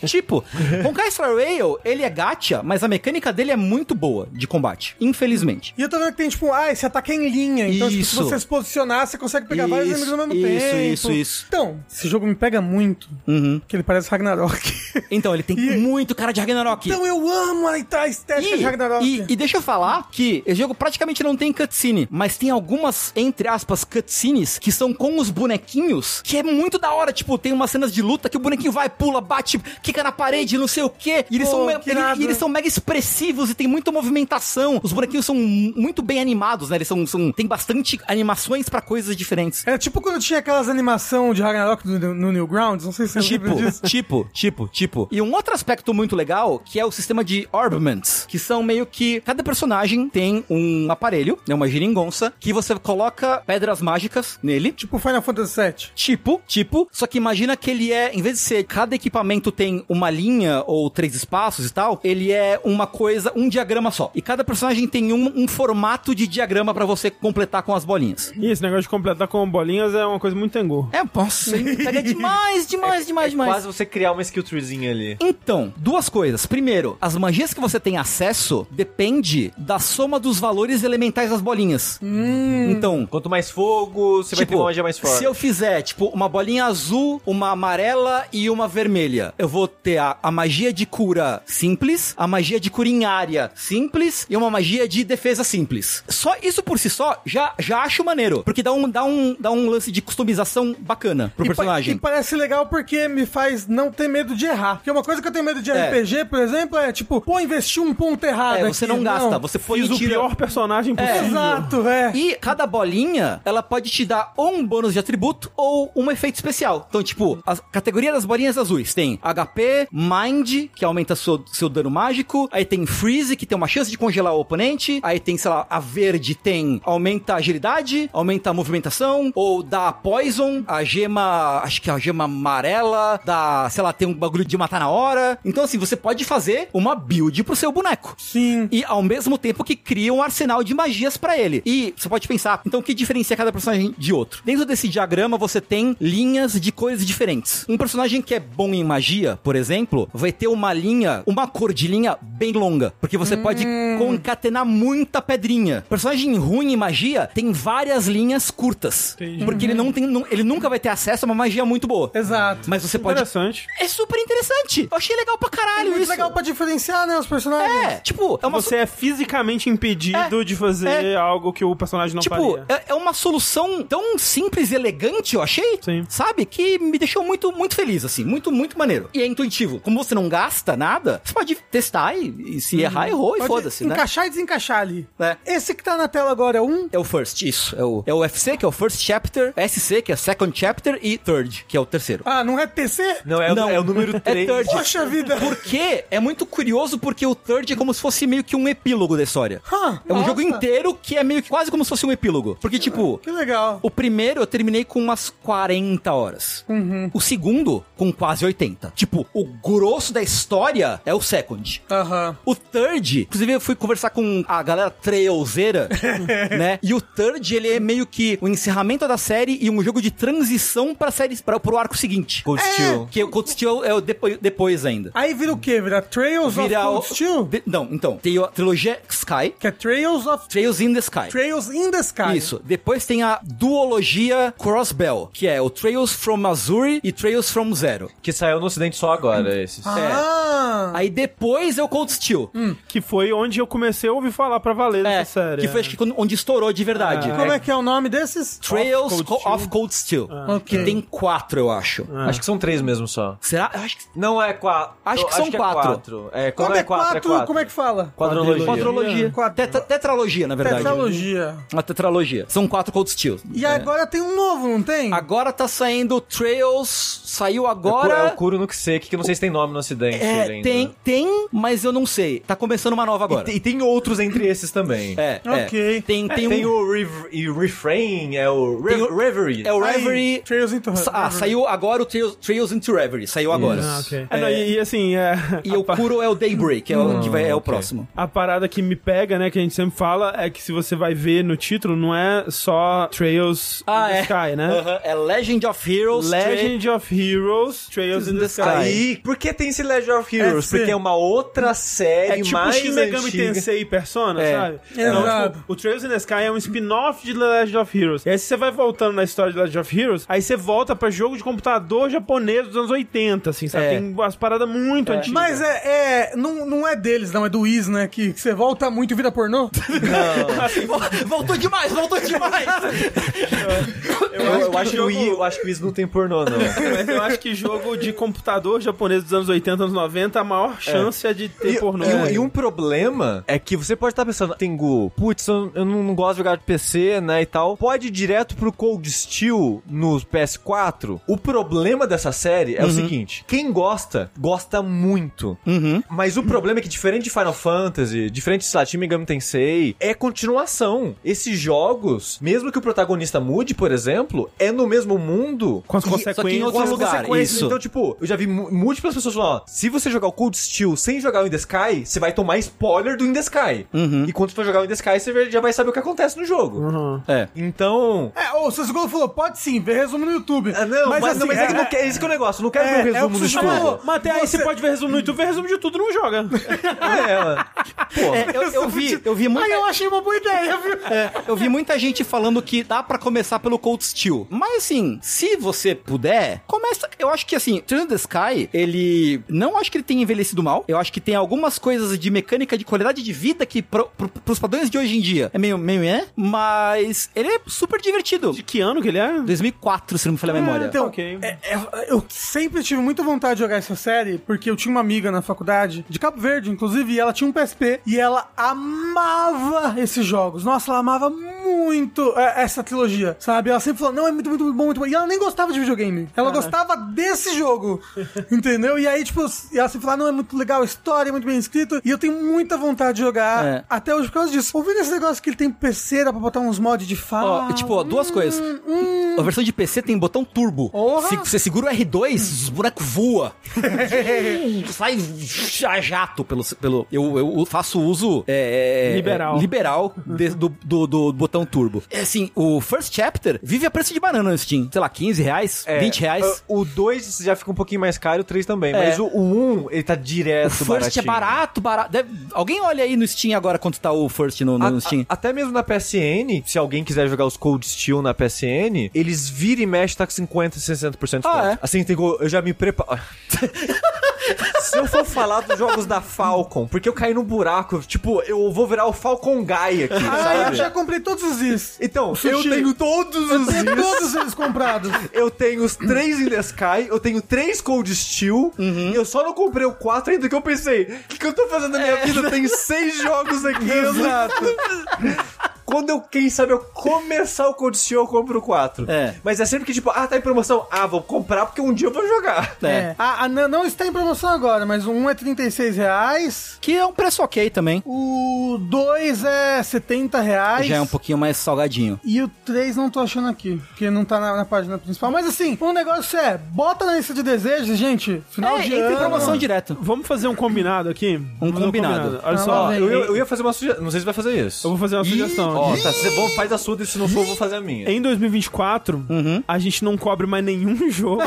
tipo, Honkai Star Rail, ele é gacha, mas a mecânica dele é muito boa de combate, infelizmente.
E eu tô vendo que tem tipo, ah, esse ataque é em linha. Então, tipo, se
Isso.
você se posicionar, você consegue pegar vários
Isso,
inimigos ao mesmo
isso,
tempo.
isso, isso. Uhum.
Então, esse jogo me pega muito, porque ele parece
[LAUGHS]
Ragnarok.
Então, ele tem
E-
muito cara de Ragnarok.
Então eu amo a a estética de Ragnarok.
e, e deixa eu falar que esse jogo praticamente não tem cutscene, mas tem algumas, entre aspas, cutscenes que são com os bonequinhos, que é muito da hora. Tipo, tem umas cenas de luta que o bonequinho vai, pula, bate, quica na parede, não sei o quê. E eles,
Pô,
são, me-
que
ele-
irado.
e eles são mega expressivos e tem muita movimentação. Os bonequinhos são mu- muito bem animados, né? Eles são. são tem bastante animações pra coisas diferentes.
Era tipo quando tinha aquelas animação de Ragnarok no, no Newgrounds, não sei se você lembra
Tipo,
disso.
tipo, tipo, tipo. E um outro aspecto muito legal, que é o sistema de orbments, que são meio que cada personagem tem um aparelho, né, uma geringonça, que você coloca pedras mágicas nele.
Tipo Final Fantasy VII.
Tipo, tipo, só que imagina que ele é, em vez de ser cada equipamento tem uma linha ou três espaços e tal, ele é uma coisa, um diagrama só. E cada personagem tem um, um formato de diagrama pra você completar com as bolinhas.
E esse negócio de completar com bolinhas é uma coisa muito tengu.
É, nossa, hein? É, pega demais, demais, demais, demais.
Quase você criar uma skill treezinha ali.
Então, duas coisas. Primeiro, as magias que você tem acesso depende da soma dos valores elementais das bolinhas. Então,
Quanto mais fogo, você vai ter uma magia mais forte.
Tipo, se eu fizer, tipo, uma bolinha azul, uma amarela e uma vermelha, eu vou ter a, a magia de cura simples, a magia de cura em área simples e uma magia de defesa simples. Só isso por si só, já, já acho maneiro. Porque dá um, dá, um, dá um lance de customização bacana pro
E pa-
personagem.
E parece legal porque me faz não ter medo de errar. Porque uma coisa que eu tenho medo de
É.
RPG, por exemplo, é tipo, pô, investi um ponto errado.
É, você
aqui.
não gasta, você foi
Fiz
e
o
tira-
pior personagem possível.
Exato, é.
E cada bolinha, ela pode te dar ou um bônus de atributo ou um efeito especial. Então, tipo, a categoria das bolinhas azuis tem HP, Mind, que aumenta seu, seu dano mágico. Aí tem Freeze, que tem uma chance de congelar o oponente. Aí tem, sei lá, a verde tem aumenta a agilidade, aumenta a movimentação, ou da Poison, a gema, acho que é a gema amarela, da, sei lá, tem um bagulho de matar na hora. Então, assim, você pode fazer uma build pro seu boneco.
Sim.
E ao mesmo tempo que cria um arsenal de magias pra ele. E você pode pensar, então o que diferencia cada personagem de outro? Dentro desse diagrama você tem linhas de cores diferentes. Um personagem que é bom em magia, por exemplo, vai ter uma linha, uma cor de linha bem longa, porque você pode concatenar muita pedrinha. Personagem ruim em magia tem várias linhas curtas, porque
Uhum.
ele não tem, nu- ele nunca vai ter acesso a uma magia muito boa.
Exato.
Mas você pode
Interessante.
é super interessante. Eu achei legal pra
É
caralho
muito
isso.
legal pra diferenciar, né, os personagens.
É, tipo, é uma
Você é fisicamente impedido de fazer
é.
algo que o personagem não
Tipo,
faria.
é, é uma solução tão simples e elegante, eu achei.
Sim.
Sabe? Que me deixou muito, muito feliz, assim. Muito, muito maneiro. E é intuitivo. Como você não gasta nada, você pode testar e, e se errar, errou e
Pode
foda-se, né?
Encaixar e desencaixar ali.
É.
Esse que tá na tela agora é um.
É o first, isso. É o, é o FC, que é o first chapter, SC, que é second chapter, e third, que é o terceiro.
Ah, não é TC?
Não, é, o-
Não.
é o número 3.
[LAUGHS] É third.
Poxa vida.
Porque é muito curioso, porque o third é como se fosse meio que um epílogo da história.
Ah,
é um
nossa.
jogo inteiro que é meio que quase como se fosse um epílogo. Porque, tipo,
Que legal.
O primeiro eu terminei com umas 40 horas.
Uhum.
O segundo, com quase 80. Tipo, o grosso da história é o second.
Aham.
O third, inclusive eu fui conversar com a galera
[LAUGHS]
trailzeira, né? E o third, ele é meio que o encerramento da série e um jogo de transição pra série, pra, pro arco seguinte.
Cold
É.
Steel.
Que o Cold Steel é o depois, depois ainda.
Aí vira o quê? Vira Trails
Vira
of
o-
Cold Steel?
de- não, então, tem a trilogia Sky,
Que é Trails of...
Trails in the Sky.
Trails in the Sky.
Isso. Depois tem a duologia Crossbell, que é o Trails from Missouri e Trails from Zero.
Que saiu no ocidente só agora, esses.
é.
Ah.
Aí depois é o Cold Steel.
Hum.
Que foi onde eu comecei a ouvir falar pra valer
É,
dessa série.
que foi acho que quando- onde estourou de verdade.
Como é que é o nome desses?
Trails
Of Cold
Co-
Steel.
of Cold Steel.
Ah, Ok. Ah.
Que tem quatro, eu acho.
Acho que são três mesmo só.
Será? Eu acho que...
Não, é quatro.
Acho que são
é
quatro.
É, quando
Quando
é quatro, é quatro.
como é que fala?
Quadrologia.
Quadrologia.
Quadro-
Tetra- tetralogia, na verdade.
Tetralogia.
Uma tetralogia. São quatro Cold Steel.
E agora tem um novo, não tem?
Agora tá saindo o Trails... Saiu
É
agora...
o né? Kuro no Kiseki, que não sei se tem nome no ocidente
É,
ainda.
tem, tem, mas eu não sei. Tá começando uma nova
[LAUGHS]
agora.
E, tem outros entre esses também.
É,
Ok.
é. Tem,
É,
tem, um,
o Rev- e o Refrain, é o Re-
Tem o-
Reverie.
É o
Aí,
Reverie...
Trails into
Sa- Ah,
Reverie.
saiu agora o Trails, Trails into Reverie. Saiu agora.
Ah, ok. É, não, e, e assim, é,
E
a
o
pa-
Kuro é o Daybreak, é o, que vai, é o
ok.
próximo.
A parada que me pega, né, que a gente sempre fala, é que se você vai ver no título, não é só Trails in the Sky, né?
Aham, Ah, É Legend of Heroes.
Legend of Heroes, Trails in the Sky.
Aí, por que tem esse Legend of Heroes?
É, sim.
Porque é uma outra série
É tipo
mais
Shin Megami
antiga.
Tensei e Persona,
É.
sabe?
Exato.
tipo, o Trails in the Sky é um spin-off de The Legend of Heroes. E aí se você vai voltando na história de Legend of Heroes, aí você volta pra jogo de computador japonês dos anos 80, assim, sabe?
É.
Tem umas paradas muito antigas.
Mas é, é- não, não é deles, não, é do Is, né? Que, que você volta muito e vira
[LAUGHS]
pornô.
voltou demais, voltou demais.
Eu, eu acho que o I- eu acho que o Is não tem pornô, não.
Mas eu acho que jogo de computador japonês dos anos 80, anos 90, a maior chance é, de ter
E,
pornô. É.
e um- e um problema é que você pode estar pensando, Tengu, putz, eu, eu não, não gosto de jogar de PC, né, e tal. Pode ir direto pro Cold Steel no PS4. O problema dessa série é o seguinte, quem gosta, gosta muito. Mas o problema é que diferente de Final Fantasy, diferente de Satin Megami Tensei, é continuação. Esses jogos, mesmo que o protagonista mude, por exemplo, é no mesmo mundo
Com as
E- só que em
consequências.
outro
com as
lugar,
consequências.
isso.
Então,
então, tipo, eu já vi mu- múltiplas pessoas falando, ó, se você jogar o Cold Steel sem jogar o In The Sky, você vai tomar spoiler do In The Sky. E quando você for jogar o In The Sky, você já vai saber o que acontece no jogo.
É.
Então...
É, ou o Sesgolo falou, pode sim, vê resumo no YouTube.
Ah, não, mas, não, mas é, que não
é-
quer, esse que é o negócio, não quero
É,
ver o
é o
resumo
que
do
você
jogo.
falou.
mas até aí você
Você-
pode ver resumo no YouTube, vê resumo de tudo, não joga.
[LAUGHS] É, ela. Pô,
É, eu, eu vi, eu vi muita,
[LAUGHS] Aí eu achei uma boa ideia, viu?
eu vi muita gente falando que dá pra começar pelo Cold Steel. Mas assim, se você puder, começa. Eu acho que assim, Trail in the Sky, ele. Não acho que ele tenha envelhecido mal. Eu acho que tem algumas coisas de mecânica de qualidade de vida que, pro, pro, pros padrões de hoje em dia, é meio, meio é. Mas ele é super divertido.
De que ano que ele é?
2004, se não me falha a memória.
Então,
Ok.
é- é- eu sempre tive muita vontade de jogar essa série, porque eu tinha uma amiga na faculdade, de Cabo Verde, inclusive, e ela tinha um PSP, e ela amava esses jogos. Nossa, ela amava muito é, essa trilogia, sabe? Ela sempre falou, não, é muito, muito, muito bom, muito bom. E ela nem gostava de videogame. Ela gostava desse jogo, entendeu? E aí, tipo, ela sempre falou, não, é muito legal a história, é muito bem escrito, e eu tenho muita vontade de jogar
É.
até hoje por causa disso. Ouvindo esse negócio que ele tem pro PC, dá pra botar uns mods de fase,
ó, tipo, ó, duas coisas. A versão de PC tem botão turbo.
Ah, hum. Porra! Hum.
Se você segura o R2, os bonecos
[LAUGHS]
voam. Sai a jato pelo. pelo eu, eu faço uso. é, é,
Liberal.
Liberal
Uhum.
de- do, do, do botão turbo. É assim, o First Chapter vive a preço de banana no Steam. Sei lá, 15 reais, 20 É, reais.
É, O 2 já fica um pouquinho mais caro, o 3 também.
É.
Mas o 1, um, ele tá direto
o First é
baratinho.
barato, barato. Deve- alguém olha aí no Steam agora quanto tá o First no, no
A-
Steam.
a- até mesmo na PSN, se alguém quiser jogar os Cold Steel na PSN, eles vira e mexe, tá com 50%, 60% de
Ah,
desconto.
é?
Assim, tem, co- eu já me preparo. [LAUGHS] se eu for falar dos jogos da Falcon, porque eu caí num buraco, tipo, eu vou virar o Falcon
[LAUGHS]
Guy aqui,
Ah, eu
sabe?
já comprei todos os is.
Então, eu
Sushi.
tenho todos
Eu
os
tenho
dias.
todos eles comprados.
Eu tenho os três in the Sky, eu tenho três Cold Steel,
Uhum.
eu só não comprei o quatro ainda que eu pensei, o que, que eu tô fazendo na minha
É.
vida? Tem seis
[LAUGHS]
jogos aqui. eu não- Quando eu, quem sabe, eu começar o Cold Steel, eu compro o 4.
É.
Mas é sempre que, tipo, ah, tá em promoção. Ah, vou comprar porque um dia eu vou jogar.
É.
A, a Nan não está em promoção agora, mas o 1 é 36 reais.
Que é um preço ok também.
O 2 é 70 reais.
Já é um pouquinho mais salgadinho.
E o 3 não tô achando aqui, porque não tá na, na página principal. Mas assim, o negócio é, bota na lista de desejos, gente. Final
É,
de
entra
ano.
em promoção direto.
Vamos fazer um combinado aqui? Vamos fazer um
combinado.
Olha
Ah, lá
só,
vem.
eu,
Eu, eu ia fazer uma sugestão. Não sei se vai fazer isso.
eu vou fazer uma sugestão.
Ó,
aqui.
tá, se bom, faz a sua, e se não for, eu vou fazer a minha.
Em 2024,
Uhum.
a gente não cobre mais nenhum [LAUGHS] jogo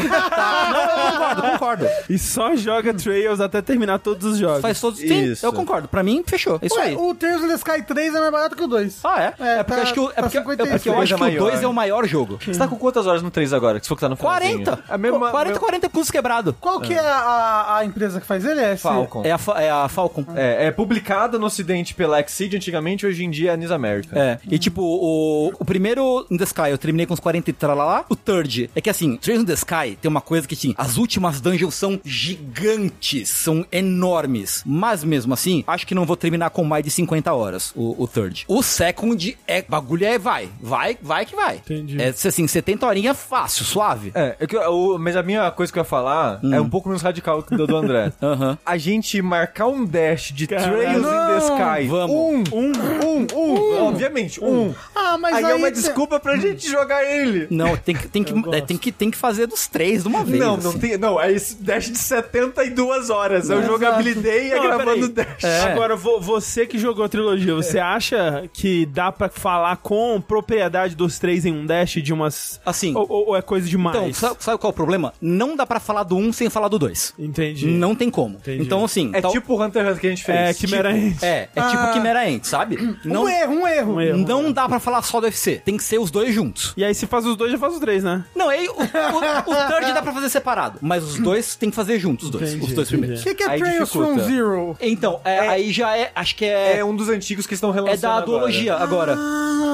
Concordo, concordo.
e só joga Trails até terminar todos os jogos.
Faz todos. Sim,
Isso.
eu concordo. Pra mim, fechou. É isso
Ué,
aí.
o Tears of the Sky 3 é mais barato que o 2.
Ah, é?
É,
É, porque
tá-
acho que o- é
tá
porque- é porque
53.
eu acho
Coisa
que o 2
maior.
é o maior jogo.
Você tá com quantas horas no 3 agora? Que se for que tá no finalzinho?
40?
É mesmo,
40, 40 custos quebrado.
Qual que é a, a- a empresa que faz ele? É esse?
Falcon.
É a, Fa- é a Falcon.
É, é publicada no ocidente pela Exceed antigamente, hoje em dia é a Nis America.
É, e tipo, o, o primeiro In The Sky eu terminei com uns 40 e tralalá. O third é que assim, Trails in the Sky tem uma coisa que, assim, as últimas dungeons são gigantes, são enormes. Mas mesmo assim, acho que não vou terminar com mais de 50 horas o, o third. O second é, bagulho é vai, vai, vai que vai.
Entendi.
É assim, 70 horinhas fácil, suave.
É, é que eu- o- mas a minha coisa que eu ia falar é um pouco menos radical que o do André.
Aham.
A gente marcar um dash de
Caralho.
Trails in the Sky.
Vamos.
Um, um, um, um. Obviamente, um.
Ah, mas
Aí,
aí...
é uma
tem-
desculpa pra gente jogar ele.
Não, tem que, tem, que, é, tem, que, tem que fazer dos três de uma vez.
Não,
assim.
não tem. Não, é esse dash de 72 horas. Eu jogabilidei e é
Não,
gravando
peraí.
dash.
É. Agora, vo- você que jogou a trilogia,
É.
você acha que dá pra falar com propriedade dos três em um dash de umas.
Assim.
Ou, ou- ou é coisa demais?
Então, sa- sabe qual é o problema? Não dá pra falar do um sem falar do dois.
Entendi.
Não tem como.
Entendi.
Então, assim.
É
tal-
tipo o Hunter x Hunter que a gente fez.
É, que merece.
É, é tipo Quimera Ant, sabe? Não,
Um erro, um erro.
Um erro.
não dá pra falar só do UFC. Tem que ser os dois juntos.
E aí, se faz os dois, já faz os três, né?
Não, aí o, o, o third dá pra fazer separado. Mas os dois tem que fazer juntos, os dois.
Entendi,
os dois
entendi.
O
primeiros.
que, que é
Aí
Trails
dificulta.
from Zero?
Então, é, aí já é. Acho que é.
É um dos antigos que estão
É,
relançando.
da
agora.
duologia agora.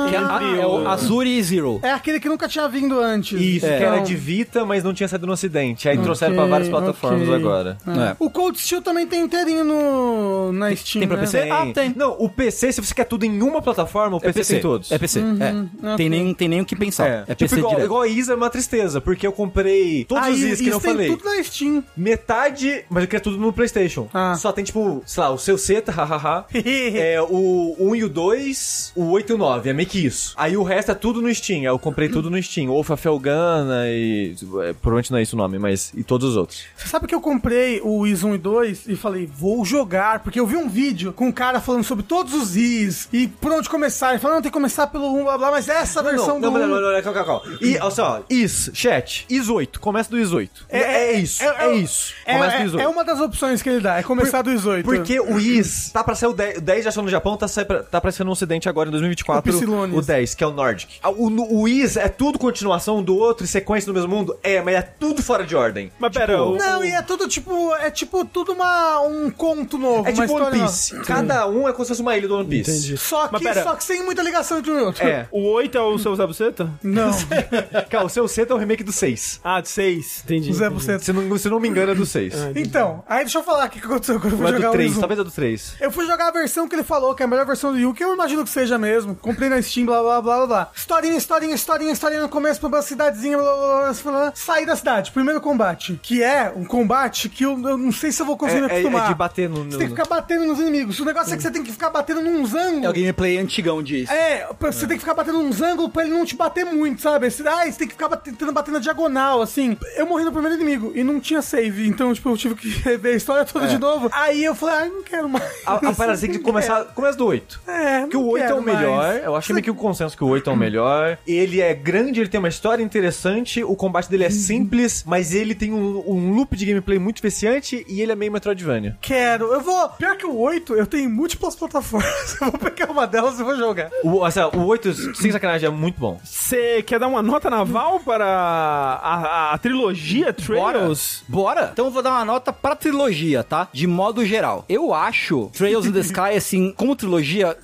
Que é, a- é o Azuri e Zero.
É aquele que nunca tinha vindo antes.
Isso, que era
Então-
de Vita, mas não tinha saído no ocidente. Aí trouxeram
Ok, Ah,
pra várias plataformas
ok.
agora.
É.
Então, O Cold Steel também tem inteirinho no, na Steam,
tem pra
né?
PC? Ah, tem.
Não, o PC, se você quer tudo em uma plataforma, o
É
PC, tem todos.
É PC. é. Tem, nem, tem nem o que pensar. É,
tipo,
PC
igual,
direto.
igual a Isa é uma tristeza, porque eu comprei todos
Ah,
os
e-
Is que
isso
eu
tem
falei.
tudo na Steam.
Metade, mas eu queria tudo no PlayStation.
Ah.
Só tem, tipo, sei lá, o seu seta, [LAUGHS] hahaha. é, o 1 e o 2, o 8 e o 9. É meio que isso. Aí o resto é tudo no Steam. Aí eu comprei tudo no Steam. Ou Felgana e. é, provavelmente não é isso o nome, mas. E todos os outros.
Você sabe que eu comprei o Is 1 e 2 e falei, vou jogar, porque eu vi um vídeo com um cara falando sobre todos os Is e por onde começar. Ele falou, não, tem que começar pelo 1, blá blá, mas essa versão
não,
do
não,
1
não, não, não, calma, calma, calma. E, olha só, um. IS, chat, IS 8, começa do IS 8. É, é isso, é, isso.
é,
começa do IS
é,
8.
é uma das opções que ele dá, é começar do Is 8.
Porque o IS tá pra ser o 10, o 10 já saiu no Japão, tá, sa- pra- tá pra ser no Ocidente agora em 2024.
O Psyllonis.
o 10, que é o Nordic. Ah, O, o IS é tudo continuação do outro e sequência do mesmo mundo? É, mas é tudo fora de ordem.
Mas pera, o-
Não, e é tudo tipo, é tipo tudo uma, um conto novo,
É
uma
tipo One
história
Piece. Cada um é como se fosse uma ilha do One Piece.
Entendi.
nova. Só
Mas
que,
pera.
só que sem muita ligação entre um e outro.
É.
O 8 é o seu Zé Buceta?
[LAUGHS] Não,
Cara, o seu seta é o remake do 6.
Ah, de 6. Entendi.
o Zé
entendi.
Buceta.
Se não, se não me engano, é do 6.
Então, aí deixa eu falar o que que aconteceu quando eu fui
Ou é
jogar
do
o Is
3,
1.
talvez é do 3.
Eu fui jogar a versão que ele falou, que é a melhor versão do Yu, que eu imagino que seja mesmo. Comprei na Steam, blá blá blá blá blá. Historinha, historinha, historinha, historinha no começo, pra cidadezinha, blá blá blá, blá, blá. Saí da cidade, primeiro combate. Que é um combate que eu, eu não sei se eu vou
É,
conseguir me
é- é
acostumar.
de bater no...
Você tem
no-
que ficar batendo nos inimigos. O negócio é que você tem que ficar batendo num
É o
ângulo.
gameplay antigão Leão diz.
É, pra- você tem que ficar batendo uns ângulos pra ele não te bater muito, sabe? Você, ah, você tem que ficar bate- tentando bater na diagonal, assim. Eu morri no primeiro inimigo e não tinha save, então, tipo, eu tive que [LAUGHS] rever a história toda de novo. Aí eu falei, ah, eu não quero mais.
É.
[LAUGHS]
A, a parada tem que
Não
começar. Começa do 8.
quero. É,
Que o
não
8 é o
quero mais. Hum.
melhor. Eu acho que meio que o consenso que o 8 é o melhor. Ele é grande, ele tem uma história interessante, o combate dele
Uhum.
é simples, mas ele tem um, um loop de gameplay muito viciante e ele é meio Metroidvania.
Quero, eu vou. Pior que o 8, eu tenho em múltiplas [LAUGHS] plataformas. Eu vou pegar uma delas e vou jogar.
O, assim, ó, o 8, sem sacanagem, é muito bom.
Você quer dar uma nota naval para a, a- a trilogia Trails?
Bora? Então eu vou dar uma nota pra trilogia, tá? De modo geral. Eu acho Trails in the Sky, assim, como trilogia.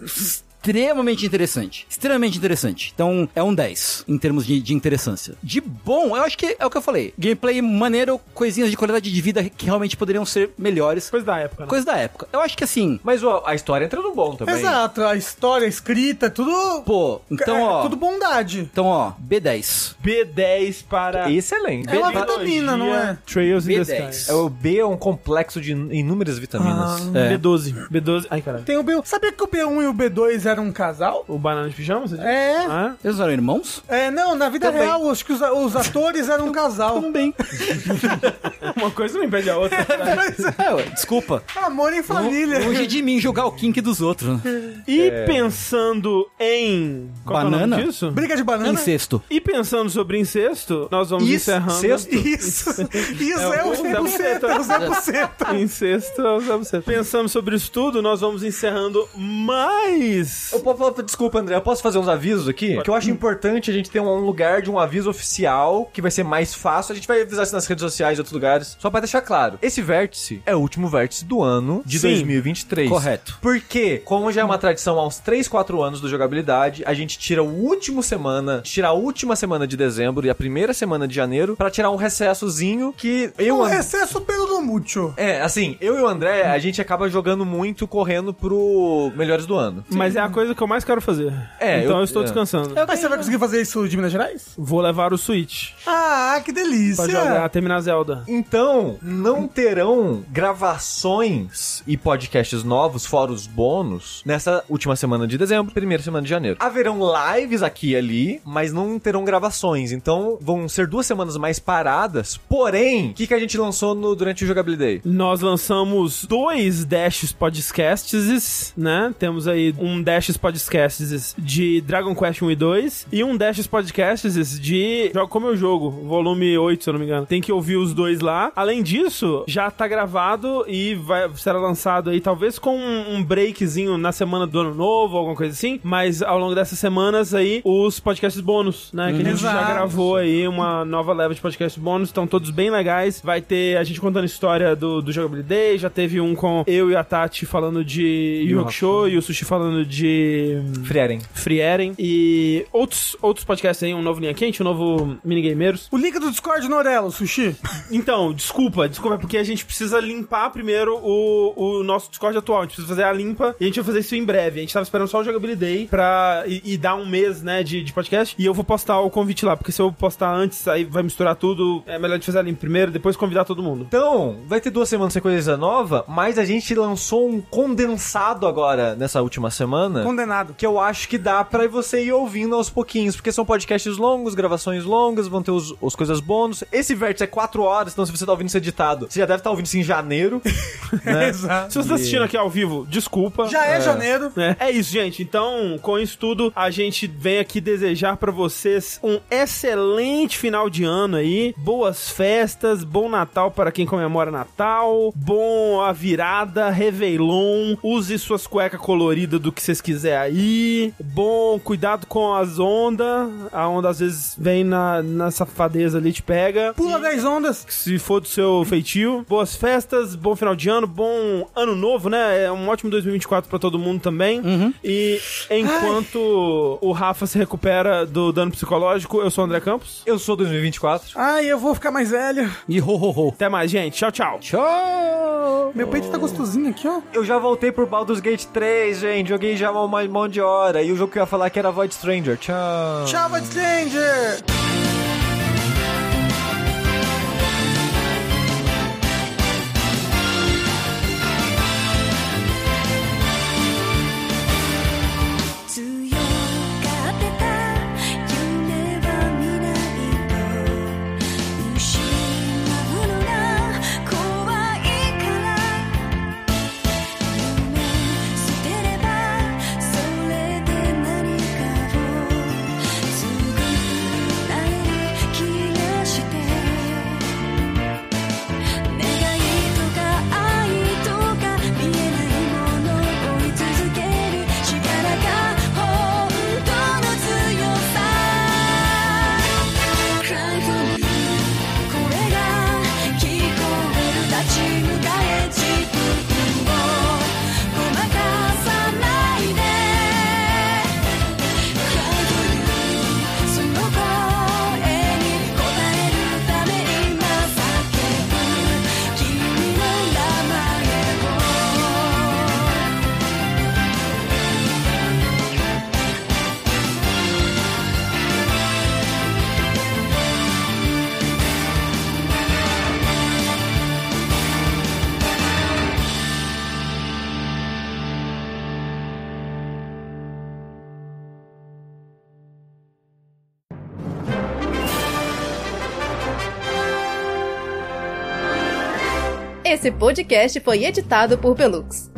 Extremamente interessante. Extremamente interessante. Então, é um 10 em termos de, de interessância. De bom, eu acho que é o que eu falei. Gameplay maneiro, coisinhas de qualidade de vida que realmente poderiam ser melhores.
Coisa da época, né?
Coisa da época. Eu acho que assim.
Mas ó, a história entra no bom também.
Exato, a história, a escrita, tudo.
Pô, então,
é,
ó.
Tudo bondade.
Então, ó, B10.
B10 para.
Excelente.
É uma
trilogia
vitamina, não é?
Trails in the
B10.
Sky.
É, o B é um complexo de in- inúmeras
Ah,
vitaminas.
É.
B12. B12. Ai, caralho.
Tem o B1. Sabia que o B1 e o B2 eram um casal?
O banana de pijama, você disse?
É.
Ah,
Eles eram irmãos?
É, não, na vida
Também.
real, acho que os, os atores eram um casal.
Também.
É uma coisa não impede a outra.
[LAUGHS]
é, ué, desculpa.
Amor em família.
Longe de mim jogar o kink dos outros. né?
E pensando em. Qual que é o nome
Banana?
disso?
Briga de banana?
Incesto.
E pensando sobre incesto, nós vamos
Isso,
encerrando.
sexto.
Isso, isso
É
é,
o
o
Zé
Zé Buceta,
Buceta.
é o Zé Buceta.
Incesto, sabe você. Pensando sobre isso tudo, nós vamos encerrando mais.
Eu posso, falar- desculpa, André, eu posso fazer uns avisos aqui? Que eu acho importante a gente ter um lugar de um aviso oficial, que vai ser mais fácil. A gente vai avisar isso nas redes sociais e outros lugares. Só pra deixar claro, esse vértice é o último vértice do ano de
Sim.
2023.
Correto.
Porque, como já é uma tradição há uns 3, 4 anos do jogabilidade, a gente tira o último semana, tira a última semana de dezembro e a primeira semana de janeiro pra tirar um recessozinho que eu,
O
André-
recesso pelo do Múcio.
É, assim, eu e o André, a gente acaba jogando muito correndo pro Melhores do Ano.
Mas é a coisa que eu mais quero fazer.
É,
então eu,
eu-
estou
é.
descansando.
Mas você vai conseguir fazer isso de Minas Gerais?
Vou levar o Switch
Ah, que delícia.
pra jogar, terminar Zelda.
Então, não terão gravações e podcasts novos, fora os bônus, nessa última semana de dezembro, primeira semana de janeiro. Haverão lives aqui e ali, mas não terão gravações. Então, vão ser duas semanas mais paradas. Porém, o que, que a gente lançou no- durante o Jogabilidade?
Nós lançamos dois Dashes Podcasts, né? Temos aí um Dashes Podcasts de Dragon Quest 1 e 2 e um Dashes Podcasts de Jogo Como Eu Jogo, volume 8, se eu não me engano. Tem que ouvir os dois lá. Além disso, já tá gravado e vai, será lançado aí, talvez com um, um breakzinho na semana do Ano Novo, alguma coisa assim. Mas ao longo dessas semanas aí, os podcasts bônus, né? Que a gente já
Exato.
gravou gravou aí uma nova leva de podcast bônus, estão todos bem legais. Vai ter a gente contando história do, do Jogabilidade, já teve um com eu e a Tati falando de Yu Hakusho e o Sushi falando de hum,
Frieren.
Frieren e outros, outros podcasts aí, um novo Linha Quente, um novo Minigameiros.
O link do Discord no Orelo, Sushi.
Então, desculpa, desculpa, é porque a gente precisa limpar primeiro o, o nosso Discord atual. A gente precisa fazer a limpa e a gente vai fazer isso em breve. A gente tava esperando só o Jogabilidade Day pra, e, e dar um mês, né, de, de podcast. E eu vou postar o convite lá, porque se eu postar antes, aí vai misturar tudo. É melhor a gente fazer a limpa primeiro, depois convidar todo mundo.
Então, vai ter duas semanas sem coisa nova, mas a gente lançou um condensado agora nessa última semana. [LAUGHS]
Condenado.
que eu acho que dá pra você ir ouvindo aos pouquinhos, porque são podcasts longos, gravações longas, vão ter os, os coisas bônus. Esse vértice é 4 horas, então se você tá ouvindo isso editado, você já deve estar ouvindo isso em janeiro.
Exato.
Se você tá assistindo aqui ao vivo, desculpa.
Já é, janeiro.
[LAUGHS] né? É isso, gente. Então, com isso tudo, a gente vem aqui desejar pra vocês um excelente final de ano aí, boas festas, bom Natal para quem comemora Natal, bom a virada, Réveillon, use suas cuecas coloridas do que vocês quiser aí, bom cuidado com as ondas, a onda às vezes vem na, na safadeza ali, te pega.
Pula 10 ondas.
Se for do seu feitio, boas festas, bom final de ano, bom ano novo, né? É um ótimo 2024 pra todo mundo também. E enquanto o Rafa se recupera do dano psicológico, eu sou o André Campos.
Eu sou 2024.
Ai, eu vou ficar mais velho.
E ho, ho, ho.
Até mais, gente. Tchau, tchau.
Ah!
Tchau!
Meu peito tá gostosinho aqui, ó.
Eu já voltei pro Baldur's Gate 3, gente. Joguei já uma um monte de hora. E o jogo que eu ia falar que era Void Stranger. Tchau.
Tchau, Bad Stranger.
強い Esse podcast foi editado por Pelux.